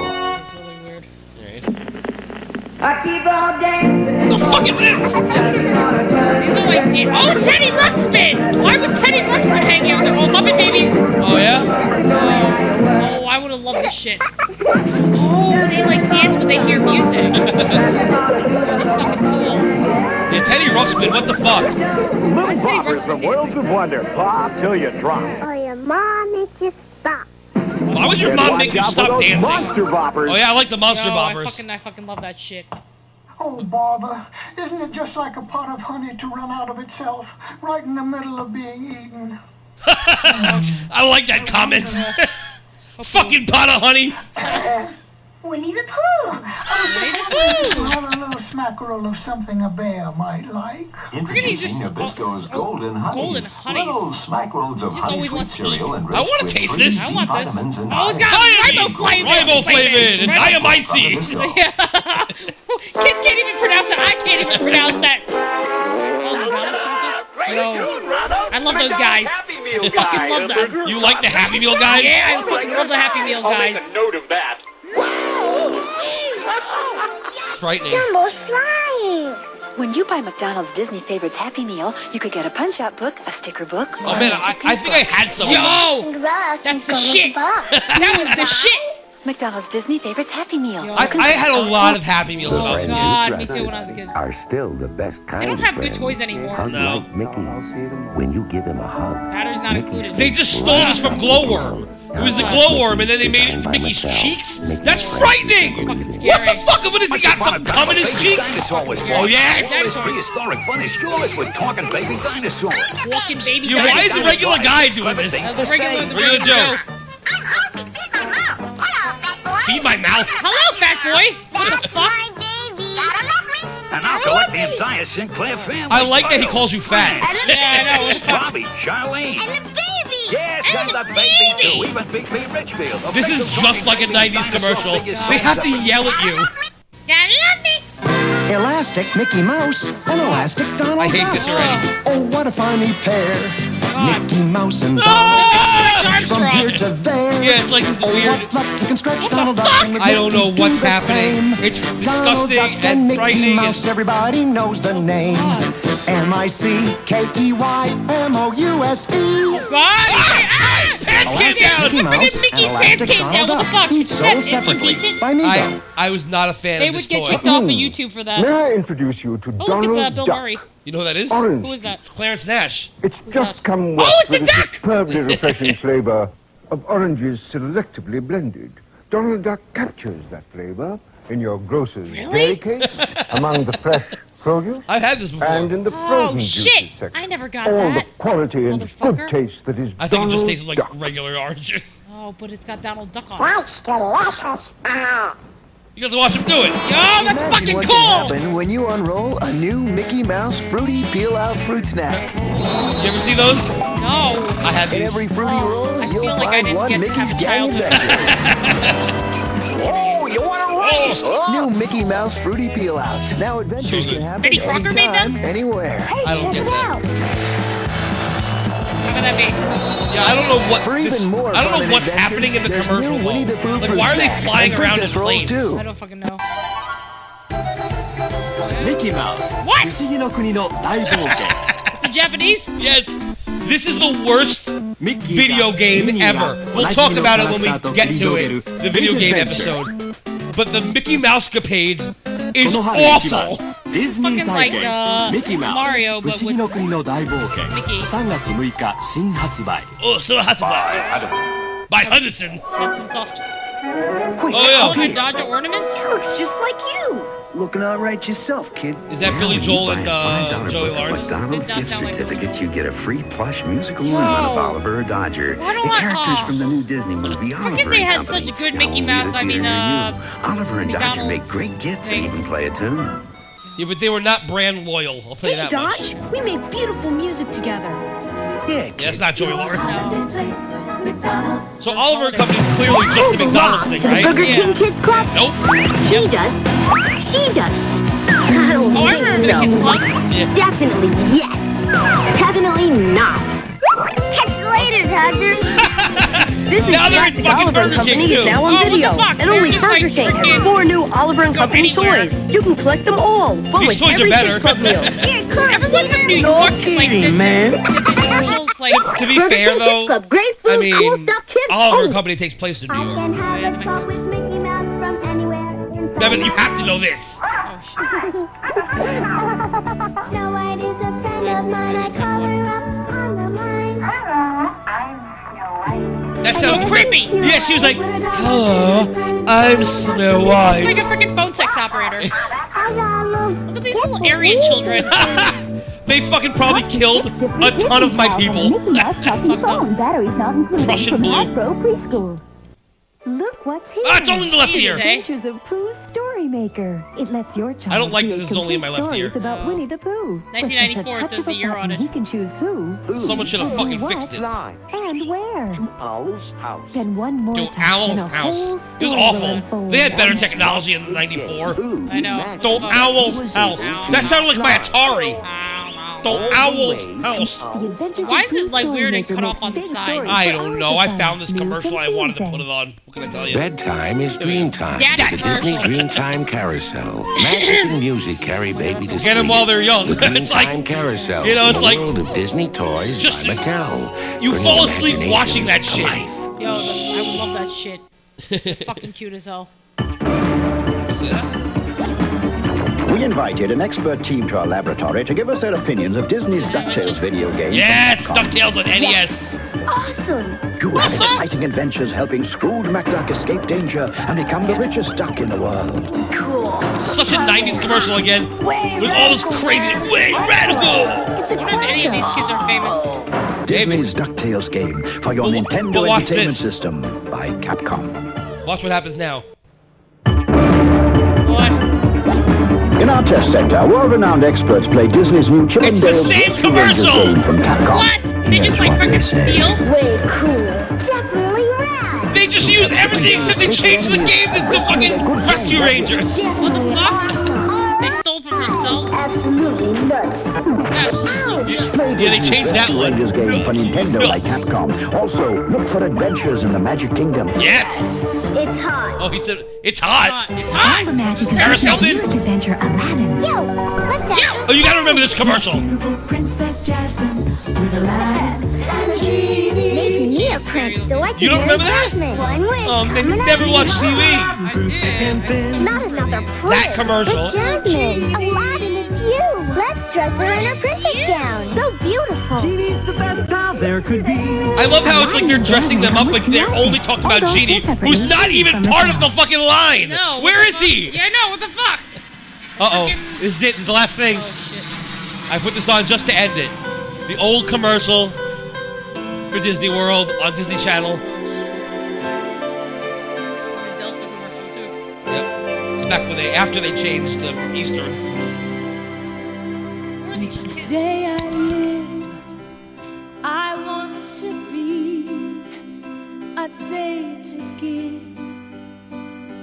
[SPEAKER 41] I keep on dancing.
[SPEAKER 4] The fuck is this?
[SPEAKER 5] These are like the- oh Teddy Ruxpin. Why was Teddy Ruxpin hanging out with the old Muppet Babies?
[SPEAKER 4] Oh yeah.
[SPEAKER 5] Oh, I would have loved this shit. Oh, they like dance when they hear music. That's fucking cool.
[SPEAKER 4] Yeah, Teddy Ruxpin. What the fuck?
[SPEAKER 41] Little
[SPEAKER 5] poppers from Worlds
[SPEAKER 41] of Wonder. Pop till you drop.
[SPEAKER 7] Oh, your mom is just stop.
[SPEAKER 4] Why would your
[SPEAKER 41] Then
[SPEAKER 4] mom
[SPEAKER 41] watch
[SPEAKER 4] make you
[SPEAKER 41] out for
[SPEAKER 4] stop
[SPEAKER 41] those
[SPEAKER 4] dancing?
[SPEAKER 41] monster boppers.
[SPEAKER 4] Oh yeah, I like the monster
[SPEAKER 5] Yo, I
[SPEAKER 4] boppers.
[SPEAKER 5] fucking, I fucking love that shit.
[SPEAKER 42] Oh, Barbara, isn't it just like a pot of honey to run out of itself, right in the middle of being eaten?
[SPEAKER 4] I like that comment. fucking pot of honey.
[SPEAKER 42] Winnie the Pooh! I was just wondering if you had a little smackerel of something a bear might like.
[SPEAKER 5] Introducing Nabisco's
[SPEAKER 42] golden honey.
[SPEAKER 5] Golden honeys.
[SPEAKER 42] smackerels of
[SPEAKER 5] Just always wants to eat.
[SPEAKER 4] I want to taste this.
[SPEAKER 5] I want this. I always got riboflavin.
[SPEAKER 4] Riboflavin and diamycin.
[SPEAKER 5] Yeah. Kids can't even pronounce that. I can't even pronounce that. Oh, my God, that's something. Yo, I love those guys. I fucking love them.
[SPEAKER 4] You like the Happy Meal guys?
[SPEAKER 5] Yeah, I fucking love the Happy Meal guys.
[SPEAKER 4] note of that. Frightening.
[SPEAKER 18] Jumbo's flying! When you buy McDonald's Disney favorites Happy Meal, you could get a punch-out book, a sticker book.
[SPEAKER 4] Oh man, I, I think I had some. of
[SPEAKER 5] Yo!
[SPEAKER 4] those.
[SPEAKER 18] that's
[SPEAKER 5] the shit.
[SPEAKER 18] that
[SPEAKER 5] was the shit.
[SPEAKER 18] McDonald's Disney favorites Happy Meal.
[SPEAKER 4] I, I had a lot of Happy Meals when I was a kid.
[SPEAKER 5] oh. God, me too when I was a kid.
[SPEAKER 24] Are still the best kind.
[SPEAKER 5] They don't
[SPEAKER 24] of
[SPEAKER 5] have good
[SPEAKER 24] friends.
[SPEAKER 5] toys anymore.
[SPEAKER 24] Hug
[SPEAKER 5] No.
[SPEAKER 24] like Mickey's when you give him a hug.
[SPEAKER 5] Battery's not included.
[SPEAKER 4] They just stole this from Glowworm. It was the Glowworm, and then they made it Mickey's cheeks. That's frightening. What the fuck? What has he got? Fucking cum in his cheek? Oh yes.
[SPEAKER 24] Prehistoric fun is yours with talking baby dinosaurs.
[SPEAKER 5] Walking baby
[SPEAKER 4] Yo, why is the regular guy doing this?
[SPEAKER 5] Regular, the
[SPEAKER 4] Regular
[SPEAKER 5] regular
[SPEAKER 4] Joe. Feed my mouth.
[SPEAKER 5] Hello, fat boy. What the fuck?
[SPEAKER 24] And I'll collect the entire Sinclair family.
[SPEAKER 4] I like that he calls you fat.
[SPEAKER 24] Bobby, Charlene. And the baby. Yes, and, the baby, too. Even Big B Richfield.
[SPEAKER 4] This is just like a 90s commercial. They have to yell at you.
[SPEAKER 3] Elastic Mickey Mouse and Elastic Donald
[SPEAKER 4] I hate this already.
[SPEAKER 3] Oh, what a funny pair. Mickey Mouse and
[SPEAKER 4] Donald.
[SPEAKER 3] From here to there. Oh,
[SPEAKER 4] Yeah, it's like this weird.
[SPEAKER 3] You can scratch Donald Duck. and
[SPEAKER 4] I don't know
[SPEAKER 3] Mickey do
[SPEAKER 4] what's
[SPEAKER 3] the
[SPEAKER 4] happening.
[SPEAKER 3] same.
[SPEAKER 4] It's
[SPEAKER 3] Donald
[SPEAKER 4] disgusting
[SPEAKER 3] Duck and,
[SPEAKER 4] and
[SPEAKER 3] Mickey
[SPEAKER 4] frightening.
[SPEAKER 3] Mouse, everybody knows the name. E M-I-C-K-E-Y-M-O-U-S-E.
[SPEAKER 5] Pants came down.
[SPEAKER 3] Oh, Mickey
[SPEAKER 5] Friggin'
[SPEAKER 3] Mouse
[SPEAKER 5] Mickey's
[SPEAKER 3] and
[SPEAKER 5] pants
[SPEAKER 3] Elastic
[SPEAKER 5] came down. What the
[SPEAKER 3] Donald
[SPEAKER 5] fuck? Is
[SPEAKER 3] Duck.
[SPEAKER 5] that
[SPEAKER 3] Sold
[SPEAKER 5] indecent?
[SPEAKER 4] I, I was not a fan
[SPEAKER 5] They
[SPEAKER 4] of
[SPEAKER 5] would
[SPEAKER 4] this
[SPEAKER 5] get
[SPEAKER 4] toy.
[SPEAKER 5] kicked off of YouTube for
[SPEAKER 43] May
[SPEAKER 5] that.
[SPEAKER 43] I introduce you to
[SPEAKER 5] Oh, look,
[SPEAKER 43] Donald
[SPEAKER 5] it's uh, Bill
[SPEAKER 43] Duck?
[SPEAKER 5] Murray.
[SPEAKER 4] You know who that is?
[SPEAKER 43] Orange.
[SPEAKER 5] Who is that?
[SPEAKER 4] Clarence Nash.
[SPEAKER 43] It's just come
[SPEAKER 5] Oh,
[SPEAKER 43] west
[SPEAKER 5] it's
[SPEAKER 43] with
[SPEAKER 5] a
[SPEAKER 43] its
[SPEAKER 5] duck!
[SPEAKER 43] superbly refreshing flavor of oranges selectively blended. Donald Duck captures that flavor in your grocer's dairy case, among the fresh produce.
[SPEAKER 4] I've had this before.
[SPEAKER 43] And in the
[SPEAKER 5] Oh
[SPEAKER 43] frozen
[SPEAKER 5] shit!
[SPEAKER 43] juices section.
[SPEAKER 5] I never got
[SPEAKER 43] All the
[SPEAKER 5] that.
[SPEAKER 43] quality and good taste that is
[SPEAKER 4] I think it just
[SPEAKER 43] Donald
[SPEAKER 4] tastes like
[SPEAKER 43] Duck.
[SPEAKER 4] regular oranges.
[SPEAKER 5] Oh, but it's got Donald Duck on. it.
[SPEAKER 7] That's delicious. Ah.
[SPEAKER 4] You got to watch him do it.
[SPEAKER 5] Yo, that's
[SPEAKER 7] Imagine
[SPEAKER 5] fucking
[SPEAKER 7] what
[SPEAKER 5] cool.
[SPEAKER 23] Happen when you unroll a new Mickey Mouse Fruity Peel Out Fruit Snack.
[SPEAKER 4] You ever see those?
[SPEAKER 5] No. Oh,
[SPEAKER 4] I had these.
[SPEAKER 23] Every fruity roll,
[SPEAKER 5] I
[SPEAKER 23] you'll
[SPEAKER 5] feel like I
[SPEAKER 23] find
[SPEAKER 5] didn't
[SPEAKER 23] one
[SPEAKER 5] get to
[SPEAKER 23] Mickey's
[SPEAKER 5] have a
[SPEAKER 23] gang
[SPEAKER 5] childhood.
[SPEAKER 23] Oh, you want to roll? New Mickey Mouse Fruity Peel Outs. Now adventures can happen
[SPEAKER 5] Betty Crocker made them?
[SPEAKER 23] anytime, anywhere.
[SPEAKER 4] I don't get that.
[SPEAKER 5] How could that be?
[SPEAKER 4] Yeah, I don't know
[SPEAKER 23] For
[SPEAKER 4] what
[SPEAKER 23] even
[SPEAKER 4] this.
[SPEAKER 23] more
[SPEAKER 4] I don't
[SPEAKER 23] fun
[SPEAKER 4] know what's
[SPEAKER 23] adventures,
[SPEAKER 4] happening in the
[SPEAKER 23] there's
[SPEAKER 4] commercial
[SPEAKER 23] new Winnie the Pooh
[SPEAKER 4] though. Like,
[SPEAKER 23] fruit
[SPEAKER 4] why are they
[SPEAKER 23] snack
[SPEAKER 4] flying
[SPEAKER 23] and
[SPEAKER 4] around in
[SPEAKER 23] Princess Roll
[SPEAKER 4] planes?
[SPEAKER 23] too.
[SPEAKER 5] I don't fucking know.
[SPEAKER 44] Mickey Mouse.
[SPEAKER 5] What?
[SPEAKER 44] 不思議の国の大冒険。
[SPEAKER 5] It's in Japanese?
[SPEAKER 4] Yes. This is the worst video game ever. We'll talk about it when we get to it, the video game episode. But the Mickey Mouse capades is
[SPEAKER 44] この春一番
[SPEAKER 4] awful.
[SPEAKER 44] ディズニー体
[SPEAKER 5] It's fucking like, uh,
[SPEAKER 44] 験、ミッキーマウ
[SPEAKER 5] Mario,
[SPEAKER 44] ス、不
[SPEAKER 5] but
[SPEAKER 44] 思議の国の大冒険、3月6日新発売。
[SPEAKER 4] Oh, so it has by by Hudson.
[SPEAKER 5] Hudson Soft.
[SPEAKER 4] Oh, yeah.
[SPEAKER 5] and Dodger ornaments?
[SPEAKER 3] Looks just like you.
[SPEAKER 45] Looking all right yourself, kid.
[SPEAKER 4] Is that Billy Joel and uh, Joey
[SPEAKER 24] Lawrence?
[SPEAKER 5] Did
[SPEAKER 24] McDonald's
[SPEAKER 5] not
[SPEAKER 24] gift
[SPEAKER 5] sound like
[SPEAKER 24] certificate, you get a free plush musical
[SPEAKER 5] Yo.
[SPEAKER 24] ornament of Oliver Dodger.
[SPEAKER 5] Why do
[SPEAKER 24] the
[SPEAKER 5] I-
[SPEAKER 24] characters
[SPEAKER 5] oh.
[SPEAKER 24] from the new Disney movie Oliver
[SPEAKER 5] Forget they had
[SPEAKER 24] and Company.
[SPEAKER 5] such a good Mickey Mouse, I mean, uh,
[SPEAKER 24] Oliver and Dodger make
[SPEAKER 5] McDonald's
[SPEAKER 24] great gifts and
[SPEAKER 5] things.
[SPEAKER 24] even play a tune.
[SPEAKER 4] Yeah, but they were not brand loyal. I'll tell you that much.
[SPEAKER 3] Dodge, we made beautiful music together.
[SPEAKER 4] Yeah, it's not Joey Lawrence. So Oliver and Company's clearly just the
[SPEAKER 24] Oh,
[SPEAKER 4] McDonald's thing, right?
[SPEAKER 7] Burger King Kids Club?
[SPEAKER 4] Nope.
[SPEAKER 7] He does. He does. Oh,
[SPEAKER 4] I remember the
[SPEAKER 7] no.
[SPEAKER 4] Kids Club.
[SPEAKER 7] Definitely yes. Definitely not. Catch you later, Dodger. this
[SPEAKER 4] Now they're in
[SPEAKER 7] classic
[SPEAKER 4] fucking
[SPEAKER 7] Oliver
[SPEAKER 4] Burger
[SPEAKER 7] and
[SPEAKER 4] King,
[SPEAKER 7] Company
[SPEAKER 4] too.
[SPEAKER 7] is now on
[SPEAKER 4] Oh, what the
[SPEAKER 7] video.
[SPEAKER 4] fuck?
[SPEAKER 7] And
[SPEAKER 4] They're
[SPEAKER 7] only
[SPEAKER 4] just,
[SPEAKER 7] Burger
[SPEAKER 4] like,
[SPEAKER 7] King
[SPEAKER 4] freaking-
[SPEAKER 7] has four new Oliver and Company toys. You can collect them all. But
[SPEAKER 4] These
[SPEAKER 7] with
[SPEAKER 4] toys are
[SPEAKER 7] every
[SPEAKER 4] better.
[SPEAKER 7] Kids Club meal.
[SPEAKER 5] Everyone from New York, like, the, man. the, the commercials, like...
[SPEAKER 4] To be fair, though, I mean, Oliver and
[SPEAKER 5] Oh.
[SPEAKER 4] Company takes place in New York. Devin, you have to know this.
[SPEAKER 5] Oh,
[SPEAKER 4] Oh, That sounds creepy. Yeah, she was like, "Hello, I'm Snow
[SPEAKER 5] It's
[SPEAKER 4] White."
[SPEAKER 5] like a freaking phone sex operator. Look at these little Aryan children.
[SPEAKER 4] They fucking probably killed a ton of my people.
[SPEAKER 3] batteries not included
[SPEAKER 4] Prussian
[SPEAKER 3] from
[SPEAKER 4] blue.
[SPEAKER 3] Hasbro preschool. Look what's here.
[SPEAKER 4] Ah, it's only in the left ear.
[SPEAKER 3] Adventures of Pooh's Story Maker. It lets your child
[SPEAKER 4] I don't like that
[SPEAKER 3] create
[SPEAKER 4] this is only in my
[SPEAKER 3] complete
[SPEAKER 4] left ear.
[SPEAKER 3] stories about Winnie the Pooh. With just a
[SPEAKER 5] 1994, it says the
[SPEAKER 3] touch of a
[SPEAKER 5] year on
[SPEAKER 3] button,
[SPEAKER 5] it.
[SPEAKER 3] He can choose who,
[SPEAKER 4] Someone should have
[SPEAKER 3] who,
[SPEAKER 4] fucking
[SPEAKER 3] what,
[SPEAKER 4] fixed it.
[SPEAKER 3] and where. Owl's house. Then one more
[SPEAKER 4] Do
[SPEAKER 3] time. and
[SPEAKER 4] Owl's
[SPEAKER 3] a
[SPEAKER 4] house.
[SPEAKER 3] whole
[SPEAKER 4] This is
[SPEAKER 3] story will
[SPEAKER 4] awful.
[SPEAKER 3] unfold.
[SPEAKER 4] They had better technology in '94.
[SPEAKER 5] I know.
[SPEAKER 4] Do Owl's house. That sounded like my Atari. Do Owl's house.
[SPEAKER 5] Why is it like weird and cut off on the side?
[SPEAKER 4] I don't know. I found this commercial. I wanted to put it on. What can I tell you?
[SPEAKER 24] Bedtime is dream time.
[SPEAKER 4] Daddy
[SPEAKER 24] the Disney
[SPEAKER 4] commercial.
[SPEAKER 24] Dream Time Carousel. Magic and music carry baby to
[SPEAKER 4] Get 'em
[SPEAKER 24] sleep.
[SPEAKER 4] while they're young.
[SPEAKER 24] The Dream
[SPEAKER 4] It's like-
[SPEAKER 24] Time Carousel.
[SPEAKER 4] you know, it's
[SPEAKER 24] the
[SPEAKER 4] like-
[SPEAKER 24] world of Disney toys
[SPEAKER 4] Just-
[SPEAKER 24] by Mattel.
[SPEAKER 4] You
[SPEAKER 24] Bring
[SPEAKER 4] fall asleep
[SPEAKER 24] imaginations
[SPEAKER 4] watching that shit.
[SPEAKER 24] alive.
[SPEAKER 5] Yo, the, I love that shit. It's fucking cute as hell.
[SPEAKER 4] What's this?
[SPEAKER 10] We invited an expert team to our laboratory to give us their opinions of Disney's DuckTales video game.
[SPEAKER 4] Yes, DuckTales E on NES.
[SPEAKER 3] Awesome.
[SPEAKER 10] You have exciting adventures helping Scrooge McDuck escape danger and become the richest duck in the world.
[SPEAKER 4] Such a 90s commercial again. With all this crazy. Way radical!
[SPEAKER 5] I wonder if any of these kids are famous.
[SPEAKER 10] Disney's DuckTales game for your Nintendo
[SPEAKER 4] but watch
[SPEAKER 10] Entertainment
[SPEAKER 4] this.
[SPEAKER 10] System by Capcom.
[SPEAKER 4] Watch what happens now.
[SPEAKER 10] In our test center, world-renowned experts play Disney's new Chip
[SPEAKER 4] It's the same commercial!
[SPEAKER 10] game from Capcom.
[SPEAKER 5] They just like freaking steal.
[SPEAKER 3] Way cool.
[SPEAKER 4] They just used everything except they changed the game to, to fucking Rescue Rangers.
[SPEAKER 5] What the fuck? They stole from themselves.
[SPEAKER 3] Absolutely nuts.
[SPEAKER 5] Absolutely.
[SPEAKER 10] Play
[SPEAKER 4] Yeah, they
[SPEAKER 10] Disney's
[SPEAKER 4] changed that
[SPEAKER 10] Rescue
[SPEAKER 4] one.
[SPEAKER 10] Rangers game for Nintendo by Capcom. Also, look for adventures in the Magic Kingdom.
[SPEAKER 4] Yes!
[SPEAKER 3] It's hot.
[SPEAKER 4] Oh, he said, it's hot.
[SPEAKER 5] It's hot.
[SPEAKER 3] The magic of
[SPEAKER 4] Paris
[SPEAKER 3] Disney's
[SPEAKER 4] Hilton?
[SPEAKER 3] newest adventure, Aladdin. Yo, let's go.
[SPEAKER 4] Oh, you gotta remember this commercial.
[SPEAKER 3] Beautiful Princess Jasmine with a Make me a prince, so I
[SPEAKER 4] You don't remember that?
[SPEAKER 3] One wish.
[SPEAKER 4] Um, they never watched TV.
[SPEAKER 5] I did.
[SPEAKER 3] Not another
[SPEAKER 4] That commercial.
[SPEAKER 3] Jasmine, Aladdin is you. Let's dress her in her princess gown. So beautiful. Genie's the best job there could be.
[SPEAKER 4] I love how it's like they're dressing them up, but they're only talking about Genie, who's not even part of the fucking line.
[SPEAKER 5] No. what
[SPEAKER 4] Where
[SPEAKER 5] the
[SPEAKER 4] is
[SPEAKER 5] fuck?
[SPEAKER 4] he?
[SPEAKER 5] Yeah, no. What the fuck?
[SPEAKER 4] Uh oh. This is it. This is the last thing.
[SPEAKER 5] Oh,
[SPEAKER 4] I put this on just to end it. The old commercial for Disney World on Disney Channel.
[SPEAKER 5] Delta commercial too.
[SPEAKER 4] It's back when they after they changed the from Eastern.
[SPEAKER 46] Each day I live, I want to be a day to give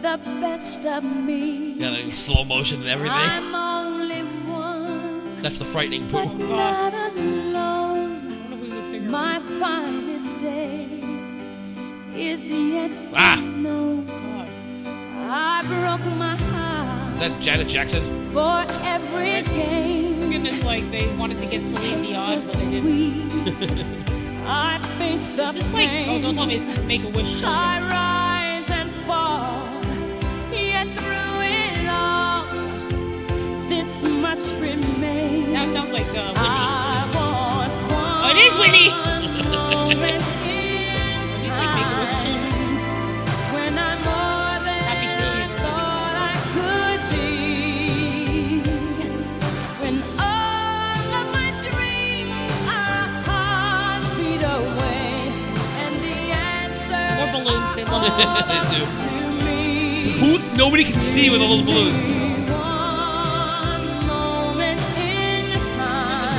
[SPEAKER 46] the best of me.
[SPEAKER 4] Got it in slow motion and everything.
[SPEAKER 46] I'm only one,
[SPEAKER 4] That's the frightening
[SPEAKER 46] but
[SPEAKER 4] poo.
[SPEAKER 46] not alone. My finest day is yet
[SPEAKER 4] Ah.
[SPEAKER 46] unknown. I broke my heart.
[SPEAKER 4] Is that Janet Jackson?
[SPEAKER 3] for every game.
[SPEAKER 5] And it's like they wanted to get Celine Dion, but they
[SPEAKER 3] didn't.
[SPEAKER 4] That's
[SPEAKER 3] I face the
[SPEAKER 5] Is this like? Oh, don't tell me it's Make a Wish.
[SPEAKER 3] I rise and fall, yet through it all, this much remains.
[SPEAKER 5] Now it sounds like uh,
[SPEAKER 3] I want
[SPEAKER 5] Oh,
[SPEAKER 3] one
[SPEAKER 5] it is Whitney.
[SPEAKER 3] moment in time when I'm more than I thought I could be. When all of my dreams are a heartbeat away, and the answer
[SPEAKER 5] More balloons. They love balloons.
[SPEAKER 4] they do. Who? Nobody can see with all those balloons.
[SPEAKER 3] moment in time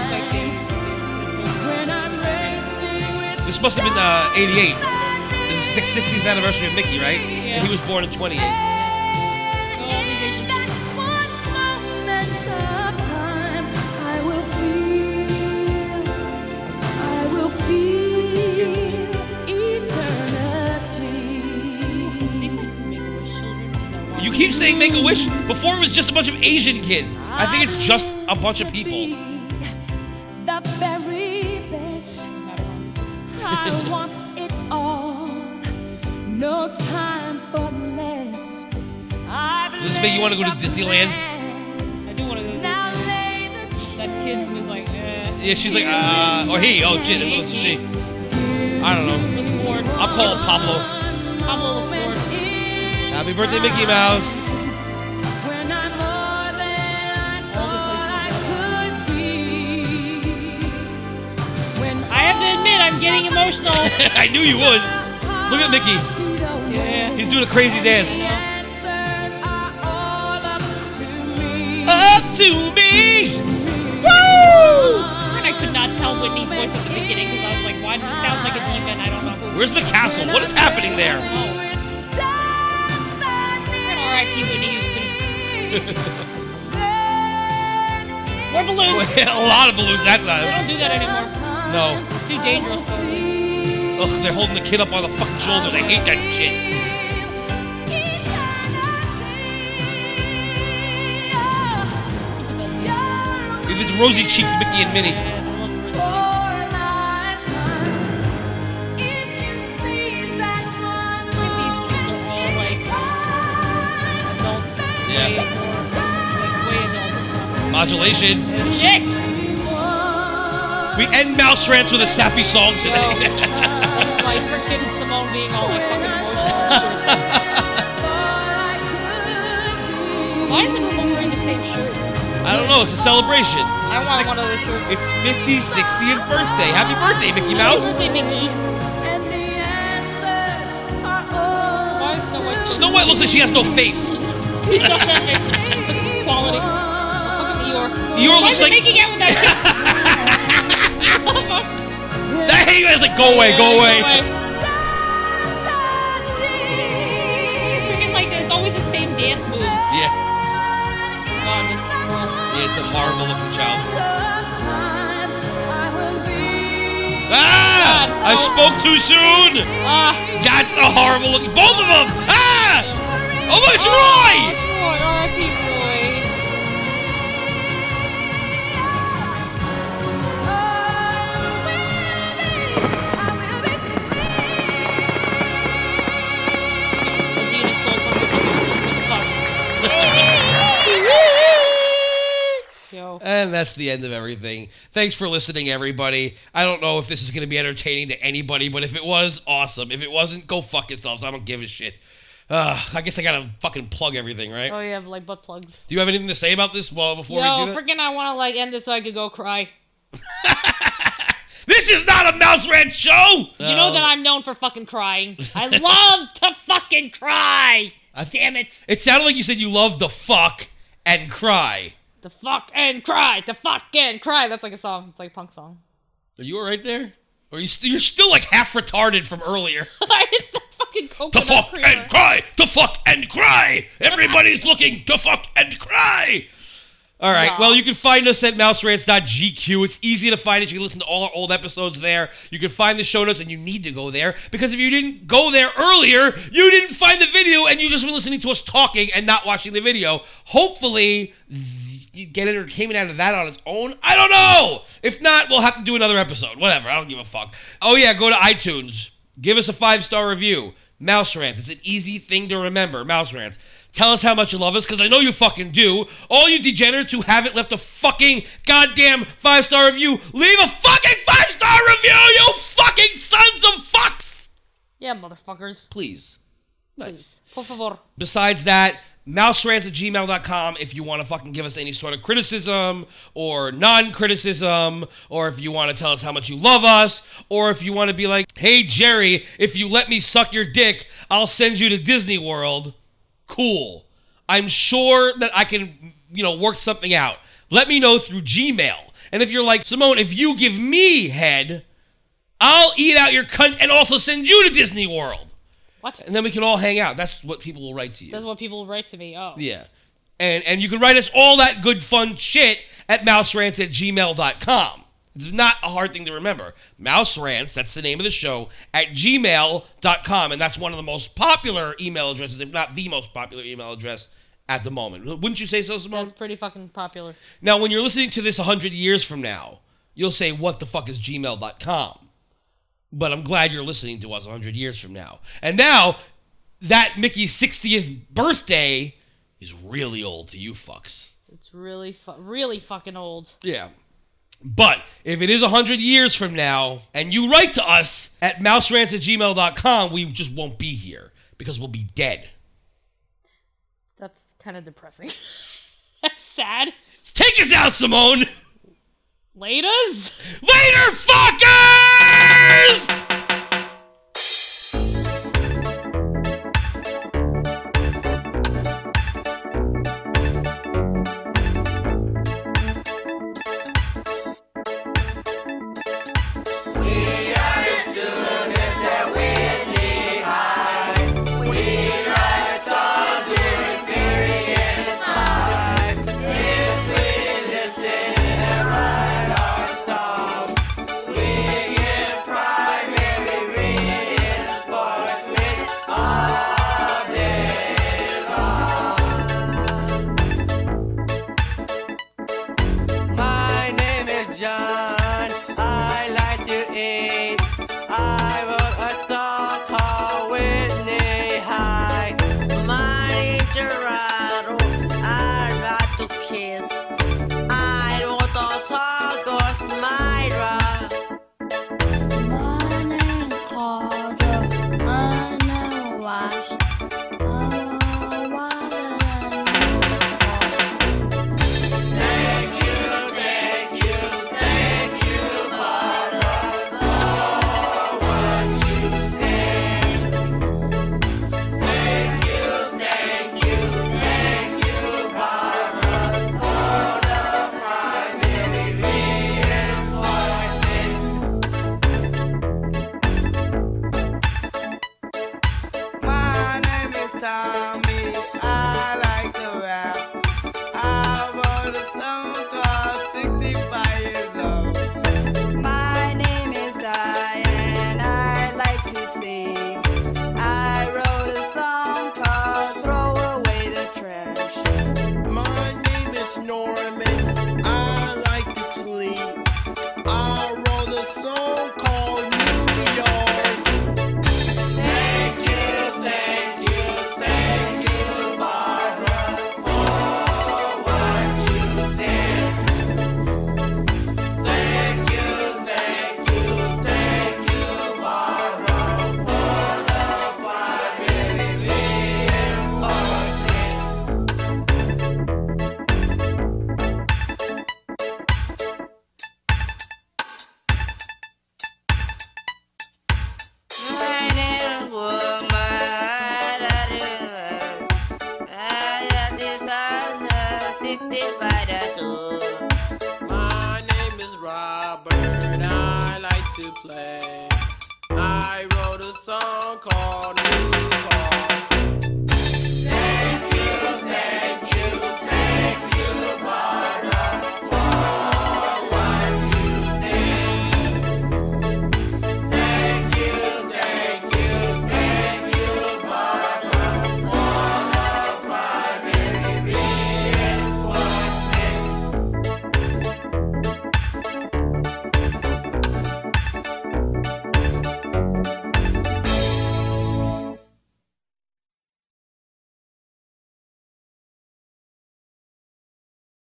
[SPEAKER 3] when I'm racing with
[SPEAKER 4] This must have been uh, 88. This is the 660th anniversary of Mickey, right? And he was born in 28.
[SPEAKER 3] one moment of time. I will feel, I will feel eternity.
[SPEAKER 4] You keep saying Make a Wish. Before it was just a bunch of Asian kids. I think it's just a bunch of people.
[SPEAKER 3] the very best. I want it all. No time for less. I've
[SPEAKER 4] Does this make you want to go to Disneyland?
[SPEAKER 5] I do want to go to Disney. That kid was like, eh.
[SPEAKER 4] Yeah, she's like, uh, or he. Oh, shit, that was a she. I don't know.
[SPEAKER 5] Looks bored.
[SPEAKER 4] I'm calling Pablo.
[SPEAKER 5] Pablo looks bored.
[SPEAKER 4] Happy birthday, Mickey Mouse.
[SPEAKER 3] when I'm more than I thought I could be. When
[SPEAKER 5] I have to admit, I'm getting emotional.
[SPEAKER 4] I knew you would. Look at Mickey.
[SPEAKER 5] Yeah.
[SPEAKER 4] He's doing a crazy dance.
[SPEAKER 3] Up
[SPEAKER 4] to me.
[SPEAKER 5] Woo! And I could not tell Whitney's voice at the beginning because I was like, why does it sound like a diva? And I don't know who.
[SPEAKER 4] Where's the castle? What is happening there?
[SPEAKER 5] And RIP Whitney Houston. More balloons.
[SPEAKER 4] a lot of balloons that
[SPEAKER 5] They don't
[SPEAKER 4] time.
[SPEAKER 5] do that anymore.
[SPEAKER 4] No.
[SPEAKER 5] It's too dangerous for me.
[SPEAKER 4] Ugh, they're holding the kid up on the fucking shoulder. They hate that shit. It's rosy cheeked Mickey and Minnie.
[SPEAKER 5] Like, these kids are all like adults. Way,
[SPEAKER 4] Yeah.
[SPEAKER 5] more, like, way adults now.
[SPEAKER 4] Modulation.
[SPEAKER 5] Shit!
[SPEAKER 4] We end Mouse Rants with a sappy song today.
[SPEAKER 5] Like, like freaking Simone being all like fucking emotional and shit. Why is everyone wearing the same shirt?
[SPEAKER 4] I don't know. It's a celebration.
[SPEAKER 5] I want one of those shirts.
[SPEAKER 4] It's Mickey's 60th birthday. Happy birthday, Mickey
[SPEAKER 5] Happy
[SPEAKER 4] Mouse.
[SPEAKER 5] birthday, Mickey. Why is Snow White so
[SPEAKER 4] Snow White looks like she has no face.
[SPEAKER 5] He doesn't have it. It's the quality. Fucking Eeyore.
[SPEAKER 4] Eeyore
[SPEAKER 5] Why
[SPEAKER 4] looks
[SPEAKER 5] is it
[SPEAKER 4] like-
[SPEAKER 5] making out with that kid?
[SPEAKER 4] That hate is like, go away, go away.
[SPEAKER 5] Freaking like it's always the same dance moves.
[SPEAKER 4] Yeah,
[SPEAKER 5] God, this is rough.
[SPEAKER 4] yeah, it's a horrible looking child. Ah! I spoke too soon. That's a horrible looking. Both of them. Ah! Oh look, it's Roy.
[SPEAKER 5] It's Roy, R.I.P. Roy. Medina stole from the other school. What the fuck? Yo.
[SPEAKER 4] And that's the end of everything. Thanks for listening, everybody. I don't know if this is going to be entertaining to anybody, but if it was, awesome. If it wasn't, go fuck yourselves. I don't give a shit. Uh, I guess I gotta fucking plug everything, right?
[SPEAKER 5] Oh, you have like butt plugs.
[SPEAKER 4] Do you have anything to say about this? Well, before
[SPEAKER 5] Yo,
[SPEAKER 4] we do that,
[SPEAKER 5] freaking, I want to like end this so I could go cry.
[SPEAKER 4] this is not a Mouse Rant show.
[SPEAKER 5] You know that I'm known for fucking crying. I love to fucking cry. Damn it.
[SPEAKER 4] It sounded like you said you love the fuck and cry.
[SPEAKER 5] The fuck and cry. The fuck and cry. That's like a song. It's like a punk song.
[SPEAKER 4] Are you all right there? Or are you st- you're still like half retarded from earlier.
[SPEAKER 5] it's the fucking
[SPEAKER 4] to
[SPEAKER 5] coconut
[SPEAKER 4] fuck
[SPEAKER 5] creamer.
[SPEAKER 4] and cry, to fuck and cry. Everybody's looking to fuck and cry. All right. Well, you can find us at mouserants.gq. It's easy to find it. You can listen to all our old episodes there. You can find the show notes, and you need to go there because if you didn't go there earlier, you didn't find the video, and you just were listening to us talking and not watching the video. Hopefully, th- you get entertainment out of that on its own. I don't know. If not, we'll have to do another episode. Whatever. I don't give a fuck. Oh yeah, go to iTunes. Give us a five star review. Mouse Rants. It's an easy thing to remember. Mouse Rants. Tell us how much you love us, because I know you fucking do. All you degenerates who haven't left a fucking goddamn five star review, leave a fucking five star review, you fucking sons of fucks!
[SPEAKER 5] Yeah, motherfuckers.
[SPEAKER 4] Please. Please.
[SPEAKER 5] Por favor.
[SPEAKER 4] Besides that, mouserants at gmail.com if you want to fucking give us any sort of criticism or non criticism, or if you want to tell us how much you love us, or if you want to be like, hey, Jerry, if you let me suck your dick, I'll send you to Disney World. Cool. I'm sure that I can, you know, work something out. Let me know through Gmail. And if you're like, Simone, if you give me head, I'll eat out your cunt and also send you to Disney World.
[SPEAKER 5] What?
[SPEAKER 4] And then we can all hang out. That's what people will write to you.
[SPEAKER 5] That's what people write to me. Oh.
[SPEAKER 4] Yeah. And and you can write us all that good fun shit at mouserants at gmail.com. It's not a hard thing to remember. Mouse Rants, that's the name of the show, at gmail.com. And that's one of the most popular email addresses, if not the most popular email address at the moment. Wouldn't you say so, Simone?
[SPEAKER 5] That's pretty fucking popular.
[SPEAKER 4] Now, when you're listening to this 100 years from now, you'll say, What the fuck is gmail.com? But I'm glad you're listening to us 100 years from now. And now, that Mickey's 60th birthday is really old to you fucks.
[SPEAKER 5] It's really, fu- really fucking old.
[SPEAKER 4] Yeah. But if it is 100 years from now and you write to us at mouserants at gmail.com, we just won't be here because we'll be dead.
[SPEAKER 5] That's kind of depressing. That's sad.
[SPEAKER 4] Take us out, Simone!
[SPEAKER 5] Laters?
[SPEAKER 4] Later, fuckers!
[SPEAKER 3] My name is John. I like to eat. I wrote a song called Whitney High. My Gerardo. I like to kiss. I wrote a song called Smyra. My name Carter. My name was. My name is Tommy. I like to rap. I wrote a song called 65 years old. My name is Diane. I like to sing. I wrote a song called Throw Away the Trash. My name is Norman. I like to sleep. I wrote a song called New York. My name is Robert. I like to play.